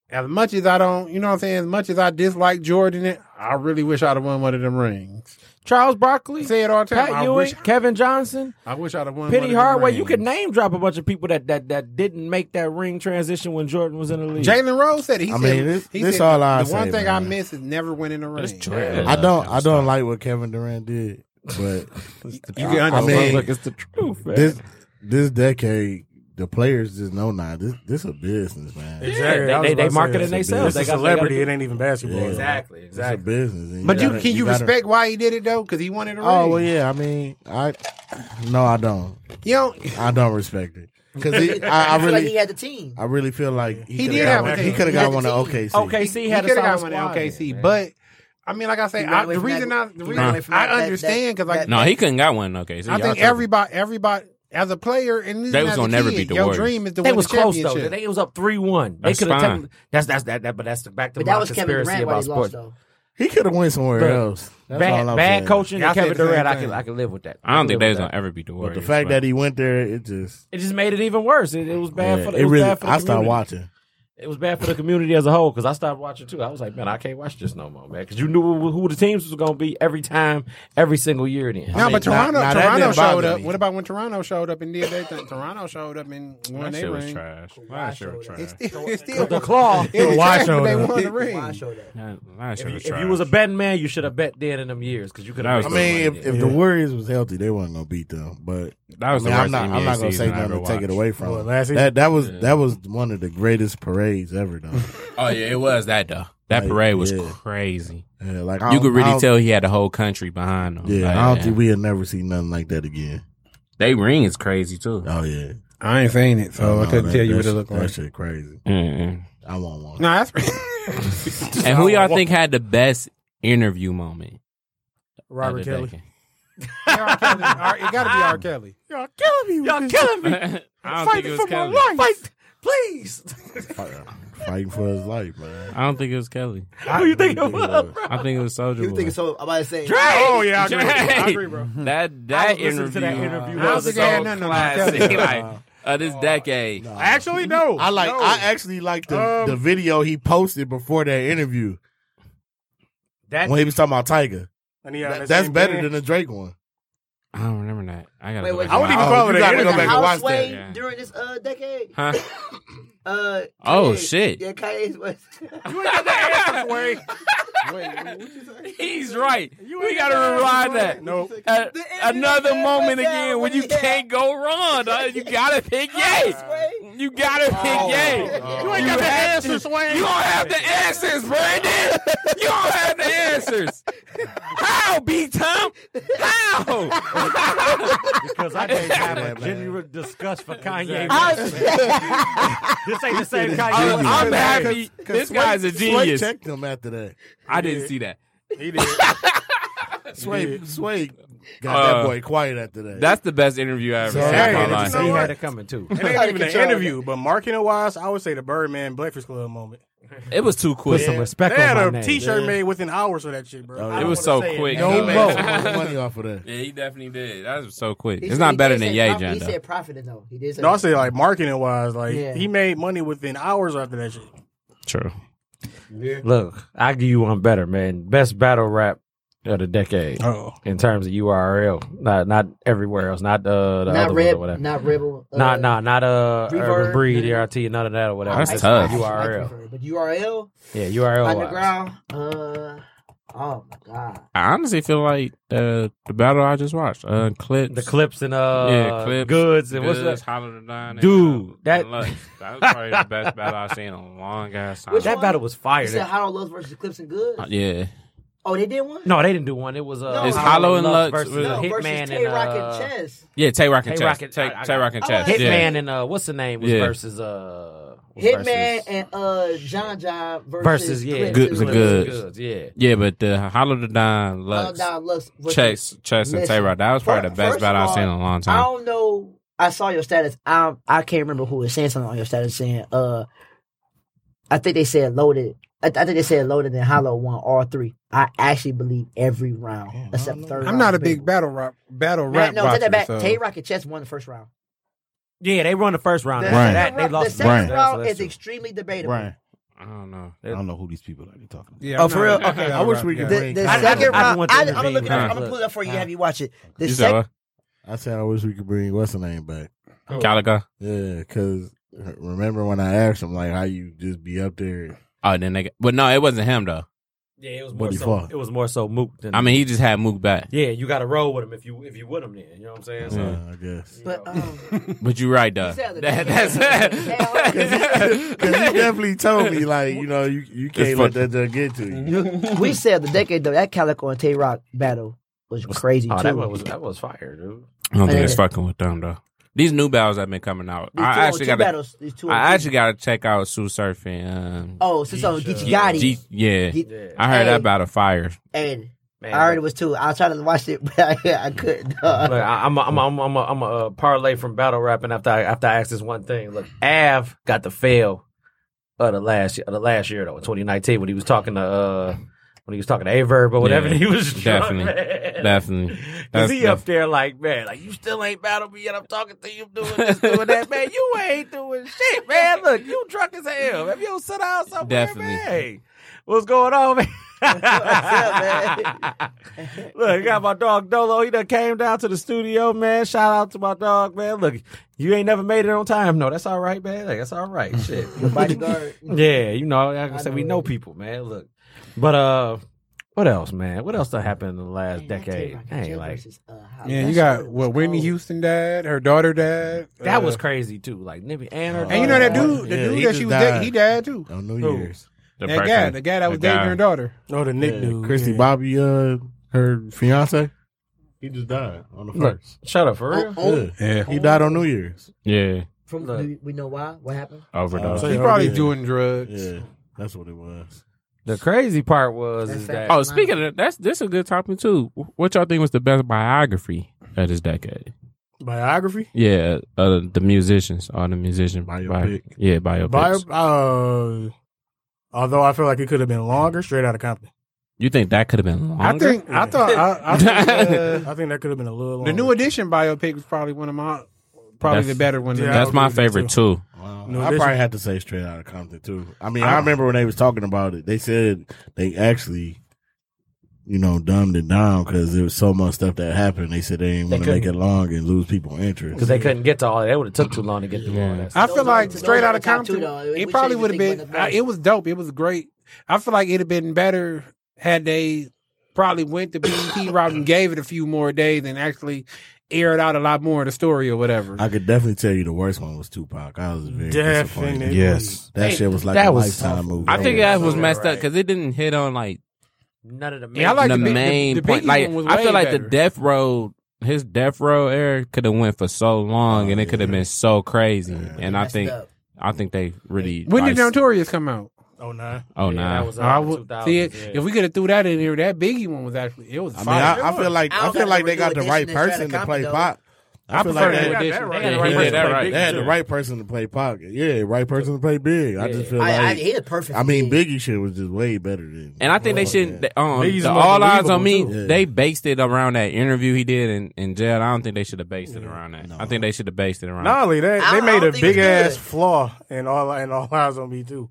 Speaker 5: As much as I don't, you know what I'm saying. As much as I dislike Jordan, I really wish I'd have won one of them rings.
Speaker 3: Charles Barkley
Speaker 5: say it all the time.
Speaker 3: Pat
Speaker 5: I
Speaker 3: Ewing,
Speaker 5: wish,
Speaker 3: Kevin Johnson,
Speaker 5: I wish I'd have won. one of
Speaker 3: Penny
Speaker 5: them
Speaker 3: Hardaway. You
Speaker 5: rings.
Speaker 3: could name drop a bunch of people that that that didn't make that ring transition when Jordan was in the league.
Speaker 5: Jalen Rose said it. He
Speaker 3: I
Speaker 5: said,
Speaker 3: mean, this-
Speaker 5: he
Speaker 3: this
Speaker 5: said,
Speaker 3: all I
Speaker 5: the one
Speaker 3: say,
Speaker 5: thing I
Speaker 3: man.
Speaker 5: miss is never winning a ring.
Speaker 8: I don't. I don't like what Kevin Durant did, but
Speaker 5: You can
Speaker 8: I mean,
Speaker 5: understand. Look, it's the truth, man.
Speaker 8: This this decade, the players just know now. This this a business, man.
Speaker 12: Exactly. Yeah, I was they- they about to say, marketing it's a themselves. business. They It's a got- they gotta celebrity. do- It ain't even basketball. Exactly,
Speaker 8: It's
Speaker 12: exactly.
Speaker 8: a business. and
Speaker 5: But you,
Speaker 8: gotta-
Speaker 5: can you,
Speaker 8: gotta-
Speaker 5: respect why he did it though? Because he wanted a ring.
Speaker 8: Oh well, yeah. I mean, I no, I don't.
Speaker 5: You don't-
Speaker 8: I don't respect it because I, I
Speaker 19: feel
Speaker 8: really
Speaker 19: like he had the team.
Speaker 8: I really feel like he,
Speaker 5: He
Speaker 8: coulda
Speaker 5: did
Speaker 8: got
Speaker 5: have
Speaker 8: one-
Speaker 5: a
Speaker 8: He
Speaker 5: team.
Speaker 8: could have
Speaker 5: He
Speaker 8: got
Speaker 5: had
Speaker 8: one
Speaker 5: the
Speaker 8: of
Speaker 5: team.
Speaker 8: OKC.
Speaker 3: OKC had a
Speaker 5: coulda got
Speaker 3: solid
Speaker 5: one at
Speaker 3: squad,
Speaker 5: OKC,
Speaker 3: man.
Speaker 5: but I mean, like I say,
Speaker 3: He got
Speaker 5: I,
Speaker 3: away
Speaker 5: the
Speaker 3: from
Speaker 5: reason
Speaker 3: that-
Speaker 5: I the
Speaker 3: he got
Speaker 5: reason
Speaker 6: away from
Speaker 5: I
Speaker 6: that- that-
Speaker 5: understand because like
Speaker 6: No, he couldn't got one. Okay, so
Speaker 5: I
Speaker 6: y'all
Speaker 5: think
Speaker 6: tripping.
Speaker 5: everybody, everybody as a player, and even
Speaker 6: They was
Speaker 5: as a
Speaker 6: gonna never
Speaker 5: kid,
Speaker 6: beat the
Speaker 5: your
Speaker 6: Warriors.
Speaker 5: dream is to
Speaker 3: they
Speaker 5: win
Speaker 3: was
Speaker 5: the
Speaker 3: close though.
Speaker 5: championship.
Speaker 3: They was up three one. They
Speaker 6: That's
Speaker 3: could have.
Speaker 6: fine.
Speaker 3: taken That's that's that, that. But that's the back to
Speaker 19: But
Speaker 3: my
Speaker 19: that was Kevin
Speaker 3: conspiracy
Speaker 19: Durant
Speaker 3: about
Speaker 19: why he lost
Speaker 3: sports.
Speaker 19: though.
Speaker 8: He could have went somewhere
Speaker 3: Bruh,
Speaker 8: else. That's
Speaker 3: bad-
Speaker 8: all I'm
Speaker 3: bad
Speaker 8: saying.
Speaker 3: coaching and Kevin Durant, I can- I can live with that.
Speaker 6: I don't
Speaker 3: I
Speaker 6: think
Speaker 3: can
Speaker 6: they
Speaker 3: live
Speaker 6: was
Speaker 3: with
Speaker 6: gonna ever beat the
Speaker 8: But
Speaker 6: Warriors.
Speaker 8: the fact
Speaker 6: but-
Speaker 8: that he went there, it just
Speaker 3: It just made it even worse. It, it was bad
Speaker 8: Yeah,
Speaker 3: for the.
Speaker 8: it
Speaker 3: It, was
Speaker 8: really-
Speaker 3: bad for the
Speaker 8: I stopped
Speaker 3: community.
Speaker 8: watching.
Speaker 3: It was bad for the community as a whole because I stopped watching too. I was like, man, I can't watch this no more, man. Because you knew who, who the teams was gonna be every time, every single year. Then
Speaker 5: No, but Toronto,
Speaker 8: now that
Speaker 5: Toronto
Speaker 8: didn't
Speaker 5: showed
Speaker 8: bother
Speaker 5: up.
Speaker 8: me.
Speaker 5: What about when Toronto showed up and did their thing? Toronto showed up and won
Speaker 6: That
Speaker 5: their
Speaker 6: shit was
Speaker 5: ring.
Speaker 6: trash. That shit was trash.
Speaker 5: It's still
Speaker 3: The claw.
Speaker 5: It was
Speaker 3: Kawhi
Speaker 5: trash, but they
Speaker 3: showed up.
Speaker 5: won the ring.
Speaker 3: If you, if you was a betting man, you should have bet then in them years because you could have.
Speaker 8: I mean, if, if the Warriors was healthy, they weren't gonna beat them. But
Speaker 6: That was
Speaker 8: I mean,
Speaker 6: the worst
Speaker 8: I'm not, I'm
Speaker 6: NBA
Speaker 8: not gonna say
Speaker 6: season I
Speaker 8: nothing to
Speaker 6: ever
Speaker 8: take it
Speaker 6: watched.
Speaker 8: away from
Speaker 6: What,
Speaker 8: them.
Speaker 6: last season?
Speaker 8: that that was
Speaker 6: Yeah.
Speaker 8: that was one of the greatest parades ever done.
Speaker 6: Oh yeah, it was that though. That
Speaker 8: Like,
Speaker 6: parade was
Speaker 8: yeah.
Speaker 6: crazy.
Speaker 8: Yeah, like, I
Speaker 6: you could
Speaker 8: don't- I
Speaker 6: really
Speaker 8: don't-
Speaker 6: tell he had the whole country behind him.
Speaker 8: yeah,
Speaker 6: Like,
Speaker 8: I don't
Speaker 6: yeah.
Speaker 8: think we'll never see nothing like that again.
Speaker 6: They ring is crazy too.
Speaker 8: Oh yeah,
Speaker 5: I ain't seen it, so Oh, I couldn't tell you what it looked like.
Speaker 8: That shit crazy.
Speaker 6: Mm-mm.
Speaker 8: I want one.
Speaker 5: No, that's
Speaker 6: And who y'all think had the best interview moment?
Speaker 12: Robert
Speaker 6: Other
Speaker 12: Kelly.
Speaker 6: than-
Speaker 5: R. Kelly. R- it got to be R. Kelly.
Speaker 20: Y'all killing me.
Speaker 5: Y'all killing me.
Speaker 20: I'm
Speaker 5: I don't think it
Speaker 20: fighting
Speaker 5: was
Speaker 20: for
Speaker 5: Kelly.
Speaker 20: my life.
Speaker 5: Fight,
Speaker 20: please.
Speaker 8: Fighting for his life, man.
Speaker 6: I don't think it was Kelly.
Speaker 8: Who you think it was, bro?
Speaker 6: I think it was Soldier
Speaker 8: You
Speaker 6: Boy.
Speaker 8: think
Speaker 4: it's so? I'm about to say.
Speaker 6: Dre!
Speaker 5: Oh, yeah, I agree. I agree, bro.
Speaker 6: That
Speaker 5: I
Speaker 6: that
Speaker 5: was listening
Speaker 6: interview,
Speaker 5: to that interview
Speaker 6: that
Speaker 5: the
Speaker 6: was
Speaker 5: other
Speaker 6: so
Speaker 5: day. No, no, no,
Speaker 6: classic.
Speaker 5: Kelly.
Speaker 6: like, of this decade.
Speaker 5: Actually, no.
Speaker 8: I like.
Speaker 5: No.
Speaker 8: I actually like the,
Speaker 5: Um,
Speaker 8: the video he posted before that interview
Speaker 21: That
Speaker 8: when he was talking about Tiger.
Speaker 21: And he had
Speaker 8: That-
Speaker 21: that
Speaker 8: that's
Speaker 21: same
Speaker 8: better
Speaker 21: band.
Speaker 8: than the Drake one.
Speaker 6: I don't remember that. I gotta.
Speaker 4: Wait,
Speaker 6: go
Speaker 4: wait,
Speaker 6: back and
Speaker 21: Oh,
Speaker 6: watch
Speaker 8: you gotta
Speaker 4: Was
Speaker 8: go back and
Speaker 4: house
Speaker 8: watch
Speaker 4: swayed
Speaker 8: that.
Speaker 4: during this uh, decade.
Speaker 6: Huh?
Speaker 4: Uh,
Speaker 6: Oh,
Speaker 4: Kanye-
Speaker 6: shit.
Speaker 4: Yeah, Kanye's was.
Speaker 6: He's right. We gotta rewind that. No. another moment again when you can't go wrong. dog. You gotta pick yay. You gotta pick yay.
Speaker 20: You ain't got the
Speaker 6: have
Speaker 20: answers,
Speaker 6: to-
Speaker 20: Wayne.
Speaker 6: You don't have the answers, Brandon. You don't have the answers. How, B Tom? How?
Speaker 3: Because I didn't have a genuine disgust for Kanye.
Speaker 6: Exactly.
Speaker 3: West. this ain't the same Kanye.
Speaker 6: I'm-
Speaker 3: West.
Speaker 6: I'm happy. This guy's a genius.
Speaker 8: checked him after that.
Speaker 6: I didn't see that.
Speaker 5: He did.
Speaker 8: Sway,
Speaker 6: did.
Speaker 8: Sway got
Speaker 6: Uh,
Speaker 8: that boy quiet after that.
Speaker 6: That's the best interview I ever
Speaker 8: So,
Speaker 6: seen
Speaker 8: hey,
Speaker 6: in my
Speaker 8: and
Speaker 6: life.
Speaker 8: you know He had what?
Speaker 21: it coming,
Speaker 8: too.
Speaker 21: It ain't even an interview, but marketing wise, I would say the Birdman Breakfast Club moment.
Speaker 6: It was too quick.
Speaker 21: Yeah. They had a T-shirt made within hours of that shit, bro. I
Speaker 6: Oh, It
Speaker 21: don't
Speaker 6: was
Speaker 21: wanna
Speaker 6: so
Speaker 21: say it.
Speaker 6: quick.
Speaker 8: No, he made so much money off of that.
Speaker 6: Yeah, he definitely did. That was so quick.
Speaker 4: He
Speaker 6: It's
Speaker 4: said-
Speaker 6: not
Speaker 4: he
Speaker 6: better
Speaker 4: did
Speaker 6: than
Speaker 4: say
Speaker 6: Yay,
Speaker 4: prof-
Speaker 6: John.
Speaker 4: He
Speaker 6: though.
Speaker 4: said profited though. He did say.
Speaker 21: No, I say like marketing wise, like
Speaker 4: Yeah.
Speaker 21: he made money within hours after that shit.
Speaker 6: True.
Speaker 3: Look, I give you one better, man. Best battle rap of the decade
Speaker 21: oh.
Speaker 3: in terms of URL. Not not everywhere else. Not uh, the
Speaker 4: not
Speaker 3: other ones
Speaker 4: Reb,
Speaker 3: or whatever.
Speaker 4: not Rebel. Uh,
Speaker 3: Nah, nah, not uh,
Speaker 4: Reverb,
Speaker 3: Urban Breed,
Speaker 4: none of
Speaker 3: ERT, none of that or whatever.
Speaker 6: That's tough.
Speaker 3: URL.
Speaker 4: Preferred, but URL
Speaker 3: Yeah, URL. wise.
Speaker 4: underground. Uh, oh my god.
Speaker 6: I honestly feel like uh, the battle I just watched, uh, clips,
Speaker 3: The clips and uh,
Speaker 6: yeah, clips,
Speaker 3: goods and what's
Speaker 6: Goods,
Speaker 3: that?
Speaker 6: Holler to Nine and,
Speaker 3: Dude,
Speaker 6: uh,
Speaker 3: that-
Speaker 6: Lux. that was probably the best battle I've seen in a long ass time.
Speaker 4: Which
Speaker 3: That
Speaker 4: one?
Speaker 3: battle was fire.
Speaker 4: You said
Speaker 3: That-
Speaker 4: Hollow Love versus Clips and Good.
Speaker 6: Uh, yeah,
Speaker 4: Oh, they did one.
Speaker 3: No, they didn't do one. It was uh,
Speaker 4: No. It's Hollow
Speaker 6: and Lux
Speaker 3: versus
Speaker 6: with-
Speaker 3: uh,
Speaker 6: No,
Speaker 4: versus
Speaker 3: Hitman
Speaker 4: Tay
Speaker 3: and
Speaker 4: Rock and
Speaker 3: uh,
Speaker 4: Chess.
Speaker 6: yeah, Tay Rock and
Speaker 3: Tay Rock
Speaker 6: Chess,
Speaker 3: and-
Speaker 6: Tay
Speaker 3: I- I
Speaker 6: Tay
Speaker 3: got
Speaker 6: Rock and
Speaker 3: it.
Speaker 6: Chess,
Speaker 3: Hitman
Speaker 6: yeah.
Speaker 3: and uh, what's the name was
Speaker 6: Yeah.
Speaker 3: versus uh, was
Speaker 4: Hitman
Speaker 3: versus-
Speaker 4: and uh, John John versus,
Speaker 3: Versus, yeah.
Speaker 4: Clips
Speaker 6: Goods and
Speaker 4: and
Speaker 6: goods.
Speaker 3: Goods, yeah.
Speaker 6: yeah, but the Hollow to Nine,
Speaker 4: Lux.
Speaker 6: Lux,
Speaker 4: Uh, Lux versus-
Speaker 6: Chess, Chess, and
Speaker 4: Listen,
Speaker 6: Tay Rock. That was probably
Speaker 4: fir-
Speaker 6: the best
Speaker 4: first
Speaker 6: battle
Speaker 4: of
Speaker 6: I've seen in
Speaker 4: all,
Speaker 6: a long
Speaker 4: I
Speaker 6: time.
Speaker 4: don't know. I saw your status. I I can't remember who was saying something on your status saying. Uh, I think they said loaded. I, I think they said loaded and hollow won all three. I actually believe every round except the third.
Speaker 5: I'm not a big battle rap battle
Speaker 4: Man,
Speaker 5: rap
Speaker 4: no, take
Speaker 5: watcher.
Speaker 4: that back.
Speaker 5: so-
Speaker 4: Tay Rocket Chess won the first round.
Speaker 3: Yeah, they won the first round.
Speaker 4: The
Speaker 3: After
Speaker 4: second
Speaker 3: that, they
Speaker 4: round-
Speaker 3: lost
Speaker 4: the second
Speaker 3: first
Speaker 4: round
Speaker 3: so
Speaker 4: is
Speaker 3: that's true.
Speaker 4: extremely debatable.
Speaker 7: Brian.
Speaker 6: I don't know.
Speaker 7: I don't know who these people are they talking about.
Speaker 5: Yeah,
Speaker 4: Oh, for real?
Speaker 5: I'm not-
Speaker 4: Okay.
Speaker 7: I wish we could
Speaker 4: The,
Speaker 7: bring
Speaker 4: the
Speaker 7: Kanye. I
Speaker 4: second
Speaker 7: didn't
Speaker 4: round,
Speaker 7: want
Speaker 4: I,
Speaker 7: them
Speaker 4: I'm
Speaker 7: to
Speaker 4: gonna look it
Speaker 7: be
Speaker 4: up. I'm
Speaker 7: in
Speaker 4: gonna
Speaker 7: conflict.
Speaker 4: pull it up for you. Have you watch it? The
Speaker 6: You said
Speaker 4: second,
Speaker 6: what?
Speaker 8: I said I wish we could bring what's her name back.
Speaker 4: Oh.
Speaker 6: Galaga.
Speaker 8: Yeah, because remember when I asked him like how you just be up there?
Speaker 6: Oh, then they, got, but no, it wasn't him though.
Speaker 3: Yeah, it was
Speaker 8: What
Speaker 3: more
Speaker 8: he
Speaker 3: so.
Speaker 8: fought.
Speaker 3: It was more so Mook than.
Speaker 6: I mean, he just had Mook back.
Speaker 3: yeah, you got to roll with him if you if you with him. Then you know what I'm saying. So,
Speaker 8: uh, I guess.
Speaker 4: but um,
Speaker 6: But you're right, though.
Speaker 4: you said the-
Speaker 6: That- that's
Speaker 8: Because he definitely told me like you know you you can't let that judge get to you.
Speaker 4: we said the decade though that Calico and Tay Rock battle was crazy
Speaker 3: oh,
Speaker 4: too.
Speaker 3: that was that was fire, dude.
Speaker 6: I don't think it's
Speaker 4: Yeah.
Speaker 6: fucking with them though. These new battles that been coming out,
Speaker 4: These
Speaker 6: I actually
Speaker 4: 202
Speaker 6: got to.
Speaker 4: battles, these two
Speaker 6: I actually got to check out Sue Surfing. Um,
Speaker 4: Oh, since I was Geechee Gotti.
Speaker 6: G- yeah,
Speaker 4: Ge-
Speaker 6: I heard
Speaker 4: Hey.
Speaker 6: that battle fire.
Speaker 4: and
Speaker 3: Man,
Speaker 4: I heard it was too. I was trying to watch it, but I, I couldn't. Uh,
Speaker 3: Look, I, I'm a, I'm a, I'm a, I'm a, I'm a uh, parlay from battle rapping after I after I asked this one thing. Look, Av got the fail of the last of the last year though in 2019 when he was talking to uh when he was talking to Averb or whatever
Speaker 6: Yeah,
Speaker 3: he was
Speaker 6: definitely,
Speaker 3: drunk, man.
Speaker 6: definitely.
Speaker 3: Cause
Speaker 6: That's-
Speaker 3: he
Speaker 6: that's-
Speaker 3: up there like man, like you still ain't battled me yet. I'm talking to you, doing this, doing that, man. You ain't doing shit, man. Look, you drunk as hell. Have you don't sit down somewhere,
Speaker 6: Definitely.
Speaker 3: man? Hey, what's going on, man? Look, I got my dog Dolo. He done came down to the studio, man. Shout out to my dog, man. Look, you ain't never made it on time. No, that's all right, man. Like, that's all right. Shit.
Speaker 4: bodyguard.
Speaker 3: yeah, you know, like I said, we know people, man. Look. But uh what else, man? What else done happened in the last decade? Hey, like
Speaker 4: uh,
Speaker 5: Yeah, you got what
Speaker 4: Oh,
Speaker 5: Whitney Houston died, her daughter died.
Speaker 3: that
Speaker 5: uh,
Speaker 3: was crazy too. Like Nibby and her
Speaker 5: And you know that dude, the
Speaker 8: Yeah,
Speaker 5: dude
Speaker 8: he
Speaker 5: that
Speaker 8: just
Speaker 5: she was dating,
Speaker 8: died.
Speaker 5: he died too.
Speaker 8: On New
Speaker 5: Who?
Speaker 8: Year's,
Speaker 6: The
Speaker 5: that guy,
Speaker 6: person-
Speaker 5: the guy that was
Speaker 6: the
Speaker 5: dating
Speaker 6: guy.
Speaker 5: her daughter.
Speaker 21: Oh, the Nick dude,
Speaker 8: Christy
Speaker 21: yeah.
Speaker 8: Bobby, uh, her fiance, he just died on the
Speaker 3: Look,
Speaker 8: first.
Speaker 3: shut up for real.
Speaker 4: Oh,
Speaker 8: Yeah. he died on New Year's.
Speaker 6: Yeah,
Speaker 4: From do we know why? What happened?
Speaker 5: Oh,
Speaker 6: overdose.
Speaker 8: Uh,
Speaker 5: He's probably
Speaker 8: yeah.
Speaker 5: doing drugs.
Speaker 8: Yeah, that's what it was.
Speaker 3: The crazy part was is that
Speaker 6: Oh, speaking of that's this is a good topic too. What y'all think was the best biography of this decade?
Speaker 12: Biography?
Speaker 6: Yeah, uh, the musicians, all the musician biopic. yeah, biopics.
Speaker 12: Bio, uh, although I feel like it could have been longer, straight out of Compton.
Speaker 6: you think that could have been? Longer?
Speaker 5: I think I thought I, I, think, uh,
Speaker 12: I think that could have been a little.
Speaker 5: The new edition biopic was probably one of my probably
Speaker 6: That's-
Speaker 5: the better one.
Speaker 6: Yeah, That's my favorite too.
Speaker 8: Wow.
Speaker 5: No,
Speaker 8: I
Speaker 5: this-
Speaker 8: probably had to say straight out of Compton too. I mean,
Speaker 5: Ah.
Speaker 8: I remember when they was talking about it. They said they actually, you know, dumbed it down because there was so much stuff that happened. They said they didn't
Speaker 22: They
Speaker 8: want to make it
Speaker 22: couldn't.
Speaker 8: long and lose people interest
Speaker 22: because they couldn't get to all that. They would have took too long to get through all that.
Speaker 5: I feel like
Speaker 19: those
Speaker 5: straight
Speaker 19: are
Speaker 5: out
Speaker 19: the
Speaker 5: of
Speaker 19: top
Speaker 5: Compton,
Speaker 19: two, though.
Speaker 5: it
Speaker 19: Which
Speaker 5: probably
Speaker 19: you
Speaker 5: would have
Speaker 19: think were
Speaker 5: been.
Speaker 19: the
Speaker 5: I,
Speaker 19: best?
Speaker 5: it was dope. It was great. I feel like it'd have been better had they probably went the BET route and gave it a few more days and actually aired out a lot more of the story or whatever.
Speaker 8: I could definitely tell you the worst one was Tupac. I was very
Speaker 5: Definitely.
Speaker 8: disappointed. Yes, that
Speaker 6: Hey,
Speaker 8: shit was like
Speaker 6: that
Speaker 8: a
Speaker 6: was-
Speaker 8: lifetime movie.
Speaker 6: I think that was messed
Speaker 22: right.
Speaker 6: up because it didn't hit on like
Speaker 22: None of the main.
Speaker 6: yeah, I like the, main
Speaker 22: the
Speaker 6: point.
Speaker 22: Biggie
Speaker 6: Like
Speaker 22: one was
Speaker 6: I feel
Speaker 22: way
Speaker 6: like the
Speaker 22: better.
Speaker 6: death road, his death row era could have went for so long, and it could have been so crazy. And I think,
Speaker 5: up.
Speaker 6: I think they really.
Speaker 5: When did
Speaker 6: like,
Speaker 5: Notorious come out?
Speaker 12: Oh nine.
Speaker 6: Oh nah.
Speaker 5: I would, see, if we could have threw that in there, that Biggie one was actually it was.
Speaker 8: I mean,
Speaker 5: fire.
Speaker 8: I, I feel like I, feel like they got the right person to play Pop. I,
Speaker 5: I
Speaker 8: feel
Speaker 5: prefer
Speaker 8: like
Speaker 5: they
Speaker 8: they,
Speaker 5: got
Speaker 8: they,
Speaker 5: that right.
Speaker 8: had the
Speaker 5: Yeah,
Speaker 8: right
Speaker 5: yeah,
Speaker 8: person
Speaker 5: that
Speaker 8: to play-
Speaker 5: right.
Speaker 8: they had the
Speaker 5: Sure.
Speaker 8: right person to play Pop. Yeah, right person to play Big. I just feel
Speaker 19: I- I-
Speaker 8: like
Speaker 19: he the perfect
Speaker 8: I mean,
Speaker 19: Big.
Speaker 8: Biggie shit was just way better than.
Speaker 6: And I think they shouldn't. they- Um,
Speaker 8: Biggie's
Speaker 6: the
Speaker 8: more
Speaker 6: all eyes on me.
Speaker 8: believable, too. Yeah.
Speaker 6: They based it around that interview he did in, in jail. I don't think they should have based it around that. I think they should have based it around.
Speaker 12: Not only that,
Speaker 6: I-
Speaker 12: they
Speaker 6: I
Speaker 12: made
Speaker 6: don't
Speaker 12: a
Speaker 6: think it's
Speaker 12: big ass
Speaker 6: good.
Speaker 12: flaw in all in all eyes on me too.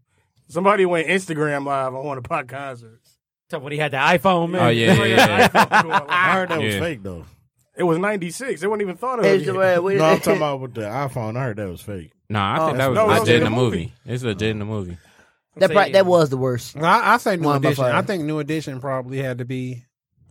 Speaker 12: Somebody went Instagram live on one of pop concerts.
Speaker 22: when he had the iPhone, man.
Speaker 6: Oh, yeah, yeah, yeah.
Speaker 12: I
Speaker 8: heard that was Yeah. fake, though.
Speaker 12: It was ninety six. It wasn't even thought of.
Speaker 8: Hey,
Speaker 12: yet.
Speaker 8: Joel, wait- No, I'm talking about with the iPhone. I heard that was fake.
Speaker 6: No, I think
Speaker 8: Oh,
Speaker 6: that was
Speaker 8: no,
Speaker 6: legit
Speaker 8: it's in
Speaker 6: in the
Speaker 8: the
Speaker 6: movie. It's legit in the movie.
Speaker 4: That, pro- that was the worst.
Speaker 5: No, I, I say New
Speaker 4: One of my
Speaker 5: Edition. I
Speaker 4: favorites.
Speaker 5: think New Edition probably had to be.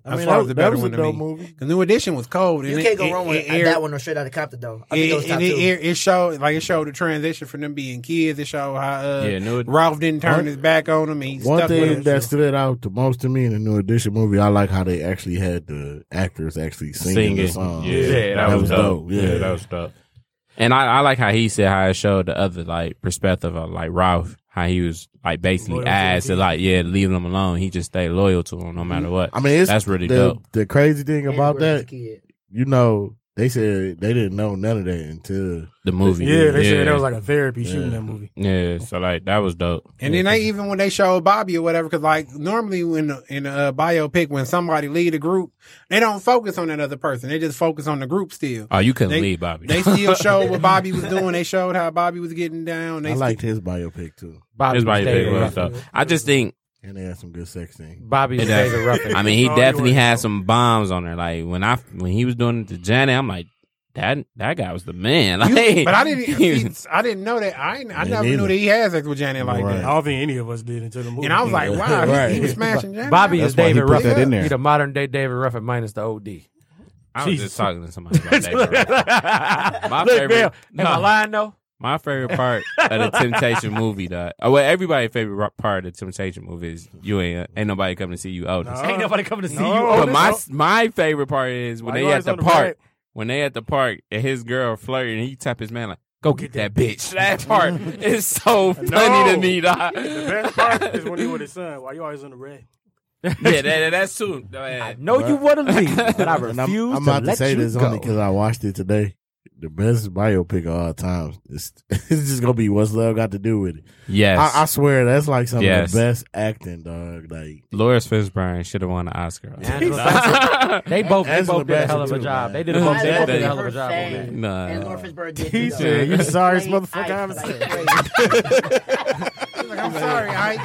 Speaker 4: I
Speaker 5: I
Speaker 4: mean,
Speaker 5: mean, that
Speaker 4: that-
Speaker 5: was the
Speaker 4: that
Speaker 5: better
Speaker 4: was a
Speaker 5: one to
Speaker 4: dope
Speaker 5: me.
Speaker 4: movie.
Speaker 5: The New Edition was cold.
Speaker 19: You
Speaker 5: and
Speaker 19: can't
Speaker 5: it-
Speaker 19: go
Speaker 5: it-
Speaker 19: wrong with
Speaker 5: it aired-
Speaker 19: that one or straight out of Compton though. I think
Speaker 5: It,
Speaker 19: those top
Speaker 5: and it,
Speaker 19: two.
Speaker 5: it, it showed like it showed the transition from them being kids. It showed how uh,
Speaker 6: Yeah, no, it-
Speaker 5: Ralph didn't turn
Speaker 8: One-
Speaker 5: his back on him. He
Speaker 8: One
Speaker 5: stuck with
Speaker 8: thing
Speaker 5: him.
Speaker 8: that stood out the most to me in the new edition movie, I like how they actually had the actors actually singing, the
Speaker 6: Singing.
Speaker 8: song.
Speaker 6: Yeah, that was dope.
Speaker 8: Yeah.
Speaker 6: Yeah, that was dope. And I, I like how he said how it showed the other like perspective of like Ralph, how he was like basically
Speaker 8: Loyal to
Speaker 6: asked
Speaker 8: the
Speaker 6: to
Speaker 8: team.
Speaker 6: like yeah leave him alone. He just stayed loyal to him no matter what.
Speaker 8: I mean, it's
Speaker 6: that's really
Speaker 8: the,
Speaker 6: dope.
Speaker 8: The crazy thing about
Speaker 19: Edward as a
Speaker 8: that,
Speaker 19: kid.
Speaker 8: you know, they said they didn't know none of that until
Speaker 6: The movie.
Speaker 12: Yeah, they said
Speaker 6: Yeah.
Speaker 12: that was like a therapy shoot in
Speaker 8: Yeah.
Speaker 12: that movie.
Speaker 6: Yeah, so like that was dope.
Speaker 5: And then they even when they showed Bobby or whatever, because like normally when in a uh, biopic when somebody lead a group, they don't focus on that other person. They just focus on the group still.
Speaker 6: Oh, you couldn't
Speaker 5: They-
Speaker 6: leave Bobby.
Speaker 5: They still showed what Bobby was doing. They showed how Bobby was getting down. They
Speaker 8: I liked his biopic too.
Speaker 6: Bobby
Speaker 8: was
Speaker 6: big
Speaker 8: dating
Speaker 6: was
Speaker 8: Ruffin.
Speaker 6: dope. I just think
Speaker 8: And they had some good sex scenes.
Speaker 22: Bobby
Speaker 6: It does. I mean, he definitely had some bombs on her. Like when I when he was doing it to Janet, I'm like, that that guy was the man. Like,
Speaker 5: You- but I didn't.
Speaker 6: he was-
Speaker 5: see, I didn't know that. I ain't- I
Speaker 6: Me
Speaker 5: never knew
Speaker 6: neither.
Speaker 5: that he had sex with Janet like
Speaker 12: I
Speaker 5: that.
Speaker 12: don't think any of us did until the movie.
Speaker 5: And I was like, wow, he- he, was smashing Janet.
Speaker 22: Bobby is David
Speaker 6: put
Speaker 22: Ruffin.
Speaker 6: that in there.
Speaker 22: He the modern day David Ruffin minus the OD.
Speaker 6: I was just talking to somebody about that.
Speaker 22: Look,
Speaker 6: My
Speaker 22: Look,
Speaker 6: favorite.
Speaker 22: Bill, am I
Speaker 6: No.
Speaker 22: lying though?
Speaker 6: My favorite part of the Temptation movie, though. Oh, well, everybody's favorite ro- part of the Temptation movie is you ain't uh, ain't nobody coming to see you, Otis.
Speaker 22: Ain't nobody coming to see you.
Speaker 12: Oh,
Speaker 6: But
Speaker 22: Otis.
Speaker 6: my my favorite part is when
Speaker 22: Why
Speaker 6: they
Speaker 22: you
Speaker 6: at
Speaker 22: always
Speaker 6: the
Speaker 22: on the
Speaker 6: park.
Speaker 22: right?
Speaker 6: When they at the park and his girl flirting, he tap his man like, "Go get that bitch." That part is so funny to me. Dog.
Speaker 12: The best part is when he with his son. Why you always in the red?
Speaker 6: yeah, that, that's too. I
Speaker 22: know you want to leave, but I
Speaker 8: And I'm,
Speaker 22: refuse
Speaker 8: I'm
Speaker 22: to
Speaker 8: about to
Speaker 22: let
Speaker 8: say
Speaker 22: you
Speaker 8: this
Speaker 22: go.
Speaker 8: only because I watched it today. The best biopic of all time. It's, it's just gonna be what's love got to do with it.
Speaker 6: Yes.
Speaker 8: I, I swear that's like some
Speaker 6: Yes.
Speaker 8: of the best acting, dog. Like
Speaker 6: Loris Fishburne should have won an Oscar.
Speaker 22: they both, they
Speaker 8: Angela
Speaker 22: both did a hell of a
Speaker 8: Bassett, too,
Speaker 22: job.
Speaker 8: man.
Speaker 22: They did a both, they
Speaker 6: Angela
Speaker 22: both did a hell of a
Speaker 6: Bassett.
Speaker 22: job on that.
Speaker 6: Nah.
Speaker 19: And Lord Fitzburg did
Speaker 12: He
Speaker 19: too, though.
Speaker 12: said, "You sorry,
Speaker 19: Plain
Speaker 12: motherfucker." I haven't
Speaker 19: ice,
Speaker 12: seen
Speaker 19: like,
Speaker 12: it.
Speaker 5: He's like, I'm sorry, I.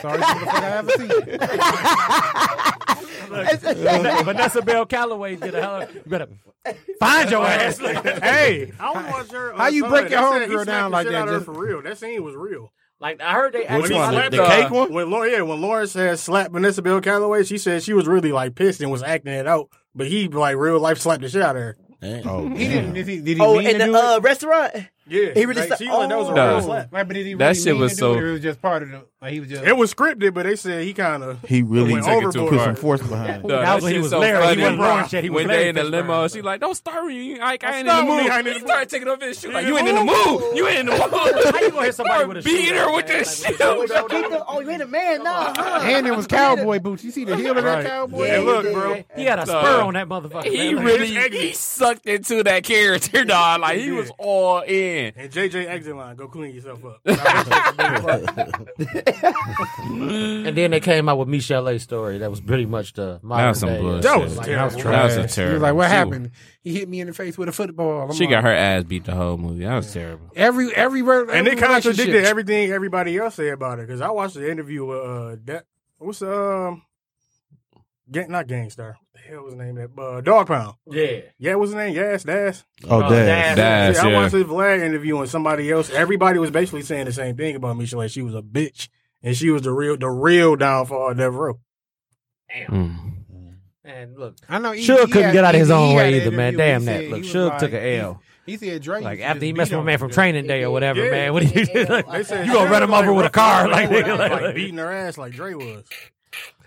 Speaker 5: sorry, motherfucker, I haven't seen you.
Speaker 22: Vanessa Bell Calloway did a hell of. You better find your ass.
Speaker 12: hey, I want uh, to watch her.
Speaker 22: How you break your homegirl down like that,
Speaker 12: Just...
Speaker 22: just-
Speaker 12: For real, that scene was real.
Speaker 22: Like I heard they
Speaker 12: When he
Speaker 22: actually
Speaker 12: slapped
Speaker 22: slapped
Speaker 12: her-
Speaker 22: her.
Speaker 12: When Laura, yeah, when Laura said slap Vanessa Bill Calloway, she said she was really like pissed and was acting it out. But he like real life slapped the shit out of her.
Speaker 8: Oh,
Speaker 5: He didn't. Did he, did he
Speaker 19: Oh,
Speaker 5: mean
Speaker 19: in
Speaker 5: to
Speaker 19: the
Speaker 5: do it?
Speaker 19: uh, restaurant.
Speaker 5: Yeah,
Speaker 23: He really
Speaker 5: like,
Speaker 23: said-
Speaker 5: she was like, that was
Speaker 4: "Oh,
Speaker 5: a
Speaker 23: No.
Speaker 5: real slap. Like, but did he
Speaker 23: That
Speaker 5: really
Speaker 23: shit
Speaker 5: mean to
Speaker 23: was
Speaker 5: do
Speaker 23: so-
Speaker 5: It, or it was just part of the. Like he was just.
Speaker 23: It was scripted, but they said he kind of
Speaker 24: He really
Speaker 23: went
Speaker 24: put
Speaker 23: overboard.
Speaker 24: some force behind it.
Speaker 23: That was when he was Larry. He wasn't Ron shit, he was
Speaker 6: when they
Speaker 23: Larry
Speaker 6: in the
Speaker 23: Fitzgerald.
Speaker 6: limo, she like, "Don't start with you. Like, I ain't in
Speaker 23: Don't
Speaker 6: the
Speaker 23: start with me,
Speaker 6: mood."
Speaker 23: I ain't in
Speaker 6: He started taking off his shoes. Like,
Speaker 23: in
Speaker 6: you
Speaker 23: the
Speaker 6: ain't in the
Speaker 23: mood."
Speaker 6: mood. You ain't in the mood.
Speaker 23: How you gonna hit somebody with a shoe?
Speaker 6: Beat her with this shoe.
Speaker 4: oh, you ain't a man, no. Huh?
Speaker 5: and it was cowboy boots. You see the heel of that cowboy?
Speaker 6: Yeah,
Speaker 5: Hey, look,
Speaker 6: bro.
Speaker 3: He had a
Speaker 6: Nah.
Speaker 3: spur on that motherfucker.
Speaker 6: He
Speaker 3: man. Like,
Speaker 6: really
Speaker 3: his egg-
Speaker 6: he sucked into that character, dog. Like he was all in.
Speaker 8: And JJ exit line, go clean yourself up.
Speaker 3: and then they came out with Michelle A story. That was pretty much the modern
Speaker 6: some
Speaker 3: day.
Speaker 6: bullshit. That was terrible. That was a
Speaker 5: He was
Speaker 6: terrible.
Speaker 5: like, "What
Speaker 6: She-
Speaker 5: happened? He hit me in the face with a football." I'm
Speaker 6: She
Speaker 5: like,
Speaker 6: got her ass beat the whole movie. That was terrible.
Speaker 5: every every word.
Speaker 8: And
Speaker 5: every
Speaker 8: it contradicted
Speaker 5: relationship.
Speaker 8: everything everybody else said about it. Because I watched the interview with uh, that what's um, Ga- not Gangstar. What the hell was the name of that? Uh, Dog Pound.
Speaker 3: Yeah.
Speaker 8: Yeah, what's his name? Yes, Dash.
Speaker 24: Oh, Oh, Dash. Dash. Dash,
Speaker 8: yeah, I
Speaker 24: yeah.
Speaker 8: watched the Vlad interview and somebody else. Everybody was basically saying the same thing about Michelle. Like she was a bitch, and she was the real, the real downfall of Devereaux.
Speaker 3: And look,
Speaker 5: I know. he-
Speaker 3: Suge
Speaker 5: he
Speaker 3: couldn't
Speaker 5: had-
Speaker 3: get out of his
Speaker 5: he- he
Speaker 3: own
Speaker 5: had
Speaker 3: way
Speaker 5: an
Speaker 3: either, man.
Speaker 5: interview where
Speaker 3: Damn
Speaker 5: he
Speaker 3: that.
Speaker 5: said
Speaker 3: Look,
Speaker 5: he was
Speaker 3: Suge
Speaker 5: like-
Speaker 3: took an L.
Speaker 5: He, he said Drake.
Speaker 3: Like
Speaker 5: used to
Speaker 3: after he
Speaker 5: just
Speaker 3: messed
Speaker 5: beat
Speaker 3: with a man
Speaker 5: him.
Speaker 3: from Training Day or whatever,
Speaker 8: Yeah.
Speaker 3: man. What do you do?
Speaker 8: They said
Speaker 3: you gonna
Speaker 8: Dre
Speaker 3: run him
Speaker 8: was
Speaker 3: over
Speaker 8: like
Speaker 3: with a car? Like,
Speaker 8: running away,
Speaker 3: nigga, like-
Speaker 8: like beating her ass like Dre was.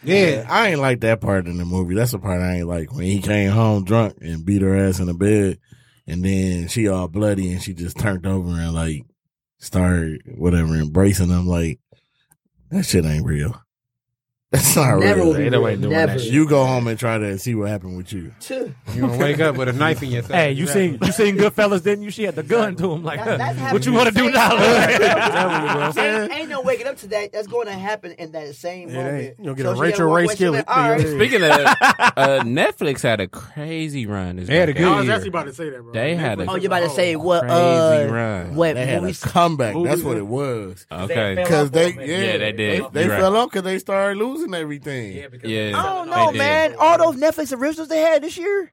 Speaker 7: Yeah, I ain't like that part in the movie. That's the part I ain't like when he came home drunk and beat her ass in the bed, and then she all bloody and she just turned over and like started whatever embracing him. Like that shit ain't real. That's not
Speaker 4: Never will
Speaker 7: real.
Speaker 4: be Ain't nobody real. doing that Never. shit.
Speaker 7: You go home and try to see what happened with you.
Speaker 4: Two.
Speaker 5: You gonna wake up with a knife in your thigh.
Speaker 3: Hey, you seen you seen Goodfellas? Didn't you? She had the gun to him. Like,
Speaker 4: That- that's
Speaker 3: what you
Speaker 4: happening.
Speaker 3: want to do now?
Speaker 4: ain't, ain't no waking up to that. That's going to happen in that same moment.
Speaker 8: You'll get
Speaker 4: So
Speaker 8: a
Speaker 4: she
Speaker 8: Rachel
Speaker 4: had one
Speaker 8: Ray
Speaker 4: question,
Speaker 8: skillet.
Speaker 4: like, All right.
Speaker 6: Speaking of uh, Netflix had a crazy run. This
Speaker 5: They had a
Speaker 6: weekend.
Speaker 5: good
Speaker 8: I was actually about to say that, bro.
Speaker 6: They had a
Speaker 4: Oh, you about to say what?
Speaker 6: crazy
Speaker 4: Uh,
Speaker 6: run.
Speaker 4: what
Speaker 7: They had a
Speaker 4: movies?
Speaker 7: comeback. That's
Speaker 4: movies-
Speaker 7: what it was.
Speaker 6: Okay. They fell
Speaker 7: because
Speaker 6: off
Speaker 7: they
Speaker 6: of it.
Speaker 7: yeah,
Speaker 6: Yeah, they did.
Speaker 7: They,
Speaker 6: You're
Speaker 7: fell off because they started losing everything.
Speaker 6: yeah.
Speaker 4: I don't know,
Speaker 6: They did.
Speaker 4: man. All those Netflix originals they had this year.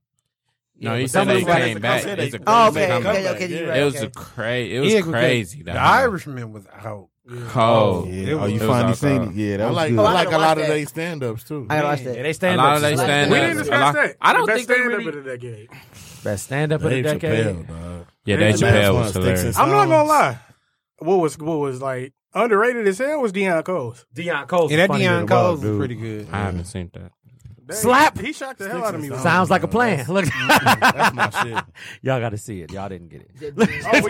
Speaker 6: No,
Speaker 4: Yeah,
Speaker 6: he
Speaker 4: but
Speaker 6: said
Speaker 4: some of
Speaker 6: they
Speaker 4: them got
Speaker 6: came
Speaker 4: it-
Speaker 6: back.
Speaker 4: some
Speaker 6: It
Speaker 4: said
Speaker 6: was a
Speaker 4: they-
Speaker 6: crazy
Speaker 4: Oh, okay, okay,
Speaker 6: comeback.
Speaker 4: okay, you're
Speaker 6: It
Speaker 4: right,
Speaker 6: was
Speaker 4: okay.
Speaker 6: a crazy. It was
Speaker 5: Yeah, 'cause
Speaker 6: crazy.
Speaker 5: The,
Speaker 6: though.
Speaker 5: Irishman was out.
Speaker 6: Cold.
Speaker 24: Yeah.
Speaker 5: It
Speaker 24: Oh,
Speaker 5: was-
Speaker 24: you
Speaker 6: it was
Speaker 24: finally
Speaker 6: all
Speaker 24: seen it?
Speaker 6: cold.
Speaker 24: Yeah, that
Speaker 7: I
Speaker 24: was
Speaker 7: like
Speaker 24: good.
Speaker 7: I like a
Speaker 4: gotta
Speaker 7: lot
Speaker 4: watch
Speaker 7: of
Speaker 4: that.
Speaker 7: they stand ups too.
Speaker 4: I gotta watch that.
Speaker 3: They
Speaker 6: A
Speaker 3: stand
Speaker 6: lot of
Speaker 3: up.
Speaker 6: they stand
Speaker 8: We
Speaker 6: up.
Speaker 8: didn't discuss that.
Speaker 6: I don't
Speaker 8: The best
Speaker 6: think they
Speaker 8: stand-up
Speaker 6: really.
Speaker 8: of the decade.
Speaker 3: Best stand up of the
Speaker 7: Dave
Speaker 3: decade.
Speaker 7: Chappelle, dog.
Speaker 6: Yeah, Dave
Speaker 7: The last
Speaker 6: Chappelle
Speaker 7: one,
Speaker 6: was
Speaker 7: Sticks
Speaker 6: hilarious.
Speaker 7: and
Speaker 8: I'm not gonna
Speaker 7: Stones.
Speaker 8: lie. What was what was like underrated as hell was Deion Cole's.
Speaker 3: Deion Cole's
Speaker 5: Yeah, that
Speaker 3: funny
Speaker 5: Deion
Speaker 3: as well,
Speaker 5: Cole was
Speaker 3: dude.
Speaker 5: pretty good.
Speaker 6: I haven't seen that.
Speaker 8: Dang,
Speaker 3: Slap.
Speaker 8: He shocked the hell out of me. with that.
Speaker 3: Sounds like a plan. Look,
Speaker 7: That's my shit.
Speaker 3: y'all got to see it. Y'all didn't get it.
Speaker 8: Oh yeah,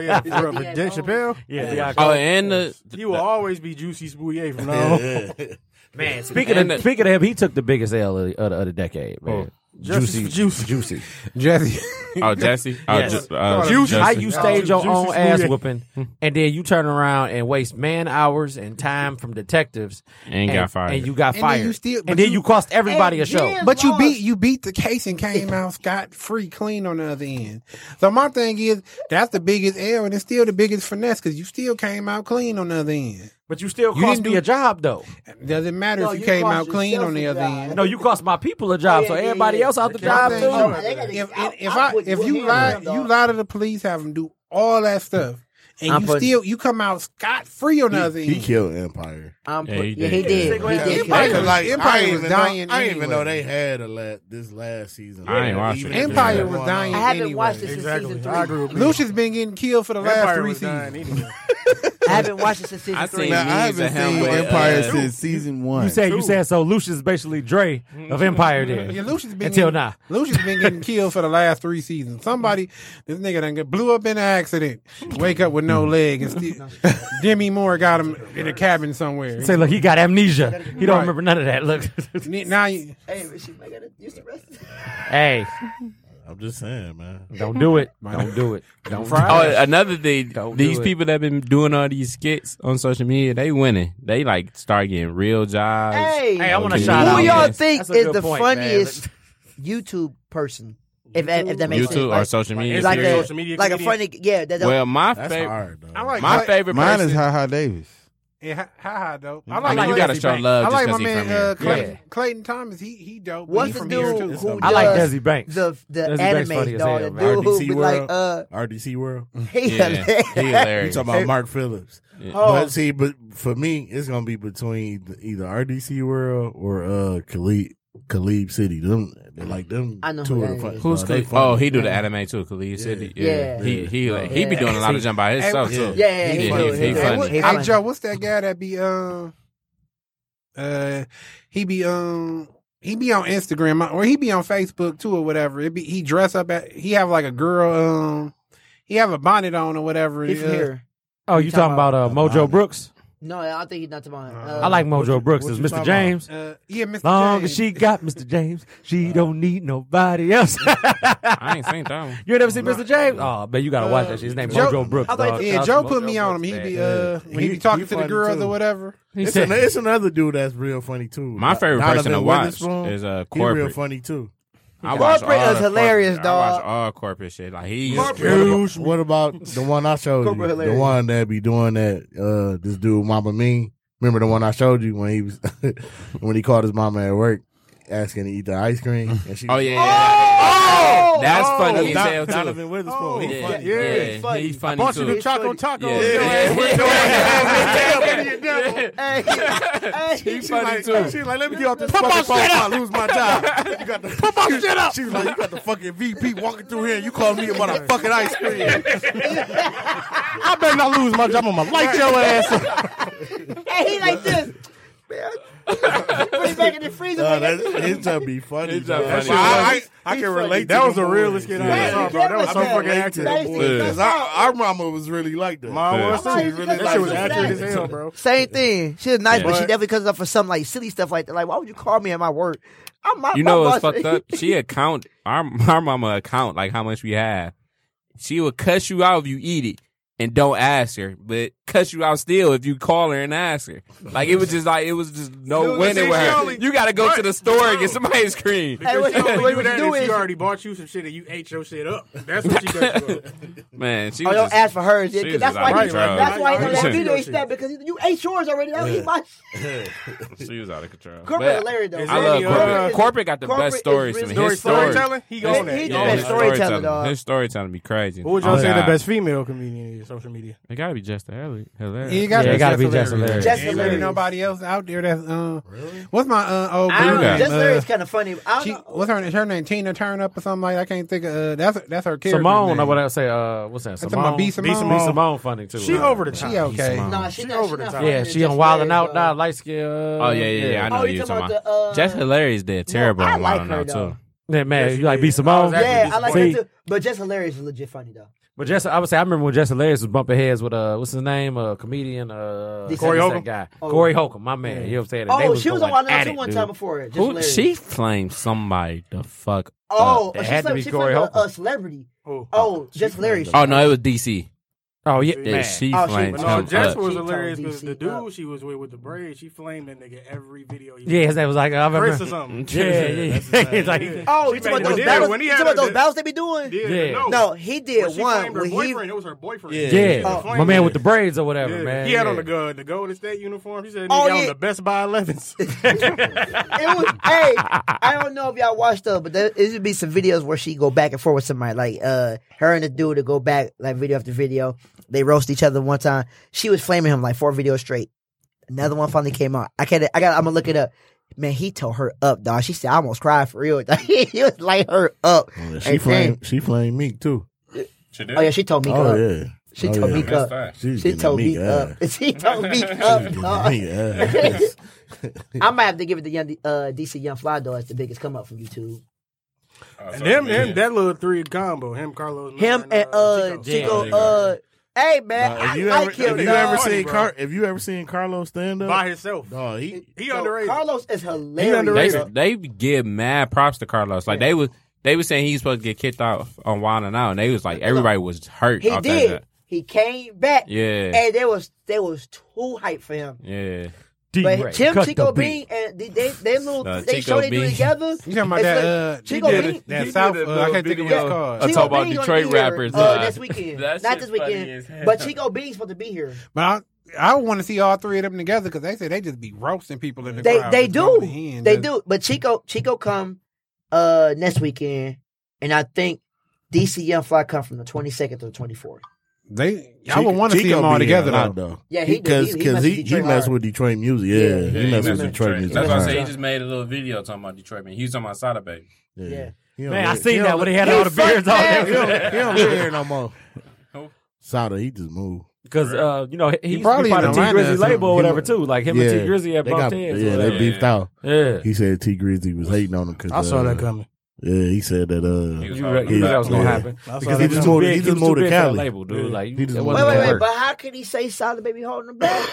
Speaker 8: yeah. For, for
Speaker 4: Deion
Speaker 8: Dave
Speaker 4: Cole.
Speaker 8: Chappelle,
Speaker 3: Yeah, Deion
Speaker 6: Oh,
Speaker 3: Cole.
Speaker 6: and the
Speaker 8: he will always be Juicy Spouye from now on.
Speaker 3: man, speaking
Speaker 6: and
Speaker 3: of
Speaker 6: the-
Speaker 3: speaking of him, he took the biggest L of the, of the, of the decade, man. Juicy, juicy, juicy.
Speaker 5: Jesse.
Speaker 6: oh Jesse. Oh,
Speaker 3: Yes.
Speaker 6: just, uh,
Speaker 8: Juicy.
Speaker 6: Jesse.
Speaker 3: How you stage your
Speaker 8: Juicy
Speaker 3: own
Speaker 8: Smoothie.
Speaker 3: ass whooping, and then you turn around and waste man hours and time from detectives,
Speaker 6: And got fired.
Speaker 3: and you got
Speaker 5: And then
Speaker 3: fired,
Speaker 5: you still- but
Speaker 3: and then
Speaker 5: you-
Speaker 3: you cost everybody a
Speaker 4: And
Speaker 3: show.
Speaker 4: then-
Speaker 5: But you
Speaker 4: Lost.
Speaker 5: beat you beat the case and came out scot free, clean on the other end. So my thing is that's the biggest error, and it's still the biggest finesse because you still came out clean on the other end.
Speaker 3: But you still
Speaker 5: You
Speaker 3: cost
Speaker 5: didn't
Speaker 3: me
Speaker 5: do-
Speaker 3: a job though.
Speaker 5: Doesn't matter
Speaker 4: No,
Speaker 5: if you,
Speaker 4: you
Speaker 5: came
Speaker 4: cost
Speaker 5: out clean
Speaker 4: yourself
Speaker 5: on the
Speaker 4: a
Speaker 5: other
Speaker 4: job.
Speaker 5: end.
Speaker 3: No, you cost my people a job,
Speaker 4: yeah,
Speaker 3: so
Speaker 4: yeah,
Speaker 3: everybody
Speaker 4: yeah.
Speaker 3: else out the
Speaker 4: The
Speaker 3: job
Speaker 5: My
Speaker 4: thing
Speaker 3: too.
Speaker 4: is-
Speaker 5: thing
Speaker 4: They gotta
Speaker 5: is,
Speaker 4: get
Speaker 5: if,
Speaker 4: out
Speaker 5: if I
Speaker 4: with
Speaker 5: if
Speaker 4: your
Speaker 5: you
Speaker 4: hand,
Speaker 5: lie
Speaker 4: dog.
Speaker 5: you lie to the police, have them do all that stuff, and
Speaker 4: I'm
Speaker 5: you
Speaker 4: putting-
Speaker 5: still you come out scot free on the other
Speaker 7: He
Speaker 5: end.
Speaker 7: killed Empire.
Speaker 4: I'm
Speaker 6: Yeah,
Speaker 4: put-
Speaker 6: he
Speaker 4: yeah,
Speaker 6: did.
Speaker 4: he did.
Speaker 5: Empire-
Speaker 4: He did.
Speaker 5: Empire-
Speaker 4: kill it.
Speaker 7: like
Speaker 5: Empire
Speaker 7: I didn't
Speaker 5: was
Speaker 7: even know- I
Speaker 5: dying
Speaker 7: didn't even
Speaker 5: anyway.
Speaker 7: know they had a la- this last season.
Speaker 6: I ain't watched it.
Speaker 5: Empire was
Speaker 7: Going
Speaker 5: dying.
Speaker 4: I haven't
Speaker 5: anyway.
Speaker 4: watched it since season
Speaker 8: I
Speaker 4: three.
Speaker 8: agree with
Speaker 5: Lucius been getting killed for the last
Speaker 8: Empire
Speaker 5: three
Speaker 8: was dying
Speaker 5: seasons.
Speaker 8: anyway.
Speaker 4: I haven't watched it since
Speaker 6: I
Speaker 4: season
Speaker 6: seen
Speaker 4: three.
Speaker 7: Now,
Speaker 6: memes
Speaker 7: I haven't
Speaker 6: of him
Speaker 7: seen
Speaker 6: with,
Speaker 7: Empire
Speaker 6: uh,
Speaker 7: since season one.
Speaker 3: You said you said so. Lucius is basically Dre of Empire. There
Speaker 5: Yeah, Lucius been
Speaker 3: until
Speaker 5: getting,
Speaker 3: now.
Speaker 5: Lucius been getting killed for the last three seasons. Somebody, this nigga done get blew up in an accident. Wake up with no leg, and still, Demi Moore got him in a cabin somewhere.
Speaker 3: Say, look, he got amnesia. He don't
Speaker 5: Right.
Speaker 3: remember none of that. Look,
Speaker 5: N- Now, you,
Speaker 4: Hey, but she might gotta use the rest.
Speaker 3: hey,
Speaker 7: I'm just saying, man.
Speaker 3: don't do it. Don't do it. Don't
Speaker 6: Oh, another thing.
Speaker 3: Don't
Speaker 6: these
Speaker 3: do it.
Speaker 6: people that been doing all these skits on social media, they winning. They like start getting real jobs.
Speaker 4: Hey,
Speaker 3: Hey, I want to
Speaker 6: Okay.
Speaker 3: shout
Speaker 4: who
Speaker 3: out.
Speaker 4: y'all
Speaker 3: man.
Speaker 4: think
Speaker 3: That's a
Speaker 4: is
Speaker 3: good
Speaker 4: the
Speaker 3: point, man.
Speaker 4: funniest YouTube person? If that, if that makes sense,
Speaker 6: YouTube or
Speaker 4: Like-
Speaker 6: social media.
Speaker 4: like
Speaker 8: Instagram,
Speaker 4: a
Speaker 8: social media
Speaker 4: like a
Speaker 8: comedian.
Speaker 4: funny yeah. That, that,
Speaker 6: well, my
Speaker 7: That's
Speaker 6: favorite,
Speaker 7: hard. Though.
Speaker 5: I like
Speaker 6: my favorite
Speaker 24: Mine
Speaker 6: person.
Speaker 24: is Ha Ha Davis.
Speaker 5: Yeah, ha ha though.
Speaker 6: I, mean, you gotta show
Speaker 5: I
Speaker 6: love just
Speaker 5: like my
Speaker 6: because he's
Speaker 5: man
Speaker 6: from
Speaker 5: uh,
Speaker 6: here.
Speaker 5: Clayton,
Speaker 3: Yeah.
Speaker 5: Clayton Thomas. He he dope. but he
Speaker 4: what's the
Speaker 5: from
Speaker 4: dude
Speaker 5: here too.
Speaker 4: who
Speaker 3: I like
Speaker 4: does
Speaker 3: Desi Banks.
Speaker 4: the the
Speaker 3: Desi Banks funny
Speaker 4: anime
Speaker 3: as
Speaker 4: dog?
Speaker 3: hell,
Speaker 4: The
Speaker 3: man.
Speaker 4: dude who
Speaker 7: RDC
Speaker 4: be like
Speaker 7: World.
Speaker 4: uh
Speaker 7: RDC World.
Speaker 6: Mm-hmm.
Speaker 4: he
Speaker 6: Yeah, he
Speaker 7: You
Speaker 6: hilarious.
Speaker 7: talking about Mark Phillips?
Speaker 4: Oh.
Speaker 7: But see, but for me, it's gonna be between either RDC World or uh Khalid. Khalib City. Them like them
Speaker 4: I know
Speaker 7: two
Speaker 4: who
Speaker 7: of the
Speaker 4: that
Speaker 7: fun-
Speaker 4: is.
Speaker 7: no,
Speaker 6: Who's
Speaker 7: they
Speaker 6: Khalid?
Speaker 7: fun.
Speaker 6: Oh, he do the anime too, Khalid City. Yeah,
Speaker 7: Yeah.
Speaker 6: he he like, he be
Speaker 7: Yeah.
Speaker 6: doing a lot of
Speaker 7: See,
Speaker 6: jump by himself
Speaker 7: hey,
Speaker 6: too.
Speaker 7: yeah, yeah,
Speaker 6: he,
Speaker 7: he
Speaker 6: he,
Speaker 7: funny.
Speaker 6: he
Speaker 7: Hey,
Speaker 6: funny.
Speaker 5: What, hey Joe, what's that guy that be um uh he be um he be on Instagram or he be on Facebook too or whatever. It be he dress up at he have like a girl um he have a bonnet on or whatever.
Speaker 4: He from
Speaker 5: uh,
Speaker 4: here.
Speaker 3: Oh, you talking about uh, Mojo Brooks?
Speaker 4: No, I don't think he's not tomorrow.
Speaker 6: Uh-huh.
Speaker 4: Uh,
Speaker 3: I like Mojo Brooks as Mr. James.
Speaker 5: Uh, yeah, Mr.
Speaker 3: Long
Speaker 5: James.
Speaker 3: as she got Mr. James, she don't need nobody else. I
Speaker 6: ain't seen that one.
Speaker 3: You ain't never seen Mr. James? Oh, man, you gotta watch that shit. His name Mojo Brooks. dog.
Speaker 5: yeah, Joe put me on him. He be uh when he, be talking to the
Speaker 7: funny,
Speaker 5: girls
Speaker 7: too.
Speaker 5: or whatever.
Speaker 7: It's, an, it's another dude that's real funny too.
Speaker 6: My favorite person to
Speaker 7: Donovan
Speaker 6: watch
Speaker 7: Witherspoon,
Speaker 6: is, uh,
Speaker 7: he real
Speaker 6: Corporate.
Speaker 7: funny too.
Speaker 6: I watch
Speaker 7: Corporate
Speaker 6: all
Speaker 7: is
Speaker 6: the
Speaker 7: hilarious,
Speaker 6: corporate- I watch
Speaker 7: dog.
Speaker 6: all corporate shit. Like he
Speaker 7: What about, what about the one I showed
Speaker 6: Corporate
Speaker 7: you? The
Speaker 6: hilarious.
Speaker 7: one that be doing that. Uh, this dude, Mama Me. Remember the one I showed you when he was when he called his mama at work asking to eat the ice cream, and she.
Speaker 6: Oh yeah, yeah. that's funny as
Speaker 7: Oh! Don-
Speaker 6: hell too.
Speaker 7: Donovan Witherspoon.
Speaker 6: Oh,
Speaker 7: He
Speaker 6: yeah,
Speaker 7: funny.
Speaker 6: yeah,
Speaker 7: Yeah,
Speaker 6: yeah.
Speaker 7: he's funny.
Speaker 6: he's
Speaker 7: I
Speaker 6: funny
Speaker 7: bought
Speaker 6: too.
Speaker 7: you the Choco Taco.
Speaker 6: Yeah,
Speaker 7: Yo,
Speaker 6: yeah.
Speaker 7: hey,
Speaker 4: Hey,
Speaker 6: He's
Speaker 7: She
Speaker 6: funny
Speaker 7: like,
Speaker 6: too.
Speaker 7: she like, let me get off this
Speaker 6: Put my
Speaker 7: fucking phone
Speaker 6: shit
Speaker 7: before I
Speaker 6: up.
Speaker 7: lose my job. You got the put my shit up. She was like, you got the fucking VP walking through here. and You calling me about a fucking ice cream? I better not lose my job. I'm gonna light your ass. up.
Speaker 4: Hey, he like this. Man, put it back in the freezer.
Speaker 7: No,
Speaker 4: like
Speaker 7: that's,
Speaker 4: that.
Speaker 7: it's gonna be funny.
Speaker 6: It's just
Speaker 7: bro.
Speaker 6: funny.
Speaker 7: That shit was-
Speaker 6: He's-
Speaker 7: I, I
Speaker 6: he's
Speaker 7: can
Speaker 6: funny.
Speaker 7: relate.
Speaker 6: That
Speaker 7: to
Speaker 6: was
Speaker 7: the
Speaker 6: the realest
Speaker 7: boys.
Speaker 6: shit I ever saw, bro. That was
Speaker 7: I
Speaker 6: so
Speaker 7: can
Speaker 6: fucking
Speaker 7: relate
Speaker 6: accurate.
Speaker 7: to the boys.
Speaker 6: Yeah.
Speaker 7: 'Cause I- Our mama was really like that.
Speaker 8: Mine
Speaker 7: Yeah.
Speaker 8: was too.
Speaker 7: She
Speaker 8: That
Speaker 7: really
Speaker 8: shit
Speaker 7: like
Speaker 8: was accurate as hell, bro.
Speaker 25: Same thing. She's nice,
Speaker 6: Yeah.
Speaker 25: but she
Speaker 6: But-
Speaker 25: definitely comes up for something like silly stuff like that. Like, why would you call me at my work? I'm my
Speaker 6: you know
Speaker 25: my
Speaker 6: what's
Speaker 25: boss-
Speaker 6: fucked up? She account our our mama account like how much we have. She would cuss you out if you eat it and don't ask her, but cuss you out still if you call her and ask her. Like it was just like it was just no
Speaker 8: Dude,
Speaker 6: winning
Speaker 8: see,
Speaker 6: with
Speaker 8: she
Speaker 6: her.
Speaker 8: only-
Speaker 6: you got to go to the store and get some ice cream.
Speaker 8: Because she only
Speaker 4: what
Speaker 8: do
Speaker 4: you
Speaker 8: that
Speaker 4: do
Speaker 8: if
Speaker 4: is-
Speaker 8: she already bought you some shit and you ate your shit up. That's what she got you up.
Speaker 6: Man, she
Speaker 4: Oh,
Speaker 6: was
Speaker 4: don't
Speaker 6: just-
Speaker 4: ask for hers.
Speaker 6: she
Speaker 4: Yeah,
Speaker 6: was
Speaker 4: that's,
Speaker 6: just out
Speaker 4: why
Speaker 6: of
Speaker 4: he,
Speaker 6: control.
Speaker 4: that's why he
Speaker 6: She
Speaker 4: let
Speaker 6: was-
Speaker 4: me do it that because you ate yours already. I'll eat mine.
Speaker 6: She was out of control.
Speaker 4: Corporate
Speaker 6: But
Speaker 4: hilarious, though.
Speaker 6: I love
Speaker 4: Is
Speaker 6: corporate.
Speaker 4: any, uh,
Speaker 6: corporate got the
Speaker 4: corporate
Speaker 6: best stories.
Speaker 4: is
Speaker 6: From
Speaker 4: really
Speaker 6: his
Speaker 4: story-
Speaker 6: story.
Speaker 4: storytelling? He on that.
Speaker 6: His,
Speaker 4: He the best
Speaker 6: his
Speaker 4: storyteller, dog.
Speaker 6: His storytelling be crazy.
Speaker 8: What would y'all
Speaker 6: Oh,
Speaker 8: say
Speaker 6: God.
Speaker 8: the best female comedian is social media?
Speaker 6: It gotta be Justin Hell- Hilarious.
Speaker 5: Yeah, it gotta,
Speaker 3: Yeah, it gotta be
Speaker 5: Jess
Speaker 3: Jess Hilarious.
Speaker 5: Jess
Speaker 3: Jess
Speaker 5: Hilarious.
Speaker 3: Hilarious.
Speaker 5: Ain't nobody else out there that's uh, what's my uh, old
Speaker 4: I don't
Speaker 5: girl
Speaker 4: know.
Speaker 5: name?
Speaker 4: Just
Speaker 5: Uh,
Speaker 4: Larry's kind of funny. I don't
Speaker 5: she,
Speaker 4: know.
Speaker 5: what's her name? Her name Tina Turnup or something like that. I can't think of. Uh, that's that's her character.
Speaker 3: Simone, I
Speaker 5: name.
Speaker 3: would I say, uh, what's that?
Speaker 5: I'm talking about
Speaker 3: Simone.
Speaker 5: B. Simone.
Speaker 3: B. Simone funny too.
Speaker 8: She over the top.
Speaker 5: She okay.
Speaker 4: Nah, Um, she, not, over the top.
Speaker 3: Yeah, she on Wildin'
Speaker 4: uh,
Speaker 3: Out now, light skin. uh,
Speaker 6: Oh yeah, yeah, yeah. I know
Speaker 4: Oh,
Speaker 6: who
Speaker 4: you
Speaker 6: you
Speaker 4: talking
Speaker 6: talking
Speaker 4: about
Speaker 6: about.
Speaker 4: the, uh,
Speaker 6: Jess Hilarious did terrible
Speaker 4: I
Speaker 6: on
Speaker 4: like
Speaker 6: Wild
Speaker 4: her,
Speaker 6: Out
Speaker 4: though.
Speaker 6: too.
Speaker 3: Yeah, man,
Speaker 8: Yes,
Speaker 3: you like
Speaker 8: she
Speaker 3: B.
Speaker 8: is. I
Speaker 3: Simone?
Speaker 8: was actually
Speaker 4: oh, Yeah, I like
Speaker 3: See,
Speaker 4: that too. But Jess Hilarious is legit funny though.
Speaker 3: But Jess, I would say I remember when Jess Hilarious was bumping heads with uh, what's his name, uh, comedian, uh,
Speaker 4: Decent.
Speaker 8: Corey
Speaker 3: what's
Speaker 8: Holcomb?
Speaker 3: that guy,
Speaker 4: Oh.
Speaker 3: Corey Holcomb, my man. You know what I'm saying? And they
Speaker 4: Oh, she was on
Speaker 3: going
Speaker 4: Wild 'N Out
Speaker 3: at
Speaker 4: too
Speaker 3: it,
Speaker 4: one
Speaker 3: dude.
Speaker 4: time before. Jess
Speaker 6: Who
Speaker 4: Hilarious.
Speaker 6: she flamed somebody the fuck?
Speaker 4: Oh,
Speaker 6: up. It
Speaker 4: she
Speaker 6: had to
Speaker 4: slept-
Speaker 6: be
Speaker 4: she
Speaker 6: Corey
Speaker 4: fucked a-
Speaker 6: Holcomb.
Speaker 4: a celebrity.
Speaker 8: Oh.
Speaker 4: Oh, Jess Hilarious.
Speaker 6: Oh no, it was DC.
Speaker 3: Oh yeah,
Speaker 6: Yeah,
Speaker 3: man.
Speaker 6: she
Speaker 4: Oh, she-
Speaker 6: flamed
Speaker 8: But
Speaker 6: him
Speaker 8: no,
Speaker 6: up.
Speaker 8: Jess was
Speaker 4: She told
Speaker 8: hilarious because
Speaker 4: DC
Speaker 8: the dude
Speaker 4: up.
Speaker 8: she was with with the braids, she flamed that nigga every video. He
Speaker 3: yeah, his name was like uh, I remember.
Speaker 8: Chris or something.
Speaker 3: Yeah, yeah, yeah. It's like,
Speaker 4: Oh,
Speaker 8: She
Speaker 4: you talking
Speaker 8: made
Speaker 4: about
Speaker 8: it-
Speaker 4: those
Speaker 8: when
Speaker 4: battles?
Speaker 8: he
Speaker 4: You
Speaker 8: had
Speaker 4: talking about
Speaker 8: her-
Speaker 4: those battles they be doing?
Speaker 8: Yeah,
Speaker 3: Yeah.
Speaker 8: no.
Speaker 4: No, he did
Speaker 8: When she
Speaker 4: one
Speaker 8: flamed her
Speaker 4: when he-
Speaker 8: boyfriend, it was her boyfriend.
Speaker 3: yeah,
Speaker 8: Oh.
Speaker 3: my man with the braids or whatever,
Speaker 8: Yeah.
Speaker 3: man.
Speaker 8: He had on
Speaker 3: yeah.
Speaker 8: the go- the Golden State uniform. He said,
Speaker 4: Oh,
Speaker 8: "Nigga, on
Speaker 4: yeah.
Speaker 8: the Best Buy 11s."
Speaker 4: It was. hey, I don't know if y'all watched though, but there it would be some videos where she go back and forth with somebody, like uh, her and the dude to go back like video after video. They roast each other one time. She was flaming him like four videos straight. Another one finally came out. I can't. I got. I'm gonna look it up. Man, he tore her up, dog. She said, "I almost cried for real." he was light her up.
Speaker 7: Oh, She
Speaker 4: And
Speaker 7: flamed.
Speaker 4: then-
Speaker 7: She flamed Meek too.
Speaker 4: Oh yeah, she told me.
Speaker 7: Oh
Speaker 4: up.
Speaker 7: yeah.
Speaker 4: She
Speaker 7: Oh,
Speaker 4: told
Speaker 7: yeah.
Speaker 4: me up.
Speaker 7: That's fine. She's
Speaker 4: She
Speaker 7: getting
Speaker 4: told
Speaker 7: a
Speaker 4: me
Speaker 7: meek
Speaker 4: up. She told me up. dog.
Speaker 7: meek ass.
Speaker 4: I might have to give it to young, uh, DC Young Fly though. It's the biggest come up from YouTube.
Speaker 8: and them, them, that little three combo, him, Carlos,
Speaker 4: Him
Speaker 8: Miller,
Speaker 4: and uh,
Speaker 8: Chico.
Speaker 4: Chico.
Speaker 6: Chico.
Speaker 4: Uh, hey man,
Speaker 7: Nah,
Speaker 4: I
Speaker 7: if you
Speaker 4: like
Speaker 7: ever,
Speaker 4: him.
Speaker 7: if you
Speaker 4: dog.
Speaker 7: ever
Speaker 8: Funny,
Speaker 7: seen
Speaker 8: bro.
Speaker 7: Car, if you ever seen Carlos stand up
Speaker 8: by himself.
Speaker 7: dog, he
Speaker 8: He
Speaker 4: Yo,
Speaker 8: underrated.
Speaker 4: Carlos is hilarious.
Speaker 6: They,
Speaker 8: underrated.
Speaker 6: they give mad props to Carlos. Like they was they was saying he was supposed to get kicked out on Wild and Out, and they was like everybody was hurt.
Speaker 4: He
Speaker 6: off that
Speaker 4: did.
Speaker 6: shit.
Speaker 4: He came back.
Speaker 6: Yeah.
Speaker 4: and there was there was too hype for him.
Speaker 6: Yeah.
Speaker 4: But
Speaker 3: D-Ray,
Speaker 4: Tim
Speaker 3: cut the
Speaker 4: Chico
Speaker 3: beat.
Speaker 4: Bean and they they, they little
Speaker 6: Nah,
Speaker 4: they
Speaker 6: Chico
Speaker 4: show they do
Speaker 6: Bean.
Speaker 4: together. You
Speaker 5: You talking about that? Uh,
Speaker 4: Chico
Speaker 5: that-
Speaker 4: Bean?
Speaker 5: that
Speaker 8: He
Speaker 5: South?
Speaker 8: did a
Speaker 5: Uh, I can't
Speaker 8: little
Speaker 5: think of what it's
Speaker 8: video.
Speaker 5: called.
Speaker 6: I
Speaker 4: Chico
Speaker 6: talk about
Speaker 4: Bean gonna
Speaker 6: Detroit
Speaker 4: be here,
Speaker 6: rappers,
Speaker 4: uh,
Speaker 6: uh,
Speaker 4: this weekend.
Speaker 6: that
Speaker 4: Not
Speaker 6: shit
Speaker 4: this
Speaker 6: funny as
Speaker 4: weekend,
Speaker 6: hell.
Speaker 4: but Chico Bean's supposed to be here.
Speaker 5: But I, I want to see all three of them together because they say they just be roasting people in the
Speaker 4: They
Speaker 5: crowd.
Speaker 4: they
Speaker 5: Just go
Speaker 4: do
Speaker 5: to the end,
Speaker 4: they
Speaker 5: just-
Speaker 4: do. But Chico Chico come uh next weekend, and I think DC Young Fly come from the twenty second to the twenty fourth.
Speaker 5: They, I would want to see them all together though.
Speaker 4: Yeah, he do.
Speaker 8: because
Speaker 4: He- he
Speaker 8: because
Speaker 4: messed with
Speaker 8: he, he,
Speaker 4: Detroit
Speaker 8: messed
Speaker 4: hard.
Speaker 8: with Detroit music. Yeah,
Speaker 4: Yeah,
Speaker 8: he
Speaker 4: he
Speaker 8: messed
Speaker 4: messed
Speaker 8: with
Speaker 4: with
Speaker 8: Detroit music.
Speaker 6: That's why I
Speaker 8: hard.
Speaker 6: say he just made a little video talking about Detroit man. He was talking about Sada Baby.
Speaker 8: Yeah.
Speaker 6: He
Speaker 8: don't
Speaker 3: Man, I
Speaker 8: live-
Speaker 3: seen
Speaker 8: he
Speaker 3: that
Speaker 8: don't
Speaker 3: when he
Speaker 8: live-
Speaker 3: had all the beards on.
Speaker 8: He don't, he don't live here no more.
Speaker 6: Who?
Speaker 8: Sada, he just moved.
Speaker 3: Because uh, you know he, he's probably
Speaker 8: probably
Speaker 3: part
Speaker 8: in
Speaker 3: of T
Speaker 8: Atlanta or
Speaker 3: Grizzly label or
Speaker 8: something.
Speaker 3: whatever too. Like him and T Grizzly had
Speaker 8: they
Speaker 3: bumped
Speaker 8: got-
Speaker 3: heads. or
Speaker 8: Yeah, they
Speaker 3: whatever.
Speaker 8: beefed out.
Speaker 3: Yeah.
Speaker 8: he said T Grizzly was hating on him because
Speaker 3: I saw that coming.
Speaker 8: Yeah, he said that. Uh,
Speaker 3: He was You right re- about that was gonna happen. I saw
Speaker 8: Because he
Speaker 3: that
Speaker 8: just
Speaker 3: coming.
Speaker 8: moved.
Speaker 3: He
Speaker 8: He
Speaker 3: was
Speaker 8: just
Speaker 3: too
Speaker 8: moved
Speaker 3: big
Speaker 8: to
Speaker 3: for that
Speaker 8: Cali,
Speaker 3: label, dude. Like,
Speaker 8: he just
Speaker 3: that
Speaker 8: moved
Speaker 3: wasn't
Speaker 8: to
Speaker 3: gonna
Speaker 8: Cali.
Speaker 3: work.
Speaker 4: But how could he say Solid Baby holding him back?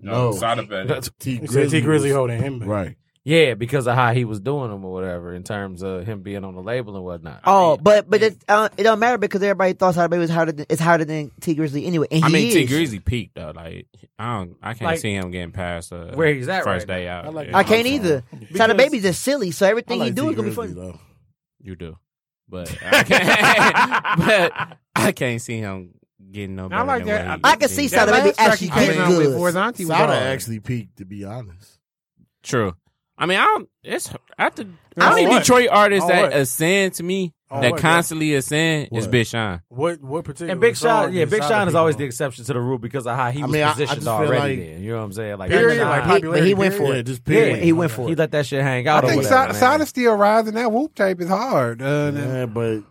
Speaker 6: No, Um, Sada Baby.
Speaker 8: T
Speaker 4: He said T. Grizzly holding him
Speaker 8: back. Right.
Speaker 3: Yeah, because of how he was doing them or whatever in terms of him being on the label and whatnot.
Speaker 26: Oh, but but it, uh, it don't matter because everybody thought Sada Baby was harder than, it's harder than T Grizzly anyway. And
Speaker 6: I
Speaker 26: he
Speaker 6: mean,
Speaker 26: is.
Speaker 6: T Grizzly peaked though. Like I don't, I can't
Speaker 26: Like,
Speaker 6: see him getting past uh,
Speaker 26: where he's at right
Speaker 6: first day out.
Speaker 26: I,
Speaker 6: Yeah.
Speaker 26: can't either. Sada Baby's just silly, so everything
Speaker 6: I
Speaker 26: he
Speaker 6: like
Speaker 26: do
Speaker 6: T
Speaker 26: is gonna be
Speaker 6: Grizzly,
Speaker 26: funny.
Speaker 6: You do, but I can't. but I can't see him getting no.
Speaker 5: I
Speaker 6: Better
Speaker 5: like
Speaker 6: than
Speaker 5: that.
Speaker 6: what he
Speaker 5: I
Speaker 6: is.
Speaker 5: can see Sada Baby actually getting good. Horizontally was
Speaker 8: Sada
Speaker 5: hard.
Speaker 8: actually peaked, to be honest.
Speaker 6: True. I mean, I don't. It's after
Speaker 8: On
Speaker 6: only
Speaker 8: what?
Speaker 6: Detroit artist
Speaker 8: On
Speaker 6: that
Speaker 8: what?
Speaker 6: ascend to me
Speaker 8: On
Speaker 6: that
Speaker 8: what,
Speaker 6: constantly ascend is
Speaker 8: What?
Speaker 6: Big Sean.
Speaker 27: What what particular
Speaker 3: And Big
Speaker 27: song
Speaker 3: Sean, yeah,
Speaker 27: did
Speaker 3: Big
Speaker 27: Sada
Speaker 3: Sean is
Speaker 27: Baby
Speaker 3: always
Speaker 27: on?
Speaker 3: the exception to the rule because of how he
Speaker 27: I
Speaker 3: was
Speaker 27: mean, I- I
Speaker 3: positioned
Speaker 27: just feel
Speaker 3: already.
Speaker 27: like-
Speaker 3: then you know what I'm saying? Like,
Speaker 27: Period,
Speaker 3: Big
Speaker 27: like
Speaker 3: Sean-
Speaker 27: popularity, But he went for period. it.
Speaker 3: Yeah,
Speaker 27: period.
Speaker 3: He went for it. He let that shit hang
Speaker 5: I
Speaker 3: out.
Speaker 5: think
Speaker 3: or
Speaker 5: Sada,
Speaker 3: whatever, man.
Speaker 5: Sada's still rising. That whoop tape is hard. Uh,
Speaker 8: Yeah, but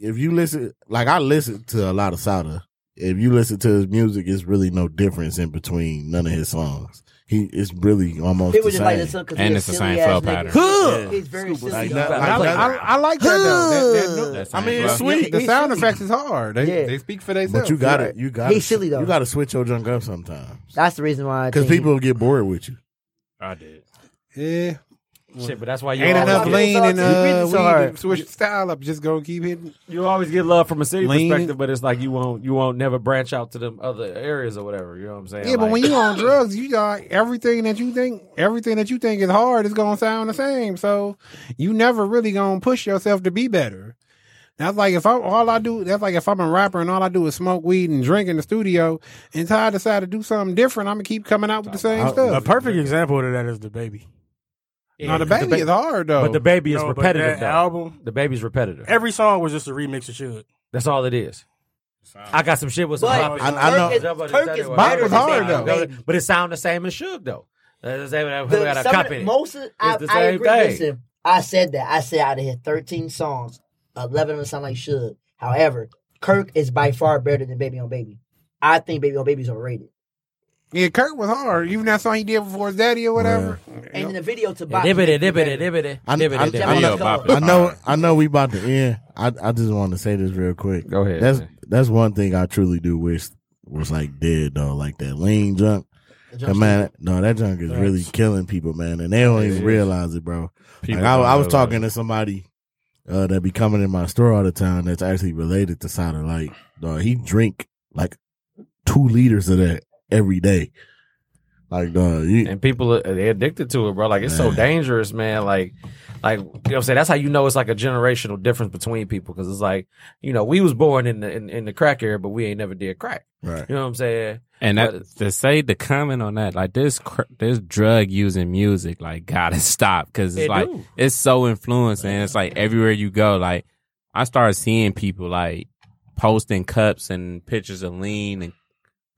Speaker 8: if you listen, like I listen to a lot of Sada. If you listen to his music, it's really no difference in between none of his songs. He it's really almost
Speaker 4: People
Speaker 8: the
Speaker 4: just like
Speaker 8: same.
Speaker 4: this song 'cause he And a it's the silly same flow ass nigga. pattern. Huh. He's very silly.
Speaker 8: Like,
Speaker 4: Like,
Speaker 8: not-
Speaker 4: I
Speaker 8: like,
Speaker 4: like-
Speaker 8: not-
Speaker 5: I, I like that though. That- that-
Speaker 8: That's
Speaker 5: I mean,
Speaker 8: nice.
Speaker 5: it's sweet. The
Speaker 8: He's
Speaker 5: sound
Speaker 8: sweet.
Speaker 5: effects is hard. They, they speak for themselves.
Speaker 8: But you got to You got
Speaker 26: He's silly, though.
Speaker 8: You got to switch your junk up sometimes
Speaker 26: That's the reason why I
Speaker 8: because
Speaker 26: think-
Speaker 8: people get bored with you.
Speaker 6: I did.
Speaker 5: Yeah.
Speaker 3: Shit, but that's why you
Speaker 5: ain't
Speaker 3: always-
Speaker 5: enough lean
Speaker 3: He
Speaker 5: and
Speaker 3: really
Speaker 5: uh,
Speaker 3: so
Speaker 5: weed to
Speaker 3: hard.
Speaker 5: switch the style up. Just gonna keep hitting.
Speaker 3: You always get love from a city
Speaker 5: Lean.
Speaker 3: perspective, but it's like you won't you won't never branch out to them other areas or whatever. You know what I'm saying?
Speaker 5: Yeah, but
Speaker 3: Like-
Speaker 5: when you on drugs, you got everything that you think everything that you think is hard is gonna sound the same. So you never really gonna push yourself to be better. That's like if I all I do that's like if I'm a rapper and all I do is smoke weed and drink in the studio and Ty decide to do something different, I'm gonna keep coming out with the same stuff.
Speaker 27: A perfect example of that is the baby.
Speaker 5: No, the baby is hard though.
Speaker 3: But the baby is
Speaker 27: No, but
Speaker 3: repetitive.
Speaker 27: that
Speaker 3: though.
Speaker 27: album-
Speaker 3: the baby's repetitive.
Speaker 27: Every song was just a remix of Should.
Speaker 3: That's all it is. I got some shit with some
Speaker 27: But
Speaker 3: pop.
Speaker 27: I- I know-
Speaker 26: Turk is better
Speaker 3: was
Speaker 26: than Big Baby.
Speaker 3: but it sound the same as Suge though. That's the same. we
Speaker 4: The-
Speaker 3: gotta
Speaker 4: some of
Speaker 3: copy
Speaker 4: the-
Speaker 3: it.
Speaker 4: Most of,
Speaker 3: It's
Speaker 4: I,
Speaker 3: the
Speaker 4: I
Speaker 3: same
Speaker 4: agree.
Speaker 3: thing.
Speaker 4: Listen, I said that. I said out of his 13 songs, 11 of them sound like Suge. However, Kirk is by far better than Baby on Baby. I think Baby on Baby is overrated.
Speaker 5: yeah, Kurt was hard. Even that song he did before his daddy or whatever.
Speaker 4: And in the video to Bop,
Speaker 3: Dibbity, dibbity, dibbity.
Speaker 8: I, I,
Speaker 3: dibbity,
Speaker 8: I,
Speaker 3: dibbity.
Speaker 8: know, I know I know we about to end. I, I just want to say this real quick. Go
Speaker 3: ahead,
Speaker 8: That's that's one thing I truly do wish was like dead though, like that lean junk.
Speaker 3: junk
Speaker 8: But man, no, that junk is really killing people, man, and they don't
Speaker 3: It
Speaker 8: even
Speaker 3: is.
Speaker 8: realize it, bro.
Speaker 3: People
Speaker 8: like I,
Speaker 3: don't
Speaker 8: I was
Speaker 3: realize
Speaker 8: talking to somebody uh, that be coming in my store all the time. That's actually related to cider. Like, dog, he drink like two liters of that every day. Like, dog, you,
Speaker 3: and people are they're addicted to it, bro. Like it's so dangerous, man. Like, like you know, what I'm saying that's how you know it's like a generational difference between people because it's like you know we was born in the in, in the crack era, but we ain't never did crack.
Speaker 8: Right.
Speaker 3: You know what I'm saying?
Speaker 6: And
Speaker 3: But
Speaker 6: that, to say the comment on that, like this, cr- this drug using music, like gotta stop because it's
Speaker 3: It
Speaker 6: like
Speaker 3: do.
Speaker 6: it's so influencing. It's like everywhere you go, like I started seeing people like posting cups and pictures of lean and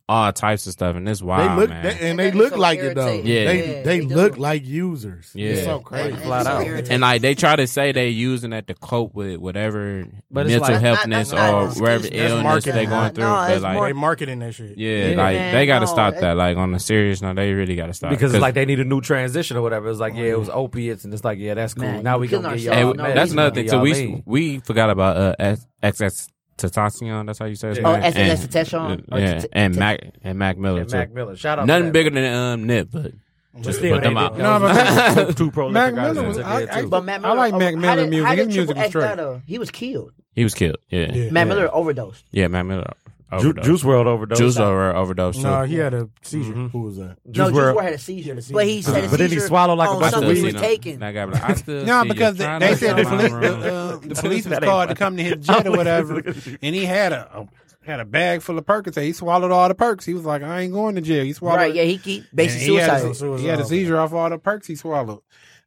Speaker 6: all types of stuff, and it's wild,
Speaker 8: they look
Speaker 6: man.
Speaker 8: that- and they look
Speaker 4: so
Speaker 8: like it though.
Speaker 4: irritating.
Speaker 6: Yeah.
Speaker 8: they
Speaker 4: Yeah,
Speaker 8: they,
Speaker 4: they do.
Speaker 8: look like users.
Speaker 6: Yeah,
Speaker 8: it's so crazy.
Speaker 3: Flat out.
Speaker 6: And like they try to say they using that to cope with whatever
Speaker 3: But it's
Speaker 6: mental
Speaker 3: like- That's not- that's
Speaker 6: healthness
Speaker 3: not an
Speaker 6: or
Speaker 3: excuse.
Speaker 6: whatever
Speaker 3: That's
Speaker 6: illness
Speaker 3: marketing.
Speaker 6: they're
Speaker 3: Nah,
Speaker 6: going through.
Speaker 3: no,
Speaker 6: but
Speaker 3: it's
Speaker 6: like
Speaker 3: more-
Speaker 27: They marketing that shit.
Speaker 6: Yeah,
Speaker 3: Yeah.
Speaker 6: like
Speaker 3: Man,
Speaker 6: they got to
Speaker 3: no,
Speaker 6: stop
Speaker 3: it-
Speaker 6: that. Like on a serious note, they really got to stop
Speaker 3: because it's like they need a new transition or whatever. It's like yeah, it was opiates, and it's like yeah, that's cool.
Speaker 4: Man,
Speaker 3: now we
Speaker 4: you
Speaker 3: gonna
Speaker 4: killing
Speaker 3: get
Speaker 6: Hey,
Speaker 3: y'all.
Speaker 6: eh, w- that's another thing. So we
Speaker 3: lean.
Speaker 6: we forgot about uh S- XX Tentacion. That's how you say his
Speaker 3: Yeah. Oh,
Speaker 6: name.
Speaker 3: SXX
Speaker 6: And-
Speaker 3: Tentacion.
Speaker 6: Yeah,
Speaker 3: Or T-
Speaker 6: and
Speaker 3: T-
Speaker 6: Mac and Mac Miller.
Speaker 3: And
Speaker 6: too.
Speaker 3: Mac Miller. Shout out to
Speaker 6: Nothing
Speaker 3: Mac
Speaker 6: bigger than um Nip, but just
Speaker 3: still,
Speaker 6: put them
Speaker 3: they
Speaker 6: out.
Speaker 3: did- No, but- Too- too prolific
Speaker 5: Mac Miller
Speaker 3: artists
Speaker 5: was.
Speaker 3: out
Speaker 5: I,
Speaker 3: there,
Speaker 5: I,
Speaker 3: too.
Speaker 4: But Matt
Speaker 5: I
Speaker 4: Miller,
Speaker 5: like Mac
Speaker 4: how
Speaker 5: Miller
Speaker 4: did-
Speaker 5: music.
Speaker 4: How did
Speaker 5: His music
Speaker 4: Triple
Speaker 5: was
Speaker 4: X
Speaker 5: straight.
Speaker 4: that, uh, He was killed.
Speaker 6: He was killed. Yeah,
Speaker 4: Yeah. Mac Miller overdosed.
Speaker 6: Yeah, Mac Miller.
Speaker 3: Ju-
Speaker 6: overdosed.
Speaker 3: Juice WRLD overdosed.
Speaker 6: Juice WRLD overdosed. too.
Speaker 27: No, he had a seizure.
Speaker 3: Mhm.
Speaker 8: uh, Who was that?
Speaker 4: No, Juice
Speaker 3: WRLD.
Speaker 4: WRLD had a seizure, but he said a
Speaker 3: But then he
Speaker 4: seizure
Speaker 3: swallowed like a
Speaker 4: on
Speaker 3: bunch of
Speaker 4: something he
Speaker 3: weed.
Speaker 4: was taking.
Speaker 6: That guy, was like, I still
Speaker 5: No,
Speaker 6: see you
Speaker 5: because they,
Speaker 6: trying
Speaker 5: they
Speaker 6: to
Speaker 5: said the
Speaker 6: get my
Speaker 5: police,
Speaker 6: room.
Speaker 5: the, uh, the
Speaker 6: That
Speaker 5: police was
Speaker 6: ain't
Speaker 5: called to
Speaker 6: right.
Speaker 5: come to his jet or whatever,
Speaker 6: Look at you.
Speaker 5: and he had a, a had a bag full of perks. He swallowed all the perks. He was like, "I ain't going to jail." He swallowed.
Speaker 4: Right, yeah, he keep- basically
Speaker 5: And he had a-
Speaker 4: suicide.
Speaker 5: He had a seizure off all the perks he swallowed.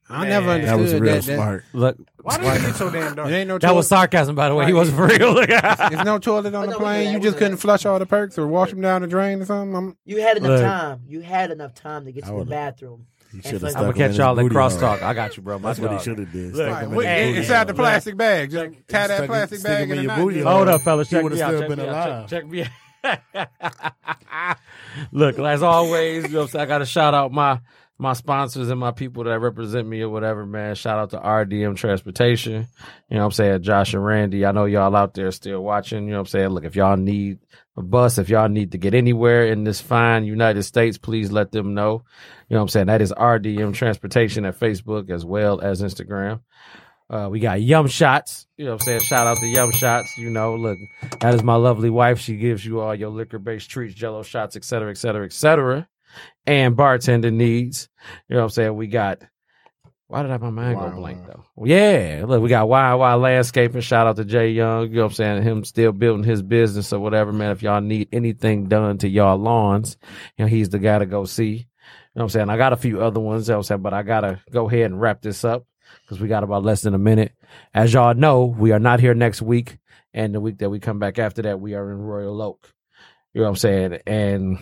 Speaker 5: I never
Speaker 3: Man.
Speaker 5: understood that.
Speaker 3: Look,
Speaker 5: Why
Speaker 3: why-
Speaker 5: did it get so damn dark? There ain't no
Speaker 3: That was
Speaker 5: toilet-
Speaker 3: sarcasm, by the way. He wasn't for real.
Speaker 5: There's there's no toilet on the plane. You just couldn't flush all the perks or wash them down the drain or something. I'm,
Speaker 4: You had enough
Speaker 5: Look.
Speaker 4: time. You had enough time to get to the bathroom.
Speaker 5: should've
Speaker 4: flush-
Speaker 5: stuck I'ma him catch in his y'all in booty hole. crosstalk.
Speaker 3: I got you, bro. My
Speaker 8: That's what he
Speaker 3: dog.
Speaker 8: should have did.
Speaker 3: Look,
Speaker 8: Stuck him in
Speaker 5: Wait,
Speaker 8: the
Speaker 5: it-
Speaker 8: booty
Speaker 5: inside
Speaker 8: hole.
Speaker 5: the plastic bag. Just tie that
Speaker 8: Stuck it-
Speaker 5: plastic
Speaker 8: stick him
Speaker 5: bag
Speaker 8: in
Speaker 5: in
Speaker 8: your
Speaker 5: the
Speaker 8: booty
Speaker 5: knot.
Speaker 8: hole.
Speaker 3: Hold up, fellas.
Speaker 8: He
Speaker 3: Check
Speaker 8: would've
Speaker 3: me out.
Speaker 8: still
Speaker 3: Check
Speaker 8: been
Speaker 3: me
Speaker 8: alive.
Speaker 3: out. Check, check me out. Look, as always, you know, what I'm saying? I got to shout out my my sponsors and my people that represent me or whatever, man. Shout out to RDM Transportation. You know what I'm saying? Josh and Randy. I know y'all out there still watching. You know what I'm saying? Look, if y'all need a bus, if y'all need to get anywhere in this fine United States, please let them know. You know what I'm saying? That is RDM Transportation at Facebook as well as Instagram. Uh, we got Yum Shots. You know what I'm saying? Shout out to Yum Shots. You know, look, that is my lovely wife. She gives you all your liquor based treats, jello shots, et cetera, et cetera, et cetera. And bartender needs. You know what I'm saying? We got, why did I, my mind go blank though? Yeah. Look, we got YY Landscaping. Shout out to Jay Young. You know what I'm saying? Him still building his business or whatever, man. If y'all need anything done to y'all lawns, you know, he's the guy to go see. You know what I'm saying? I got a few other ones, you know what I'm saying, but I gotta go ahead and wrap this up because we got about less than a minute. As y'all know, we are not here next week. And the week that we come back after that, we are in Royal Oak. You know what I'm saying? And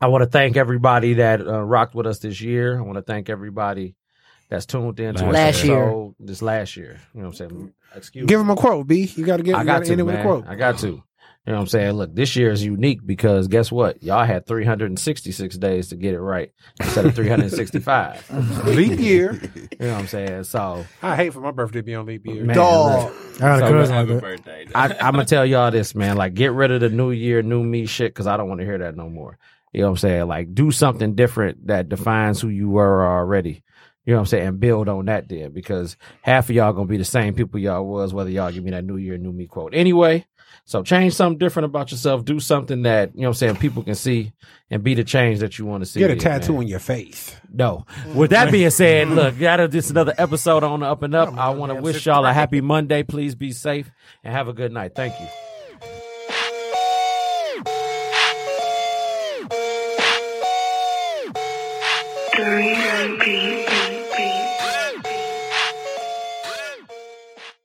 Speaker 3: I want to thank everybody that uh, rocked with us this year. I want to thank everybody that's tuned in to our
Speaker 5: Last year.
Speaker 3: episode this last year. You know what I'm saying? Excuse
Speaker 5: Give him a quote, B. You got to get.
Speaker 3: I
Speaker 5: You got
Speaker 3: got
Speaker 5: to
Speaker 3: to,
Speaker 5: end it with a
Speaker 3: man.
Speaker 5: quote.
Speaker 3: I got to. You know what I'm saying? Look, this year is unique because guess what? Y'all had 366 days to get it right instead of 365.
Speaker 5: Leap year.
Speaker 3: You know what I'm saying? So,
Speaker 5: I hate for my birthday to be on leap year.
Speaker 3: man, look. So, man, I, I'm gonna tell y'all this, man. Like, get rid of the new year, new me shit, because I don't want to hear that no more. You know what I'm saying? Like, do something different that defines who you were already. You know what I'm saying? And build on that then, because half of y'all gonna be the same people y'all was, whether y'all give me that new year, new me quote. Anyway, so change something different about yourself. Do something that you know what I'm saying people can see and be the change that you want to see.
Speaker 5: Get a
Speaker 3: is,
Speaker 5: tattoo
Speaker 3: man.
Speaker 5: on your face.
Speaker 3: No. With that being said, look, that is just another episode on the Up and Up. I want to wish y'all a happy Monday. Please be safe and have a good night. Thank you.
Speaker 28: Dorito Beats.